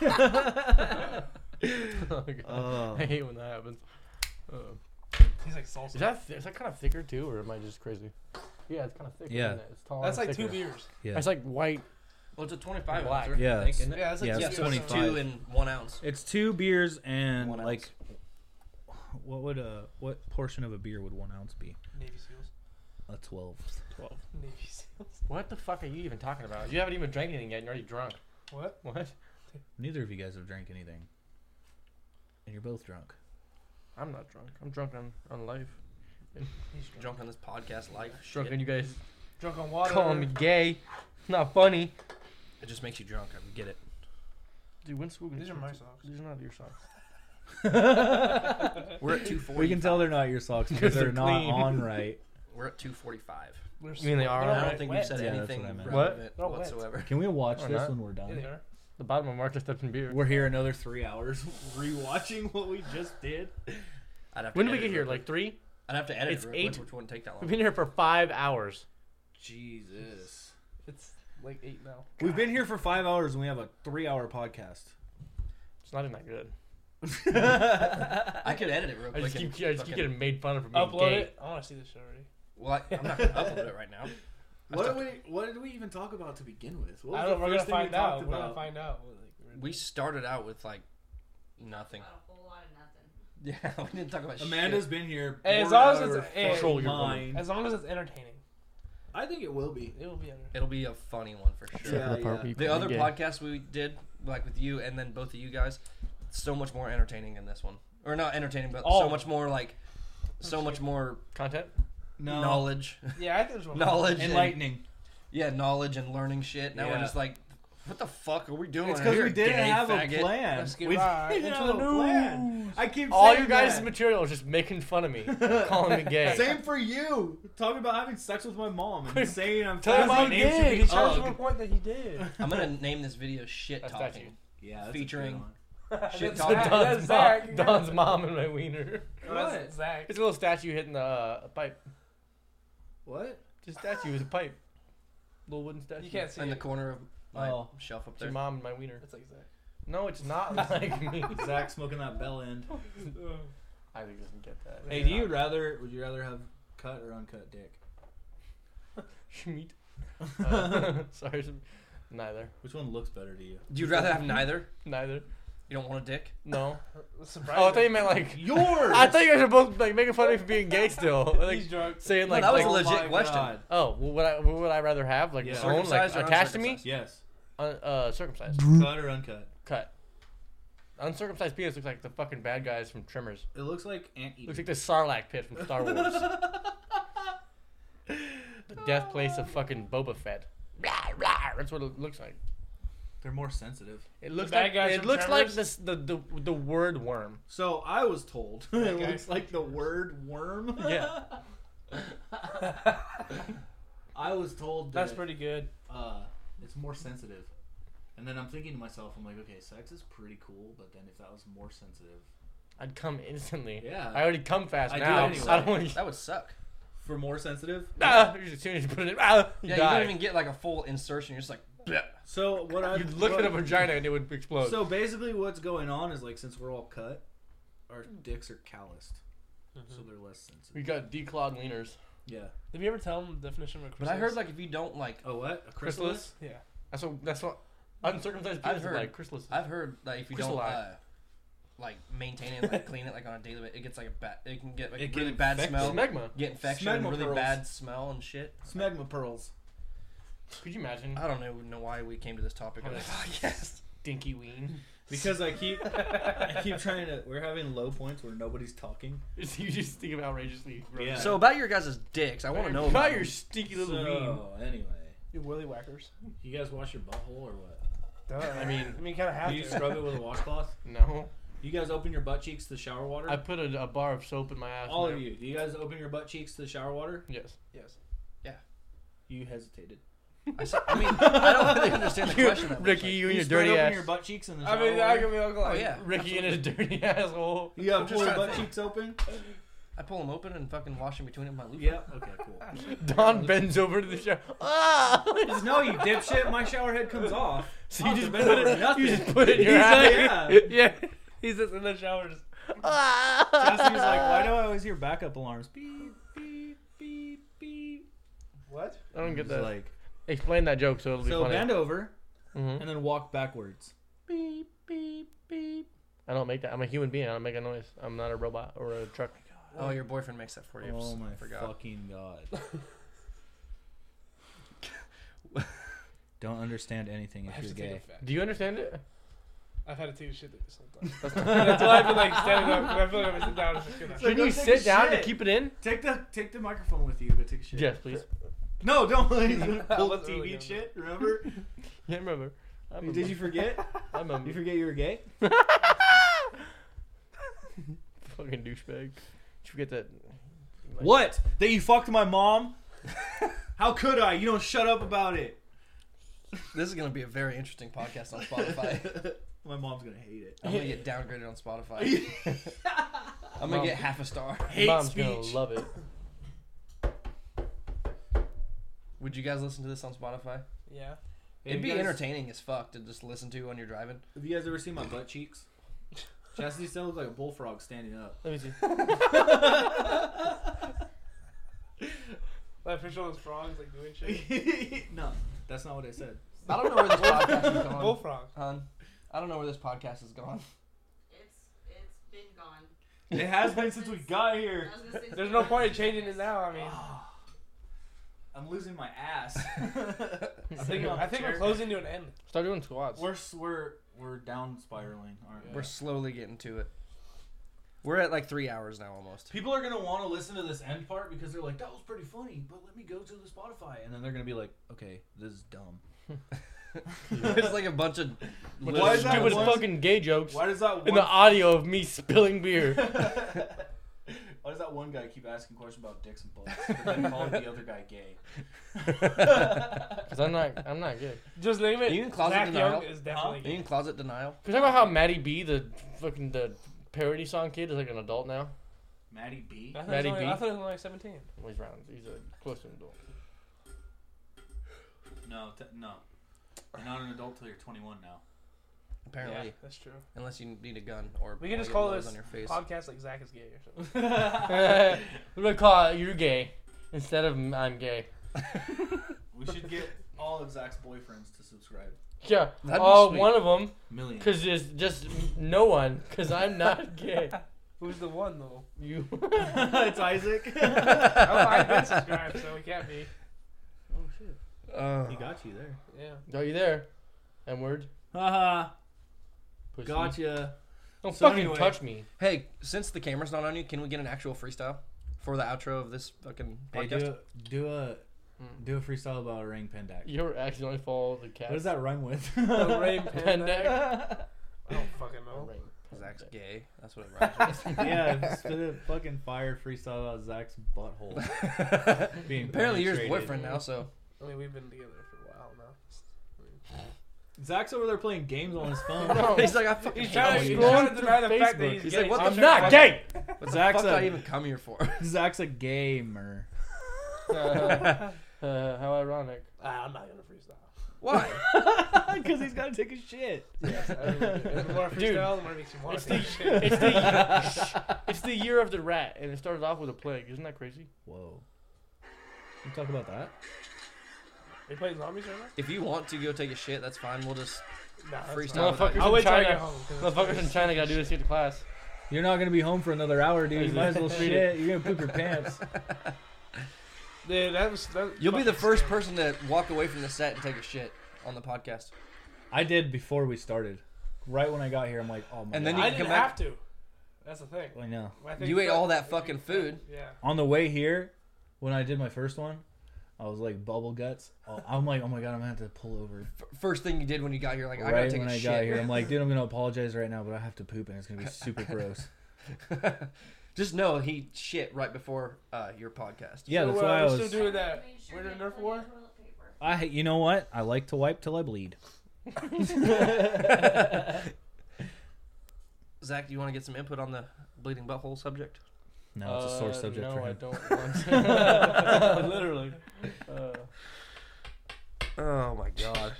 S3: fuck, dude?
S4: Oh, God.
S3: Oh.
S4: I hate when that happens. Uh,
S12: He's like salsa.
S4: is that th- is that kind of thicker too, or am I just crazy? Yeah, it's kind of thick.
S19: Yeah.
S4: isn't it? it's taller.
S12: That's
S4: and
S12: like two
S4: thicker.
S12: beers.
S19: Yeah.
S4: It's like white.
S1: Well, it's a 25
S4: Black.
S1: ounce.
S19: Yeah,
S1: I think,
S19: it's-
S1: isn't it?
S12: yeah, it's like
S19: yeah,
S1: yeah,
S19: it's
S1: so it's
S19: 25.
S1: two and one ounce.
S19: It's two beers and
S1: One
S19: like, what would a what portion of a beer would one ounce be?
S12: Navy Seals.
S19: A twelve. Twelve.
S12: Navy Seals.
S4: What the fuck are you even talking about? You haven't even drank anything yet, and you're already drunk.
S12: What?
S4: What?
S19: Neither of you guys have drank anything, and you're both drunk.
S4: I'm not drunk. I'm drunk on on life.
S12: He's drunk.
S1: Drunk on this podcast life.
S4: Drunk
S1: Shit.
S4: on you guys.
S12: Drunk on water.
S4: Calling me gay. Not funny.
S1: It just makes you drunk. I get it.
S4: Dude, when's Swoop?
S12: These are my socks.
S4: These are not your socks.
S1: We're at 240.
S19: We can tell they're not your socks because they're,
S4: They're
S19: not
S4: clean.
S19: on right.
S1: We're at 245.
S12: We're
S4: You mean they are
S12: sweat- they're
S1: I
S4: on
S12: all
S1: don't
S4: Alright.
S1: think
S12: wet.
S1: we've said
S19: Yeah, that's
S1: anything
S19: what I meant.
S4: What?
S1: relevant
S12: They're all wet.
S1: whatsoever.
S19: Can we watch
S4: Or
S19: this
S4: not.
S19: when we're
S12: Yeah,
S19: done?
S12: they are.
S4: The bottom of Mark just dipped in beer.
S19: We're here another three.
S3: Three hours rewatching what we just did.
S1: I'd have to
S4: When did we
S1: edit
S4: get here?
S1: real
S4: Like three?
S1: quick. I'd have to edit
S4: It's
S1: it real quick,
S4: eight?
S1: which wouldn't take that
S4: We've
S1: long.
S4: been here for five hours.
S3: Jesus.
S12: It's like eight now.
S3: We've been here for five hours and we have a three-hour podcast.
S4: It's not even that good.
S1: I could edit it real
S4: I
S1: quick.
S4: just
S1: and
S4: keep, I just
S1: fucking-
S4: keep getting made fun of for being
S12: Upload
S4: gay.
S12: it. I want to see this shit already.
S1: Well, I, I'm not going to upload it right now.
S3: What did we What did we even talk about to begin with? What
S12: I
S3: was
S12: don't.
S3: the
S12: We're gonna
S3: first thing we
S12: find out.
S3: talked
S12: We're gonna
S3: about?
S12: find out. We're like- we're-
S1: We started out with like nothing.
S11: Not a whole lot of nothing.
S1: Yeah, we didn't talk about
S3: Amanda's
S1: shit.
S3: been here.
S12: Hey, as
S3: bored
S12: long as
S3: out of
S12: it's-
S3: her
S12: hey,
S3: fucking
S4: Control your
S3: mind.
S12: As long as it's entertaining,
S3: I think it will be.
S12: it will be entertaining.
S1: It'll be a funny one for sure.
S3: Yeah,
S7: Except for the part
S3: yeah.
S7: where you
S1: The
S7: call me
S1: other
S7: gay.
S1: podcast we did, like with you and then both of you guys, so much more entertaining than this one. Or not entertaining, but
S12: Oh.
S1: so much more like, so much more
S4: Content?
S1: knowledge.
S12: Yeah, I think it's
S1: knowledge. and-
S3: Enlightening.
S1: yeah, knowledge and learning shit. Now we're
S3: Yeah.
S1: just like, what the fuck are we doing?
S3: It's because
S1: here,
S3: we didn't
S1: gay
S3: have
S1: faggot?"
S3: a plan.
S12: Let's get
S3: we
S12: right
S3: didn't
S12: into
S3: have
S12: the
S3: a plan. I keep
S4: All
S3: saying
S4: your guys'
S3: that.
S4: material is just making fun of me, calling me gay.
S3: Same for you. Talking about having sex with my mom and saying I'm
S4: Tell him
S3: my
S4: I'm
S3: name should
S4: gay.
S3: be
S12: He charged
S3: Ugg.
S12: him a point that he did.
S1: I'm gonna name this video shit
S4: That's
S1: talking.
S3: Yeah, that's a good
S1: Featuring-
S3: one.
S1: Shit
S12: That's
S1: talking.
S12: Zach.
S4: Don's,
S12: That's
S4: mom,
S12: Zach.
S4: Don's mom and my wiener.
S12: No, that's Zach.
S4: It's a little statue hitting the uh, pipe.
S3: What?
S4: Just statue is a pipe. Little wooden statue.
S12: You can't see
S1: in the
S12: it.
S1: corner of my
S3: Oh.
S1: shelf up
S4: It's your
S1: there.
S4: mom and my wiener.
S12: It's like Zach.
S4: No, it's not like me.
S3: Zach smoking that bell end.
S4: Isaac doesn't get that.
S3: Hey, do you rather? Would you rather have cut or uncut dick?
S4: Schmeat. Uh, sorry, Schm- neither.
S3: Which one looks better to you?
S1: Do you rather have neither?
S4: Neither.
S1: You don't want a dick?
S4: No.
S12: Surprise.
S4: Oh, I thought you meant like.
S3: Yours.
S4: I thought you guys were both like making fun of me for being gay still. Like,
S12: He's drunk.
S4: saying like,
S1: that was
S4: like
S1: a legit
S3: my
S1: question.
S3: God.
S4: oh, well, would I what would I rather have like
S3: Yeah.
S4: own like
S1: Circumcised or
S4: attached to me?
S1: uncircumcised?
S3: Yes.
S4: Un- uh, circumcised.
S3: Cut or uncut?
S4: Cut. Uncircumcised penis looks like the fucking bad guys from Trimmers.
S3: It looks like ant
S4: Looks
S3: eating.
S4: like the Sarlacc pit from Star Wars. the death place of fucking Boba Fett. Rawr, rawr. That's what it looks like.
S3: They're more sensitive.
S4: It looks
S12: bad
S4: like
S12: guys
S4: it
S12: from
S4: looks like
S12: Tremors?
S4: this the, the the word worm.
S3: So I was told it
S12: Okay.
S3: looks like the word worm.
S4: Yeah.
S3: I was told that,
S12: That's pretty good.
S3: uh, it's more sensitive. And then I'm thinking to myself, I'm like, okay, sex is pretty cool, but then if that was more sensitive,
S4: I'd come instantly.
S3: Yeah.
S4: I already come fast
S3: I do
S4: now.
S3: anyway.
S4: I don't want to.
S1: That would suck.
S3: for more sensitive.
S4: Ah, as soon as you put it in, ah, you
S1: Yeah,
S4: die.
S1: you don't even get like a full insertion. You're just like, bleh.
S3: So what I
S4: You'd look
S3: what,
S4: at a vagina and it would explode.
S3: So basically, what's going on is like since we're all cut, our dicks are calloused,
S4: Mm-hmm.
S3: so they're less sensitive.
S4: we got declawed wieners.
S3: Yeah.
S12: Did you ever tell him the definition of a
S1: But I heard like if you don't like,
S3: Oh what? A
S4: Chrysalis?
S3: chrysalis?
S12: Yeah.
S4: That's what. That's what. Uncircumcised
S1: I've
S4: penis is
S1: heard-
S4: like chrysalis.
S1: I've heard like if you don't
S4: Chrysalis.
S1: uh, like maintain it, like clean it like on a daily, ba- it gets like a bad, it can get like
S3: It
S1: really
S3: get
S1: bad
S3: infected.
S1: smell,
S4: Smegma.
S1: get infection, and
S3: Smegma
S1: really
S3: pearls.
S1: bad smell and shit.
S3: Smegma pearls.
S4: Could you imagine?
S1: I don't know, know why we came to this topic on the podcast.
S4: Dinky ween.
S3: Because I keep I keep trying to. We're having low points where nobody's talking.
S4: you just think of outrageously. gross-
S3: Yeah.
S1: So about your guys' dicks, I want to know
S4: about
S1: about
S4: your
S1: them.
S4: stinky little ween.
S3: So anyway,
S12: You willy whackers.
S3: you guys wash your butthole or what?
S12: Duh.
S4: I mean,
S12: I mean, kind of have
S3: Do you
S12: to.
S3: scrub it with a washcloth?
S4: no.
S3: You guys open your butt cheeks to shower water.
S4: I put a, a bar of soap in my ass.
S3: All
S4: and
S3: of
S4: I-
S3: you. Do you guys open your butt cheeks to shower water?
S4: Yes.
S12: Yes.
S3: You hesitated.
S1: I, saw, I mean, I don't really understand the
S4: You-
S1: question. That much.
S4: Ricky, you and
S1: Like,
S4: your dirty
S3: open
S4: ass.
S3: your butt cheeks in the
S4: I
S3: shower
S4: mean, I
S3: water?
S4: can be like,
S3: Oh,
S4: like
S1: yeah,
S4: Ricky and his dirty asshole.
S3: You have
S1: trying
S3: four
S1: to
S3: butt
S1: think.
S3: cheeks open.
S1: I pull them open and fucking wash them between my loop.
S3: Yep. Okay. Cool.
S4: Don bends over to the shower. Ah!
S3: no, you dipshit. My shower head comes off.
S4: So you
S3: Off the
S4: just
S3: bed
S4: put
S3: with
S4: it.
S3: nothing.
S4: You just put it in your
S3: He's
S4: ass.
S3: like, yeah. Ah!
S4: yeah. He's just in the shower. Just.
S3: Jesse was like, "Why do I always hear backup alarms?" Beep, beep, beep, beep. What?
S4: I don't get
S3: He's
S4: that.
S3: Like,
S4: Explain that joke so it'll be
S3: so
S4: funny.
S3: bend over
S4: Mhm.
S3: and then walk backwards.
S4: Beep, beep, beep. I don't make that. I'm a human being. I don't make a noise. I'm not a robot or a truck.
S1: Oh, your boyfriend makes that for you.
S3: Oh
S1: Oops,
S3: my
S1: forgot.
S3: fucking god! don't understand anything
S12: I have
S3: if you're
S12: to take
S3: gay.
S12: a
S4: Do you understand it?
S12: I've had to take a shit sometimes. That's why I've been like standing up. 'cause I feel like if I sit down, it's just gonna.
S4: Shouldn't you sit down to keep it in?
S3: Take the take the microphone with you. Go take a shit.
S4: Yes, please.
S3: No, don't. Pull the
S4: wasn't
S3: TV
S4: really gonna-
S3: and shit. Remember?
S4: Yeah, I remember. I remember.
S3: Did you forget?
S4: I remember.
S3: You forget you were gay?
S4: Fucking douchebag. Did you forget that?
S3: What? That you fucked my mom? How could I? You don't shut up about it.
S1: This is gonna be a very interesting podcast on Spotify.
S3: My mom's gonna hate it.
S1: I'm gonna get downgraded on Spotify. I'm gonna
S4: Mom-
S1: get half a star.
S3: Hate
S4: Mom's gonna
S3: speech.
S4: love it.
S1: Would you guys listen to this on Spotify?
S12: Yeah.
S1: It'd
S3: you
S1: be
S3: guys-
S1: entertaining as fuck to just listen to when you're driving.
S3: Have you guys ever seen my butt cheeks? Chastity still looks like a bullfrog standing up.
S4: Let me see.
S12: That fish on his frogs like doing shit.
S3: no, that's not what I said.
S1: I don't know where this podcast is going.
S12: Bullfrog.
S1: Hun, I don't know where this podcast is gone.
S11: It's it's been gone.
S3: It has been since we got here.
S11: I was gonna say it's
S12: There's
S11: been
S12: no
S11: gone
S12: point in
S11: since-
S12: changing it now. I mean,
S3: I'm losing my ass.
S12: I think, I think we're closing to an end.
S4: Start doing squats.
S3: We're s- we're we're down spiraling, aren't we?
S1: We're slowly getting to it. We're at like three hours now almost.
S3: People are gonna want to listen to this end part because they're like, "That was pretty funny," but let me go to the Spotify, and then they're gonna be like, "Okay, this is dumb."
S1: it's like a bunch of
S3: Why is that
S4: stupid
S3: one-
S4: fucking gay jokes
S3: Why does that one
S4: in the audio of me spilling beer?
S3: Why does that one guy keep asking questions about dicks and butts, but then calling the other guy gay?
S4: Cause I'm not, I'm not good.
S12: Just leave it.
S1: You can closet
S12: Zach
S1: denial.
S12: Young is definitely.
S1: You can closet denial.
S4: Can we talk about how Maddie B, the fucking the parody song kid, is like an adult now?
S3: Maddie B.
S12: I thought,
S4: Maddie
S12: he was only,
S4: B?
S12: I thought he was only like 17.
S4: Well, he's round. He's a close to an adult.
S3: No, t- no. You're not an adult till you're 21 now.
S1: Apparently,
S12: Yeah, that's true.
S1: unless you need a gun or
S12: We
S1: wanna
S12: can just
S1: get
S12: call
S1: blows
S12: this
S1: on your face.
S12: podcast like Zach is gay or something.
S4: We're gonna call it "You're Gay" instead of "I'm Gay."
S3: We should get all of Zach's boyfriends to subscribe.
S4: Yeah.
S1: That'd be
S4: Oh,
S1: sweet.
S4: one of them,
S3: Million.
S4: cause there's just no one, cause I'm not gay.
S12: Who's the one though?
S4: You.
S3: it's Isaac.
S12: Oh, I've been subscribed, so we can't be.
S3: Oh shit.
S1: Uh,
S3: He got you there.
S12: Yeah.
S4: Are you there? M word.
S3: Haha.
S4: Pussy.
S3: Gotcha.
S4: Don't
S3: So
S4: fucking
S3: anyway.
S4: touch me.
S1: hey, since the camera's not on you, can we get an actual freestyle for the outro of this fucking
S3: Hey,
S1: podcast?
S3: do, a, do a do a freestyle about Orang Pendak.
S4: You're accidentally follow the cat.
S3: Mm. What does that rhyme with?
S12: The rain
S4: Pendek.
S12: I don't fucking know.
S1: Zach's gay. That's what it rhymes with.
S3: yeah, spit a fucking fire freestyle about Zach's butthole. Being
S1: Apparently, you're his
S3: penetrated.
S1: boyfriend now, so
S12: I mean, we've been together for a while now.
S3: Zach's over there playing games on his phone.
S4: No.
S1: he's like, I fucking.
S12: He's
S1: hate
S12: trying,
S1: you.
S12: to, he's
S4: Scroll
S12: trying to
S4: through
S12: deny the
S4: Facebook.
S12: fact that he's,
S1: He's
S12: gay.
S1: like, what the
S4: I'm
S1: fuck?
S4: not gay.
S1: What the
S3: Zach's
S1: fuck did I
S3: a-
S1: even come here for?
S3: Zach's a gamer.
S4: uh, uh, how ironic.
S12: Ah, I'm not gonna freestyle.
S1: Why?
S3: Because he's got to take a shit.
S12: the more I freestyle,
S4: Dude,
S12: the more it makes you want
S4: It's
S12: to
S4: the,
S12: take shit.
S4: it's, the, it's the year of the rat, and it started off with a plague. Isn't that crazy?
S3: Whoa. You talk about that?
S12: Are you playing zombies right
S1: if you want to go take a shit, that's fine. We'll just.
S12: now? Nah,
S1: Freestyle. Motherfuckers
S12: freestyle.
S4: Motherfuckers
S12: I'll
S4: in
S12: wait till I get
S4: China.
S12: home. 'cause that's
S4: Motherfuckers in China gotta do this to get to class.
S3: You're not gonna be home for another hour, dude. You might as well shit. You're gonna poop your pants.
S12: Dude, that was. That was
S1: You'll be the
S12: fucking
S1: first
S12: scary.
S1: person to walk away from the set and take a shit on the podcast,
S3: I did before we started. Right when I got here, I'm like, oh my.
S1: and
S3: God.
S1: then you
S12: I
S1: can come
S12: didn't
S1: back.
S12: have to. That's the thing.
S3: I know.
S12: I think
S1: You ate
S12: that-
S1: all that fucking food.
S12: Yeah.
S3: On the way here, when I did my first one, I was like bubble guts. Oh, I'm like, oh my god, I'm gonna have to pull over.
S1: F- First thing you did when you got here, like I gotta
S3: right
S1: take
S3: when
S1: a
S3: I
S1: shit.
S3: got here, I'm like, dude, I'm gonna apologize right now, but I have to poop, and it's gonna be super gross.
S1: Just know he shit right before uh, your podcast.
S3: Yeah,
S12: So
S3: that's
S12: we're-
S3: why I
S12: we're
S3: was.
S12: still doing
S11: I
S12: that.
S11: made
S12: We're
S11: that
S12: in Nerf
S11: plenty
S12: War.
S11: of toilet paper.
S19: I you know what? I like to wipe till I bleed.
S1: Zach, do you want to get some input on the bleeding butthole subject?
S19: No, it's a sore Uh, subject no, for I him. don't
S1: want
S12: Literally. Uh,
S1: oh my god.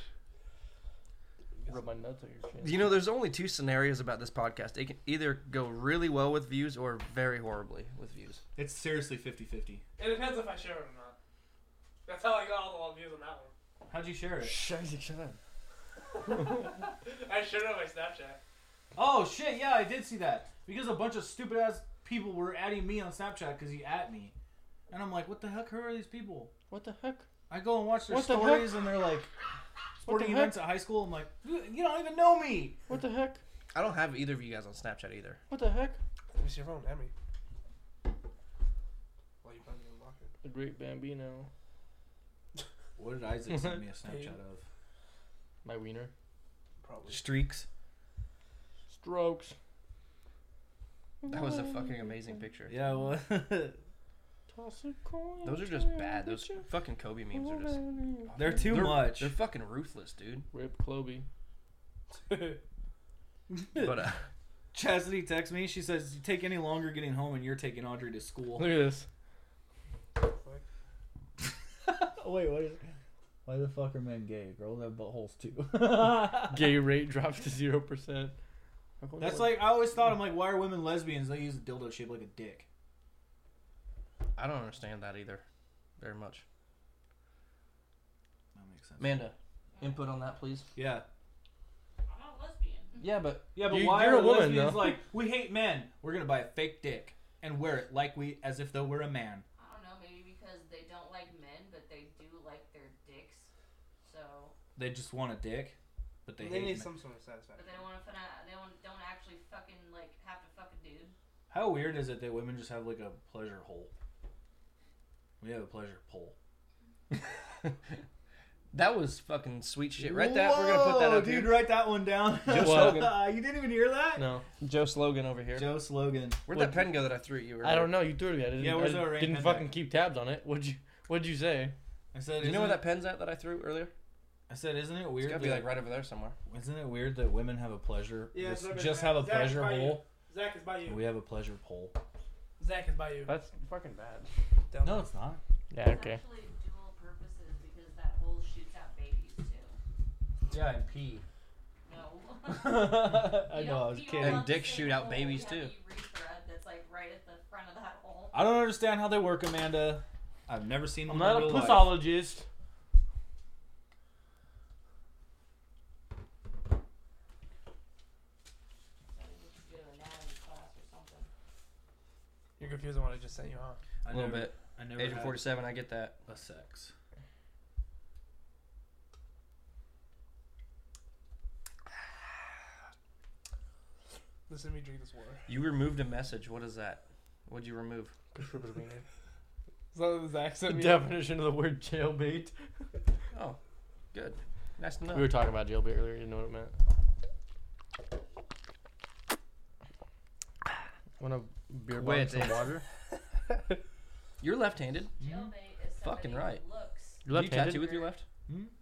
S4: Rub my nuts on your chin.
S1: You know, there's only two scenarios about this podcast. It can either go really well with views or very horribly with views.
S3: It's seriously 50 50.
S12: It depends if I share it or not. That's how I got all the views on that one.
S3: How'd you share it?
S4: shut up.
S12: I shared it on my Snapchat.
S3: Oh shit! Yeah, I did see that because a bunch of stupid ass people were adding me on Snapchat because he at me, and I'm like, what the heck? Who are these people?
S4: What the heck?
S3: I go and watch their
S4: What the
S3: stories,
S4: heck?
S3: and they're like sporting
S4: heck?
S3: events at high school. I'm like, you you don't even know me.
S4: What the heck?
S1: I don't have either of you guys on Snapchat either.
S4: What the heck?
S12: It was your phone, Emmy. Well, you probably didn't lock it.
S4: The great Bambino.
S3: What did Isaac send me a Snapchat of?
S4: My wiener.
S12: Probably.
S19: Streaks.
S4: Strokes.
S1: That was a fucking amazing picture.
S3: Yeah, well,
S4: Toss a coin.
S1: Those are just bad. Those fucking Kobe memes are just.
S3: They're too much.
S1: They're fucking ruthless, dude.
S4: Rip Cloby.
S1: But uh,
S3: Chastity texts me. She says, "You take any longer getting home, and you're taking Audrey to school."
S4: Look at this.
S19: Oh, Wait, what is Why the fuck are men gay? Girls have buttholes too.
S4: Gay rate drops to zero percent.
S3: That's like I always thought. I'm like, why are women lesbians? They use a dildo shaped like a dick.
S1: I don't understand that either, very much.
S3: That makes sense.
S1: Amanda, input on that, please.
S3: Yeah.
S11: I'm not a lesbian.
S1: Yeah, but
S3: Yeah, but
S4: You-
S3: why
S4: you're
S3: are
S4: a woman,
S3: lesbians
S4: though.
S3: like we hate men? We're gonna buy a fake dick and wear it like we as if though we're a man.
S11: I don't know, maybe because they don't like men, but they do like their dicks. So,
S3: They just want a dick, but they,
S12: They,
S3: hate
S12: need
S3: men.
S12: some sort of
S11: but
S12: satisfaction.
S11: they don't want to put out, they don't, don't actually fucking like have to fuck a dude.
S3: How weird is it that women just have like a pleasure hole? We have a pleasure pole.
S1: That was fucking sweet shit. Write that. We're gonna put that up
S3: dude.
S1: here.
S3: Write that one down. Uh,
S1: Joe Slogan.
S3: you didn't even hear that.
S4: No.
S1: Joe Slogan over here.
S3: Joe slogan.
S1: Where'd
S4: What-
S1: that pen go that I threw at you?
S4: I don't know. You threw it. at me. I didn't,
S3: Yeah, where's
S4: I
S3: our rain
S4: didn't
S3: pen
S4: fucking
S3: back?
S4: keep tabs on it. What'd you What'd you say?
S3: I said,
S1: Do you know where
S3: isn't
S1: that pen's at that I threw earlier?
S3: it- I said, isn't it weird?
S1: It's gotta be
S3: that-
S1: like right over there somewhere.
S3: Isn't it weird that women have a pleasure?
S12: Yeah,
S3: just,
S12: that's what I
S3: just have
S12: meant.
S3: a
S12: Zach,
S3: pleasure
S12: by you.
S3: hole.
S12: Zach is by you.
S3: We have a pleasure pole.
S12: Zach is by you.
S4: That's fucking bad.
S12: Down
S3: No, it's not.
S4: Yeah.
S11: It's
S4: Okay.
S11: actually dual purposes because that hole shoots out babies too.
S3: Yeah, and pee.
S11: No.
S3: I
S11: You
S3: know. I
S11: don't
S3: was
S11: pee
S3: kidding.
S11: around
S1: And
S11: the
S1: dicks
S11: same
S1: shoot out
S11: hole,
S1: babies,
S11: you
S1: too.
S11: have the urethra that's like right at the front of that hole.
S3: I don't understand how they work, Amanda. I've never seen
S4: I'm
S3: them.
S4: not
S3: in
S4: a
S3: real life.
S4: pussologist.
S11: So we should do anatomy class or something.
S12: You're confusing what I just sent you, huh?
S3: I
S1: A little
S3: never-
S1: bit.
S3: I never
S1: Agent
S3: had
S1: 47. I get that.
S3: a sex.
S12: Listen to me drink this water.
S1: You removed a message. What is that? What'd you remove?
S12: Is that what Zach
S4: The
S12: sent me?
S4: definition of the word jailbait.
S1: Oh, good. Nice to know.
S4: We were talking about jailbait earlier. You didn't know what it meant. Want a beer bomb
S1: Quit
S4: and some
S1: it.
S4: water?
S1: You're left-handed.
S11: Jailbait is
S1: Fucking
S11: somebody who
S1: right.
S11: looks
S4: You're
S1: Do you
S4: left-handed?
S1: tattoo with your left?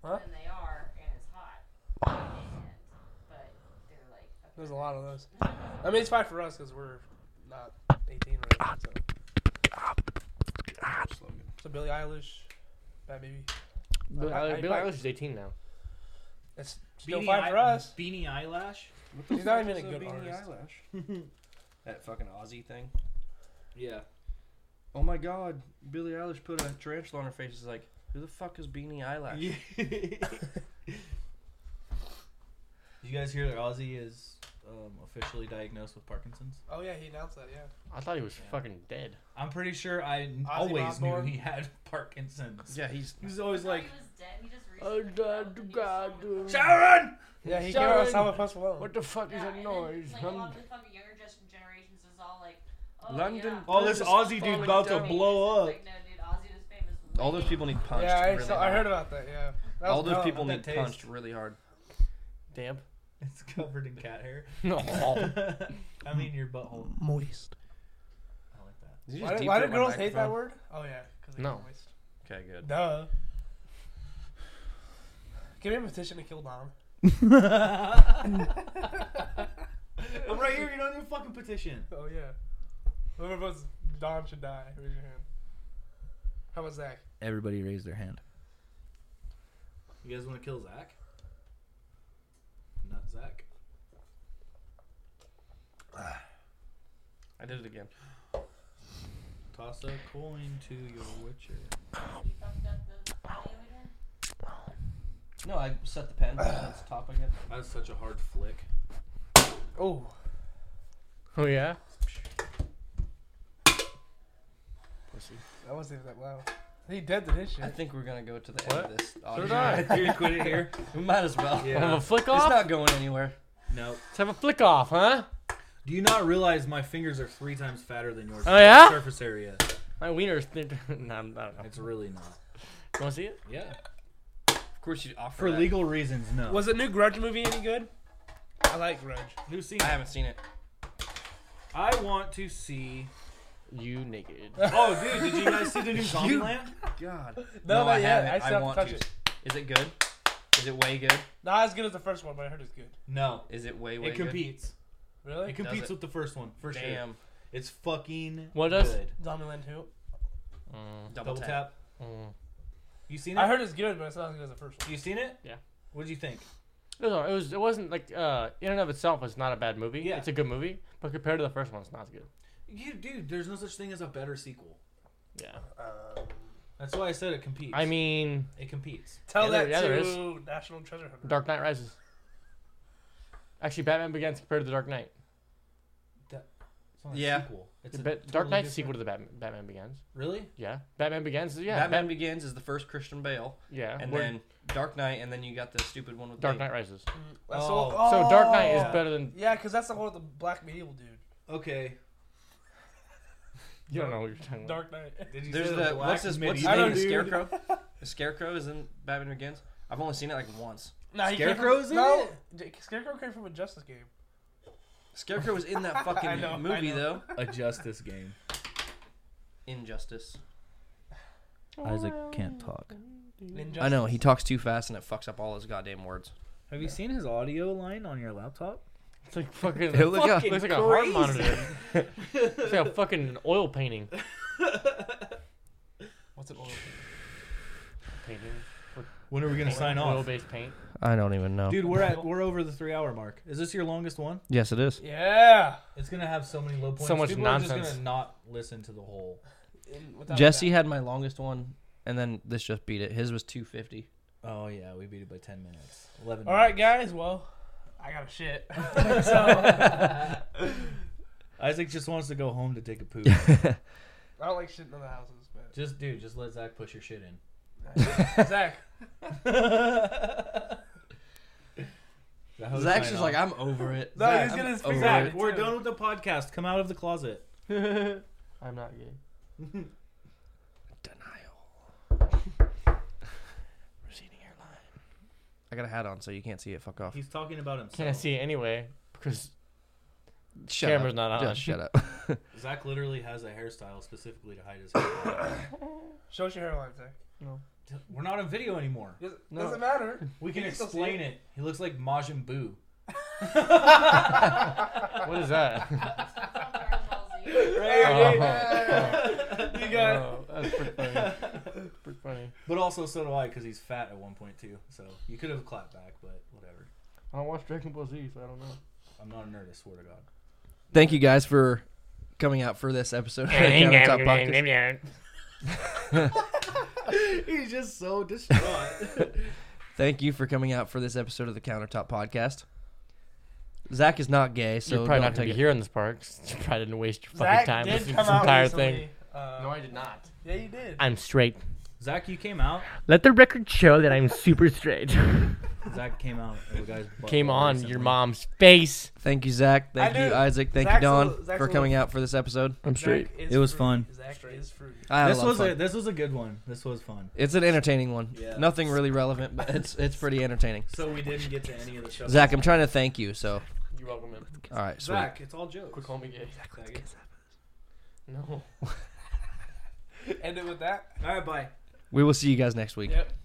S12: Huh?
S11: than they are, and it's hot. And- but they're like, okay.
S12: There's a lot of those. I mean, it's fine for us because we're not 18 or anything. So. so Billie Eilish, Bad Baby.
S4: Billie
S12: I-
S4: Eilish
S12: I-
S4: Billie
S12: I-
S4: Eilish is 18 now.
S12: It's still fine for us.
S3: Beanie eyelash.
S12: He's not even a good artist.
S1: eyelash. that fucking Aussie thing.
S3: Yeah.
S1: Oh my God! Billie Eilish put a tarantula on her face. She's like, "Who the fuck is Beanie Eyelash?"
S3: you guys hear that Ozzy is um, officially diagnosed with Parkinson's?
S12: Oh, yeah, he announced that, yeah.
S4: I thought he was
S3: Yeah.
S4: fucking dead.
S3: I'm pretty sure I n-
S12: Ozzy
S3: always
S12: Osbourne?
S3: knew he had Parkinson's.
S1: Yeah, he's.
S3: He's
S11: I
S3: always
S11: thought
S3: like,
S11: he was dead. He just reached
S4: Oh,
S11: for the
S4: God,
S11: phone
S4: God,
S11: and he was on the phone.
S3: Sharon.
S12: Yeah, he came out with
S4: Sharon!
S12: Simon Post Malone.
S4: What the fuck is
S11: Yeah,
S4: that
S11: and
S4: noise?
S11: Then, like, a lot of the fucking younger gen- generations is all like, oh,
S1: London
S11: Yeah.
S3: Oh, this
S1: Just
S3: Aussie dude
S1: falling
S3: about to
S1: down.
S3: blow up.
S11: Like, no, dude, Ozzy was famous.
S1: All
S11: way
S1: those people need punched.
S12: yeah, I,
S1: really
S12: saw, I
S1: hard.
S12: heard about that, yeah. That
S1: All
S12: was
S1: those
S12: dumb.
S1: people
S3: That
S1: need
S3: taste.
S1: punched really hard.
S4: Damn.
S3: It's covered in cat hair.
S4: No.
S3: I mean, your butthole.
S12: Moist.
S3: I like that.
S1: Did you
S12: Why,
S1: just
S12: do-
S1: deep
S12: why do
S1: throat my
S12: girls hate that
S1: microphone?
S12: word? Oh, yeah. 'cause they
S4: No.
S12: get moist.
S1: Okay, good.
S12: Duh. Can we have a petition to kill Dom?
S3: I'm right here. You don't need a fucking petition.
S12: Oh yeah. Whoever votes Dom should die. Raise your hand. How about Zach?
S19: Everybody raised their hand.
S3: You guys want to kill Zach? Not Zach.
S1: I did it again.
S3: Toss a coin to your witcher.
S1: No, I set the pen. That's top again.
S3: That was such a hard flick.
S12: Oh.
S4: Oh yeah.
S1: Pussy.
S12: That wasn't even that loud. He dead to this shit.
S1: I think we're gonna go to the
S4: What?
S1: end of this.
S4: So
S1: audio.
S4: did I.
S1: Here, quit it here. We might as well.
S4: Yeah. Have a flick off?
S1: It's not going anywhere.
S3: No.
S4: Let's have a flick off, huh?
S3: Do you not realize my fingers are three times fatter than yours?
S4: Oh, yeah?
S3: Surface area.
S4: My wiener's. no, I'm- I don't know.
S3: It's really not.
S4: You want to see it?
S3: Yeah.
S1: Of course, you offer
S3: For
S1: that.
S3: legal reasons, no.
S12: Was the new Grudge movie any good? I like Grudge.
S3: Who's seen
S1: I
S3: it?
S1: haven't seen it.
S3: I want to see.
S4: You naked.
S3: Oh, dude, did you guys see the new Zombieland?
S1: God.
S12: No, not yet. I
S1: haven't.
S12: still have to
S1: want
S12: touch
S1: to.
S12: it.
S1: Is it good? Is it way good?
S12: Not as good as the first one, but I heard it's good.
S3: No.
S1: Is it way way
S3: It
S1: good?
S3: competes.
S12: Really?
S3: It competes
S1: it?
S3: with the first one, for sure.
S1: Damn.
S3: It's fucking
S4: What
S3: good.
S4: does-
S12: Zombieland 2.
S1: Double,
S4: Mm,
S3: Double
S1: tap.
S3: tap. You seen it?
S12: I heard it's good, but it's not as good as the first one.
S3: You seen it?
S4: Yeah.
S3: What did you think?
S4: It was. alright. It, was, it wasn't like uh, in and of itself. It's not a bad movie.
S3: Yeah.
S4: It's a good movie, but compared to the first one, it's not as good.
S3: You, dude, there's no such thing as a better sequel.
S4: Yeah.
S3: Um, That's why I said it competes.
S4: I mean,
S3: it competes.
S12: Tell
S4: Yeah, there-
S12: that
S4: yeah, there
S12: to National Treasure Hunter.
S4: Dark Knight Rises. Actually, Batman Begins compared to the Dark Knight.
S3: That, it's not a
S1: Yeah.
S3: sequel. It's
S4: The
S3: a
S4: Ba- Dark
S3: totally
S4: Knight's
S3: different-
S4: sequel to the Batman, Batman Begins.
S3: Really?
S4: Yeah. Batman Begins. Yeah.
S1: Batman
S4: Bat-
S1: Begins is the first Christian Bale.
S4: Yeah,
S1: And
S4: we're-
S1: then Dark Knight, and then you got the stupid one with
S4: Dark
S1: Bane.
S4: Knight Rises.
S12: Mm, That's
S3: Oh.
S12: all-
S4: So Dark Knight is
S12: Oh.
S4: better than.
S12: Yeah, because that's the one with the black medieval dude.
S3: Okay.
S4: You don't know what you're talking about.
S12: Dark Knight.
S3: Did you
S1: There's
S3: say
S1: the
S3: black
S1: what's his what's his
S3: medieval-
S1: name? The
S12: dude.
S1: Scarecrow. The Scarecrow is in Batman Begins. I've only seen it like once.
S12: Nah, he came from-
S3: Scarecrow's in
S12: no,
S3: it?
S12: J- Scarecrow came from a Justice game.
S1: Scarecrow was in that
S12: I
S1: fucking
S12: know, I
S1: movie
S12: know.
S1: though.
S3: A justice game.
S1: Injustice.
S19: Isaac can't talk.
S1: I know he talks too fast and it fucks up all his goddamn words.
S3: Have you seen his audio line on your laptop?
S4: It's like fucking.
S1: It look
S4: fucking
S1: up.
S4: looks like a heart monitor. it's like a fucking oil painting.
S12: What's an oil?
S4: Painting.
S3: When are we gonna sign off?
S4: Oil-based paint.
S1: I don't even know.
S3: Dude, we're at we're over the three hour mark. Is this your longest one?
S1: Yes, it is.
S12: Yeah.
S3: It's gonna have so many low points.
S4: much
S3: People Are just
S4: nonsense.
S3: gonna not listen to the whole.
S12: In- without a
S1: Jesse
S12: doubt.
S1: had my longest one, and then this just beat it. His was 250.
S3: Oh yeah, we beat it by ten minutes. Eleven.
S12: All right, guys. Well, I got a shit. so
S3: Isaac just wants to go home to take a poop.
S12: I don't like shit in other houses, but
S3: just dude, just let Zach push your shit in.
S12: Zach.
S1: Zach's just like, I'm over it.
S12: No,
S1: Zach,
S12: he's gonna
S1: I'm
S12: fix
S1: over
S12: that.
S1: it.
S3: we're done with the podcast. Come out of the closet.
S4: I'm not gay.
S1: I got a hat on, so you can't see it. Fuck off.
S3: He's talking about himself.
S4: Can't see it anyway because
S1: Shut
S4: camera's
S1: up.
S4: not on.
S1: Just shut up.
S3: Zach literally has a hairstyle specifically to hide his hair.
S12: Show us your hairline, Zach.
S3: We're not on video anymore.
S12: Does, Doesn't matter.
S3: We can
S12: can still see
S3: explain it. He looks like Majin Buu.
S4: what is that?
S12: You got
S4: Oh, that's pretty funny. pretty funny.
S3: But also, so do I, because he's fat at one point too. So you could have clapped back, but whatever.
S4: I don't watch Dragon Ball Z, so I don't know.
S3: I'm not a nerd. I swear to God.
S1: Thank you guys for coming out for this episode. of Countertop Podcast.
S3: He's just so distraught.
S1: Thank you for coming out for this episode of the Countertop Podcast. Zach is not gay, so
S4: You're probably
S1: don't
S4: not
S1: take
S4: gonna be
S1: it.
S4: here in this park. 'cause You probably didn't waste your fucking
S12: Zach
S4: time
S12: did
S4: listening
S12: come
S4: to this
S12: out
S4: entire
S12: recently.
S4: thing.
S12: Uh,
S4: did not.
S12: Yeah, you did.
S4: I'm straight.
S3: Zach, you came out.
S4: Let the record show that I'm super straight.
S3: Zach came out. of a guy's butt
S4: Came
S3: hole
S4: on
S3: recently.
S4: your mom's face.
S1: Thank you, Zach. Thank
S12: I
S1: you,
S12: do-
S1: Isaac. Thank you,
S12: Zach's a
S1: Don,
S12: little- Zach's
S1: for
S12: a
S1: coming
S12: little-
S1: out for this episode.
S4: I'm straight.
S12: Zach is
S19: It was
S12: fruity.
S19: fun.
S12: Zach is fruity.
S1: I had
S3: This
S1: a lot
S3: was
S1: of
S3: a
S1: fun.
S3: this was a good one. This was fun.
S1: It's an entertaining one.
S3: Yeah.
S1: Nothing really relevant, but it's it's pretty entertaining.
S3: So we didn't get to any of the show.
S1: Zach, I'm trying to thank you. So,
S4: You're welcome, man.
S1: all right, sweet.
S3: Zach, it's all jokes.
S4: Quick, call me gay.
S3: Zach, it's-
S4: No.
S12: End it with that.
S3: All right, bye.
S1: We will see you guys next week.
S12: Yep.